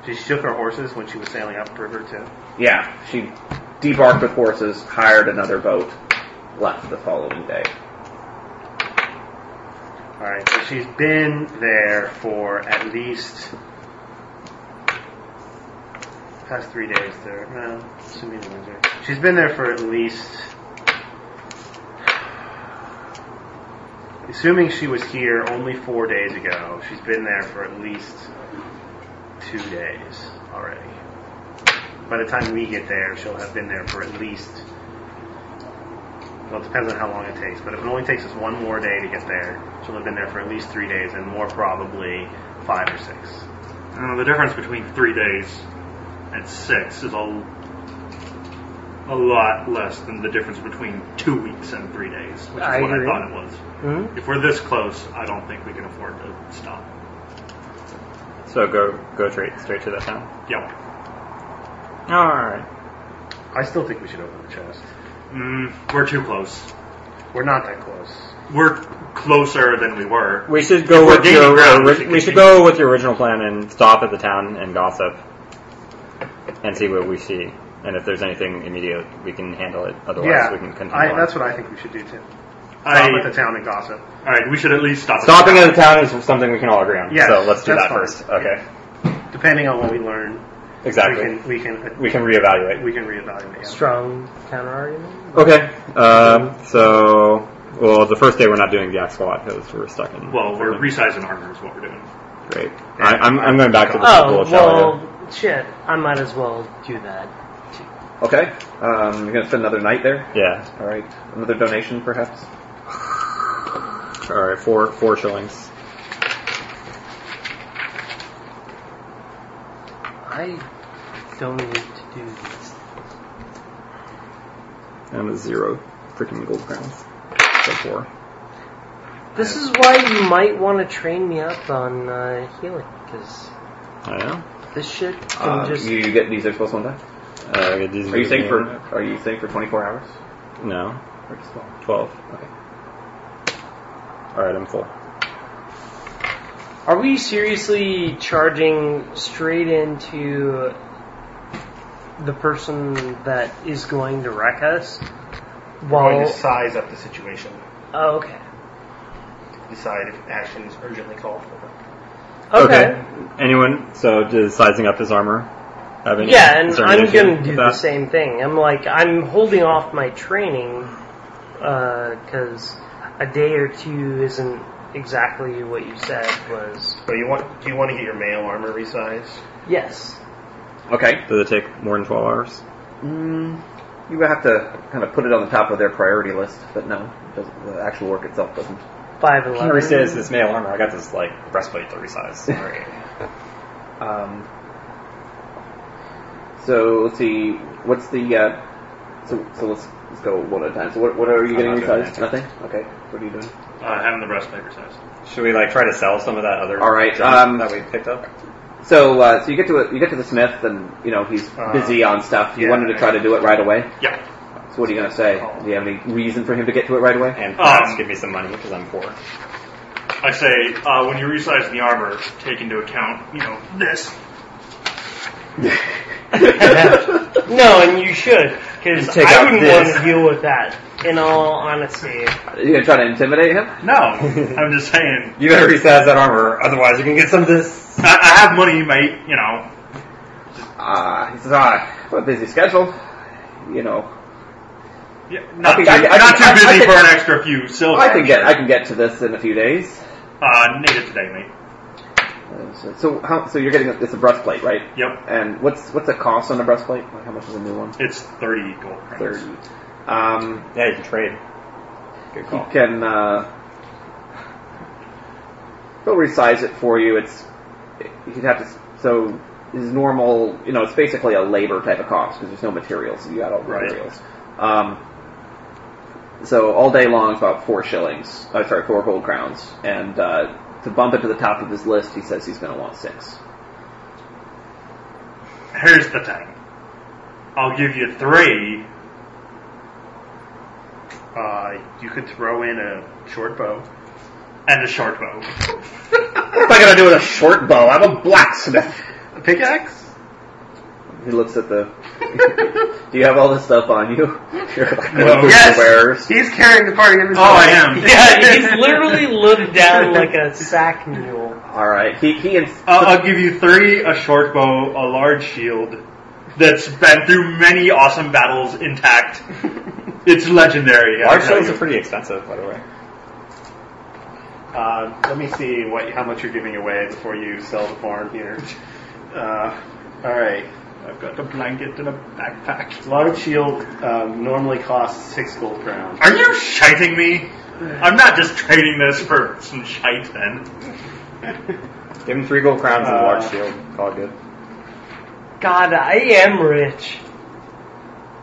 Speaker 5: She shook her horses when she was sailing upriver too.
Speaker 3: Yeah, she debarked with horses, hired another boat, left the following day.
Speaker 5: All right, so she's been there for at least past three days. There, no, assuming the Windsor. She's been there for at least, assuming she was here only four days ago. She's been there for at least two days already. By the time we get there, she'll have been there for at least. Well, it depends on how long it takes, but if it only takes us one more day to get there, she'll have been there for at least three days and more probably five or six.
Speaker 6: Uh, the difference between three days and six is a, a lot less than the difference between two weeks and three days, which is
Speaker 2: I
Speaker 6: what
Speaker 2: agree.
Speaker 6: I thought it was. If we're this close, I don't think we can afford to stop.
Speaker 8: So go go straight straight to that town.
Speaker 6: Yeah.
Speaker 8: All right.
Speaker 5: I still think we should open the chest.
Speaker 6: Mm, we're too close.
Speaker 5: We're not that close.
Speaker 6: We're closer than we were.
Speaker 8: We should go
Speaker 6: We're
Speaker 8: with
Speaker 6: gaining
Speaker 8: your
Speaker 6: ground, we
Speaker 8: ori-
Speaker 6: should
Speaker 8: we should
Speaker 6: continue.
Speaker 8: go with your original plan and stop at the town and gossip and see what we see. And if there's anything immediate, we can handle it. Otherwise,
Speaker 5: yeah,
Speaker 8: we can continue.
Speaker 5: I,
Speaker 8: on.
Speaker 5: that's what I think we should do too.
Speaker 6: I,
Speaker 5: Stop at the town and gossip.
Speaker 6: all right, we should at least stop.
Speaker 8: Stopping at the town is something we can all agree on.
Speaker 5: Yes,
Speaker 8: so let's do
Speaker 5: that's
Speaker 8: that
Speaker 5: fine.
Speaker 8: first. Okay.
Speaker 5: Depending on what we learn,
Speaker 8: Exactly.
Speaker 5: we can we can
Speaker 8: We can reevaluate.
Speaker 5: we can reevaluate. yeah.
Speaker 2: Strong counter argument.
Speaker 8: Okay. Uh, so, well, the first day we're not doing the axe squat because we're stuck in.
Speaker 6: Well, we're resizing armor is what we're doing.
Speaker 8: great. I, I'm, I'm going back to the
Speaker 2: Oh
Speaker 8: bullshit.
Speaker 2: well, shit. I might as well do that.
Speaker 3: Okay, um, you're gonna spend another night there?
Speaker 8: Yeah.
Speaker 3: Alright, another donation perhaps?
Speaker 8: All right. Four four shillings.
Speaker 2: I don't need to do this.
Speaker 8: and a zero freaking gold crowns. So four.
Speaker 2: This is why you might want to train me up on uh, healing because
Speaker 8: I know.
Speaker 2: this shit can
Speaker 3: Um,
Speaker 2: just.
Speaker 3: you get these are plus one die?
Speaker 8: Uh, get these
Speaker 3: Are you
Speaker 8: moving
Speaker 3: saying for
Speaker 8: in.
Speaker 3: are you saying for twenty four hours?
Speaker 8: No.
Speaker 3: Or just twelve?
Speaker 8: Twelve.
Speaker 3: Okay.
Speaker 8: All right, I'm full.
Speaker 2: Are we seriously charging straight into the person that is going to wreck us?
Speaker 5: We're going
Speaker 2: While
Speaker 5: to size up the situation,
Speaker 2: oh, okay,
Speaker 5: decide if action is urgently called for.
Speaker 2: okay,
Speaker 8: Anyone? So does sizing up his armor? Have any
Speaker 2: yeah, and
Speaker 8: is there any
Speaker 2: I'm
Speaker 8: issue
Speaker 2: gonna
Speaker 8: with
Speaker 2: do the
Speaker 8: that?
Speaker 2: same thing. I'm like I'm holding off my training because a day or two isn't exactly what you said was.
Speaker 5: So you want? Do you want to get your mail armor resized?
Speaker 2: Yes,
Speaker 3: Okay.
Speaker 8: Does it take more than twelve hours?
Speaker 3: Mm, you would have to kind of put it on the top of their priority list, but no, it doesn't, the actual work itself doesn't.
Speaker 2: five eleven.
Speaker 8: this mail armor. I got this like breastplate to resize. Sorry.
Speaker 3: Um, so let's see, what's the uh, so so let's let's go one at a time. So what what are you
Speaker 8: I'm
Speaker 3: getting
Speaker 8: not doing
Speaker 3: resized? Nothing. Okay. What are you doing?
Speaker 6: Uh, having the breastplate resized.
Speaker 8: Should we like try to sell some of that other?
Speaker 3: All right,
Speaker 8: junk
Speaker 3: um,
Speaker 8: that we picked up.
Speaker 3: So uh, so you get to a, you get to the smith, and you know he's
Speaker 8: Uh,
Speaker 3: busy on stuff. You
Speaker 5: yeah.
Speaker 3: wanted to try to do it right away.
Speaker 6: Yeah.
Speaker 3: So what are you gonna say? Do you have any reason for him to get to it right away?
Speaker 8: Oh. And perhaps
Speaker 6: Um,
Speaker 8: give me some money because I'm poor.
Speaker 6: I I say, uh, when you resize the armor, take into account, you know, this.
Speaker 2: No, and you should, because
Speaker 3: You take
Speaker 2: I
Speaker 3: out
Speaker 2: wouldn't
Speaker 3: this.
Speaker 2: want to deal with that. In all honesty,
Speaker 3: Are you gonna try to intimidate him?
Speaker 6: No, I'm just saying.
Speaker 7: You better resize that armor, otherwise you can get some of this.
Speaker 6: I, I have money, mate. You know,
Speaker 3: Ah, he says, ah, what a busy schedule. You know,
Speaker 6: Yeah, not,
Speaker 3: I think
Speaker 6: too,
Speaker 3: I- I think-
Speaker 6: not too
Speaker 3: I- I
Speaker 6: busy
Speaker 3: think-
Speaker 6: for an extra few silver.
Speaker 3: I can get I can get to this in a few days.
Speaker 6: Uh, need it today, mate.
Speaker 3: Uh, So, so how? So you're getting a, it's a breastplate, right?
Speaker 6: Yep,
Speaker 3: And what's what's the cost on a breastplate? Like how much is a new one?
Speaker 6: it's thirty gold. crowns.
Speaker 3: Thirty. Um,
Speaker 7: Yeah, you can trade. Good
Speaker 3: He
Speaker 7: call.
Speaker 3: can. Uh, he'll resize it for you. It's he'd have to. So his normal, you know, it's basically a labor type of cost because there's no materials. You got all the
Speaker 6: Right.
Speaker 3: materials. Um, so all day long, it's about four shillings. Oh, sorry, four gold crowns. And uh, to bump it to the top of his list, he says he's going to want six.
Speaker 6: Here's the thing. I'll give you three. Uh, you could throw in a short bow and a short bow.
Speaker 3: What am I going to do with a short bow? I'm a blacksmith.
Speaker 6: A pickaxe?
Speaker 3: He looks at the. do you have all this stuff on you? You're like
Speaker 6: No.
Speaker 3: looking for
Speaker 2: Yes.
Speaker 3: wares.
Speaker 5: He's carrying the party.
Speaker 6: Oh, I am.
Speaker 2: yeah, he's literally looked down like a sack mule.
Speaker 3: All right. He he ins-
Speaker 6: I'll, I'll give you three, a short bow, a large shield that's been through many awesome battles intact. It's legendary. I
Speaker 7: Large
Speaker 6: tell
Speaker 7: shields
Speaker 6: you.
Speaker 7: are pretty expensive, by the way.
Speaker 5: Uh, let me see what how much you're giving away before you sell the farm here. Uh, all right.
Speaker 6: I've got a blanket and a backpack.
Speaker 5: Large shield um, normally costs six gold crowns.
Speaker 6: Are you shiting me? I'm not just trading this for some shite then.
Speaker 7: Give him three gold crowns and a large
Speaker 5: Uh,
Speaker 7: shield. All good.
Speaker 2: God, I am rich,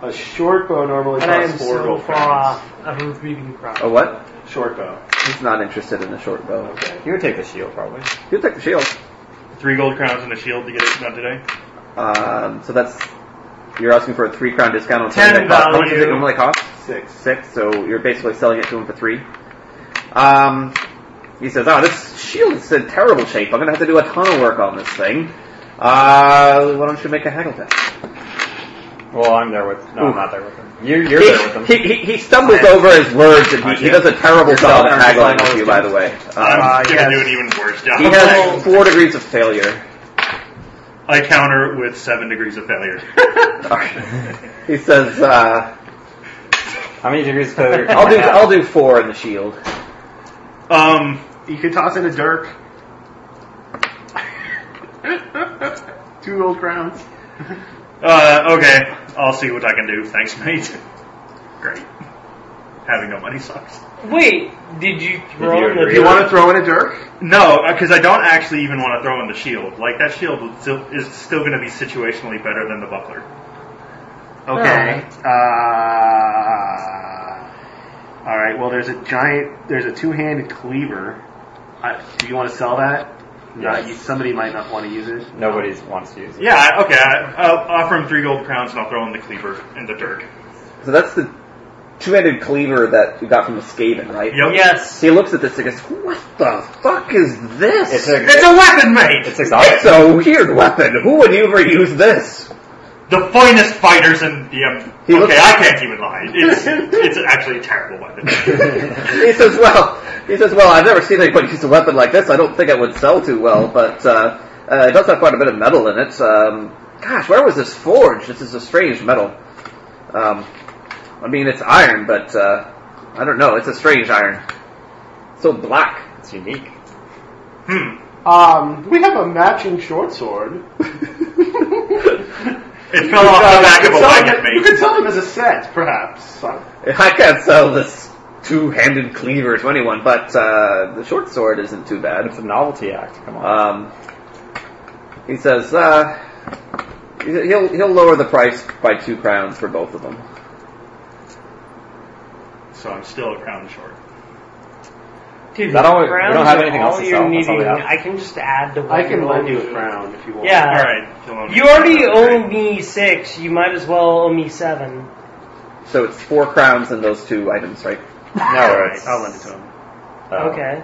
Speaker 5: A short bow normally
Speaker 2: and I am
Speaker 5: costs four
Speaker 2: so
Speaker 5: gold
Speaker 2: far
Speaker 5: crowns.
Speaker 2: off of a reading
Speaker 3: a
Speaker 7: Oh,
Speaker 2: problem.
Speaker 3: what?
Speaker 5: Short bow.
Speaker 3: He's not interested in the short bow.
Speaker 7: You would take the shield, probably.
Speaker 3: He'll take the shield.
Speaker 6: Three gold crowns and a shield to get it done today.
Speaker 3: Um, so that's you're asking for a three crown discount on
Speaker 2: Ten
Speaker 3: something that costs- How much does it
Speaker 2: value.
Speaker 3: normally cost?
Speaker 5: Six.
Speaker 3: Six. So you're basically selling it to him for three. Um, he says, "Oh, this shield is in terrible shape. I'm gonna have to do a ton of work on this thing. Uh, why don't you make a haggle test?"
Speaker 7: Well, I'm there with. No,
Speaker 3: Ooh.
Speaker 7: I'm not there with him. You, you're
Speaker 3: he,
Speaker 7: there with him.
Speaker 3: He, he, he stumbles over his words and he, he does a terrible job at haggling with you, by the way. Um,
Speaker 7: Uh,
Speaker 6: I'm gonna do an even worse job.
Speaker 3: he has four degrees of failure.
Speaker 6: I counter with seven degrees of failure.
Speaker 3: He says, uh,
Speaker 7: How many degrees of failure?
Speaker 3: "I'll do I'll do four in the shield."
Speaker 6: Um,
Speaker 5: You could toss in a dirk. Two gold crowns.
Speaker 6: uh, okay. I'll see what I can do. Thanks, mate. Great. Having no money sucks.
Speaker 2: Wait, did you throw
Speaker 7: you
Speaker 2: in
Speaker 7: agree
Speaker 2: the?
Speaker 5: You want to throw in a dirk?
Speaker 6: No, because I don't actually even want to throw in the shield. Like, that shield is still, is still going to be situationally better than the buckler.
Speaker 5: Okay. Uh, all right. Well, there's a giant. There's a two-handed cleaver. I, do you want to sell that? Yeah.
Speaker 7: Yes.
Speaker 5: somebody might not want to use it.
Speaker 7: Nobody wants to use it.
Speaker 6: Yeah, I- okay. I, I'll offer him three gold crowns and I'll throw in the cleaver and the dirk.
Speaker 3: So that's the two-handed cleaver that you got from the Skaven, right?
Speaker 6: Yep.
Speaker 2: Yes.
Speaker 3: He looks at this and goes, "What the fuck is this?
Speaker 7: It's a,
Speaker 6: It's a weapon, mate!
Speaker 7: it's exotic.
Speaker 3: It's a weird weapon. Who would ever use this?"
Speaker 6: the finest fighters in the. Um,
Speaker 3: He
Speaker 6: okay,
Speaker 3: looks-
Speaker 6: I can't even lie. It's it's actually a terrible weapon.
Speaker 3: He says, "Well, he says, well, I've never seen anybody use a weapon like this. I don't think it would sell too well, but uh, uh, it does have quite a bit of metal in it. Um, gosh, where was this forged? This is a strange metal. Um, I mean, it's iron, but uh, I don't know. It's a strange iron. So black.
Speaker 7: It's unique.
Speaker 6: hmm.
Speaker 5: Um, we have a matching short sword.
Speaker 6: It fell off the back of a wagon,
Speaker 5: You
Speaker 6: mate.
Speaker 5: could sell them as a set, perhaps.
Speaker 3: I can't sell this two-handed cleaver to anyone, but uh, the short sword isn't too bad.
Speaker 7: It's a novelty act. Come on. Uh,
Speaker 3: Um, he says uh, he'll he'll lower the price by two crowns for both of them.
Speaker 6: So I'm still a crown short.
Speaker 2: Dude,
Speaker 7: That all- we
Speaker 2: crowns
Speaker 7: don't have
Speaker 2: are
Speaker 7: anything
Speaker 2: all
Speaker 7: else to
Speaker 2: you're
Speaker 7: sell. That's all
Speaker 2: needing.
Speaker 7: we have.
Speaker 2: I can just add to what
Speaker 5: I can
Speaker 2: you
Speaker 5: lend
Speaker 2: owe
Speaker 5: you a
Speaker 2: me.
Speaker 5: crown if you want.
Speaker 2: Yeah.
Speaker 6: Alright, you'll owe me
Speaker 2: You
Speaker 6: two
Speaker 2: already
Speaker 6: crowns,
Speaker 2: owe
Speaker 6: right?
Speaker 2: me six. You might as well owe me seven.
Speaker 3: So it's four crowns and those two items, right?
Speaker 7: no, it's,
Speaker 5: I'll lend it to him.
Speaker 7: uh,
Speaker 2: okay.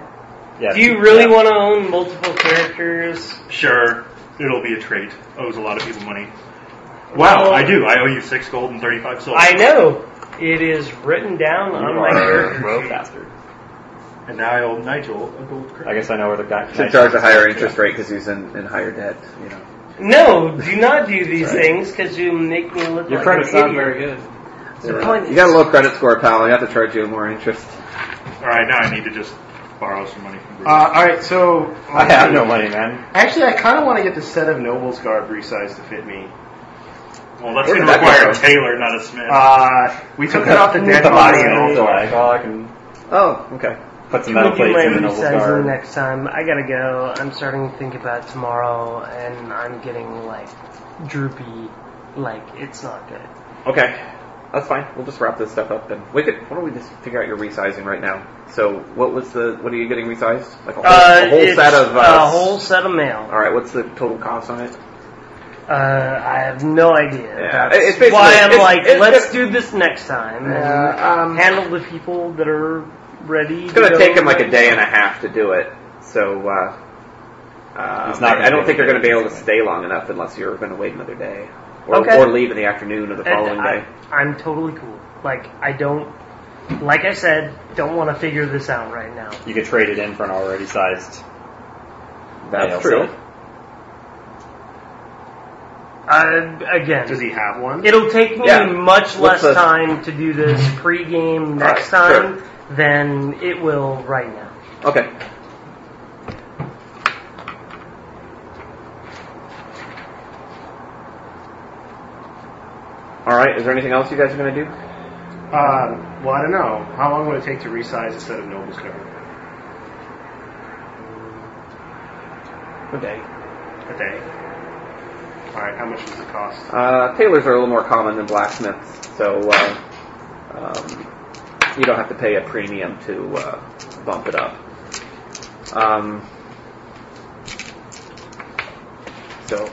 Speaker 8: Yeah.
Speaker 2: Do you really want to own multiple characters?
Speaker 6: Sure, it'll be a trait. Owes a lot of people money. Wow, I do. I owe you six gold and thirty-five souls.
Speaker 2: I know. It is written down on my character
Speaker 8: rogue
Speaker 2: sheet.
Speaker 8: bastard.
Speaker 6: And now I owe Nigel a gold credit.
Speaker 8: I guess I know where the guy.
Speaker 3: Should charge a higher interest rate because he's in, in higher debt. You know.
Speaker 2: No, do not do these things because you make me look
Speaker 8: Your
Speaker 2: like
Speaker 8: credit's
Speaker 2: an
Speaker 8: not
Speaker 2: idiot.
Speaker 8: very good.
Speaker 2: The point
Speaker 3: You got a
Speaker 2: is-
Speaker 3: low credit score, pal. You have to charge you more interest.
Speaker 6: All right, now I need to just borrow some money from. Bruce.
Speaker 5: Uh, all right, so
Speaker 8: I have no money, man.
Speaker 5: Actually, I kind of want to get the set of Noble's garb resized to fit me.
Speaker 6: well, that's
Speaker 3: where
Speaker 6: going to
Speaker 3: did that
Speaker 6: require
Speaker 3: come
Speaker 6: a
Speaker 3: from?
Speaker 6: tailor, not a smith.
Speaker 5: Uh, we took it off the dead
Speaker 8: the body
Speaker 5: body.
Speaker 8: and
Speaker 5: and-
Speaker 8: also like, oh, I can
Speaker 3: Oh, okay.
Speaker 8: put some
Speaker 2: I'm
Speaker 8: metal
Speaker 2: gonna do
Speaker 8: plates
Speaker 2: my
Speaker 8: in the noble's
Speaker 2: resizing
Speaker 8: guard.
Speaker 2: next time. I gotta go. I'm starting to think about tomorrow, and I'm getting like droopy. Like it's not good.
Speaker 3: Okay. That's fine. We'll just wrap this stuff up and we could. Why don't we just figure out your resizing right now? So, what was the? What are you getting resized? Like a whole, a whole
Speaker 2: it's
Speaker 3: set of. Uh,
Speaker 2: a whole set of mail.
Speaker 3: All right. What's the total cost on it?
Speaker 2: Uh, I have no idea.
Speaker 3: Yeah,
Speaker 2: That's
Speaker 3: it's basically-
Speaker 2: why I'm
Speaker 3: it's-
Speaker 2: like,
Speaker 3: it's-
Speaker 2: let's
Speaker 3: it's-
Speaker 2: do this next time and
Speaker 3: Yeah, um,
Speaker 2: handle the people that are ready.
Speaker 3: It's gonna take him like a day and a half to do it. So, uh, um,
Speaker 8: It's not
Speaker 3: I, I don't
Speaker 8: gonna
Speaker 3: think
Speaker 8: take
Speaker 3: you're gonna be able to
Speaker 8: very much.
Speaker 3: stay long enough unless you're gonna wait another day or,
Speaker 2: Okay.
Speaker 3: or leave in the afternoon or the following
Speaker 2: And I,
Speaker 3: day.
Speaker 2: I'm totally cool. Like I don't, like I said, don't want to figure this out right now.
Speaker 8: You could trade it in for an already sized.
Speaker 3: That's
Speaker 8: nail
Speaker 3: true.
Speaker 8: set.
Speaker 2: I, again,
Speaker 5: Does he have one?
Speaker 2: It'll take me
Speaker 3: Yeah.
Speaker 2: much
Speaker 3: What's
Speaker 2: less
Speaker 3: the-
Speaker 2: time to do this pre-game next
Speaker 3: Alright,
Speaker 2: time than it will right now.
Speaker 3: Okay. All right. Is there anything else you guys are gonna do?
Speaker 2: Um,
Speaker 5: Uh, well, I don't know. How long would it take to resize a set of Noble's garb?
Speaker 3: A day.
Speaker 5: A day. All right. How much does it cost?
Speaker 3: Uh, tailors are a little more common than blacksmiths, so uh, um, you don't have to pay a premium to uh, bump it up. Um, so,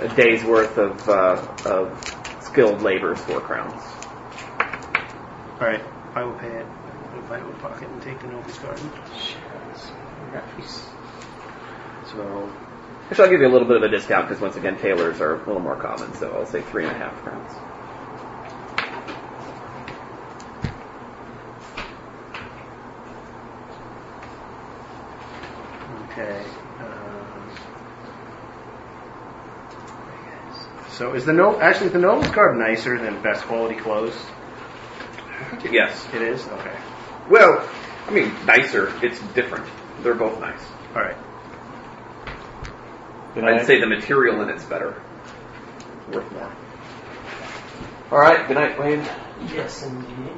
Speaker 3: a day's worth of, uh, of skilled labor is four crowns.
Speaker 5: All right. I will pay it. I'll buy it with pocket and take the Noble's garb.
Speaker 3: So, actually, I'll give you a little bit of a discount because once again, tailors are a little more common, so I'll say three and a half crowns.
Speaker 2: Uh,
Speaker 5: Okay. Um, so is the no actually is the Noble's garb nicer than best quality clothes?
Speaker 3: Yes.
Speaker 5: It is. Okay.
Speaker 3: Well, I mean, nicer. It's different. They're both nice.
Speaker 5: All right.
Speaker 8: Did I-
Speaker 3: I'd say the material in it's better. Worth more. All right. Good night, Wayne.
Speaker 2: Yes, indeed.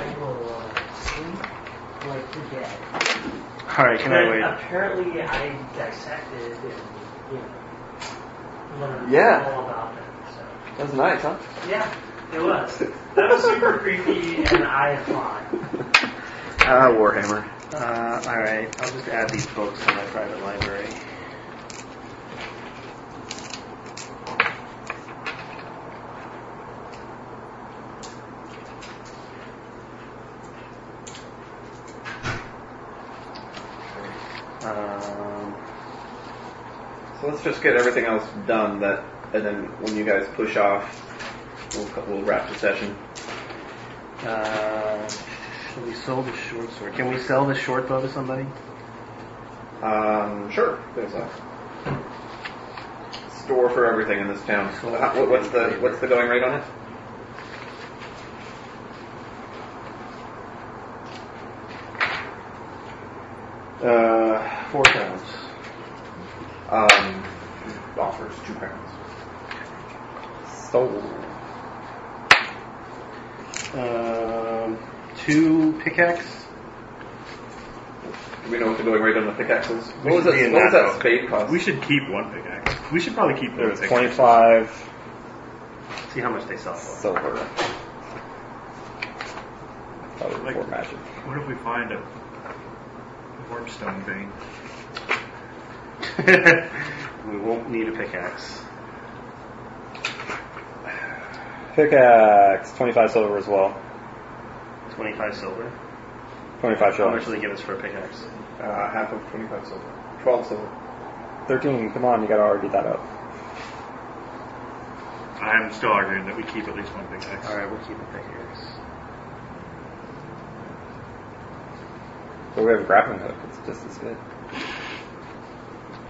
Speaker 2: I will uh, sleep like the dead.
Speaker 5: All right. Can I wait?
Speaker 2: Apparently, I dissected and you know learned
Speaker 3: Yeah.
Speaker 2: all about it. So.
Speaker 3: That was nice, huh?
Speaker 2: Yeah, it was. That was super creepy, and I applaud.
Speaker 3: Ah, Warhammer.
Speaker 5: Uh, all right, I'll just add these books to my private library. Um,
Speaker 3: So let's just get everything else done. That, and then when you guys push off, we'll, cu- we'll wrap the session.
Speaker 5: uh, should we sell the short sword? Can we sell the short bow to somebody?
Speaker 3: Um, sure. There's a store for everything in this town. Uh, what- what's the what's the going rate on it?
Speaker 5: Uh, four pounds.
Speaker 3: Um, offers two crowns.
Speaker 8: sold.
Speaker 5: Um, two pickaxe.
Speaker 3: Do we know what the going rate on the pickaxes?
Speaker 5: We
Speaker 3: What was
Speaker 5: should
Speaker 3: that?
Speaker 5: be in
Speaker 3: What was
Speaker 5: that
Speaker 3: that
Speaker 5: book.
Speaker 3: spade cost?
Speaker 6: we should keep one pickaxe. We should probably keep
Speaker 8: It
Speaker 6: one
Speaker 8: was
Speaker 6: pickaxe.
Speaker 8: 25
Speaker 5: See how much they sell for.
Speaker 8: silver. Probably
Speaker 6: Like-
Speaker 8: four magic.
Speaker 6: What if we find a warpstone vein?
Speaker 5: we won't need a pickaxe.
Speaker 8: Pickaxe, 25 silver as well.
Speaker 5: 25 silver.
Speaker 8: 25
Speaker 5: How much
Speaker 8: silver.
Speaker 5: do they give us for a pickaxe?
Speaker 3: Uh, half of 25 silver. 12 silver.
Speaker 8: 13, come on, you gotta argue that up.
Speaker 6: I'm still arguing that we keep at least one big X.
Speaker 2: Alright, we'll keep it figures.
Speaker 8: But we have a grappling hook, it's just as good.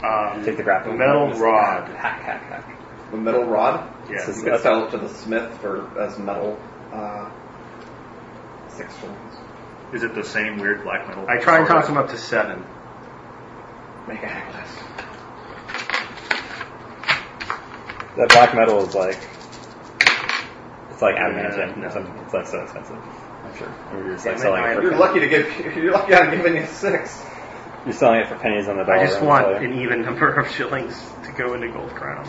Speaker 6: Um,
Speaker 8: Take the grappling
Speaker 6: Metal
Speaker 8: hook. Just
Speaker 6: rod.
Speaker 8: Hack, hack, hack.
Speaker 3: The metal rod?
Speaker 6: Yeah.
Speaker 8: This
Speaker 3: You
Speaker 8: is-
Speaker 3: could sell it to the smith for as metal. Uh, six shillings.
Speaker 6: Is it the same weird black metal?
Speaker 2: I try and toss him up to seven.
Speaker 3: Make a necklace.
Speaker 8: That black metal is like, it's like
Speaker 6: Yeah,
Speaker 8: adamantium
Speaker 6: no.
Speaker 8: or something. It's like so expensive. I'm sure. I mean, you're just
Speaker 2: Damn
Speaker 8: like
Speaker 2: it,
Speaker 8: selling
Speaker 2: Ryan,
Speaker 8: it for
Speaker 3: You're lucky to give. You're lucky I'm giving you six.
Speaker 8: You're selling it for pennies on the dollar.
Speaker 2: I just
Speaker 8: I'm
Speaker 2: want
Speaker 8: telling you.
Speaker 2: an even number of shillings to go into gold crowns.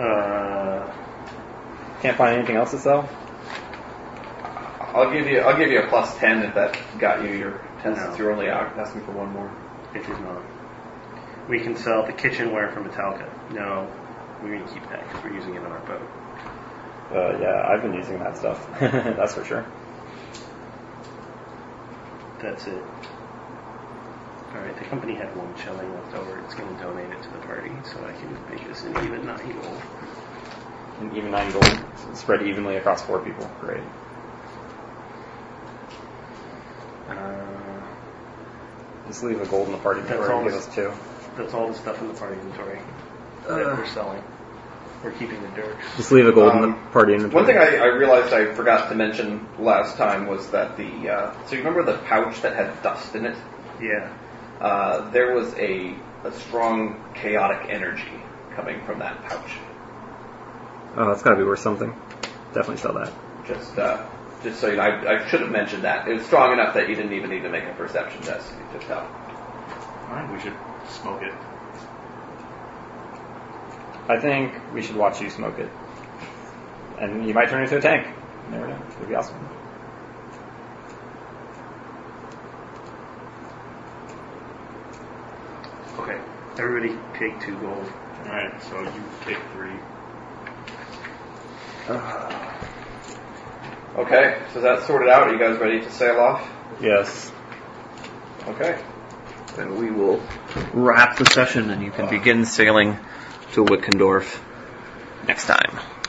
Speaker 6: Uh,
Speaker 8: Can't find anything else to sell.
Speaker 3: I'll give you. I'll give you a plus ten if that got you your ten.
Speaker 2: No.
Speaker 3: Since you're only out asking for one more.
Speaker 2: It is not. We can sell the kitchenware from Metallica. No, we're going to keep that because we're using it on our boat.
Speaker 8: Uh, yeah, I've been using that stuff. That's for sure.
Speaker 2: That's it. Alright, the company had one shilling left over. It's going to donate it to the party so I can make this an even nine gold.
Speaker 8: And even nine gold spread evenly across four people. Great.
Speaker 2: Uh,
Speaker 8: Just leave a gold in the party
Speaker 2: That's
Speaker 8: before
Speaker 2: all
Speaker 8: and give
Speaker 2: this-
Speaker 8: us two.
Speaker 2: that's all the stuff in the party inventory that
Speaker 5: Uh.
Speaker 2: we're selling. We're keeping the dirks.
Speaker 8: Just leave a gold in
Speaker 3: Um,
Speaker 8: the party inventory.
Speaker 3: One thing I, I realized I forgot to mention last time was that the. Uh, so you remember the pouch that had dust in it?
Speaker 2: Yeah.
Speaker 3: Uh, there was a, a strong chaotic energy coming from that pouch.
Speaker 8: Oh, that's gotta be worth something. Definitely sell that.
Speaker 3: Just uh, just so you know, I, I should have mentioned that. It was strong enough that you didn't even need to make a perception test. You just out.
Speaker 6: fine, we should smoke it.
Speaker 8: I think we should watch you smoke it. And you might turn into a tank. You never know. It'd be awesome.
Speaker 2: Okay. Everybody take two gold.
Speaker 6: All right, so you take three.
Speaker 3: Okay, so that's sorted out. Are you guys ready to sail off?
Speaker 8: Yes.
Speaker 3: Okay.
Speaker 4: Then we will wrap the session and you can begin sailing to Wickendorf next time.